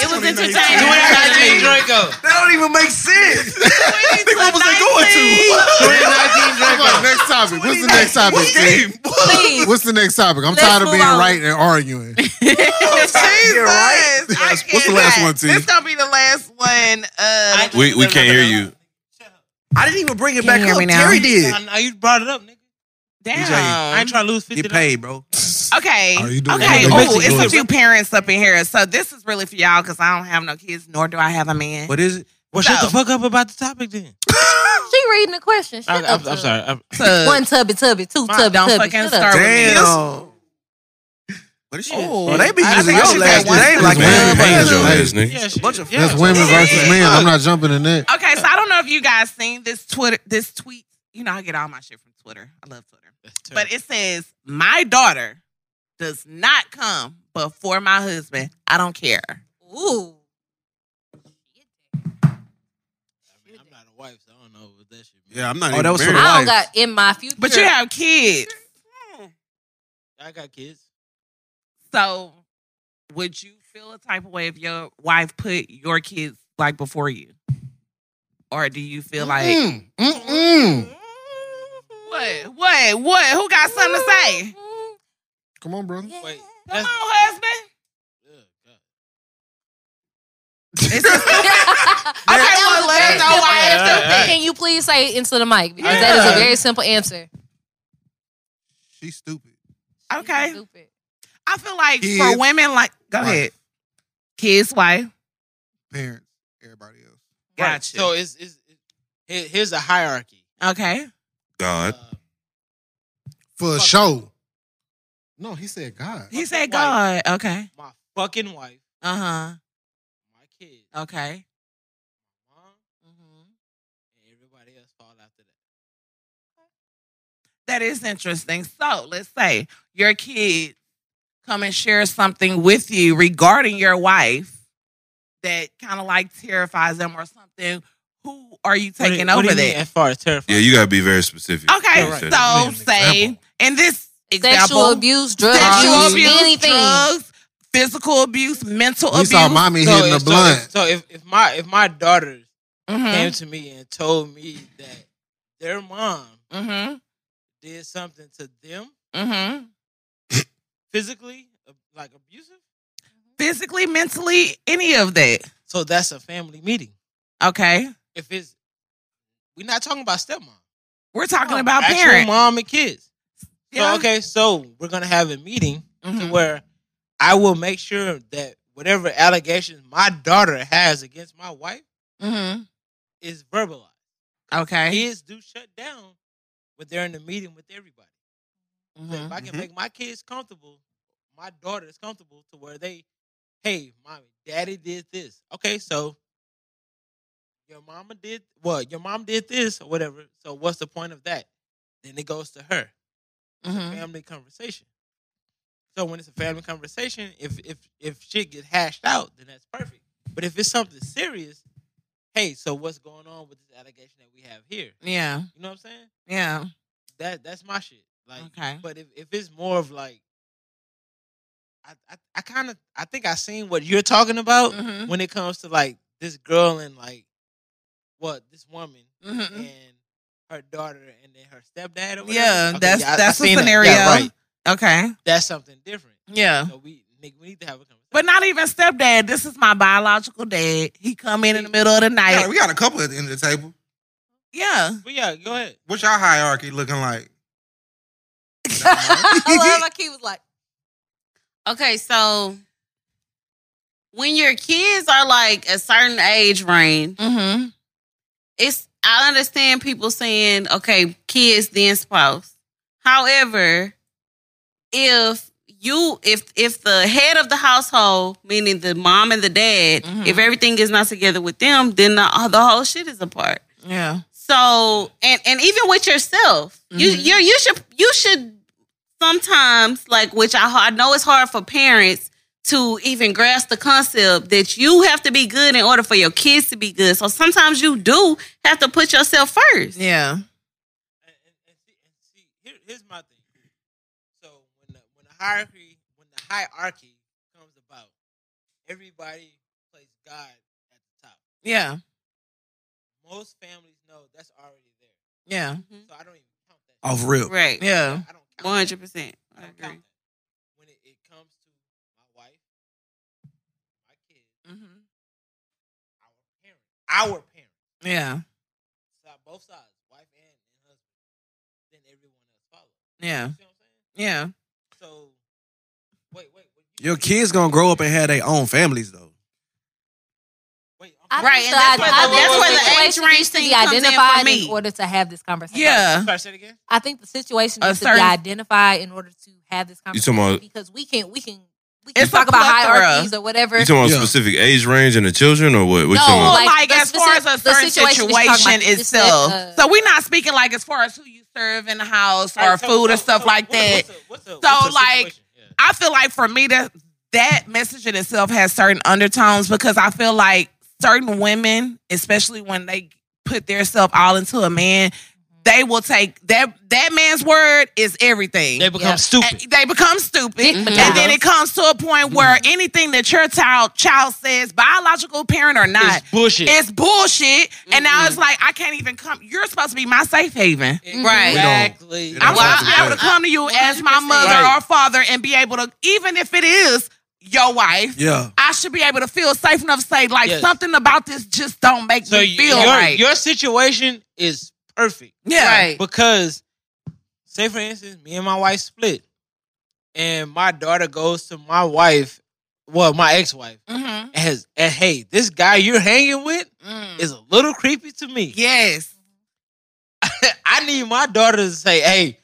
Speaker 6: It was entertaining.
Speaker 4: 2019 Draco.
Speaker 8: That don't even make sense.
Speaker 6: what was they going
Speaker 3: Come on, next topic. What's the next topic?
Speaker 8: What
Speaker 3: Steve?
Speaker 9: Please.
Speaker 3: What's the next topic? I'm
Speaker 9: Let's
Speaker 3: tired of
Speaker 9: move
Speaker 3: being
Speaker 9: on.
Speaker 3: right and arguing.
Speaker 1: Jesus.
Speaker 8: right.
Speaker 3: What's the last one, T?
Speaker 1: This gonna be the last one. Uh,
Speaker 7: We we can't hear you.
Speaker 8: I didn't even bring it
Speaker 1: Can
Speaker 8: back
Speaker 1: you hear
Speaker 8: up.
Speaker 1: me now?
Speaker 8: Terry did.
Speaker 4: I, I, you brought it up, nigga. I
Speaker 1: damn.
Speaker 4: ain't trying to lose fifty.
Speaker 8: Get paid, bro.
Speaker 1: Okay.
Speaker 3: Are you doing
Speaker 1: okay.
Speaker 3: it?
Speaker 1: Oh,
Speaker 8: Basically,
Speaker 1: it's a
Speaker 8: doing
Speaker 1: few parents up in here, so this is really for y'all because I don't have no kids, nor do I have a man.
Speaker 8: What is it?
Speaker 4: Well, shut
Speaker 1: So-
Speaker 4: the fuck up about the topic then.
Speaker 9: She reading the question. Shut
Speaker 4: I,
Speaker 9: up,
Speaker 4: am I'm
Speaker 9: Tub.
Speaker 4: sorry. I'm,
Speaker 1: Tub.
Speaker 9: One tubby, tubby, two
Speaker 1: Mom,
Speaker 9: tubby,
Speaker 1: don't
Speaker 9: tubby.
Speaker 1: fucking
Speaker 9: Shut up.
Speaker 1: start with me.
Speaker 8: Damn.
Speaker 5: What is she?
Speaker 1: Oh,
Speaker 8: Well, they be
Speaker 1: I
Speaker 8: using
Speaker 1: think I
Speaker 8: your
Speaker 1: should
Speaker 8: last
Speaker 1: get one
Speaker 8: name
Speaker 1: too.
Speaker 8: like
Speaker 3: Man,
Speaker 8: that.
Speaker 3: man.
Speaker 7: Hands your
Speaker 3: Hey.
Speaker 7: ass, nigga.
Speaker 4: yeah, shit.
Speaker 8: bunch of-
Speaker 4: yeah.
Speaker 3: That's women versus men. I'm not jumping in that.
Speaker 1: Okay, so I don't know if you guys seen this Twitter, this tweet. You know, I get all my shit from Twitter. I love Twitter.
Speaker 4: That's terrible.
Speaker 1: But it says, "My daughter does not come before my husband. I don't care."
Speaker 9: Ooh.
Speaker 4: I mean, I'm not a wife, so I don't know what that shit. means.
Speaker 5: Yeah, I'm not.
Speaker 8: Oh,
Speaker 5: even
Speaker 8: that was
Speaker 5: married.
Speaker 8: for-
Speaker 9: I
Speaker 8: Life.
Speaker 9: don't got in my future.
Speaker 1: But you have kids,
Speaker 4: I got kids.
Speaker 1: so would you feel a type of way if your wife put your kids like before you, or do you feel like
Speaker 3: Mm, mm, mm.
Speaker 1: what, what, what? Who got something to say?
Speaker 3: Come on, brother.
Speaker 9: Yeah.
Speaker 4: Wait,
Speaker 1: Come on,
Speaker 4: that's,
Speaker 1: husband.
Speaker 4: yeah, God.
Speaker 1: It's just-
Speaker 9: okay,
Speaker 1: well, let her know why it's
Speaker 4: the thing.
Speaker 9: Can you please say it into the mic? Because that is
Speaker 1: Yeah.
Speaker 9: a very simple answer.
Speaker 8: She's stupid.
Speaker 1: okay.
Speaker 9: Stupid.
Speaker 1: I feel like for
Speaker 8: Kids,
Speaker 1: women, like go
Speaker 8: wife.
Speaker 1: ahead, kids, wife,
Speaker 3: Parents, everybody else.
Speaker 4: Right.
Speaker 1: gotcha.
Speaker 4: So it's, it's, it, here's a hierarchy.
Speaker 1: okay,
Speaker 7: God.
Speaker 4: Uh,
Speaker 3: For a
Speaker 4: Fuck.
Speaker 3: show. No, he said God.
Speaker 1: he
Speaker 4: Fucking
Speaker 1: said God.
Speaker 4: wife.
Speaker 1: Okay,
Speaker 4: my fucking wife,
Speaker 1: uh
Speaker 4: my kids,
Speaker 1: huh. Okay.
Speaker 4: mom, and everybody else fall after that.
Speaker 1: That is interesting. So let's say your kids come and share something with you regarding your wife that kind of like terrifies them or something. Who are you
Speaker 4: What do-
Speaker 1: taking
Speaker 4: what do
Speaker 1: over
Speaker 4: you mean
Speaker 1: that?
Speaker 4: As far as terrifying.
Speaker 7: Yeah, you gotta be very specific.
Speaker 1: Okay,
Speaker 7: Yeah, right.
Speaker 1: so
Speaker 3: Give me an
Speaker 1: say
Speaker 3: example.
Speaker 1: in this example,
Speaker 9: Sexual abuse, drugs,
Speaker 1: sexual
Speaker 3: drugs,
Speaker 1: abuse,
Speaker 9: anything.
Speaker 1: drugs, physical abuse, mental
Speaker 3: We
Speaker 1: abuse.
Speaker 3: saw mommy
Speaker 4: So if,
Speaker 3: hitting the
Speaker 4: so,
Speaker 3: blunt.
Speaker 4: if, so if, if my if my daughters came
Speaker 1: Mhm,
Speaker 4: to me and told me that their mom
Speaker 1: mhm,
Speaker 4: did something to them
Speaker 9: Mm-hmm.
Speaker 1: mhm.
Speaker 4: physically, uh, like abusive,
Speaker 1: physically, mentally, any of that.
Speaker 4: so that's a family meeting.
Speaker 1: Okay.
Speaker 4: If it's we're not talking about stepmom,
Speaker 1: We're talking about
Speaker 4: actual
Speaker 1: parents.
Speaker 4: mom and kids.
Speaker 1: Yeah.
Speaker 4: So okay, so we're gonna have a meeting to
Speaker 1: Mhm.
Speaker 4: where I will make sure that whatever allegations my daughter has against my wife
Speaker 1: Mhm.
Speaker 4: is verbalized.
Speaker 1: Okay.
Speaker 4: Kids do shut down when they're in the meeting with everybody. So if
Speaker 1: Mhm.
Speaker 8: Mm-hmm.
Speaker 4: I can make my kids comfortable, my daughter is comfortable to where they, hey, mommy, daddy did this. Okay, so your mama did well, your mom did this or whatever. So what's the point of that? Then it goes to her. It's
Speaker 1: Mhm.
Speaker 4: a family conversation. So when it's a family conversation, if if if shit gets hashed out, then that's perfect. But if it's something serious, hey, so what's going on with this allegation that we have here?
Speaker 1: Yeah.
Speaker 4: You know what I'm saying?
Speaker 1: Yeah.
Speaker 4: That that's my shit. Like
Speaker 1: Okay.
Speaker 4: but if, if it's more of like I I, I kinda I think I seen what you're talking about
Speaker 1: Mhm.
Speaker 4: when it comes to like this girl and like what, this woman
Speaker 1: Mhm.
Speaker 4: and her daughter and then her stepdad or whatever.
Speaker 1: Yeah,
Speaker 4: Okay,
Speaker 1: that's
Speaker 4: I- I
Speaker 1: that's a
Speaker 4: seen that. Yeah,
Speaker 1: scenario.
Speaker 4: right.
Speaker 1: Okay.
Speaker 4: That's something different.
Speaker 1: Yeah.
Speaker 4: So we nigga, we need to have a conversation.
Speaker 1: But not even stepdad. This is my biological dad. He come in in the middle of the
Speaker 2: We got-
Speaker 1: night.
Speaker 2: we got a couple at the end of the table.
Speaker 1: Yeah.
Speaker 4: But yeah, go ahead.
Speaker 2: What's your hierarchy looking like?
Speaker 9: I love like he was like,
Speaker 6: Okay, so when your kids are like a certain age range,
Speaker 1: Mm-hmm.
Speaker 6: it's I understand people saying, okay, kids then spouse. However, if you if if the head of the household, meaning the mom and the dad, if everything is not together with them, then the, the whole shit is apart.
Speaker 1: Yeah.
Speaker 6: So and and even with yourself, you
Speaker 4: Mm-hmm.
Speaker 1: Mhm.
Speaker 6: you you should you should sometimes like which I I know it's hard for parents to even grasp the concept that you have to be good in order for your kids to be good. So sometimes you do have to put yourself first.
Speaker 1: Yeah.
Speaker 4: Here's my thing. So when the, when the hierarchy when the hierarchy comes about, everybody plays God at the top.
Speaker 1: Yeah.
Speaker 4: Most families know that's already there.
Speaker 1: Yeah.
Speaker 4: So I don't even count that.
Speaker 5: Off rip.
Speaker 6: Right.
Speaker 1: Yeah.
Speaker 6: One hundred percent.
Speaker 4: I don't count that. When it, it comes to my wife, my kids,
Speaker 1: Mm-hmm.
Speaker 4: our parents, our parents,
Speaker 1: Yeah.
Speaker 4: side- both sides, wife and, and husband, then everyone else follows.
Speaker 1: Yeah. Yeah.
Speaker 4: So wait, wait, wait.
Speaker 8: Your kids gonna grow up and have their own families though.
Speaker 6: Right, and that's where the, that's where the age range
Speaker 9: needs to
Speaker 6: thing
Speaker 9: be
Speaker 6: comes in for
Speaker 9: identified
Speaker 6: me.
Speaker 9: in order to have this conversation.
Speaker 1: Yeah.
Speaker 4: Sorry, say it again.
Speaker 9: I think the situation
Speaker 1: A
Speaker 9: needs to be
Speaker 1: certain-
Speaker 9: identified in order to have this
Speaker 7: You
Speaker 9: conversation
Speaker 7: talking about
Speaker 9: because we can we can we can
Speaker 1: It's a
Speaker 9: talk about
Speaker 1: plethora.
Speaker 9: hierarchies or whatever.
Speaker 7: you talking about specific age range and the children or what? What you
Speaker 9: No,
Speaker 7: talking about?
Speaker 1: Well, like,
Speaker 9: the
Speaker 1: as far as
Speaker 9: specific-
Speaker 1: a
Speaker 9: the
Speaker 1: certain
Speaker 9: situation
Speaker 1: situation,
Speaker 9: that you're talking about, it's that,
Speaker 1: itself.
Speaker 9: uh,
Speaker 1: so we're not speaking like as far as who you serve in the house or
Speaker 4: so-
Speaker 1: food
Speaker 4: so-
Speaker 1: or stuff
Speaker 4: so
Speaker 1: like
Speaker 4: what's
Speaker 1: that.
Speaker 4: a- what's a-
Speaker 1: so
Speaker 4: what's a
Speaker 1: like
Speaker 4: situation?
Speaker 1: I feel like for me that that message in itself has certain undertones because I feel like certain women, especially when they put themselves all into a man,
Speaker 4: Mm-hmm.
Speaker 1: they will take that that man's word is everything.
Speaker 4: they become
Speaker 9: Yeah.
Speaker 4: stupid.
Speaker 1: And they become stupid,
Speaker 9: Dick
Speaker 1: and then
Speaker 9: McCallum.
Speaker 1: it comes to a point where
Speaker 4: Mm-hmm.
Speaker 1: anything that your child child says, biological parent or not,
Speaker 4: It's bullshit.
Speaker 1: it's bullshit. And now it's like I can't even come. You're supposed to be my safe haven.
Speaker 9: Right.
Speaker 4: Exactly.
Speaker 1: I
Speaker 8: Well,
Speaker 1: want to be able to come to you as my
Speaker 6: 100%.
Speaker 1: mother
Speaker 4: Right.
Speaker 1: or father and be able to, even if it is your wife,
Speaker 8: Yeah.
Speaker 1: I should be able to feel safe enough to say like
Speaker 4: Yes.
Speaker 1: something about this just don't make
Speaker 4: So
Speaker 1: me
Speaker 4: you-
Speaker 1: feel
Speaker 4: your
Speaker 1: right.
Speaker 4: your situation is perfect.
Speaker 1: yeah,
Speaker 9: Right.
Speaker 4: Because, say for instance, me and my wife split, and my daughter goes to my wife, well, my ex-wife,
Speaker 1: Mm-hmm.
Speaker 4: as, and hey, this guy you're hanging with is a little creepy to me.
Speaker 1: Yes.
Speaker 4: I need my daughter to say, hey,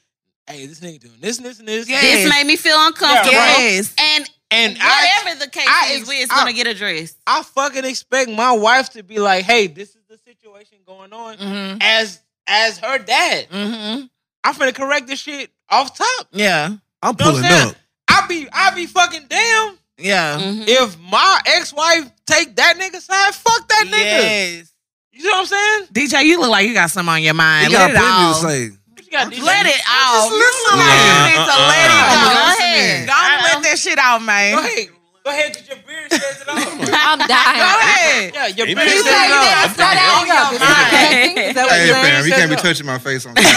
Speaker 4: hey, this nigga doing this, and this, and this,
Speaker 1: Yeah.
Speaker 6: This made me feel uncomfortable.
Speaker 1: Yes.
Speaker 6: And
Speaker 4: and I,
Speaker 6: whatever the case
Speaker 4: I-
Speaker 6: is, we it's
Speaker 4: I-
Speaker 6: gonna get addressed.
Speaker 4: I fucking expect my wife to be like, hey, this is the situation going on
Speaker 1: Mm-hmm.
Speaker 4: as as her dad.
Speaker 1: Mm-hmm.
Speaker 4: I'm finna correct this shit off top.
Speaker 1: Yeah.
Speaker 4: You
Speaker 8: I'm
Speaker 4: know what
Speaker 8: pulling
Speaker 4: I'm saying?
Speaker 8: up.
Speaker 4: I be I be fucking damn.
Speaker 1: Yeah.
Speaker 4: If my ex-wife take that nigga side, fuck that nigga.
Speaker 1: Yes.
Speaker 4: You know what I'm saying?
Speaker 1: DJ, you look like you got something on your mind.
Speaker 8: You
Speaker 1: Let
Speaker 8: got
Speaker 1: it out.
Speaker 8: plenty to say.
Speaker 4: What you got, DJ?
Speaker 1: Let it out. You look
Speaker 7: listening.
Speaker 1: like you need to
Speaker 7: Nah,
Speaker 1: let
Speaker 7: uh-uh.
Speaker 1: it
Speaker 6: I'm
Speaker 1: go.
Speaker 6: listening.
Speaker 1: Go ahead and let that shit out, man.
Speaker 4: Go ahead. Go ahead, 'cause your beard says it all.
Speaker 9: I'm
Speaker 1: Go
Speaker 9: dying.
Speaker 1: ahead.
Speaker 4: yeah, your
Speaker 7: He
Speaker 4: beard
Speaker 7: said
Speaker 4: says
Speaker 9: You
Speaker 4: it
Speaker 9: said you
Speaker 4: all.
Speaker 9: gotta slow down.
Speaker 1: I'm on your
Speaker 9: Is that- is that what
Speaker 2: Hey
Speaker 9: you're
Speaker 2: fam, you
Speaker 9: saying?
Speaker 2: can't be touching my face on camera.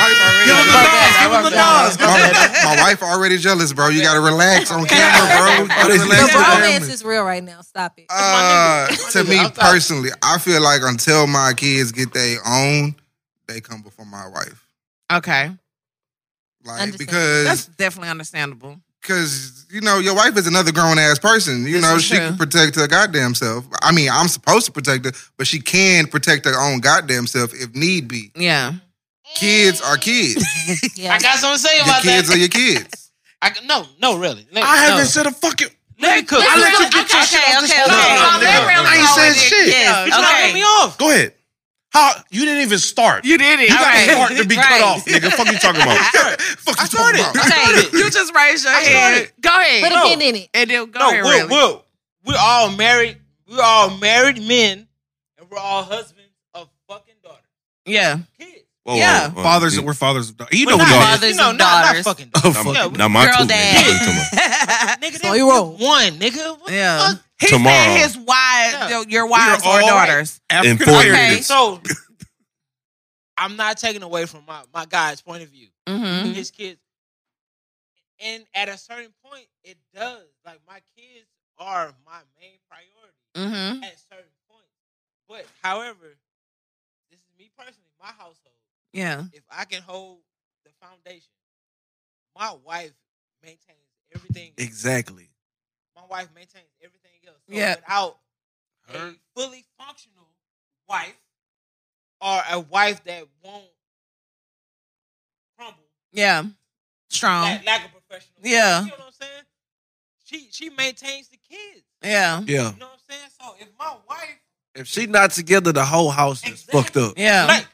Speaker 8: Give him the dogs. Give him the dogs.
Speaker 2: my, my wife already jealous, bro. You gotta relax on camera, bro.
Speaker 8: But it's-
Speaker 2: Relax
Speaker 9: The
Speaker 2: on camera.
Speaker 9: romance is real right now. Stop it.
Speaker 2: Uh, to
Speaker 4: nigga.
Speaker 2: me
Speaker 4: I'm sorry.
Speaker 2: personally, I feel like until my kids get their own, they come before my wife.
Speaker 1: Okay.
Speaker 2: Like
Speaker 9: Understand.
Speaker 1: That's
Speaker 2: because
Speaker 1: definitely understandable.
Speaker 2: because you know your wife is another grown ass person. You
Speaker 1: This
Speaker 2: know
Speaker 1: is
Speaker 2: she
Speaker 1: true.
Speaker 2: can protect her goddamn self. I mean, I'm supposed to protect her, but she can protect her own goddamn self if need be.
Speaker 1: Yeah.
Speaker 2: Kids are kids.
Speaker 9: Yeah.
Speaker 4: I got something to say
Speaker 2: your
Speaker 4: about
Speaker 2: kids
Speaker 4: that.
Speaker 2: are your kids.
Speaker 4: I, no, no, really. Let,
Speaker 8: I haven't
Speaker 4: no.
Speaker 8: said a fucking.
Speaker 4: Let me cook.
Speaker 6: This
Speaker 4: I
Speaker 6: is
Speaker 4: let
Speaker 6: what-
Speaker 4: you get your
Speaker 6: okay,
Speaker 4: shit off.
Speaker 6: okay,
Speaker 4: this-
Speaker 6: okay.
Speaker 4: No,
Speaker 1: No,
Speaker 4: no,
Speaker 1: that really
Speaker 8: I ain't
Speaker 1: going
Speaker 8: said
Speaker 1: with it.
Speaker 8: shit.
Speaker 1: Yeah,
Speaker 4: You're not
Speaker 1: okay.
Speaker 4: putting me off.
Speaker 8: Go ahead. How you didn't even start.
Speaker 1: You did it.
Speaker 8: You got
Speaker 1: Okay.
Speaker 8: to start to be cut
Speaker 6: Right.
Speaker 8: off, nigga. Fuck you talking about.
Speaker 2: Fuck you
Speaker 8: started.
Speaker 2: talking about?
Speaker 6: Okay.
Speaker 1: You just raised your hand. Go ahead.
Speaker 9: Put a pin in it.
Speaker 1: and then go
Speaker 4: No,
Speaker 1: ahead,
Speaker 4: we're,
Speaker 1: really.
Speaker 4: we're, we're all married. We're all married men, and we're all husbands of fucking daughters.
Speaker 1: Yeah.
Speaker 4: Kids.
Speaker 7: Whoa,
Speaker 1: Yeah.
Speaker 7: whoa, whoa.
Speaker 5: Fathers, we're fathers of daughters. You
Speaker 4: We're
Speaker 5: know
Speaker 4: not
Speaker 5: we are.
Speaker 4: fathers
Speaker 6: Fathers
Speaker 4: you know,
Speaker 6: of
Speaker 4: not,
Speaker 6: daughters.
Speaker 4: Not fucking daughters.
Speaker 5: Oh,
Speaker 7: Not,
Speaker 5: fuck.
Speaker 4: Yeah,
Speaker 7: not my
Speaker 6: Girl
Speaker 7: two.
Speaker 6: dad.
Speaker 7: nigga. Come on.
Speaker 4: Nigga,
Speaker 9: So
Speaker 4: they
Speaker 9: you wrong.
Speaker 4: One, nigga. What the
Speaker 1: yeah.
Speaker 4: fuck?
Speaker 1: He
Speaker 7: Tomorrow.
Speaker 1: said his wives,
Speaker 4: Yeah.
Speaker 1: your wives
Speaker 5: all
Speaker 1: or daughters.
Speaker 5: African
Speaker 7: Informed.
Speaker 5: American.
Speaker 1: Okay.
Speaker 4: So I'm not taking away from my, my guy's point of view.
Speaker 1: Mm-hmm.
Speaker 4: His kids. And at a certain point, it does. Like my kids are my main priority
Speaker 1: Mm-hmm.
Speaker 4: at certain points. But however, this is me personally, my household.
Speaker 1: Yeah.
Speaker 4: If I can hold the foundation, my wife maintains everything.
Speaker 8: Exactly.
Speaker 4: My wife maintains everything else. So
Speaker 1: Yeah.
Speaker 4: without
Speaker 5: Her.
Speaker 4: a fully functional wife or a wife that won't
Speaker 1: Yeah. Strong.
Speaker 4: like, like a professional. wife.
Speaker 1: Yeah.
Speaker 4: You know what I'm saying? She she maintains the kids.
Speaker 1: Yeah.
Speaker 8: Yeah.
Speaker 4: You know what I'm saying? So if my wife
Speaker 8: If she not together, the whole house is fucked up.
Speaker 1: Yeah.
Speaker 4: like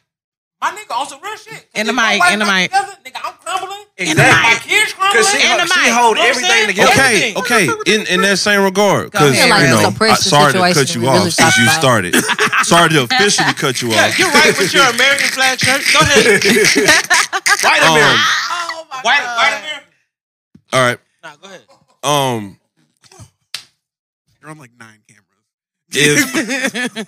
Speaker 4: my nigga on some real shit. 'Cause
Speaker 1: In the
Speaker 4: if my
Speaker 1: mic,
Speaker 4: wife
Speaker 1: in the
Speaker 4: not
Speaker 1: mic.
Speaker 4: together, Nigga, I'm crumbling.
Speaker 8: Exactly.
Speaker 4: My kids crumbling.
Speaker 8: Because she,
Speaker 4: in the
Speaker 8: she
Speaker 4: mic. You
Speaker 8: hold
Speaker 4: know what I'm
Speaker 8: everything
Speaker 4: saying?
Speaker 8: together.
Speaker 7: Okay, okay. In in that same regard,
Speaker 1: Go
Speaker 7: because
Speaker 1: ahead.
Speaker 7: you
Speaker 1: Like,
Speaker 9: it's a
Speaker 7: know, I,
Speaker 9: pressure
Speaker 7: sorry to
Speaker 9: situation
Speaker 7: cut you
Speaker 9: we
Speaker 7: off
Speaker 9: really
Speaker 7: since
Speaker 9: talked
Speaker 7: you
Speaker 9: about.
Speaker 7: started. sorry to officially cut you
Speaker 4: Yeah,
Speaker 7: off.
Speaker 4: you're right with your American flag shirt. Go ahead.
Speaker 8: White
Speaker 7: Um,
Speaker 8: America.
Speaker 4: White, white American.
Speaker 7: All right.
Speaker 4: Nah, go ahead.
Speaker 7: Um,
Speaker 5: You're on like nine cameras.
Speaker 7: if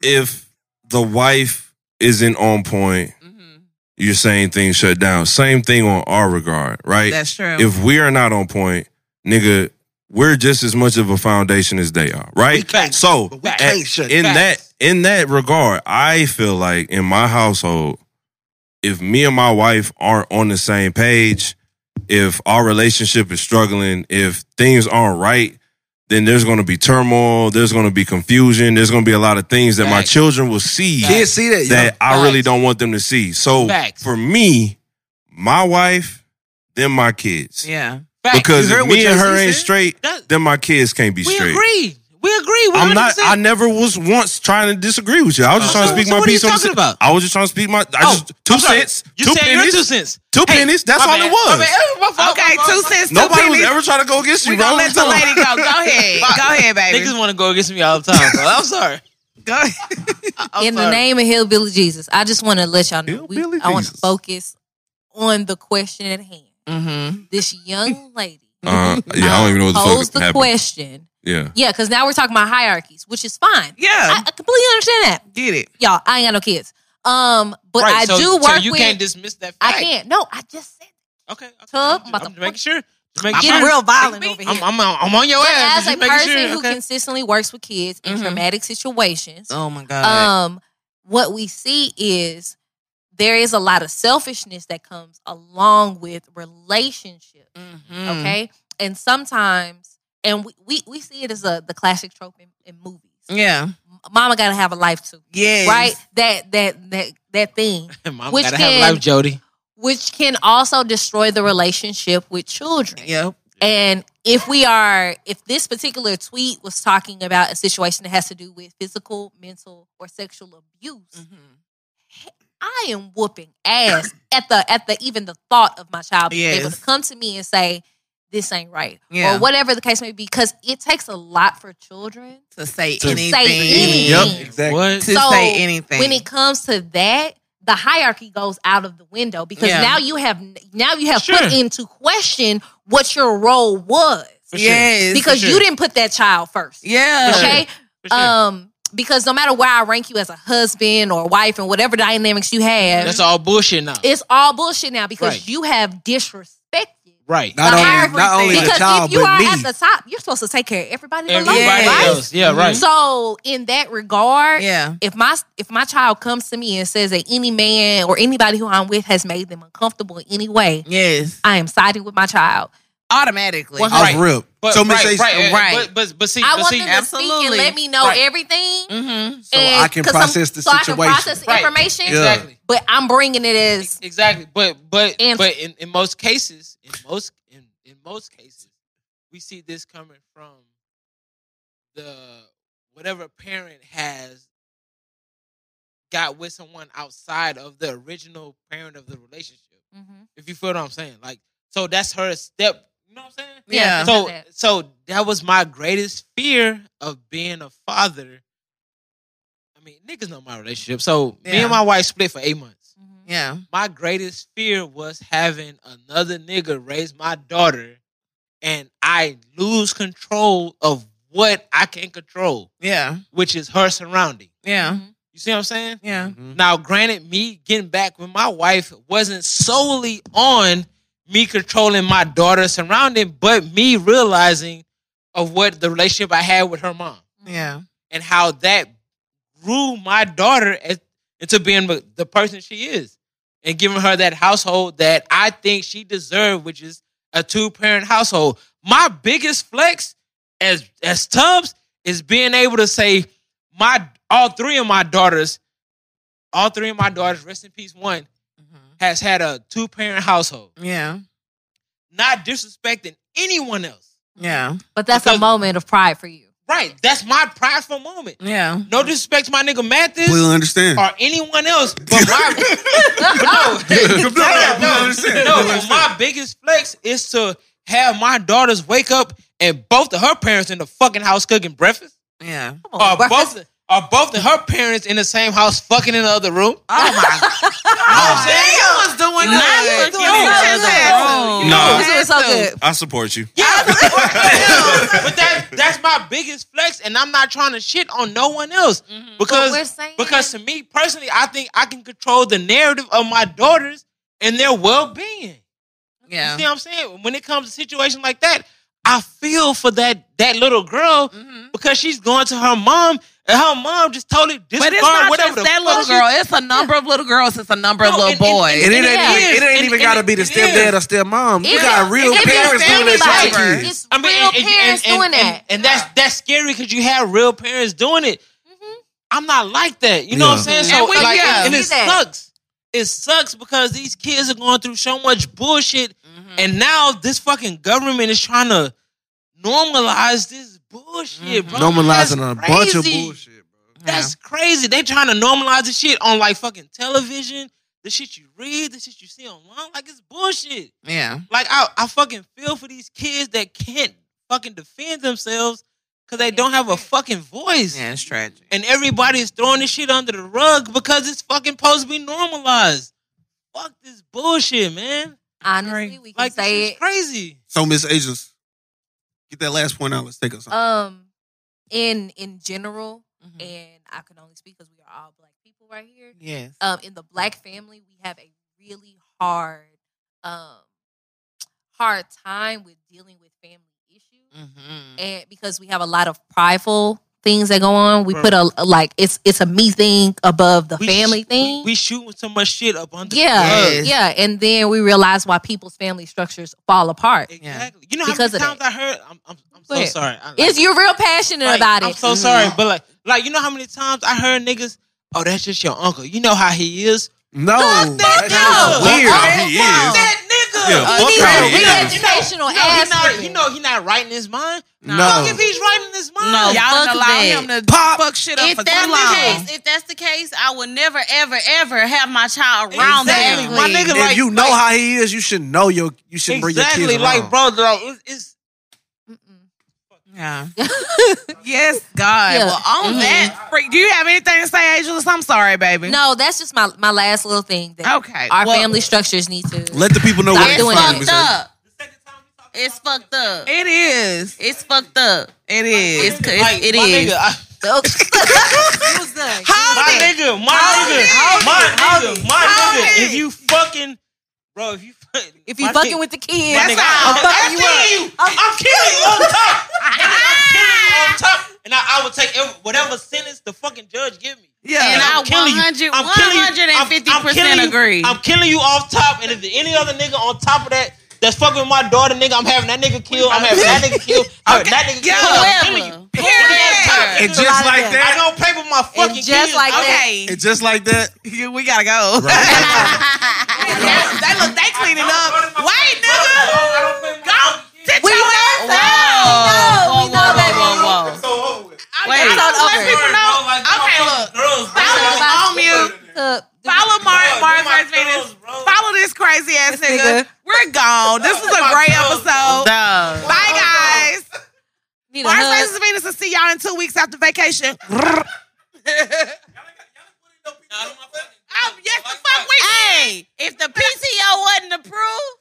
Speaker 7: if the wife isn't on point,
Speaker 1: Mm-hmm.
Speaker 7: you're saying things shut down. Same thing on our regard, right?
Speaker 1: That's true.
Speaker 7: if we are not on point, nigga, we're just as much of a foundation as they are, right? so
Speaker 8: we
Speaker 7: at-
Speaker 8: can't shut
Speaker 7: in
Speaker 8: down.
Speaker 7: that in that regard, I feel like in my household, if me and my wife aren't on the same page, if our relationship is struggling, if things aren't right, then there's going to be turmoil. There's going to be confusion. There's going to be a lot of things that my
Speaker 4: Facts.
Speaker 7: children will see
Speaker 8: Kids see that.
Speaker 7: that
Speaker 8: yeah.
Speaker 7: I really don't want them to see. So
Speaker 4: Facts.
Speaker 7: for me, my wife, then my kids.
Speaker 1: Yeah.
Speaker 4: Facts.
Speaker 7: Because
Speaker 8: You heard
Speaker 7: if
Speaker 8: what
Speaker 7: me and
Speaker 8: Jay-Z
Speaker 7: her ain't
Speaker 8: said?
Speaker 7: straight,
Speaker 4: That-
Speaker 7: then my kids can't be
Speaker 4: we
Speaker 7: straight.
Speaker 4: agree. We agree. We
Speaker 7: I'm not. I
Speaker 4: 100%.
Speaker 7: never was once trying to disagree with you. I was just
Speaker 4: So-
Speaker 7: trying to speak
Speaker 4: so
Speaker 7: my
Speaker 4: what are you
Speaker 7: piece. on the
Speaker 4: talking
Speaker 7: si-
Speaker 4: about?
Speaker 7: I was just trying to speak my. I
Speaker 4: Oh,
Speaker 7: just two
Speaker 4: I'm sorry.
Speaker 7: cents,
Speaker 4: You
Speaker 7: two
Speaker 4: said your
Speaker 7: pennies,
Speaker 4: two cents.
Speaker 7: two
Speaker 4: Hey,
Speaker 7: pennies. That's
Speaker 4: my
Speaker 7: all
Speaker 4: bad.
Speaker 7: it was.
Speaker 4: My bad. It was my fault.
Speaker 1: Okay,
Speaker 4: My fault.
Speaker 1: two cents, two
Speaker 7: Nobody was
Speaker 1: pennies.
Speaker 7: ever trying to go against you,
Speaker 1: We're
Speaker 7: bro.
Speaker 1: gonna let the lady go. Go ahead. Go ahead, baby.
Speaker 4: Niggas want to go against me all the time. Bro. I'm sorry.
Speaker 1: Go ahead.
Speaker 9: in the name of Hillbilly Jesus, I just want to let y'all know. We,
Speaker 7: Hillbilly
Speaker 9: I want to
Speaker 7: Jesus.
Speaker 9: focus on the question at hand.
Speaker 1: Mm-hmm.
Speaker 9: This young lady
Speaker 7: Uh, yeah, I don't even know what the
Speaker 9: posed
Speaker 7: fuck
Speaker 9: the
Speaker 7: happened.
Speaker 9: question.
Speaker 7: Yeah,
Speaker 9: Yeah, because now we're talking about hierarchies, which is fine. I,
Speaker 1: Yeah.
Speaker 9: I completely understand that,
Speaker 1: Get it.
Speaker 9: y'all. I ain't got no kids. Um, but
Speaker 4: Right,
Speaker 9: I
Speaker 4: so-
Speaker 9: do work
Speaker 4: So you
Speaker 9: with.
Speaker 4: can't dismiss that.
Speaker 9: I
Speaker 4: Fact.
Speaker 9: can't. No, I just said
Speaker 4: Okay. okay.
Speaker 9: Tub,
Speaker 4: I'm,
Speaker 9: motherfucker.
Speaker 4: just making sure. Just making
Speaker 9: Get
Speaker 4: sure.
Speaker 9: real violent over here.
Speaker 4: I'm, I'm, on- I'm on your
Speaker 9: But
Speaker 4: ass.
Speaker 9: as
Speaker 4: just
Speaker 9: a
Speaker 4: making
Speaker 9: person
Speaker 4: sure.
Speaker 9: who
Speaker 4: okay. Mm-hmm.
Speaker 9: consistently works with kids in
Speaker 1: Mhm.
Speaker 9: traumatic situations,
Speaker 1: Oh my god.
Speaker 9: um, what we see is there is a lot of selfishness that comes along with relationships.
Speaker 1: Mhm.
Speaker 9: Okay, and sometimes, and we, we we see it as a the classic trope in, in movies.
Speaker 1: Yeah.
Speaker 9: Mama got to have a life too,
Speaker 1: Yes.
Speaker 9: right? That that that that thing,
Speaker 4: Mama
Speaker 9: which
Speaker 4: gotta
Speaker 9: can-
Speaker 4: have life, Jody.
Speaker 9: which can also destroy the relationship with children.
Speaker 1: Yep.
Speaker 9: And if we are, if this particular tweet was talking about a situation that has to do with physical, mental, or sexual abuse,
Speaker 1: Mm-hmm.
Speaker 9: I am whooping ass at the at the even the thought of my child being able
Speaker 1: Yes.
Speaker 9: to come to me and say, "This ain't right,"
Speaker 1: Yeah.
Speaker 9: or whatever the case may be, because it takes a lot for children
Speaker 1: To say
Speaker 9: to
Speaker 1: anything.
Speaker 9: say anything.
Speaker 8: Yep. Exactly.
Speaker 4: What?
Speaker 1: To
Speaker 9: So,
Speaker 1: say anything.
Speaker 9: When it comes to that, the hierarchy goes out of the window because
Speaker 1: Yeah.
Speaker 9: now you have now you have
Speaker 4: Sure.
Speaker 9: put into question what your role was
Speaker 4: For sure.
Speaker 1: yes.
Speaker 9: because
Speaker 4: sure.
Speaker 9: you didn't put that child first.
Speaker 1: Yeah.
Speaker 4: For sure.
Speaker 9: Okay.
Speaker 4: For sure.
Speaker 9: Um, because no matter where I rank you as a husband or wife and whatever dynamics you have,
Speaker 4: That's all bullshit now.
Speaker 9: it's all bullshit now because
Speaker 4: Right.
Speaker 9: you have disrespected.
Speaker 4: right.
Speaker 8: Not
Speaker 9: the
Speaker 8: only,
Speaker 9: hierarchy
Speaker 8: not only the
Speaker 9: because
Speaker 8: child,
Speaker 9: if you
Speaker 8: but
Speaker 9: are
Speaker 8: me.
Speaker 9: at the top, you're supposed to take care of everybody, below
Speaker 4: Everybody
Speaker 9: you, right?
Speaker 4: else. Yeah, right.
Speaker 8: Mm-hmm.
Speaker 9: So in that regard,
Speaker 1: Yeah.
Speaker 9: if my if my child comes to me and says that any man or anybody who I'm with has made them uncomfortable in any way,
Speaker 1: Yes.
Speaker 9: I am siding with my child.
Speaker 1: Automatically.
Speaker 9: One
Speaker 8: I was real.
Speaker 4: But,
Speaker 5: So, Miss
Speaker 4: right,
Speaker 5: Ace-
Speaker 4: right,
Speaker 1: Right.
Speaker 4: But, but, but see,
Speaker 9: I
Speaker 4: but
Speaker 9: want
Speaker 4: see,
Speaker 9: them to speak and
Speaker 1: absolutely.
Speaker 9: let me know
Speaker 4: Right.
Speaker 9: everything.
Speaker 1: Mm-hmm.
Speaker 8: So
Speaker 9: and-
Speaker 8: I can
Speaker 9: 'cause I'm-
Speaker 8: process the
Speaker 9: so I
Speaker 8: situation.
Speaker 9: can process
Speaker 4: Right.
Speaker 9: information,
Speaker 4: exactly,
Speaker 9: but I'm bringing it as
Speaker 4: exactly. But but
Speaker 9: And-
Speaker 4: but in, in most cases, in most in, in most cases, we see this coming from the whatever parent has got with someone outside of the original parent of the relationship.
Speaker 9: Mm-hmm.
Speaker 4: If you feel what I'm saying, like so, that's her step. You know what I'm saying?
Speaker 1: Yeah.
Speaker 9: for
Speaker 4: so
Speaker 9: sure that.
Speaker 4: so that was my greatest fear of being a father. I mean, niggas know my relationship. So me
Speaker 1: Yeah. Mm-hmm.
Speaker 4: and my wife split for eight months.
Speaker 1: Yeah.
Speaker 4: My greatest fear was having another nigga raise my daughter, and I lose control of what I can control,
Speaker 1: Yeah.
Speaker 4: which is her surrounding.
Speaker 1: Yeah.
Speaker 4: You see what I'm saying?
Speaker 1: Yeah.
Speaker 4: Now, granted, me getting back with my wife wasn't solely on me controlling my daughter's surrounding, but me realizing of what the relationship I had with her mom
Speaker 1: Yeah.
Speaker 4: and how that grew my daughter as, into being the the person she is and giving her that household that I think she deserved, which is a two parent household. My biggest flex as as Tubbs is being able to say, my all three of my daughters, all three of my daughters, rest in peace, one has had a two parent household.
Speaker 1: Mm-hmm. Yeah.
Speaker 4: Not disrespecting anyone else.
Speaker 1: Yeah.
Speaker 9: But that's a moment of pride for you.
Speaker 4: Right. That's my prideful moment.
Speaker 1: Yeah.
Speaker 4: No disrespect to my nigga Mathis.
Speaker 5: Completely understand.
Speaker 4: Or anyone else. But my no,
Speaker 5: Completely
Speaker 4: no,
Speaker 5: understand.
Speaker 4: no,
Speaker 5: Completely
Speaker 4: but my biggest flex is to have my daughters wake up and both of her parents in the fucking house cooking breakfast.
Speaker 1: Yeah.
Speaker 4: Or Uh, both are both of her parents in the same house fucking in the other room.
Speaker 1: Oh my
Speaker 4: god.
Speaker 1: was doing
Speaker 4: good.
Speaker 1: good.
Speaker 4: Yo,
Speaker 7: No,
Speaker 4: No, this was so good.
Speaker 7: I support you.
Speaker 4: but that that's my biggest flex, and I'm not trying to shit on no one else
Speaker 1: Mm-hmm.
Speaker 4: because
Speaker 9: But we're saying-
Speaker 4: because to me personally, I think I can control the narrative of my daughters and their well being.
Speaker 1: Yeah.
Speaker 4: You see what I'm saying? When it comes to situations like that, I feel for that that little girl
Speaker 1: Mm-hmm.
Speaker 4: because she's going to her mom, and her mom just totally
Speaker 1: But
Speaker 4: discarded
Speaker 1: it's not
Speaker 4: whatever
Speaker 1: just
Speaker 4: the
Speaker 1: that
Speaker 4: fuck
Speaker 1: little
Speaker 4: she-
Speaker 1: girl. It's a number of little girls. It's a number of little boys.
Speaker 8: And it ain't even, it ain't
Speaker 4: and-
Speaker 8: even
Speaker 4: and
Speaker 8: gotta
Speaker 4: it-
Speaker 8: be the
Speaker 4: it
Speaker 8: stepdad
Speaker 4: is.
Speaker 8: or stepmom. You
Speaker 4: Yeah.
Speaker 8: got real
Speaker 4: It can be
Speaker 8: parents doing that shit to
Speaker 4: anybody.
Speaker 8: kids.
Speaker 9: It's real parents doing
Speaker 4: and-
Speaker 9: that. Uh-huh.
Speaker 4: and that's that's scary because you have real parents doing it. I'm not like that. You know what I'm
Speaker 9: Yeah.
Speaker 4: saying? So
Speaker 9: Mm-hmm. And we-
Speaker 4: like,
Speaker 9: yeah.
Speaker 4: and it
Speaker 9: See that.
Speaker 4: sucks. It sucks because these kids are going through so much bullshit,
Speaker 9: Mm-hmm.
Speaker 4: and now this fucking government is trying to normalize this bullshit,
Speaker 9: Mm-hmm.
Speaker 4: bro.
Speaker 8: Normalizing
Speaker 4: That's
Speaker 8: a bunch of
Speaker 4: crazy.
Speaker 8: bullshit.
Speaker 4: That's crazy. They trying to normalize the shit on like fucking television, the shit you read, the shit you see online. Like it's bullshit.
Speaker 1: Yeah.
Speaker 4: Like I, I fucking feel for these kids that can't fucking defend themselves because they don't have a fucking voice.
Speaker 1: Yeah, it's tragic.
Speaker 4: And everybody's throwing this shit under the rug because it's fucking supposed to be normalized. Fuck this bullshit, man.
Speaker 9: Honestly, we can
Speaker 4: Like this
Speaker 9: say
Speaker 4: is
Speaker 9: it.
Speaker 4: crazy.
Speaker 5: So, Miss Agents, get that last point out. Let's take us.
Speaker 9: Um, in in general,
Speaker 4: Mm-hmm.
Speaker 9: and I can only speak because we are all black people right here.
Speaker 1: Yes.
Speaker 9: Um, in the black family, we have a really hard, um, hard time with dealing with family
Speaker 4: Mm-hmm.
Speaker 9: issues, and because we have a lot of prideful things that go on, we put a like it's it's a me thing above the
Speaker 4: We
Speaker 9: family
Speaker 4: sh-
Speaker 9: thing.
Speaker 4: We, we shooting so much shit up under the
Speaker 9: Yeah,
Speaker 4: rug.
Speaker 9: yeah, and then we realize why people's family structures fall apart.
Speaker 4: Exactly. You know how
Speaker 9: Because
Speaker 4: many
Speaker 9: of
Speaker 4: times I heard? I'm, I'm, I'm so
Speaker 9: But-
Speaker 4: sorry. I-
Speaker 9: Is you're real passionate
Speaker 4: Like,
Speaker 9: about it.
Speaker 4: I'm so sorry,
Speaker 1: Mm-hmm.
Speaker 4: but like, like you know how many times I heard niggas, oh, that's just your uncle. You know how he is.
Speaker 8: No,
Speaker 4: fuck that
Speaker 8: that's
Speaker 4: nigga.
Speaker 8: weird.
Speaker 4: Fuck
Speaker 8: He is.
Speaker 4: that nigga.
Speaker 8: Yeah, fuck
Speaker 4: he
Speaker 8: how
Speaker 4: not- he not-
Speaker 8: he
Speaker 4: you
Speaker 8: is.
Speaker 4: know-
Speaker 9: Educational
Speaker 4: you know he
Speaker 9: ass
Speaker 4: not-
Speaker 9: nigga.
Speaker 4: You know he not writing his mind.
Speaker 8: No.
Speaker 4: Fuck if he's writing his mind.
Speaker 1: No, y'all
Speaker 6: fuck
Speaker 1: done allow
Speaker 6: that.
Speaker 1: him to pop fuck shit up
Speaker 6: If
Speaker 1: for
Speaker 6: that's
Speaker 1: too
Speaker 6: the
Speaker 1: long.
Speaker 6: case, if that's the case, I would never, ever, ever have my child around
Speaker 4: Exactly.
Speaker 6: that.
Speaker 4: My nigga,
Speaker 8: If
Speaker 4: like
Speaker 8: you know how he is, you should know your. You should bring your
Speaker 4: exactly,
Speaker 8: kids
Speaker 4: like
Speaker 8: around.
Speaker 4: bro, dog, it's, it's
Speaker 1: Yeah. yes, God.
Speaker 9: Yeah.
Speaker 1: Well, on
Speaker 9: Mhm.
Speaker 1: that, freak, do you have anything to say, Angelus? I'm sorry, baby.
Speaker 9: No, that's just my, my last little thing. That
Speaker 1: Okay.
Speaker 9: Our
Speaker 1: well,
Speaker 9: family structures need to.
Speaker 5: Let the people know
Speaker 9: Stop
Speaker 5: where
Speaker 9: doing
Speaker 5: to find
Speaker 9: it.
Speaker 5: Miss
Speaker 6: It's
Speaker 5: Agents.
Speaker 6: fucked up. It's fucked up.
Speaker 1: It is.
Speaker 6: It's fucked up.
Speaker 1: It is.
Speaker 6: It's, it's
Speaker 4: like
Speaker 6: it
Speaker 4: my
Speaker 6: is.
Speaker 4: nigga, I-
Speaker 9: Hold
Speaker 4: my
Speaker 9: it.
Speaker 4: nigga, my
Speaker 9: Hold
Speaker 4: nigga,
Speaker 9: it.
Speaker 4: my
Speaker 9: Hold it.
Speaker 4: nigga, my nigga. If you fucking, bro, if you
Speaker 9: If you
Speaker 4: my
Speaker 9: fucking
Speaker 4: nigga-
Speaker 9: with the kids,
Speaker 4: Nigga, I'm,
Speaker 9: I'm
Speaker 4: I'm
Speaker 9: fucking you up.
Speaker 4: killing you. I'm killing you on top. Nigga, I'm killing you on top. And I, I would take every, whatever sentence the fucking judge give me.
Speaker 1: Yeah.
Speaker 6: And I
Speaker 4: I'm killing you.
Speaker 6: 100,
Speaker 4: I'm killing you. I'm- I'm
Speaker 6: 150%
Speaker 4: killing you.
Speaker 6: agree.
Speaker 4: I'm killing you off top. And if there's any other nigga on top of that that's fucking with my daughter, nigga, I'm having that nigga killed. I'm having that nigga killed. I'm having Uh, that nigga killed. I'm killing you.
Speaker 6: Whoever.
Speaker 4: Period.
Speaker 5: And just like
Speaker 4: I
Speaker 5: that,
Speaker 4: don't pay for my fucking
Speaker 9: just
Speaker 4: kids.
Speaker 9: like
Speaker 4: okay.
Speaker 1: Okay.
Speaker 5: and just like that,
Speaker 1: You- we gotta go. That look, they cleaning up. Wait, nigga. Go. Sit
Speaker 9: We
Speaker 1: your
Speaker 9: know
Speaker 1: ass
Speaker 9: that.
Speaker 1: down.
Speaker 9: No, we know that.
Speaker 6: Whoa, whoa, whoa.
Speaker 1: I'm
Speaker 6: Wait.
Speaker 1: just gonna
Speaker 9: It's
Speaker 1: let people know. Okay, look. Follow on mute. Follow Mars, Mars Vice Venus. Follow this crazy ass nigga. We're gone. This was a great episode.
Speaker 6: Dog.
Speaker 1: Bye, guys.
Speaker 9: Need a
Speaker 1: Mars
Speaker 9: hug.
Speaker 1: Vice Venus will see y'all in two weeks after vacation. Oh, yes, the fuck we
Speaker 6: Hey, if the PTO wasn't approved,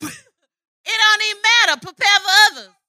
Speaker 6: it don't even matter. Prepare for others.